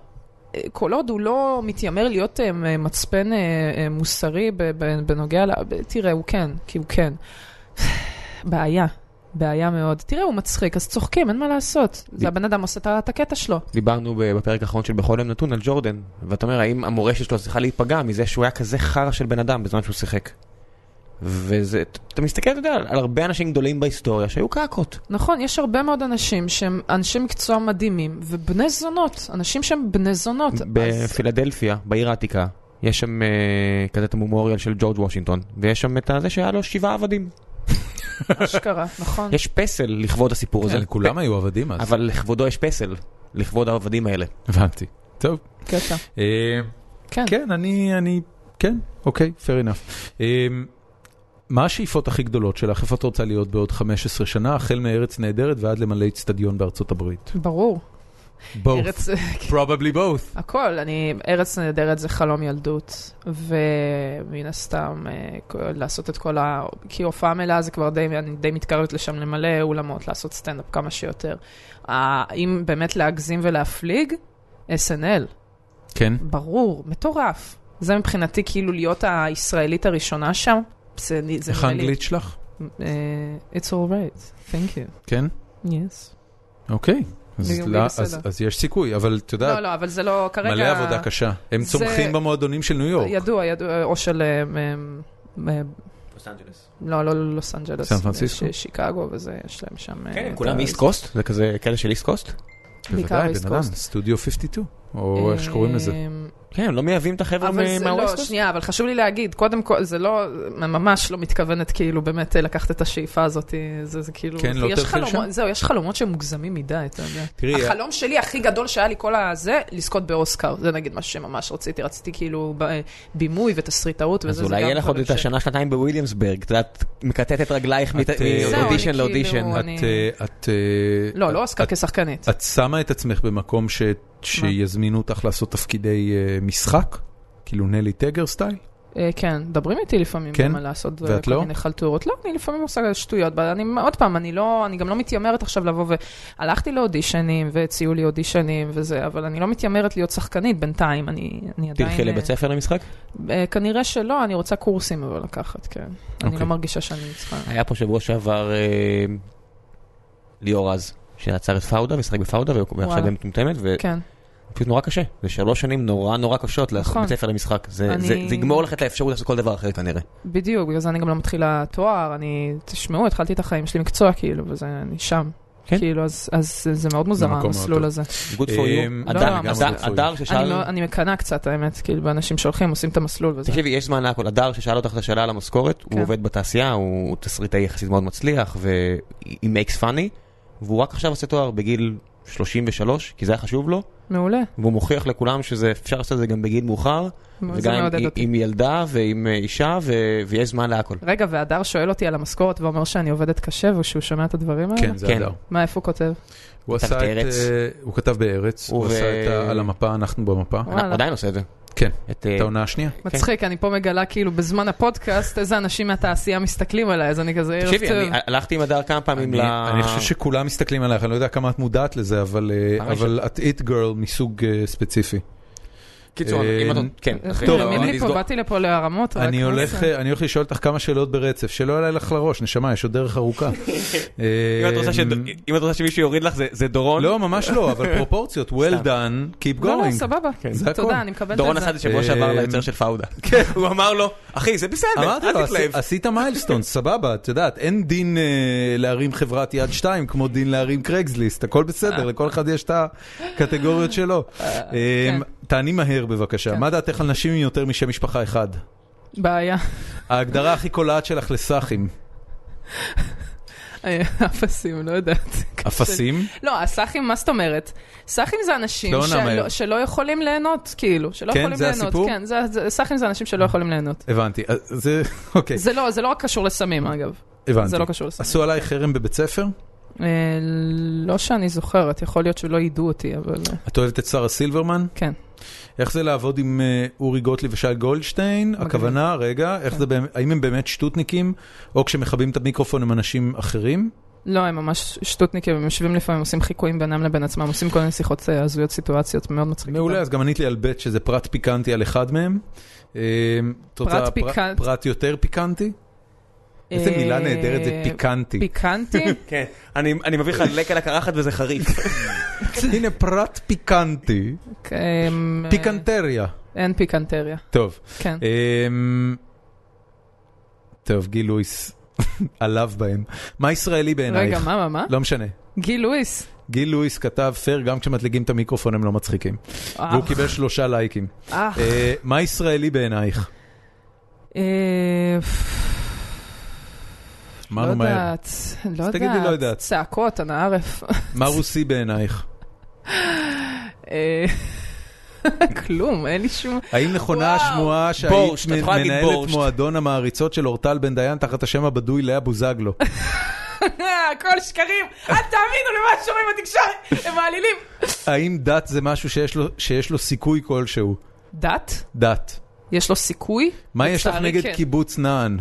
S3: כל עוד הוא לא מתיימר להיות אה, מצפן אה, אה, מוסרי ב- ב- בנוגע ל... ב- תראה, הוא כן, כי הוא כן. *sighs* בעיה, בעיה מאוד. תראה, הוא מצחיק, אז צוחקים, אין מה לעשות. זה הבן אדם עושה את ה- את הקטע שלו.
S2: דיברנו ב- בפרק האחרון של בכל יום נתון על ג'ורדן, ואתה אומר האם המורשת שלו צריכה להיפגע מזה שהוא היה כזה חרא של בן אדם בזמן שהוא שיחק. וזה, אתה מסתכל, אתה יודע, על הרבה אנשים גדולים בהיסטוריה שהיו קעקות.
S3: נכון, יש הרבה מאוד אנשים שהם אנשי מקצוע מדהימים, ובני זונות, אנשים שהם בני זונות. אז
S2: בפילדלפיה, בעיר העתיקה, יש שם אה, כזה את המומוריאל של ג'ורג' וושינגטון, ויש שם את זה שהיה לו שבעה עבדים.
S3: *laughs* אשכרה, נכון.
S2: יש פסל לכבוד הסיפור
S3: כן.
S2: הזה.
S1: כולם היו עבדים אז.
S2: אבל לכבודו יש פסל, לכבוד העבדים האלה.
S1: הבנתי. טוב.
S3: קטע.
S1: אה,
S3: כן.
S1: כן, אני, אני, כן, אוקיי, fair enough. אמ, מה השאיפות הכי גדולות שלך? איפה את רוצה להיות בעוד 15 שנה, החל מארץ נהדרת ועד למלא אצטדיון בארצות הברית?
S3: ברור.
S1: both.
S3: ארץ, *laughs* כן.
S1: probably both.
S3: הכל, אני, ארץ נהדרת זה חלום ילדות, ומן הסתם אה, כל- לעשות את כל ה... כי הופעה מלאה זה כבר די, אני די מתקרבת לשם למלא אולמות, לעשות סטנדאפ כמה שיותר. אה, אם באמת להגזים ולהפליג, SNL,
S1: כן.
S3: ברור, מטורף. זה מבחינתי כאילו להיות הישראלית הראשונה שם. זה, זה
S1: איך
S3: נראה לי-
S1: האנגלית שלך?
S3: אה, It's all right, thank you.
S1: כן?
S3: Yes.
S1: אוקיי. אז
S3: בדיוק,
S1: לא-
S3: בסדר.
S1: אז- אז יש סיכוי, אבל את יודעת,
S3: לא, לא, אבל זה לא כרגע...
S1: מלא עבודה קשה. הם
S3: זה-
S1: צומחים במועדונים של ניו יורק.
S3: ידוע, ידוע, או של... אה, אה, אה, לא, לא לוס אנג'לס.
S1: סן פרנסיסקו?
S3: יש, אה, שיקגו וזה, יש להם שם... אה,
S2: כן,
S3: את
S2: כולם
S3: ה-
S2: איסט קוסט? זה כזה כאלה של איסט קוסט?
S3: בעיקר
S1: בוודאי,
S3: East
S1: בן אדם,
S3: Coast.
S1: סטודיו 52, או איך שקוראים לזה.
S3: אה,
S2: כן, לא מייבאים את החבר'ה
S3: אבל זה לא,
S2: מהווסט קוסט?
S3: שנייה, אבל חשוב לי להגיד, קודם כל, זה לא, ממש לא מתכוונת כאילו באמת אה, לקחת את השאיפה הזאת, אה, זה, זה כאילו,
S1: כן, לא
S3: יש
S1: טוב
S3: חלומות-
S1: לשם?
S3: זהו, יש חלומות שהם מוגזמים מדי, אתה יודע.
S2: אה-
S1: תראי,
S3: החלום שלי הכי גדול שהיה לי כל הזה, לזכות באוסקר, זה נגיד מה שממש רציתי, רציתי כאילו ב- אה, בימוי ותסריטאות וזה,
S2: אז
S3: זה
S2: אולי
S3: גם
S2: יהיה לך עוד
S3: דברים
S2: את
S3: ש-
S2: השנה שנתיים בוויליאמסברג, את יודעת, מקטטת את רגלייך מת-
S1: את, אה, זהו,
S2: מאודישן
S3: אני
S2: לאודישן.
S3: כאילו-
S1: את,
S3: אני-
S1: אה, את... אה,
S3: לא,
S1: את-
S3: לא אוסקר
S1: את-
S3: כשחקנית.
S1: את שמה את עצמך במקום ש... שיזמינו אותך לעשות תפקידי אה, משחק? כאילו נלי טגר סטייל?
S3: אה, כן, מדברים איתי לפעמים,
S1: כן?
S3: כן? מה לעשות, אה,
S1: ואת
S3: כל
S1: לא?
S3: מיני חלטורות. לא, אני לפעמים עושה שטויות, אבל אני, עוד פעם, אני לא, אני גם לא מתיימרת עכשיו לבוא ו... הלכתי לאודישנים, והציעו לי אודישנים וזה, אבל אני לא מתיימרת להיות שחקנית בינתיים, אני, אני עדיין...
S2: תלכי לבית ספר למשחק?
S3: אה, כנראה שלא, אני רוצה קורסים אבל לקחת, כן. אני
S1: אוקיי.
S3: לא מרגישה שאני צריכה...
S2: היה פה שבוע שעבר אה, ליאור רז, שעצר את פאודה ושיחק בפאודה, ועכשיו
S3: וואלה.
S2: היא מטומטמת,
S3: כן.
S2: ופשוט נורא קשה. זה שלוש שנים נורא נורא קשות לעשות
S3: נכון.
S2: בית ספר למשחק. זה
S3: אני-
S2: זה- זה יגמור לך את האפשרות לעשות כל דבר אחר כנראה.
S3: בדיוק, בגלל זה אני גם לא מתחילה תואר, אני, תשמעו, התחלתי את החיים שלי מקצוע, כאילו, וזה, אני שם.
S2: כן.
S3: כאילו, אז, אז זה מאוד מוזר,
S1: במקום מאוד טוב.
S3: המסלול הזה.
S2: Good for you.
S1: אה,
S2: הדר-
S3: לא, לא,
S2: הדר-
S1: לגמרי.
S2: הדר
S3: אני,
S2: ששאל...
S3: לא, אני מקנאה קצת, האמת, כאילו, באנשים שהולכים, עושים את המסלול וזה.
S2: תקשיבי, יש זמן להכל. הדר ששאל אותך את השאלה על המשכורת, הוא
S3: כן.
S2: עובד בתעשייה, הוא הוא תסריטאי יחסית מאוד מצליח, והיא makes funny, והוא רק עכשיו עושה תואר בגיל 33, כי זה היה חשוב לו,
S3: מעולה,
S2: והוא מוכיח לכולם שזה אפשר לעשות את זה גם בגיל מאוחר,
S3: זה
S2: וגם
S3: מעודד
S2: עם-
S3: אותי.
S2: עם ילדה ועם אה, אישה, ו- ויש זמן להכל.
S3: רגע, והדר שואל אותי על המשכורת ואומר שאני עובדת קשה ושהוא שומע את הדברים האלה?
S1: כן, זה
S2: כן.
S1: הדר.
S3: מה, איפה הוא כותב?
S1: הוא
S2: כתב
S1: עשה את...
S2: בארץ.
S1: אה, הוא כתב בארץ, הוא
S2: וב-
S1: עשה את ה- על המפה, אנחנו במפה.
S3: וואלה.
S2: אנחנו עדיין עושה את זה.
S1: כן.
S2: את, אה,
S1: את העונה השנייה.
S3: מצחיק, אני פה מגלה כאילו בזמן הפודקאסט איזה אנשים מהתעשייה מסתכלים עליי, אז אני כזה...
S2: תקשיבי,
S3: ערב
S2: אני
S3: טוב. אה,
S2: הלכתי עם הדר כמה פעמים ל...
S1: אני אני חושב שכולם מסתכלים עלייך, אני לא יודע כמה את מודעת לזה, אבל אה,
S2: פעם
S1: אבל את איט גרל מסוג אה, ספציפי.
S2: קיצור,
S1: אה,
S2: אם אתה... כן.
S3: איך
S2: אז-
S1: טוב,
S3: מרימים
S1: אני
S3: לי פה, באתי לפה להרמות. רק
S1: אני
S3: מה
S1: הולך
S3: זה?
S1: אה, אני הולך לשאול אותך כמה שאלות ברצף, שלא יעלה לך לראש, נשמה, יש עוד דרך
S2: *laughs*
S1: ארוכה.
S2: אם את רוצה ש-
S1: אה,
S2: אם את רוצה שמישהו יוריד לך, זה- זה דורון.
S1: לא, ממש לא,
S3: *laughs*
S1: אבל פרופורציות, well done, keep
S3: נכון? לא, לא,
S1: going. כן,
S3: סבבה.
S1: זה הכל.
S3: תודה, אני מקבלת
S2: דורון
S3: את
S2: עשה את
S3: זה.
S2: זה שבוע שעבר
S1: אה,
S2: ליוצר של
S1: *laughs*
S2: פאודה. הוא אמר לו, אחי, זה בסדר,
S1: אמרתי לו,
S2: אל
S1: "עשי-
S2: תתלהב.
S1: עשית
S3: *laughs*
S1: מיילסטון, סבבה, את יודעת, אין דין אה, להרים חברת יד שתיים כמו דין להרים קרייגסליסט, הכל
S3: אה.
S1: בסדר, לכל אחד יש את הקטגוריות שלו. אה,
S3: כן.
S1: תעני מהר בבקשה, מה דעתך על נשים עם יותר משם משפחה אחד?
S3: בעיה.
S1: ההגדרה הכי קולעת שלך לסאחים,
S3: *laughs* אפסים, לא יודעת.
S1: אפסים?
S3: לא, הסאחים, מה זאת אומרת? סאחים זה אנשים
S1: לא עונה מהר.
S3: שלא, שלא יכולים ליהנות, כאילו, שלא
S1: כן,
S3: יכולים
S1: זה
S3: ליהנות.
S1: הסיפור?
S3: כן, זה הסיפור? כן, סאחים זה אנשים שלא יכולים ליהנות.
S1: הבנתי, אז זה, אוקיי,
S3: זה לא, זה לא רק קשור לסמים, אגב.
S1: הבנתי.
S3: זה לא קשור לסמים.
S1: עשו עליי חרם בבית ספר?
S3: אה, לא שאני זוכרת, יכול להיות שלא ידעו אותי, אבל אה,
S1: את אוהבת את שרה סילברמן?
S3: כן.
S1: איך זה לעבוד עם אה, אורי גוטליב ושי גולדשטיין? הכוונה,
S3: כן.
S1: רגע, איך זה, באמת- האם הם באמת שטותניקים, או כשמכבים את המיקרופון הם אנשים אחרים?
S3: לא, הם ממש שטוטניקים, הם יושבים לפעמים, עושים חיקויים בינם לבין עצמם, עושים כל מיני שיחות אה, הזויות, סיטואציות מאוד מצחיקות.
S1: מעולה, אז גם ענית לי על ב' שזה פרט פיקנטי על אחד מהם. אה, את רוצה
S3: פרט
S1: פר-
S3: פיקנט.
S1: פרט יותר פיקנטי? איזה
S3: אה,
S1: מילה נהדרת זה פיקנטי.
S3: פיקנטי?
S2: כן, אני אני מביא לך לק על הקרחת וזה חריף.
S1: *laughs* *laughs* הנה פרט פיקנטי,
S3: אה. אמ,
S1: פיקנטריה.
S3: אה, אין פיקנטריה,
S1: טוב.
S3: כן.
S1: אמ, טוב, גיל לואיס, *laughs* עליו בהם. מה ישראלי
S3: רגע,
S1: בעינייך?
S3: מה, מה, מה?
S1: לא משנה.
S3: גיל לואיס.
S1: גיל לואיס כתב פייר, גם כשמדליקים את המיקרופון הם לא מצחיקים.
S3: אה,
S1: והוא כאילו- קיבל שלושה לייקים.
S3: אה,
S1: אה, מה ישראלי בעינייך?
S3: אה, לא
S1: אמרנו מהר.
S3: יודעת, לא
S1: אז
S3: יודעת.
S1: תגידי, לא יודעת.
S3: צעקות, אנא ערף.
S1: מה רוסי בעינייך?
S3: אה, *laughs* כלום, אין לי שום...
S1: האם נכונה
S3: וואו.
S1: השמועה
S2: בור,
S1: שהיית
S2: שאתה יכולה להגיד בור,
S1: מנהלת
S2: שאתה-
S1: מועדון המעריצות של אורטל בן דיין תחת השם הבדוי לאה בוזגלו?
S3: *laughs* אה, הכל שקרים, אל תאמינו למה שאומרים בתקשורת, הם מעלילים.
S1: האם דת זה משהו שיש לו- שיש לו סיכוי כלשהו?
S3: דת?
S1: דת.
S3: יש לו סיכוי?
S1: מה יש לך
S3: לצערי
S1: נגד
S3: כן.
S1: קיבוץ נען?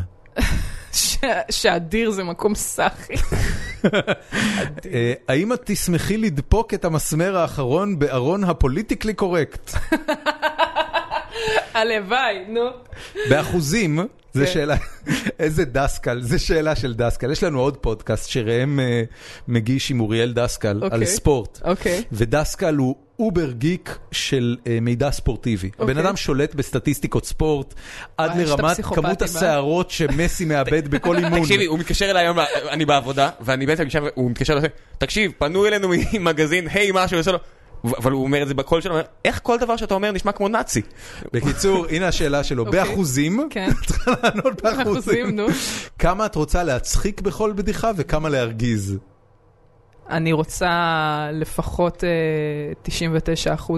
S3: ש- שהדיר זה מקום סאחי.
S1: אה, האם את תשמחי לדפוק את המסמר האחרון בארון הפוליטיקלי קורקט?
S3: הלוואי, נו.
S1: באחוזים, זה
S3: כן.
S1: שאלה, איזה דסקל, זה שאלה של דסקל. יש לנו עוד פודקאסט שראם אה, מגיש עם אוריאל דסקל על
S3: אוקיי.
S1: ספורט.
S3: אוקיי.
S1: ודסקל הוא אובר גיק של אה, מידע ספורטיבי. הבן אדם שולט בסטטיסטיקות ספורט עד
S3: וואי, יש את
S1: לרמת
S3: הפסיכופטים,
S1: כמות
S3: אוקיי. אה?
S1: השערות שמסי מאבד בכל אימון.
S2: תקשיבי, הוא מתקשר אליי היום, אני בעבודה, ואני בעצם עכשיו, הוא מתקשר אליי, תקשיב, פנו אלינו ממגזין, היי משהו, ועושה לו, ו- אבל הוא אומר את זה בקול שלו, הוא אומר, איך כל דבר שאתה אומר נשמע כמו נאצי?
S1: בקיצור, הנה השאלה שלו,
S3: אוקיי.
S1: באחוזים, *laughs*
S3: כן.
S1: צריכה לענות
S3: אחוזים,
S1: באחוזים,
S3: נו.
S1: כמה את רוצה להצחיק בכל בדיחה וכמה להרגיז.
S3: אני רוצה לפחות אה, 99% אה,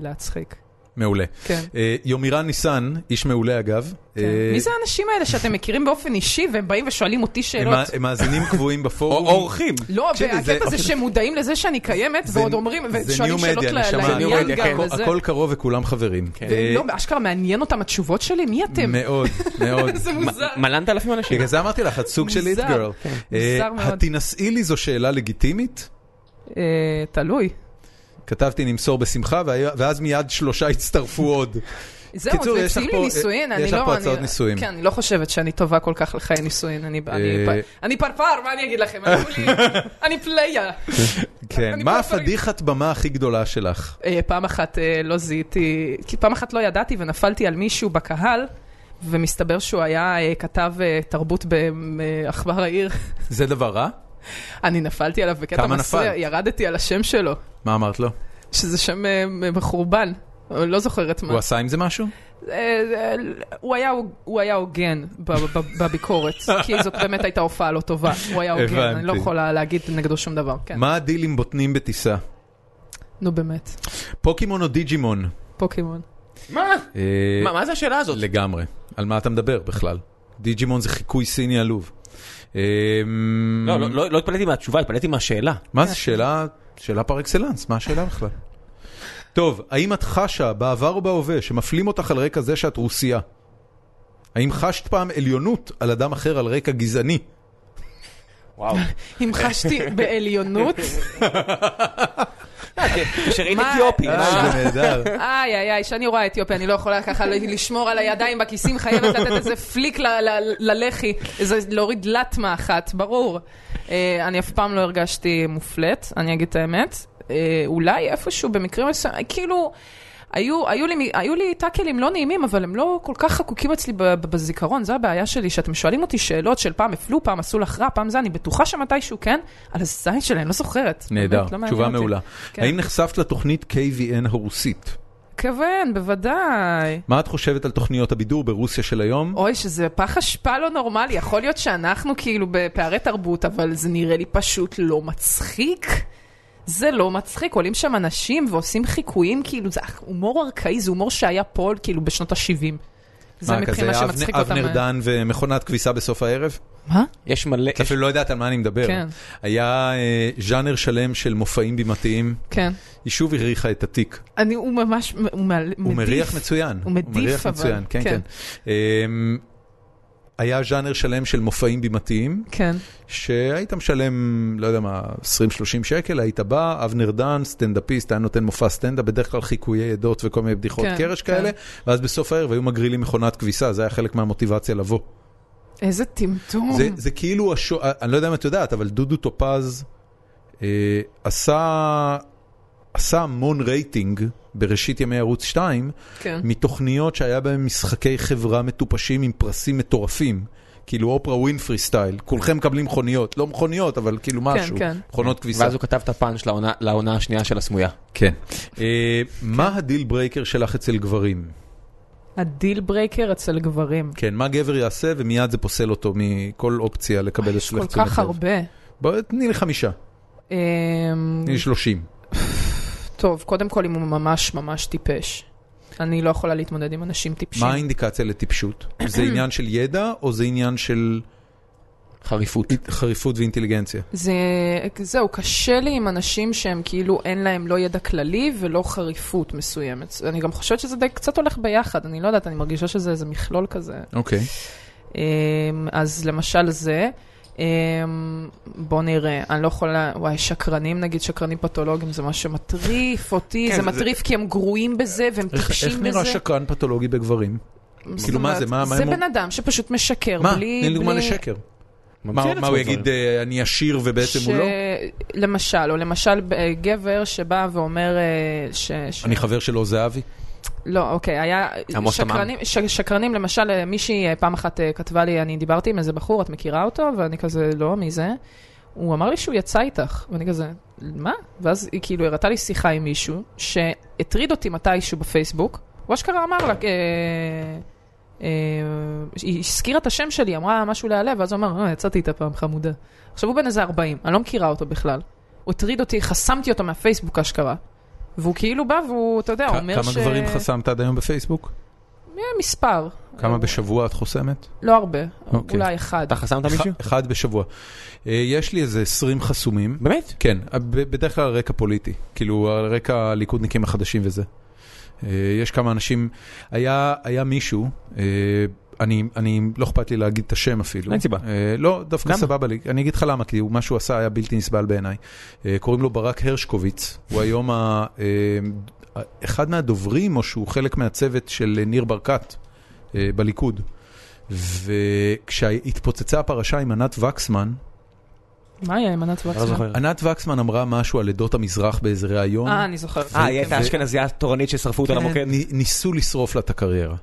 S3: להצחיק.
S1: מעולה.
S3: כן.
S1: אה, יומירן ניסן, איש מעולה אגב. אה,
S3: מי זה האנשים האלה שאתם מכירים באופן אישי והם באים ושואלים אותי
S1: הם
S3: שאלות?
S1: מא- הם מאזינים קבועים *laughs* בפורום.
S2: אורחים.
S3: לא,
S1: תקשיבי,
S3: והקטע
S1: זה- אוקיי.
S3: זה שהם מודעים לזה שאני קיימת,
S1: זה-
S3: ועוד אומרים,
S1: זה
S3: ושואלים
S1: ניו
S3: שאלות
S1: מדיה,
S3: ל-
S1: נשמה, ניו
S3: לעניין
S2: מדיה,
S3: גם
S2: כן.
S3: וזה.
S1: הכל קרוב וכולם חברים. אה,
S3: לא, אשכרה מעניין אותם התשובות שלי? מי אתם?
S1: מאוד, מאוד.
S3: *laughs* זה מוזר.
S2: מלנת אלפים אנשים.
S1: בגלל זה אמרתי לך, את סוג של איט
S3: מוזר, כן,
S1: גרל.
S3: מוזר מאוד.
S1: התינשאי לי זו שאלה לגיטימית?
S3: אה, תלוי.
S1: כתבתי נמסור בשמחה, והיה- ואז מיד שלושה הצטרפו
S3: *laughs*
S1: עוד.
S3: זהו,
S1: קיצור,
S3: זה
S1: יש לך
S3: הציעים
S1: פה-
S3: לי נישואין,
S1: אה,
S3: אני לא...
S1: יש לך פה
S3: אני-
S1: הצעות נישואין.
S3: כן, אני לא חושבת שאני טובה כל כך לחיי נישואין, אני- אני
S1: אה.
S3: פ- אני פרפר, מה אני אגיד לכם?
S1: *laughs*
S3: אני כולי- אני פלייה.
S1: כן.
S3: אני
S1: מה
S3: כבר-
S1: הפדיחת במה הכי גדולה שלך?
S3: אה, פעם אחת אה, לא זיהיתי, כי פעם אחת לא ידעתי ונפלתי על מישהו בקהל, ומסתבר שהוא היה אה, כתב אה, תרבות בעכבר העיר.
S1: זה דבר רע?
S3: אני נפלתי עליו בקטע
S1: כמה
S3: מסריח,
S1: נפלת?
S3: ירדתי על השם שלו,
S1: מה אמרת לו?
S3: שזה שם אה, מחורבן. אה, לא זוכרת מה.
S1: הוא עשה עם זה משהו?
S3: אה, אה, הוא היה- הוא היה הוגן ב-
S1: *laughs*
S3: ב- בביקורת, כי זאת באמת הייתה הופעה לא טובה. הוא היה הוגן, אני לא
S1: הבנתי.
S3: יכולה להגיד נגדו שום דבר. כן.
S1: מה הדיל עם בוטנים בטיסה?
S3: נו באמת,
S1: פוקימון או דיג'ימון?
S3: פוקימון.
S2: מה?
S1: אה,
S2: מה מה זה השאלה הזאת?
S1: לגמרי. על מה אתה מדבר בכלל? דיג'ימון זה חיקוי סיני עלוב. אה,
S2: לא, לא- לא לא התפלאתי מהתשובה, התפלאתי מהשאלה.
S1: מה זה שאלה, שאלה פר אקסלנס, מה השאלה בכלל? טוב, האם את חשה בעבר או בהווה שמפלים אותך על רקע זה שאת רוסייה? האם חשת פעם עליונות על אדם אחר על רקע גזעני?
S2: *laughs* וואו.
S3: אם
S1: *laughs*
S3: חשתי בעליונות,
S2: כשראית
S3: מה-
S2: אתיופי.
S1: אה, זה
S3: *laughs*
S1: נהדר.
S3: איי איי איי, שאני רואה אתיופיה, אני לא יכולה ככה ל- לשמור על הידיים בכיסים, חייבת לתת איזה פליק ל- ל- ללחי, איזה להוריד לטמה אחת, ברור. אה, אני אף פעם לא הרגשתי מופלית, אני אגיד את האמת. אה, אולי איפשהו במקרים מסוימים, כאילו... היו, היו, לי, היו לי טאקלים לא נעימים, אבל הם לא כל כך חקוקים אצלי ב- ב- בזיכרון, זו הבעיה שלי, שאתם שואלים אותי שאלות של פעם הפלו, פעם עשו לך רע, פעם זה, אני בטוחה שמתישהו כן, על הזין שלהם, לא זוכרת.
S1: נהדר,
S3: באמת, לא מעניין
S1: תשובה
S3: אותי.
S1: מעולה.
S3: כן.
S1: האם נחשפת לתוכנית KVN הרוסית?
S3: כוון, כן, בוודאי.
S1: מה את חושבת על תוכניות הבידור ברוסיה של היום?
S3: אוי, שזה פח אשפה לא נורמלי. יכול להיות שאנחנו כאילו בפערי תרבות, אבל זה נראה לי פשוט לא מצחיק. זה לא מצחיק, עולים שם אנשים ועושים חיקויים, כאילו זה הומור ארכאי, זה הומור שהיה פה כאילו בשנות ה-70. זה
S1: מה,
S3: מבחינה
S1: כזה
S3: שמצחיק
S1: אבנר-
S3: אותם. אה?
S1: אבנר דן ומכונת כביסה בסוף הערב?
S3: מה?
S2: יש מלא...
S1: את אפילו לא יודעת על מה אני מדבר.
S3: כן.
S1: היה אה, ז'אנר שלם של מופעים בימתיים.
S3: כן.
S1: היא שוב הריחה את התיק.
S3: אני, הוא ממש, הוא מעל-
S1: הוא מריח
S3: מדיף.
S1: מצוין.
S3: הוא מדיף,
S1: מריח
S3: אבל.
S1: מצוין, כן, כן.
S3: כן.
S1: אמ, היה ז'אנר שלם של מופעים בימתיים,
S3: כן.
S1: שהיית משלם, לא יודע מה, 20-30 שקל, היית בא, אבנר דן, סטנדאפיסט, היה נותן מופע סטנדאפ, בדרך כלל חיקויי עדות וכל מיני בדיחות
S3: כן,
S1: קרש
S3: כן.
S1: כאלה, ואז בסוף הערב היו מגרילים מכונת כביסה, זה היה חלק מהמוטיבציה לבוא.
S3: איזה טמטום.
S1: זה, זה כאילו, השו... אני לא יודע אם את יודעת, אבל דודו טופז אה, עשה, עשה המון רייטינג בראשית ימי ערוץ 2,
S3: כן.
S1: מתוכניות שהיה בהן משחקי חברה מטופשים עם פרסים מטורפים. כאילו אופרה ווינפרי סטייל, כולכם מקבלים מכוניות, לא מכוניות, אבל כאילו משהו,
S3: כן.
S1: מכונות כביסה.
S2: ואז הוא כתב את הפאנץ' לעונה- לעונה השנייה של הסמויה.
S1: כן. אה,
S3: כן.
S1: מה הדיל ברייקר שלך אצל גברים?
S3: הדיל ברייקר אצל גברים.
S1: כן, מה גבר יעשה ומיד זה פוסל אותו מכל אופציה לקבל
S3: אה, יש
S1: אצלך
S3: כל כך
S1: לב.
S3: הרבה.
S1: בואי, תני לי חמישה,
S3: אמ,
S1: תני לי שלושים.
S3: טוב, קודם כל אם הוא ממש ממש טיפש. אני לא יכולה להתמודד עם אנשים טיפשים.
S1: מה האינדיקציה לטיפשות? *clears throat* זה עניין של ידע או זה עניין של
S2: חריפות.
S1: חריפות ואינטליגנציה?
S3: זה, זהו, קשה לי עם אנשים שהם כאילו אין להם לא ידע כללי ולא חריפות מסוימת. אני גם חושבת שזה די קצת הולך ביחד, אני לא יודעת, אני מרגישה שזה איזה מכלול כזה.
S1: אוקיי.
S3: אמ, אז למשל זה, אמ, בוא נראה, אני לא יכולה, וואי, שקרנים נגיד, שקרנים פתולוגים, זה משהו שמטריף אותי,
S9: כן,
S3: זה
S9: זה-
S3: מטריף כי הם גרועים בזה והם
S1: איך
S3: טיפשים
S1: איך נראה
S3: בזה.
S1: שקרן פתולוגי בגברים?
S3: זאת
S1: כאילו, מה זה?
S3: אומרת,
S1: מה- מה
S3: זה
S1: הם-
S3: בן אדם שפשט משקר,
S1: מה?
S3: בלי...
S1: תני לי דוגמה
S3: בלי-
S1: לשקר. מה
S2: ממציא
S1: מה הוא
S2: לעצמו דברים.
S1: יגיד, אה, אני עשיר ובעצם הוא לא?
S3: למשל, או למשל אה, גבר שבא ואומר אה, ש... ש-
S1: אני חבר שלו זהבי?
S3: לא, אוקיי, היה
S2: עמוס
S3: שקרנים, ש- שקרנים, למשל, אה, מישהי אה, פעם אחת אה, כתבה לי, אני דיברתי עם איזה בחור, את מכירה אותו? ואני כזה, לא, מי זה? הוא אמר לי שהוא יצא איתך, ואני כזה, מה? ואז היא כאילו הראתה לי שיחה עם מישהו, שהטריד אותי מתישהו בפייסבוק, הוא אשכרה אמר לה, אה, אה, היא הזכירה את השם שלי, אמרה משהו להלב, ואז הוא אמר, אה, יצאתי איתה פעם, חמודה. עכשיו הוא בן איזה 40, אני לא מכירה אותו בכלל. הוא הטריד אותי, חסמתי אותו מהפייסבוק אשכרה. והוא כאילו בא והוא, אתה יודע, הוא אומר
S1: כמה
S3: ש...
S1: גברים חסמת עד היום בפייסבוק?
S3: אה, מספר.
S1: כמה בשבוע את חוסמת?
S3: לא הרבה,
S1: אוקיי.
S3: אולי אחד.
S2: אתה חסמת מישהו?
S1: אח- אחד בשבוע. אה, יש לי איזה 20 חסומים.
S2: באמת?
S1: כן, ב- בדרך כלל על רקע פוליטי, כאילו על רקע הליכודניקים החדשים וזה. אה, יש כמה אנשים, היה, היה מישהו, אה, אני, אני, לא אכפת לי להגיד את השם אפילו.
S2: אין סיבה.
S1: אה, לא, דווקא
S2: למה?
S1: סבבה לי, אני אגיד לך למה, כי הוא- מה שהוא עשה היה בלתי נסבל בעיניי. אה, קוראים לו ברק הרשקוביץ, הוא היום ה, אה, אחד מהדוברים, או שהוא חלק מהצוות של ניר ברקת אה, בליכוד. וכשהתפוצצה הפרשה עם ענת וקסמן,
S3: מה היה עם
S2: אני
S3: ענת
S2: לא
S3: וקסמן?
S2: זוכר.
S1: ענת וקסמן אמרה משהו על עדות המזרח באיזה ראיון.
S3: אה, אני זוכרת.
S2: אה, כן. היא הייתה
S1: ו-
S2: אשכנזייה תורנית ששרפו אותה למוקד?
S1: נ- ניסו לשרוף לה את הקריירה.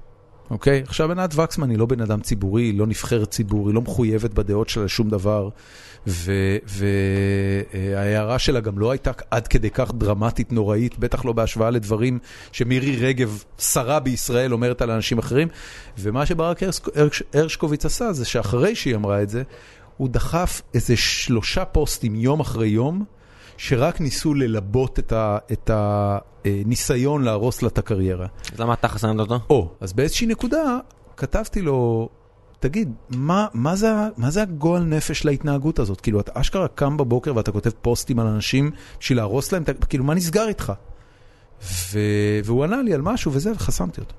S1: אוקיי? עכשיו ענת וקסמן היא לא בן אדם ציבורי, היא לא נבחרת ציבור, היא לא מחויבת בדעות שלה לשום דבר. וההערה שלה גם לא הייתה עד כדי כך דרמטית, נוראית, בטח לא בהשוואה לדברים שמירי רגב, שרה בישראל, אומרת על אנשים אחרים. ומה שברק הרסק- הרש- הרשקוביץ עשה זה שאחרי שהיא אמרה את זה, הוא דחף איזה שלושה פוסטים יום אחרי יום, שרק ניסו ללבות את ה- את הניסיון להרוס לה את הקריירה.
S2: אז למה אתה חסמת אותו?
S1: או, אז באיזושהי נקודה כתבתי לו, תגיד, מה, מה, זה, ה- מה זה הגועל נפש להתנהגות הזאת? כאילו, אתה אשכרה קם בבוקר ואתה כותב פוסטים על אנשים בשביל להרוס להם, את ה- כאילו, מה נסגר איתך? ו... והוא ענה לי על משהו וזה, וחסמתי אותו.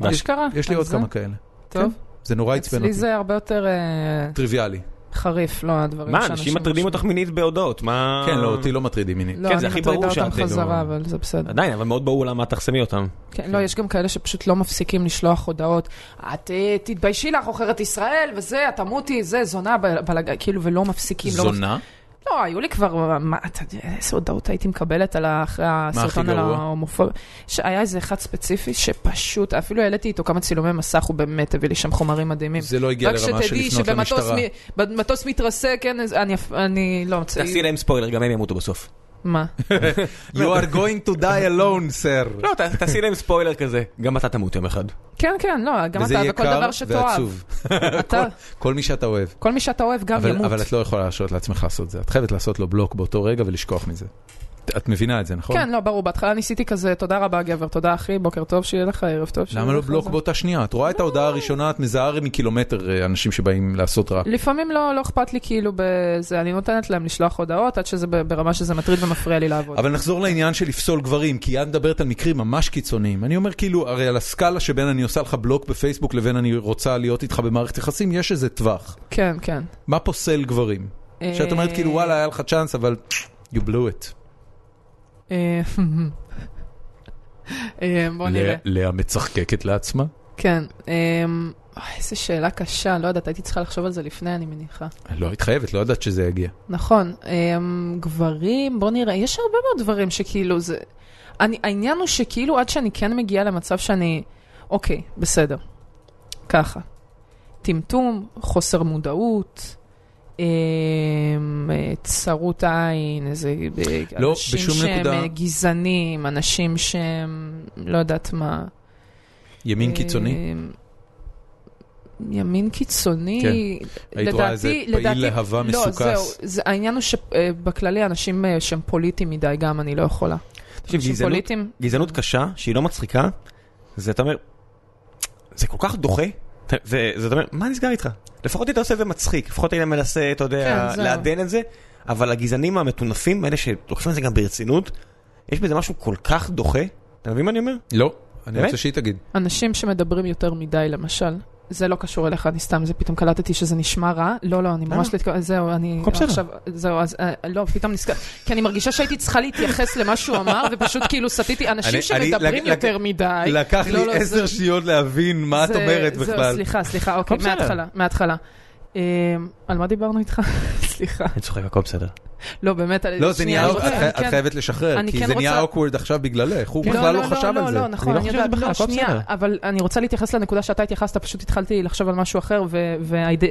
S3: מה שקרה?
S1: יש לי
S3: אז
S1: עוד
S3: אה, זה-
S1: כמה כאלה.
S3: טוב,
S1: זה נורא עצבן
S3: אצלי
S1: אותי.
S3: זה הרבה יותר אה,
S1: טריוויאלי.
S3: חריף, לא הדברים
S2: מה, אנשים מטרידים אותך מינית בהודעות, מה...
S1: כן, לא, אותי לא מטרידים מינית.
S3: לא,
S2: כן,
S3: אני
S2: זה הכי ברור
S3: מטרידה
S2: שאת,
S3: אותם
S2: כאילו-
S3: חזרה, אבל זה בסדר.
S2: עדיין, אבל מאוד ברור למה את תחסמי אותם.
S3: כן, לא, יש גם כאלה שפשוט לא מפסיקים לשלוח הודעות. את אה, תתביישי לך, עוכרת ישראל, וזה, את תמותי, זה, זונה, ב- בלג... כאילו, ולא מפסיקים. לא מפסיקים. לא, היו לי כבר, מה, אתה יודע, איזה הודעות הייתי מקבלת על ה- אחרי הסרטון על
S1: גרוע?
S3: ההומופוביה. שהיה איזה אחד ספציפי שפשוט, אפילו העליתי איתו כמה צילומי מסך, הוא באמת הביא לי שם חומרים מדהימים.
S1: זה לא הגיע
S3: רק
S1: לרמה של
S3: שתדעי
S1: לפנות
S3: שבמטוס
S1: למשטרה.
S3: מ- במטוס מתרסק, כן, אז אני, אפ- אני לא מצ-
S2: תעשי להם ספוילר, גם הם ימותו בסוף.
S3: מה?
S1: You are going to die alone, sir.
S2: לא, ת- תעשי להם ספוילר כזה. גם אתה תמות יום אחד.
S3: כן, כן, לא, גם
S1: וזה
S3: אתה
S1: יהיה
S3: וכל
S1: קר
S3: דבר שתאהב.
S1: ועצוב.
S3: אתה,
S1: כל מי שאתה אוהב.
S3: כל מי שאתה אוהב גם
S1: אבל,
S3: ימות.
S1: אבל את לא יכולה להרשות לעצמך לעשות את זה. את חייבת לעשות לו בלוק באותו רגע ולשכוח מזה. את את מבינה את זה, נכון?
S3: כן, לא, ברור, בהתחלה ניסיתי כזה, תודה רבה גבר, תודה אחי, בוקר טוב, שיהיה לך ערב טוב. שיהיה
S1: למה לא
S3: לך
S1: בלוק
S3: זה.
S1: באותה שנייה? את רואה את
S3: לא.
S1: ההודעה הראשונה, את מזהה מקילומטר אה, אנשים שבאים לעשות רע.
S3: לפעמים לא, לא אכפת לי כאילו בזה, אני נותנת להם לשלוח הודעות עד שזה ב- ברמה שזה מטריד ומפריע לי לעבוד.
S1: אבל נחזור לעניין של לפסול גברים, כי את מדברת על מקרים ממש קיצוניים. אני אומר כאילו, הרי על הסקאלה שבין אני עושה לך בלוק בפייסבוק לבין אני רוצה להיות איתך במערכת יחסים, יש איזה טווח.
S3: כן, כן.
S1: מה פוסל גברים? שאת אומרת כאילו,
S3: אה,
S1: וואלה, היה לך צ'אנס, אבל you blew it.
S3: אה, אה, *laughs* בוא נראה.
S1: לאה מצחקקת לעצמה?
S3: כן. אמ, אוי, איזה שאלה קשה, לא יודעת, הייתי צריכה לחשוב על זה לפני, אני מניחה.
S1: לא היית חייבת, לא ידעת שזה יגיע.
S3: נכון, אמ, גברים, בוא נראה, יש הרבה מאוד דברים שכאילו זה... אני, העניין הוא שכאילו עד שאני כן מגיעה למצב שאני, אוקיי, בסדר, ככה. טמטום, חוסר מודעות, אמ, אה, צרות עין, איזה... אה,
S1: לא,
S3: אנשים
S1: בשום
S3: שהם
S1: נקודה-
S3: אה, גזענים, אנשים שהם לא יודעת מה.
S1: ימין קיצוני?
S3: אה, ימין קיצוני,
S1: כן. היית רואה איזה פעיל להבה מסוכס?
S3: לא, זהו, זה, העניין הוא שבכללי אנשים אה, שהם פוליטיים מדי גם, אני לא יכולה.
S2: תקשיב,
S3: אנשים
S2: גזענות-
S3: פוליטיים,
S2: גזענות קשה, שהיא לא מצחיקה, זה אתה אומר, זה כל כך דוחה, אתה- זה זה אתה אומר, מה נסגר איתך? לפחות היית עושה את זה מצחיק, לפחות היית מנסה, אתה יודע,
S3: כן, זהו.
S2: לעדן את זה, אבל הגזענים המטונפים, אלה שלוקחים את זה גם ברצינות, יש בזה משהו כל כך דוחה, אתה מבין מה אני אומר?
S1: לא. אני
S2: באמת?
S1: רוצה שהיא תגיד.
S3: אנשים שמדברים יותר מדי למשל, זה לא קשור אליך, אני סתם, זה פתאום קלטתי שזה נשמע רע. לא, לא, אני ממש לא התכוונתי, זהו, אני
S2: הכל בסדר.
S3: עכשיו, זהו, אז אה, לא, פתאום נזכר, כי אני מרגישה שהייתי צריכה להתייחס למה שהוא אמר, ופשוט כאילו סטיתי, אנשים
S1: אני- אני-
S3: שמדברים
S1: לק- לק-
S3: יותר מדי.
S1: לקח
S3: לא,
S1: לי
S3: לא, זה-
S1: עשר שניות להבין מה את
S3: זה-
S1: אומרת
S3: זהו,
S1: בכלל. לא
S3: סליחה, סליחה, אוקיי,
S2: בסדר.
S3: מההתחלה, מההתחלה. אמ, על מה דיברנו איתך? *laughs* סליחה.
S2: אני צוחק, הכל בסדר.
S3: לא, באמת, על-
S1: לא, זה
S3: שנייה,
S1: נהיה,
S3: אני
S1: את
S3: רוצה-
S1: חי-
S3: אני
S1: את
S3: כן-
S1: חייבת לשחרר,
S3: אני
S1: כי
S3: כן
S1: זה נהיה
S3: רוצה-
S1: awkward עכשיו בגללך, הוא בכלל לא חושב על זה.
S3: לא, לא, נכון,
S2: אני לא
S3: אני
S2: חושב
S3: יודעת,
S2: בכלל,
S3: לא,
S2: הכל
S3: שנייה,
S2: בסדר.
S3: אבל אני רוצה להתייחס לנקודה שאתה התייחסת, פשוט התחלתי לחשוב על משהו אחר, ו-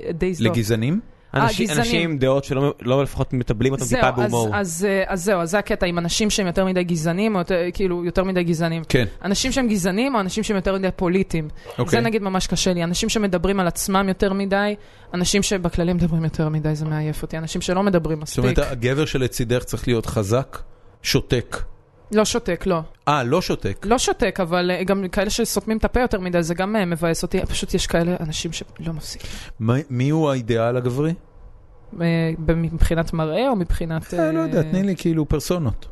S3: ודי זדוק.
S1: לגזענים?
S2: אנשים-
S3: אה, גזענים.
S2: אנשים עם דעות שלא לא לפחות מטבלים אותם
S3: זהו,
S2: טיפה
S3: אז-
S2: בהומור.
S3: אז אה, אז זהו, אז זה הקטע עם אנשים שהם יותר מדי גזענים, או יותר- כאילו, יותר מדי גזענים.
S1: כן,
S3: אנשים שהם גזענים, או אנשים שהם יותר מדי פוליטיים. זה
S1: אוקיי.
S3: נגיד ממש קשה לי. אנשים שמדברים על עצמם יותר מדי, אנשים שבכללי מדברים יותר מדי, זה מעייף אותי. אנשים שלא מדברים
S1: זאת אומרת,
S3: מספיק.
S1: הגבר שלצידך צריך להיות חזק, שותק.
S3: לא שותק, לא.
S1: אה, לא שותק.
S3: לא שותק, אבל אה, גם כאלה שסותמים את הפה יותר מדי, זה גם אה, מבאס אותי. פשוט יש כאלה אנשים שלא מפסיקים.
S1: מי- מי הוא האידיאל הגברי?
S3: אה, ב- מבחינת מראה או מבחינת...
S1: אה, לא יודע, תני לי כאילו פרסונות.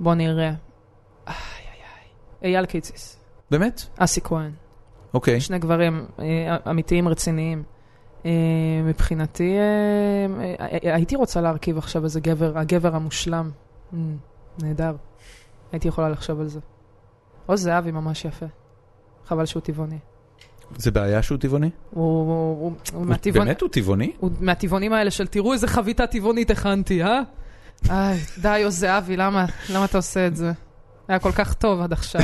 S3: בוא נראה. איי, איי, איי. אייל קיציס,
S1: באמת?
S3: אסי כהן,
S1: אוקיי.
S3: שני גברים אה, אמיתיים רציניים. אה, מבחינתי, אה, אה, אה, הייתי רוצה להרכיב עכשיו איזה גבר, הגבר המושלם. Mm, נהדר. הייתי יכולה לחשוב על זה. או זהבי ממש יפה. חבל שהוא טבעוני.
S1: זה בעיה שהוא טבעוני?
S3: הוא- הוא- הוא- הוא מהטבעונים.
S1: באמת הוא טבעוני?
S3: הוא מהטבעונים האלה של תראו איזה חביתה טבעונית הכנתי, אה? איי, די, או זהבי, למה, למה אתה עושה את זה? היה כל כך טוב עד
S1: *laughs*
S3: עכשיו.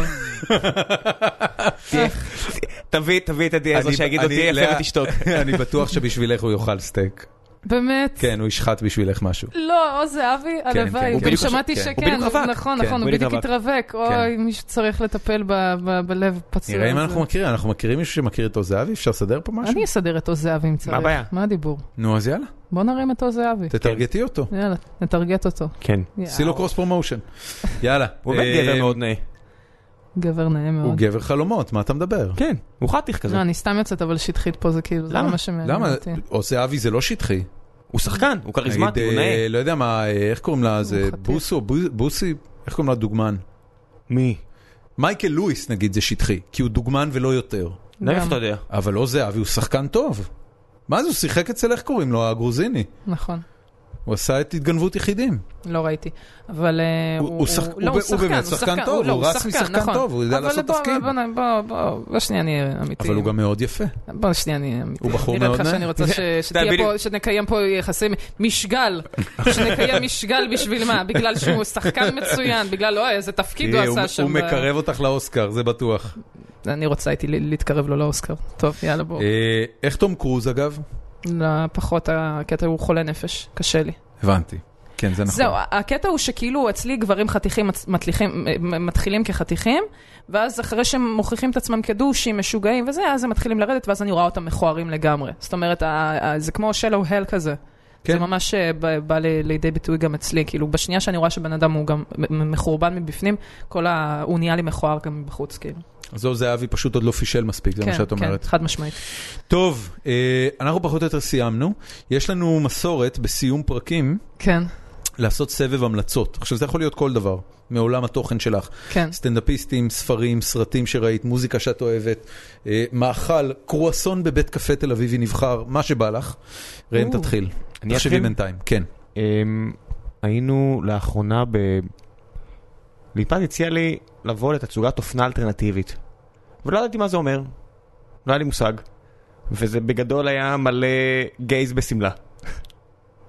S2: תביא, תביא את הדיאל הזה
S1: אני-
S2: שיגיד לו
S1: אני-
S2: תהיה יפה
S1: לאה-
S2: ותשתוק.
S1: *laughs* אני בטוח שבשבילך הוא יאכל סטייק.
S3: באמת.
S1: כן, הוא ישחט בשבילך משהו.
S3: לא, או זהבי,
S1: כן,
S3: הלוואי,
S1: הוא
S3: גם
S1: בדיוק
S3: שמעתי
S1: חשב- כן.
S2: הוא
S3: שכן,
S2: בדיוק רווק.
S3: נכון,
S1: כן,
S3: נכון, הוא
S2: בדיוק
S3: בדיוק
S2: רווק.
S3: התרווק, אוי, מישהו צריך לטפל ב- ב- בלב פצוע.
S1: נראה כן. אם
S3: הזה.
S1: אנחנו מכירים, אנחנו מכירים מישהו שמכיר את עוז זהבי? אפשר לסדר פה משהו?
S3: אני אסדר את או זהבי אם צריך.
S2: הבעיה?
S3: מה הדיבור?
S1: נו, אז יאללה,
S3: בוא נרים את או זהבי.
S1: תטרגטי אותו.
S3: יאללה, נטרגט אותו.
S2: כן.
S3: יאו,
S1: עשי לו קרוס
S3: *laughs*
S1: פרומושן. יאללה.
S2: הוא באמת
S1: אה,
S2: גבר מאוד נאה.
S3: גבר נאה
S1: הוא
S3: מאוד.
S1: גבר חלומות, מה אתה מדבר?
S2: כן, הוא חתיך כזה.
S3: לא, אני סתם יוצאת, אבל שטחית פה זה כאילו, זה
S2: למה?
S3: לא מה שמעניין
S1: למה?
S3: אותי.
S1: עוז זהבי זה לא שטחי.
S2: הוא שחקן, הוא כריזמטי,
S1: נגיד,
S2: הוא
S1: אה,
S2: נאה.
S1: לא יודע מה, אה, איך קוראים לה, זה
S3: חתיך.
S1: בוסו, בו- בוסי, איך קוראים לה דוגמן?
S2: מי?
S1: מייקל לואיס נגיד זה שטחי, כי הוא דוגמן ולא יותר.
S2: לא
S3: גם.
S2: איפה אתה יודע.
S1: אבל לא זהבי, הוא שחקן טוב. מה זה, הוא שיחק אצל איך קוראים לו, הגרוזיני.
S3: נכון.
S1: הוא עשה את התגנבות יחידים.
S3: לא ראיתי, אבל אה,
S1: הוא- הוא שחק-
S3: לא,
S1: הוא ב- הוא באמת שחקן טוב,
S3: לא,
S1: הוא רץ
S3: שחקן,
S1: משחקן
S3: נכון.
S1: טוב, הוא יודע
S3: אבל
S1: לעשות
S3: בוא,
S1: תפקיד.
S3: בוא, בוא, בוא, בוא שנייה נהיה אמיתי.
S1: אבל הוא גם מאוד יפה.
S3: בוא שנייה נהיה אמיתי.
S1: הוא בחור
S3: נראה
S1: מאוד
S3: כן. לך
S1: נאה.
S3: שאני רוצה ש-
S1: *laughs*
S3: שתהיה
S2: בדיוק.
S3: פה, שנקיים פה יחסים, משגל. שנקיים משגל בשביל מה? בגלל שהוא שחקן מצוין, בגלל, אוי, איזה תפקיד הוא
S1: תראי, אה, הוא-
S3: עשה שם. אה,
S1: הוא
S3: ב-
S1: מקרב אותך לאוסקר, זה בטוח.
S3: אני רוצה הייתי ל- להתקרב לו לאוסקר. טוב, יאללה, בואו.
S1: אה, איך תום קרוז אגב?
S3: לא, פחות הקטע, הוא חולה נפש, קשה לי.
S1: הבנתי. כן, זה נכון.
S3: זהו, הקטע הוא שכאילו אצלי גברים חתיכים מצ- מתליכים, מ- מתחילים כחתיכים, ואז אחרי שהם מוכיחים את עצמם כדושים, משוגעים וזה, אז הם מתחילים לרדת, ואז אני רואה אותם מכוערים לגמרי. זאת אומרת, ה- ה- זה כמו שלו הל כזה.
S1: כן.
S3: זה ממש אה, בא, בא ל- לידי ביטוי גם אצלי, כאילו בשנייה שאני רואה שבן אדם הוא גם מ- מ- מחורבן מבפנים, כל ה... הוא נהיה לי מכוער גם מבחוץ, כאילו.
S1: זהו, זה אבי פשוט עוד לא פישל מספיק, זה מה
S3: כן,
S1: שאת אומרת.
S3: כן, חד משמעית.
S1: טוב, אה, אנחנו פחות או יותר סיימנו. יש לנו מסורת בסיום פרקים
S3: כן,
S1: לעשות סבב המלצות. עכשיו, זה יכול להיות כל דבר מעולם התוכן שלך.
S3: כן.
S1: סטנדאפיסטים, ספרים, סרטים שראית, מוזיקה שאת אוהבת, אה, מאכל, קרואסון בבית קפה תל אביבי נבחר, מה שבא לך. ראם,
S2: או.
S1: תתחיל.
S2: אני
S1: תחשבי
S2: אתחיל?
S1: בינתיים, כן.
S2: אמ, היינו לאחרונה ב... ליפז הציע לי לבוא לתצוגת אופנה אלטרנטיבית. ולא ידעתי מה זה אומר. לא היה לי מושג. וזה בגדול היה מלא גייז בשמלה.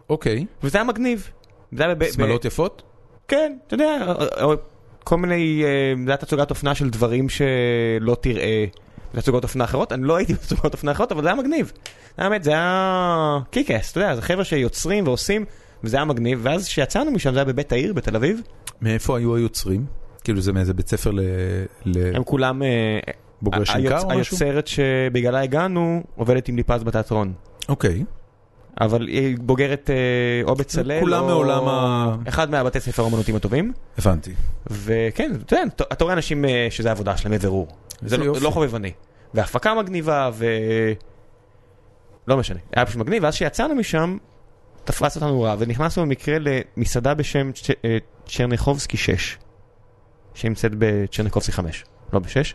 S1: אוקיי,
S2: וזה היה מגניב. זה היה בב- ב-
S1: שמלות יפות?
S2: כן, אתה יודע, או- או- כל מיני, אה, זה היה תצוגת אופנה של דברים שלא תראה בתצוגות אופנה אחרות, אני לא *laughs* הייתי בתצוגות אופנה אחרות, אבל זה היה מגניב. זה היה באמת, זה היה קיקס, אתה יודע, זה חבר'ה שיוצרים ועושים, וזה היה מגניב, ואז כשיצאנו משם, זה היה בבית העיר, בתל אביב,
S1: מאיפה היו היוצרים? כאילו זה מאיזה בית ספר ל-
S2: הם כולם... אה,
S1: לבוגרי שנקר
S2: היוצ-
S1: כן. או משהו?
S2: היוצרת שבגללה הגענו, עובדת עם ליפז בתיאטרון.
S1: אוקיי.
S2: אבל היא בוגרת אה, או בצלאל,
S1: כולם
S2: או-
S1: מעולם ה...
S2: אחד מהבתי ספר האומנותיים הטובים.
S1: הבנתי.
S2: וכן, אתה יודע, אתה- אתה רואה אנשים אה, שזה עבודה שלהם בבירור. זה לא,
S1: יופי.
S2: לא חובבני. והפקה מגניבה, ו... לא משנה, היה פשוט מגניב, ואז כשיצאנו משם, תפס אותנו רע, ונכנסנו במקרה למסעדה בשם צ'- אה, צ'רניחובסקי 6, שנמצאת בצ'רניחובסקי 5, לא ב-6.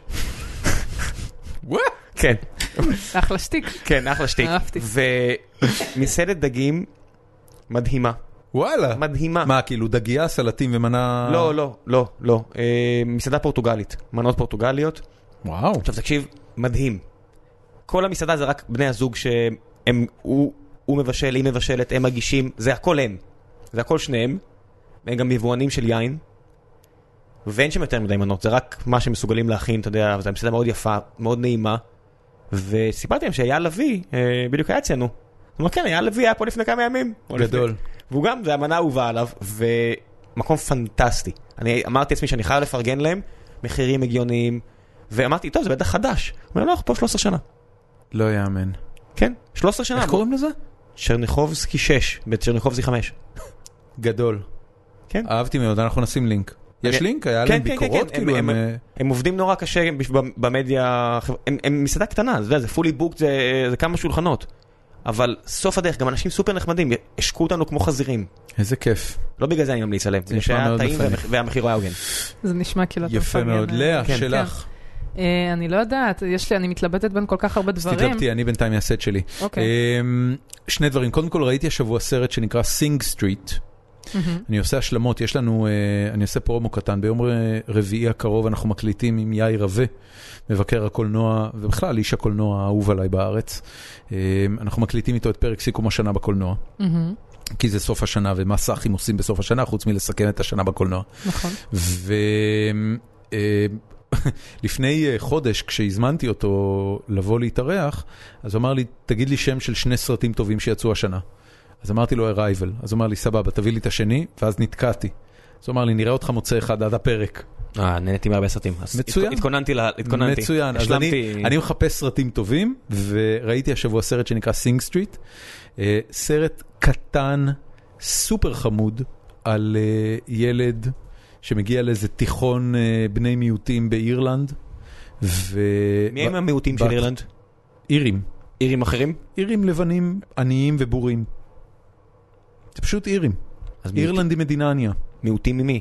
S2: כן,
S3: אחלה שטיק.
S2: כן, אחלה שטיק.
S3: אהבתי.
S2: ומסעדת דגים מדהימה,
S1: וואלה.
S2: מדהימה.
S1: מה, כאילו דגייה, סלטים ומנה...
S2: לא, לא, לא, לא. אה, מסעדה פורטוגלית, מנות פורטוגליות.
S1: וואו.
S2: עכשיו תקשיב, מדהים. כל המסעדה זה רק בני הזוג שהם, הוא, הוא מבשל, היא מבשלת, הם מגישים, זה הכל הם. זה הכל שניהם. הם גם יבואנים של יין. ואין שם יותר מדי מנות, זה רק מה שהם מסוגלים להכין, אתה יודע, זו מסעדה מאוד יפה, מאוד נעימה. וסיפרתי להם שאייל לביא, אה, בדיוק היה אצלנו. הוא אמר, כן, אייל לביא היה פה לפני כמה ימים. או לפני-
S1: גדול.
S2: והוא גם, זה המנה האהובה עליו, ומקום פנטסטי. אני אמרתי לעצמי שאני חייב לפרגן להם, מחירים הגיוניים, ואמרתי, טוב, זה בטח חדש. הוא אומר, לא, אנחנו פה 13 שנה.
S1: לא יאמן.
S2: כן, 13 שנה.
S1: איך קוראים לזה?
S2: צ'רניחובסקי 6, בצ'רניחובסקי 5.
S1: גדול.
S2: כן.
S1: אהבתי מאוד, אנחנו נשים לינק. יש
S2: אני-
S1: לינק? היה
S2: כן,
S1: להם
S2: כן, כן,
S1: ביקורות?
S2: כן,
S1: כאילו
S2: הם-
S1: הם...
S2: הם-
S1: אה,
S2: הם עובדים נורא קשה בש- ב- במדיה, החבר- הם, הם מסעדה קטנה, אתה יודע, זה fully booked, זה, זה כמה שולחנות. אבל סוף הדרך, גם אנשים סופר נחמדים, השקו אותנו כמו חזירים.
S1: איזה כיף.
S2: לא בגלל זה אני ממליץ עליהם, זה
S1: נשמע
S2: שהיה
S1: מאוד
S2: טעים
S1: מפנק.
S2: והמח- והמחיר היה הוגן.
S3: זה נשמע
S2: לא,
S3: כאילו... אתה
S1: יפה
S3: מפרגן,
S1: מאוד.
S3: אה,
S1: לאה,
S2: כן.
S1: שלך.
S3: אה, אני לא יודעת, יש לי, אני מתלבטת בין כל כך הרבה דברים.
S1: תתלבטי, אני בינתיים אעשה את שלי.
S3: אוקיי.
S1: אמ, שני דברים. קודם כל, ראיתי השבוע סרט שנקרא סינג סטריט.
S3: מהמם.
S1: אני עושה השלמות, יש לנו, אה, אני עושה פרומו קטן, ביום אה, רביעי הקרוב אנחנו מקליטים עם יאיר רווה, מבקר הקולנוע, ובכלל איש הקולנוע האהוב עליי בארץ. אה, אנחנו מקליטים איתו את פרק סיכום השנה בקולנוע,
S3: מהמם.
S1: כי זה סוף השנה ומה סאחים עושים בסוף השנה, חוץ מלסכם את השנה בקולנוע.
S3: נכון.
S1: ולפני אה, חודש, כשהזמנתי אותו לבוא להתארח, אז הוא אמר לי, תגיד לי שם של שני סרטים טובים שיצאו השנה. אז אמרתי לו, Arrival. אז הוא אמר לי, סבבה, תביא לי את השני, ואז נתקעתי. אז הוא אמר לי, נראה אותך מוצא אחד עד הפרק.
S2: אה, נהניתי מהרבה סרטים. אז
S1: מצוין.
S2: התכ- התכוננתי, לה- התכוננתי.
S1: מצוין, אז
S2: השלמתי.
S1: אני, אני מחפש סרטים טובים, וראיתי השבוע סרט שנקרא סינג סטריט. אה, סרט קטן, סופר חמוד, על אה, ילד שמגיע לאיזה תיכון אה, בני מיעוטים באירלנד. ו...
S2: מי הם המיעוטים של
S1: בת-
S2: אירלנד?
S1: אירים.
S2: אירים אחרים?
S1: אירים לבנים, עניים ובורים. זה פשוט אירים.
S2: אז מיעוט-
S1: אירלנד היא מדינה ענייה.
S2: מיעוטים ממי?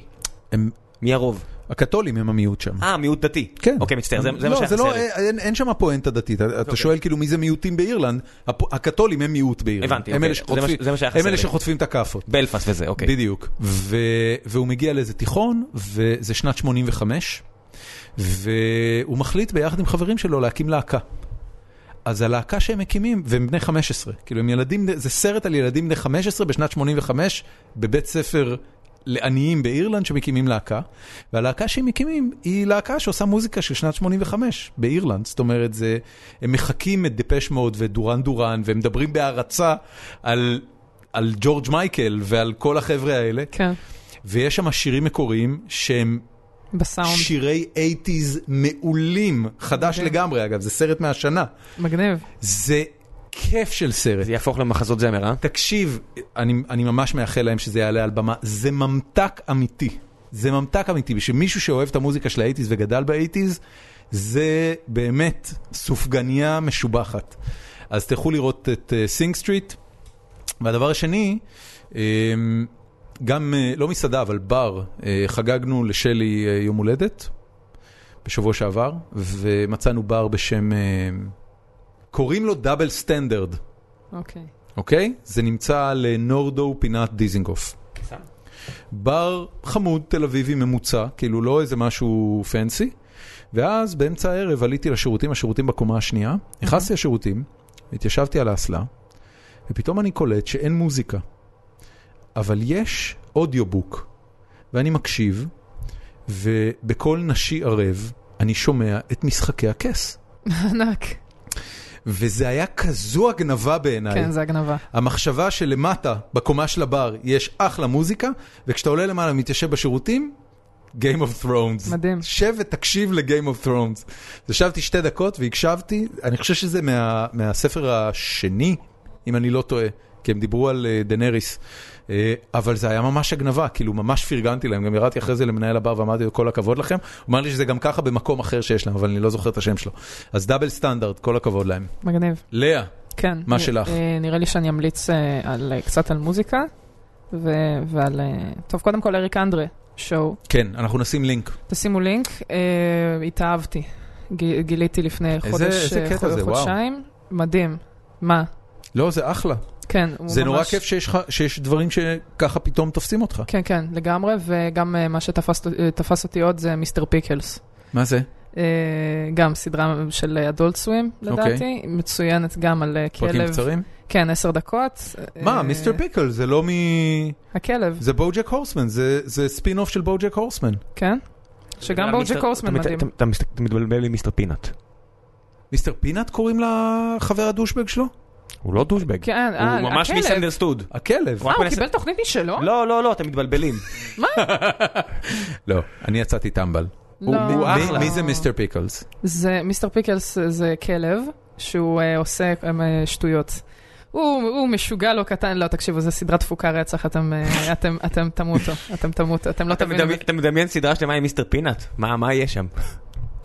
S1: הם,
S2: מי הרוב?
S1: הקתולים הם המיעוט שם.
S2: אה, מיעוט דתי.
S1: כן.
S2: אוקיי, מצטער, זה זה מה אוקיי.
S1: לא,
S2: שהיה
S1: זה לא,
S2: חסר לי.
S1: אין, אין, אין שם פואנטה דתית, אתה okay. שואל כאילו מי זה מיעוטים באירלנד, הפ- הקתולים הם מיעוט באירלנד.
S2: הבנתי,
S1: הם
S2: אוקיי.
S1: אלה
S2: זה מה-
S1: שחוטפים,
S2: זה מה שהיה
S1: הם
S2: חסר
S1: אלה
S2: לי.
S1: שחוטפים את הכאפות.
S2: בלפאסט וזה, אוקיי.
S1: בדיוק. ו, והוא מגיע לאיזה תיכון, וזה שנת 85, והוא מחליט ביחד עם חברים שלו להקים להקה. אז הלהקה שהם מקימים, והם בני 15, כאילו הם ילדים, זה סרט על ילדים בני 15 בשנת 85 בבית ספר לעניים באירלנד שמקימים להקה, והלהקה שהם מקימים היא להקה שעושה מוזיקה של שנת 85 באירלנד, זאת אומרת זה, הם מחקים את דפש מוד ואת דורן דורן, והם מדברים בהערצה על, על ג'ורג' מייקל ועל כל החבר'ה האלה,
S3: כן,
S1: ויש שם שירים מקוריים שהם
S3: בסאונד.
S1: שירי 80's מעולים, חדש
S3: מדהים.
S1: לגמרי אגב, זה סרט מהשנה.
S3: מגניב.
S1: זה כיף של סרט.
S2: זה יהפוך למחזות זמר, אה?
S1: תקשיב, אני, אני ממש מאחל להם שזה יעלה על במה, זה ממתק אמיתי. זה ממתק אמיתי, בשביל מישהו שאוהב את המוזיקה של האייטיז וגדל באייטיז, זה באמת סופגניה משובחת. אז תלכו לראות את סינג סטריט. והדבר השני, אה, גם, אה, לא מסעדה, אבל בר, אה, חגגנו לשלי אה, יום הולדת בשבוע שעבר, ומצאנו בר בשם, אה, קוראים לו דאבל סטנדרד.
S3: אוקיי. *laughs*
S1: אוקיי? זה נמצא על אה, נורדו פינת דיזינגוף. בר חמוד תל אביבי ממוצע, כאילו לא איזה משהו פנסי. ואז באמצע הערב עליתי לשירותים, השירותים בקומה השנייה, נכנסתי לשירותים, התיישבתי על האסלה, ופתאום אני קולט שאין מוזיקה. אבל יש אודיובוק, ואני מקשיב, ובקול נשי ערב אני שומע את משחקי הכס.
S3: ענק.
S1: וזה היה כזו הגנבה בעיניי.
S3: כן, זה הגנבה.
S1: המחשבה שלמטה, בקומה של הבר, יש אחלה מוזיקה, וכשאתה עולה למעלה ומתיישב בשירותים, Game of Thrones.
S3: מדהים.
S1: שב ותקשיב ל-Game of Thrones. אז ישבתי שתי דקות והקשבתי, אני חושב שזה מה, מהספר השני, אם אני לא טועה, כי הם דיברו על אה, דנריס. אה, אבל זה היה ממש הגנבה, כאילו ממש פרגנתי להם, גם ירדתי אחרי זה למנהל הבר ואמרתי לו כל הכבוד לכם. הוא אמר לי שזה גם ככה במקום אחר שיש להם, אבל אני לא זוכר את השם שלו. אז דאבל סטנדרט, כל הכבוד להם.
S3: מגניב.
S1: לאה,
S3: כן.
S1: מה
S3: נ-
S1: שלך?
S3: אה, נראה לי שאני אמליץ אה, על, אה, קצת על מוזיקה, ו- ועל... אה, טוב, קודם כל אריק אנדרה, שואו.
S1: כן, אנחנו נשים לינק.
S3: תשימו לינק, אה, התאהבתי. ג- גיליתי לפני חודש,
S1: איזה
S3: אה,
S1: קטע
S3: חוד-
S1: זה, וואו.
S3: חודשיים. מדהים. מה?
S1: לא, זה אחלה.
S3: כן, הוא
S1: זה נורא
S3: ממש-
S1: כיף שיש, לך- שיש דברים שככה פתאום תופסים אותך.
S3: כן, כן, לגמרי, וגם אה, מה שתפס אה, תפס אותי עוד זה מיסטר פיקלס.
S1: מה זה?
S3: אה, גם סדרה של אדולט סווים,
S1: אוקיי.
S3: לדעתי, מצוינת גם על אה,
S1: פרקים
S3: כלב.
S1: קצרים?
S3: כן, עשר דקות.
S1: מה,
S3: אה,
S1: מיסטר פיקל, זה לא מ...
S3: הכלב,
S1: זה בוג'ק הורסמן, זה- זה ספין אוף של בוג'ק הורסמן.
S3: כן. שגם בוג'ק הורסמן מדהים.
S9: אתה מסת- אתה מתבלבל עם מיסטר פינאט.
S1: מיסטר פינאט קוראים לחבר הדושבג שלו?
S9: הוא לא דושבג.
S3: כן, אה,
S2: הוא ממש
S3: הכלב.
S2: מיסאנדרסטוד.
S1: הכלב.
S3: אה, הוא קיבל תוכנית משלו?
S2: לא, לא, לא, אתם מתבלבלים.
S1: לא, אני יצאתי טמבל.
S3: לא.
S1: הוא- הוא- מי- מי זה מיסטר פיקלס?
S3: זה מיסטר פיקלס אה, זה כלב שהוא אה, עושה אה, שטויות. הוא, הוא משוגע לא קטן, לא, תקשיבו, זו סדרת תפוקה רצח, אתם, אה, אתם, אתם תמותו, אתם תמותו, אתם *laughs* לא
S2: אתה
S3: תבינו.
S2: מדמי- אתה מדמיין סדרה שלמה עם מיסטר פינאט? מה מה יהיה שם?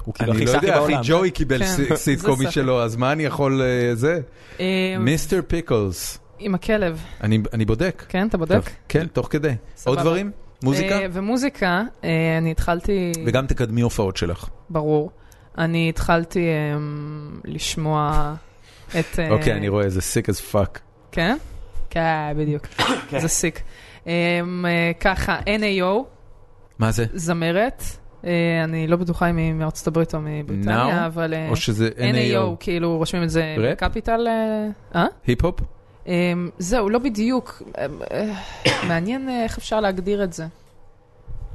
S2: הוא כאילו
S1: אני
S2: הכי
S1: לא
S2: סאחי
S1: יודע, אחי,
S2: בעולם.
S1: ג'וי קיבל
S3: כן,
S1: ס-
S3: זה
S1: סיטקומי
S3: ספק.
S1: שלו, אז מה אני יכול... אה, זה?
S3: אה,
S1: מיסטר פיקלס.
S3: עם הכלב,
S1: אני אני בודק.
S3: כן, אתה בודק?
S1: כן, תוך כדי. עוד
S3: סבבה.
S1: דברים? מוזיקה?
S3: אה, ומוזיקה, אה, אני התחלתי,
S1: וגם תקדמי הופעות שלך.
S3: ברור, אני התחלתי אה, לשמוע את... אה,
S1: אוקיי, אני רואה, זה sick as fuck.
S3: כן? כן, בדיוק. זה סיק. אמ, אה, ככה, NAO,
S1: מה זה?
S3: זמרת, אה, אני לא בטוחה אם היא מארצות הברית או מבריטניה,
S1: Now?
S3: אבל אה,
S1: או שזה
S3: NAO,
S1: NAO?
S3: כאילו רושמים את זה
S1: ראפ?
S3: בקפיטל. אה? אה?
S1: היפ-הופ?
S3: אמ, זהו, לא בדיוק. אמ, אה, *coughs* מעניין אה, איך אפשר להגדיר את זה.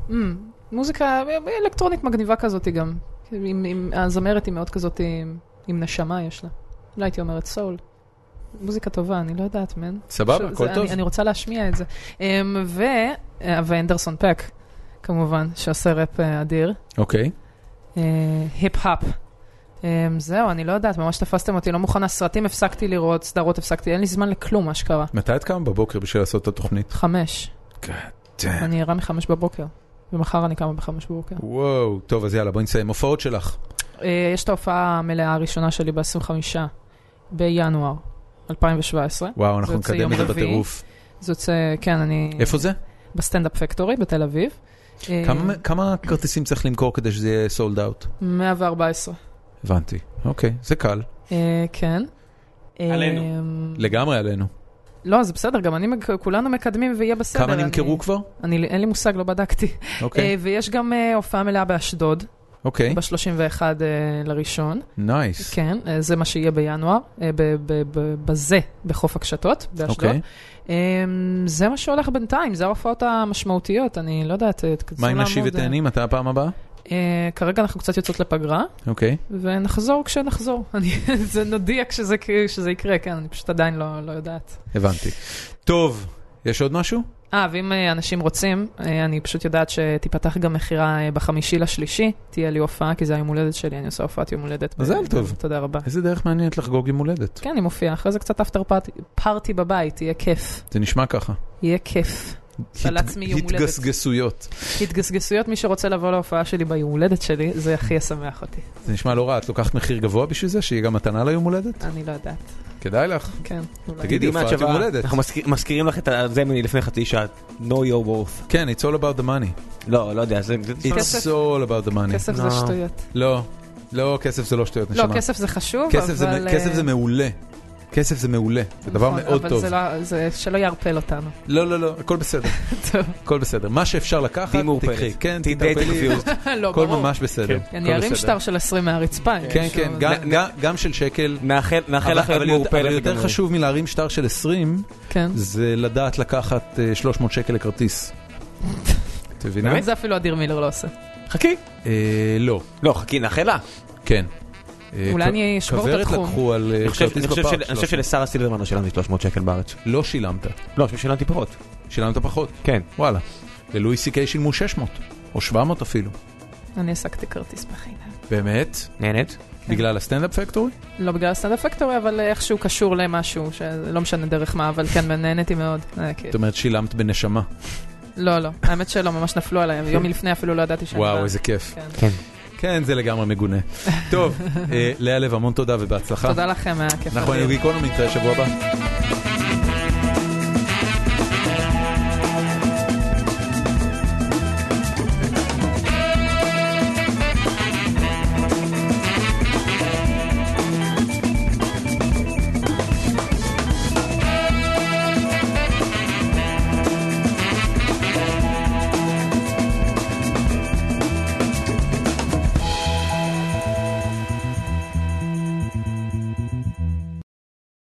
S3: אמ, מוזיקה אה, אלקטרונית מגניבה כזאת גם. עם- עם- הזמרת היא מאוד כזאת, עם- עם נשמה יש לה. לא הייתי אומרת סול. מוזיקה טובה, אני לא יודעת, מן.
S1: סבבה,
S3: פשוט,
S1: הכל
S3: זה-
S1: טוב.
S3: אני, אני רוצה להשמיע את זה. Um, ו... אה, ואנדרסון פק, כמובן, שעושה ראפ אה, אדיר.
S1: אוקיי.
S3: היפ-הפ. Um, זהו, אני לא יודעת, ממש תפסתם אותי, לא מוכנה. סרטים הפסקתי לראות, סדרות הפסקתי, אין לי זמן לכלום, מה שקרה.
S1: מתי את קם בבוקר בשביל לעשות את התוכנית?
S3: חמש. נכון.
S1: damn.
S3: אני ערה מחמש בבוקר. ומחר אני קמה בחמש בבוקר.
S1: וואו, טוב, אז יאללה, בואי נסיים. הופעות שלך.
S3: אה, יש את ההופעה המלאה הראשונה שלי ב-25 בינואר 2017.
S1: וואו, אנחנו
S3: זה יוצא
S1: נקדם את זה
S3: יום רביעי. אה,
S1: בטירוף.
S3: זה יוצא, כן, אני...
S1: איפה זה?
S3: בסטנדאפ פקטורי בתל אביב. אה,
S1: כמה- כמה כרטיסים צריך למכור כדי שזה יהיה סולד אאוט?
S3: 114.
S1: הבנתי. אוקיי, זה קל.
S3: אה, כן.
S2: עלינו.
S3: אה,
S1: לגמרי עלינו.
S3: לא, זה בסדר, גם אני, מג- כולנו מקדמים ויהיה בסדר.
S1: כמה
S3: אני-
S1: נמכרו כבר?
S3: אני, אין לי מושג, לא בדקתי. אה,
S1: אוקיי,
S3: ויש גם אה, הופעה מלאה באשדוד,
S1: אוקיי,
S3: ב-31 לראשון.
S1: נייס.
S3: כן, אה, זה מה שיהיה בינואר, אה, ב- ב- ב- בזה, בחוף הקשתות, באשדוד.
S1: אוקיי.
S3: אה, זה מה שהולך בינתיים, זה ההופעות המשמעותיות, אני לא יודעת, אה, תכנסו
S1: מה עם
S3: לעמוד,
S1: נשי
S3: אה,
S1: ותהני? מתי הפעם הבאה?
S3: אה, כרגע אנחנו קצת יוצאות לפגרה,
S1: אוקיי.
S3: ונחזור כשנחזור. *laughs* אני, זה נודיע כשזה, כשזה יקרה, כן, אני פשוט עדיין לא, לא יודעת.
S1: הבנתי. טוב, יש עוד משהו?
S3: אה, ואם אה, אנשים רוצים, אה, אני פשוט יודעת שתיפתח גם מכירה אה, בחמישי לשלישי, תהיה לי הופעה, כי זה היום הולדת שלי, אני עושה הופעת יום הולדת. ב-
S1: מזל טוב.
S3: תודה רבה.
S1: איזה דרך מעניינת לחגוג יום הולדת.
S3: כן, אני מופיעה, אחרי זה קצת אפטר פארטי בבית, יהיה כיף.
S1: זה נשמע ככה.
S3: יהיה כיף. פלץ מיום הולדת.
S1: התגסגסויות.
S3: התגסגסויות, מי שרוצה לבוא להופעה שלי ביום הולדת שלי, זה הכי ישמח אותי.
S1: זה נשמע לא רע, את לוקחת מחיר גבוה בשביל זה? שיהיה גם מתנה ליום הולדת?
S3: אני לא יודעת,
S1: כדאי לך.
S3: כן. אולי.
S1: תגידי,
S2: יודעים מה
S1: הופעת יום
S2: התשובה?
S1: הולדת.
S2: אנחנו מזכיר- מזכירים לך את זה מלפני חצי שעה. know your worth.
S1: כן, it's all about the money.
S2: לא, לא יודע, זה... זה-
S1: It's
S3: כסף-
S1: all about the money.
S3: כסף זה
S2: לא.
S3: שטויות.
S1: לא, לא, כסף זה לא שטויות,
S3: לא,
S1: נשמה.
S3: כסף זה חשוב, אבל...
S1: כסף זה- כסף זה
S3: אה,
S1: מעולה. כסף זה מעולה, זה דבר
S3: נכון,
S1: מאוד טוב.
S3: אבל זה לא- זה שלא יערפל
S1: *laughs*
S3: אותנו.
S1: לא, לא, לא, הכל בסדר,
S3: טוב.
S1: הכל בסדר. מה שאפשר לקחת,
S2: תהיי מעורפלת.
S1: תקחי. כן,
S2: תהיי
S1: תתערפלי,
S2: די confused.
S3: לא,
S1: הכל
S3: ברור.
S1: ממש בסדר. הכל
S3: אני ארים
S1: בסדר.
S3: שטר של 20 מהרצפה. אם
S1: כן,
S3: מישהו-
S1: כן, גם- גם- גם של שקל.
S2: נאחל נאחל
S1: אבל-
S2: לך להיות
S1: אבל יותר-
S2: מעורפלת.
S1: אבל יותר
S2: לגמרי.
S1: חשוב מלהרים שטר של 20,
S3: כן.
S1: זה לדעת לקחת אה, 300 שקל לכרטיס. את מבינה?
S3: זה אפילו אדיר מילר לא עושה.
S2: חכי.
S1: אה, לא,
S2: לא, חכי, נאחל לה.
S1: כן. אה,
S3: אולי
S1: כ-
S3: אני אשבור את התחום.
S1: כוורת לקחו על אה,
S2: אני חושב-
S1: כרטיס
S2: אני חושב
S1: בפארק.
S2: של- אני חושב
S1: 300.
S2: שלשרה סילברמן לא שילמתי 300 שקל בארץ.
S1: לא שילמת,
S2: לא, אני חושב ששילמתי פחות.
S1: שילמת פחות,
S2: כן.
S1: וואלה. ללואי סי קיי שילמו 600, או 700 אפילו.
S3: אני עסקתי כרטיס בחינם.
S1: באמת?
S3: כן.
S2: נהנית?
S1: בגלל הסטנדאפ פקטורי?
S3: לא בגלל הסטנדאפ פקטורי, אבל איכשהו קשור למשהו, שלא משנה דרך מה, אבל כן, נהניתי מאוד. אה, כן.
S1: זאת אומרת שילמת בנשמה.
S3: לא, לא. האמת שלא, ממש נפלו עליי. יום לפני אפילו לא ידעתי שאני...
S1: וואו,
S3: באה.
S1: איזה כיף.
S3: כן.
S1: כן, זה לגמרי
S3: *laughs*
S1: מגונה. טוב, אה, לאה לב, המון תודה ובהצלחה.
S3: תודה לכם, היה כיף.
S1: אנחנו
S3: אדיר.
S1: נכון, היינו גיקונומי, נתראה שבוע הבא.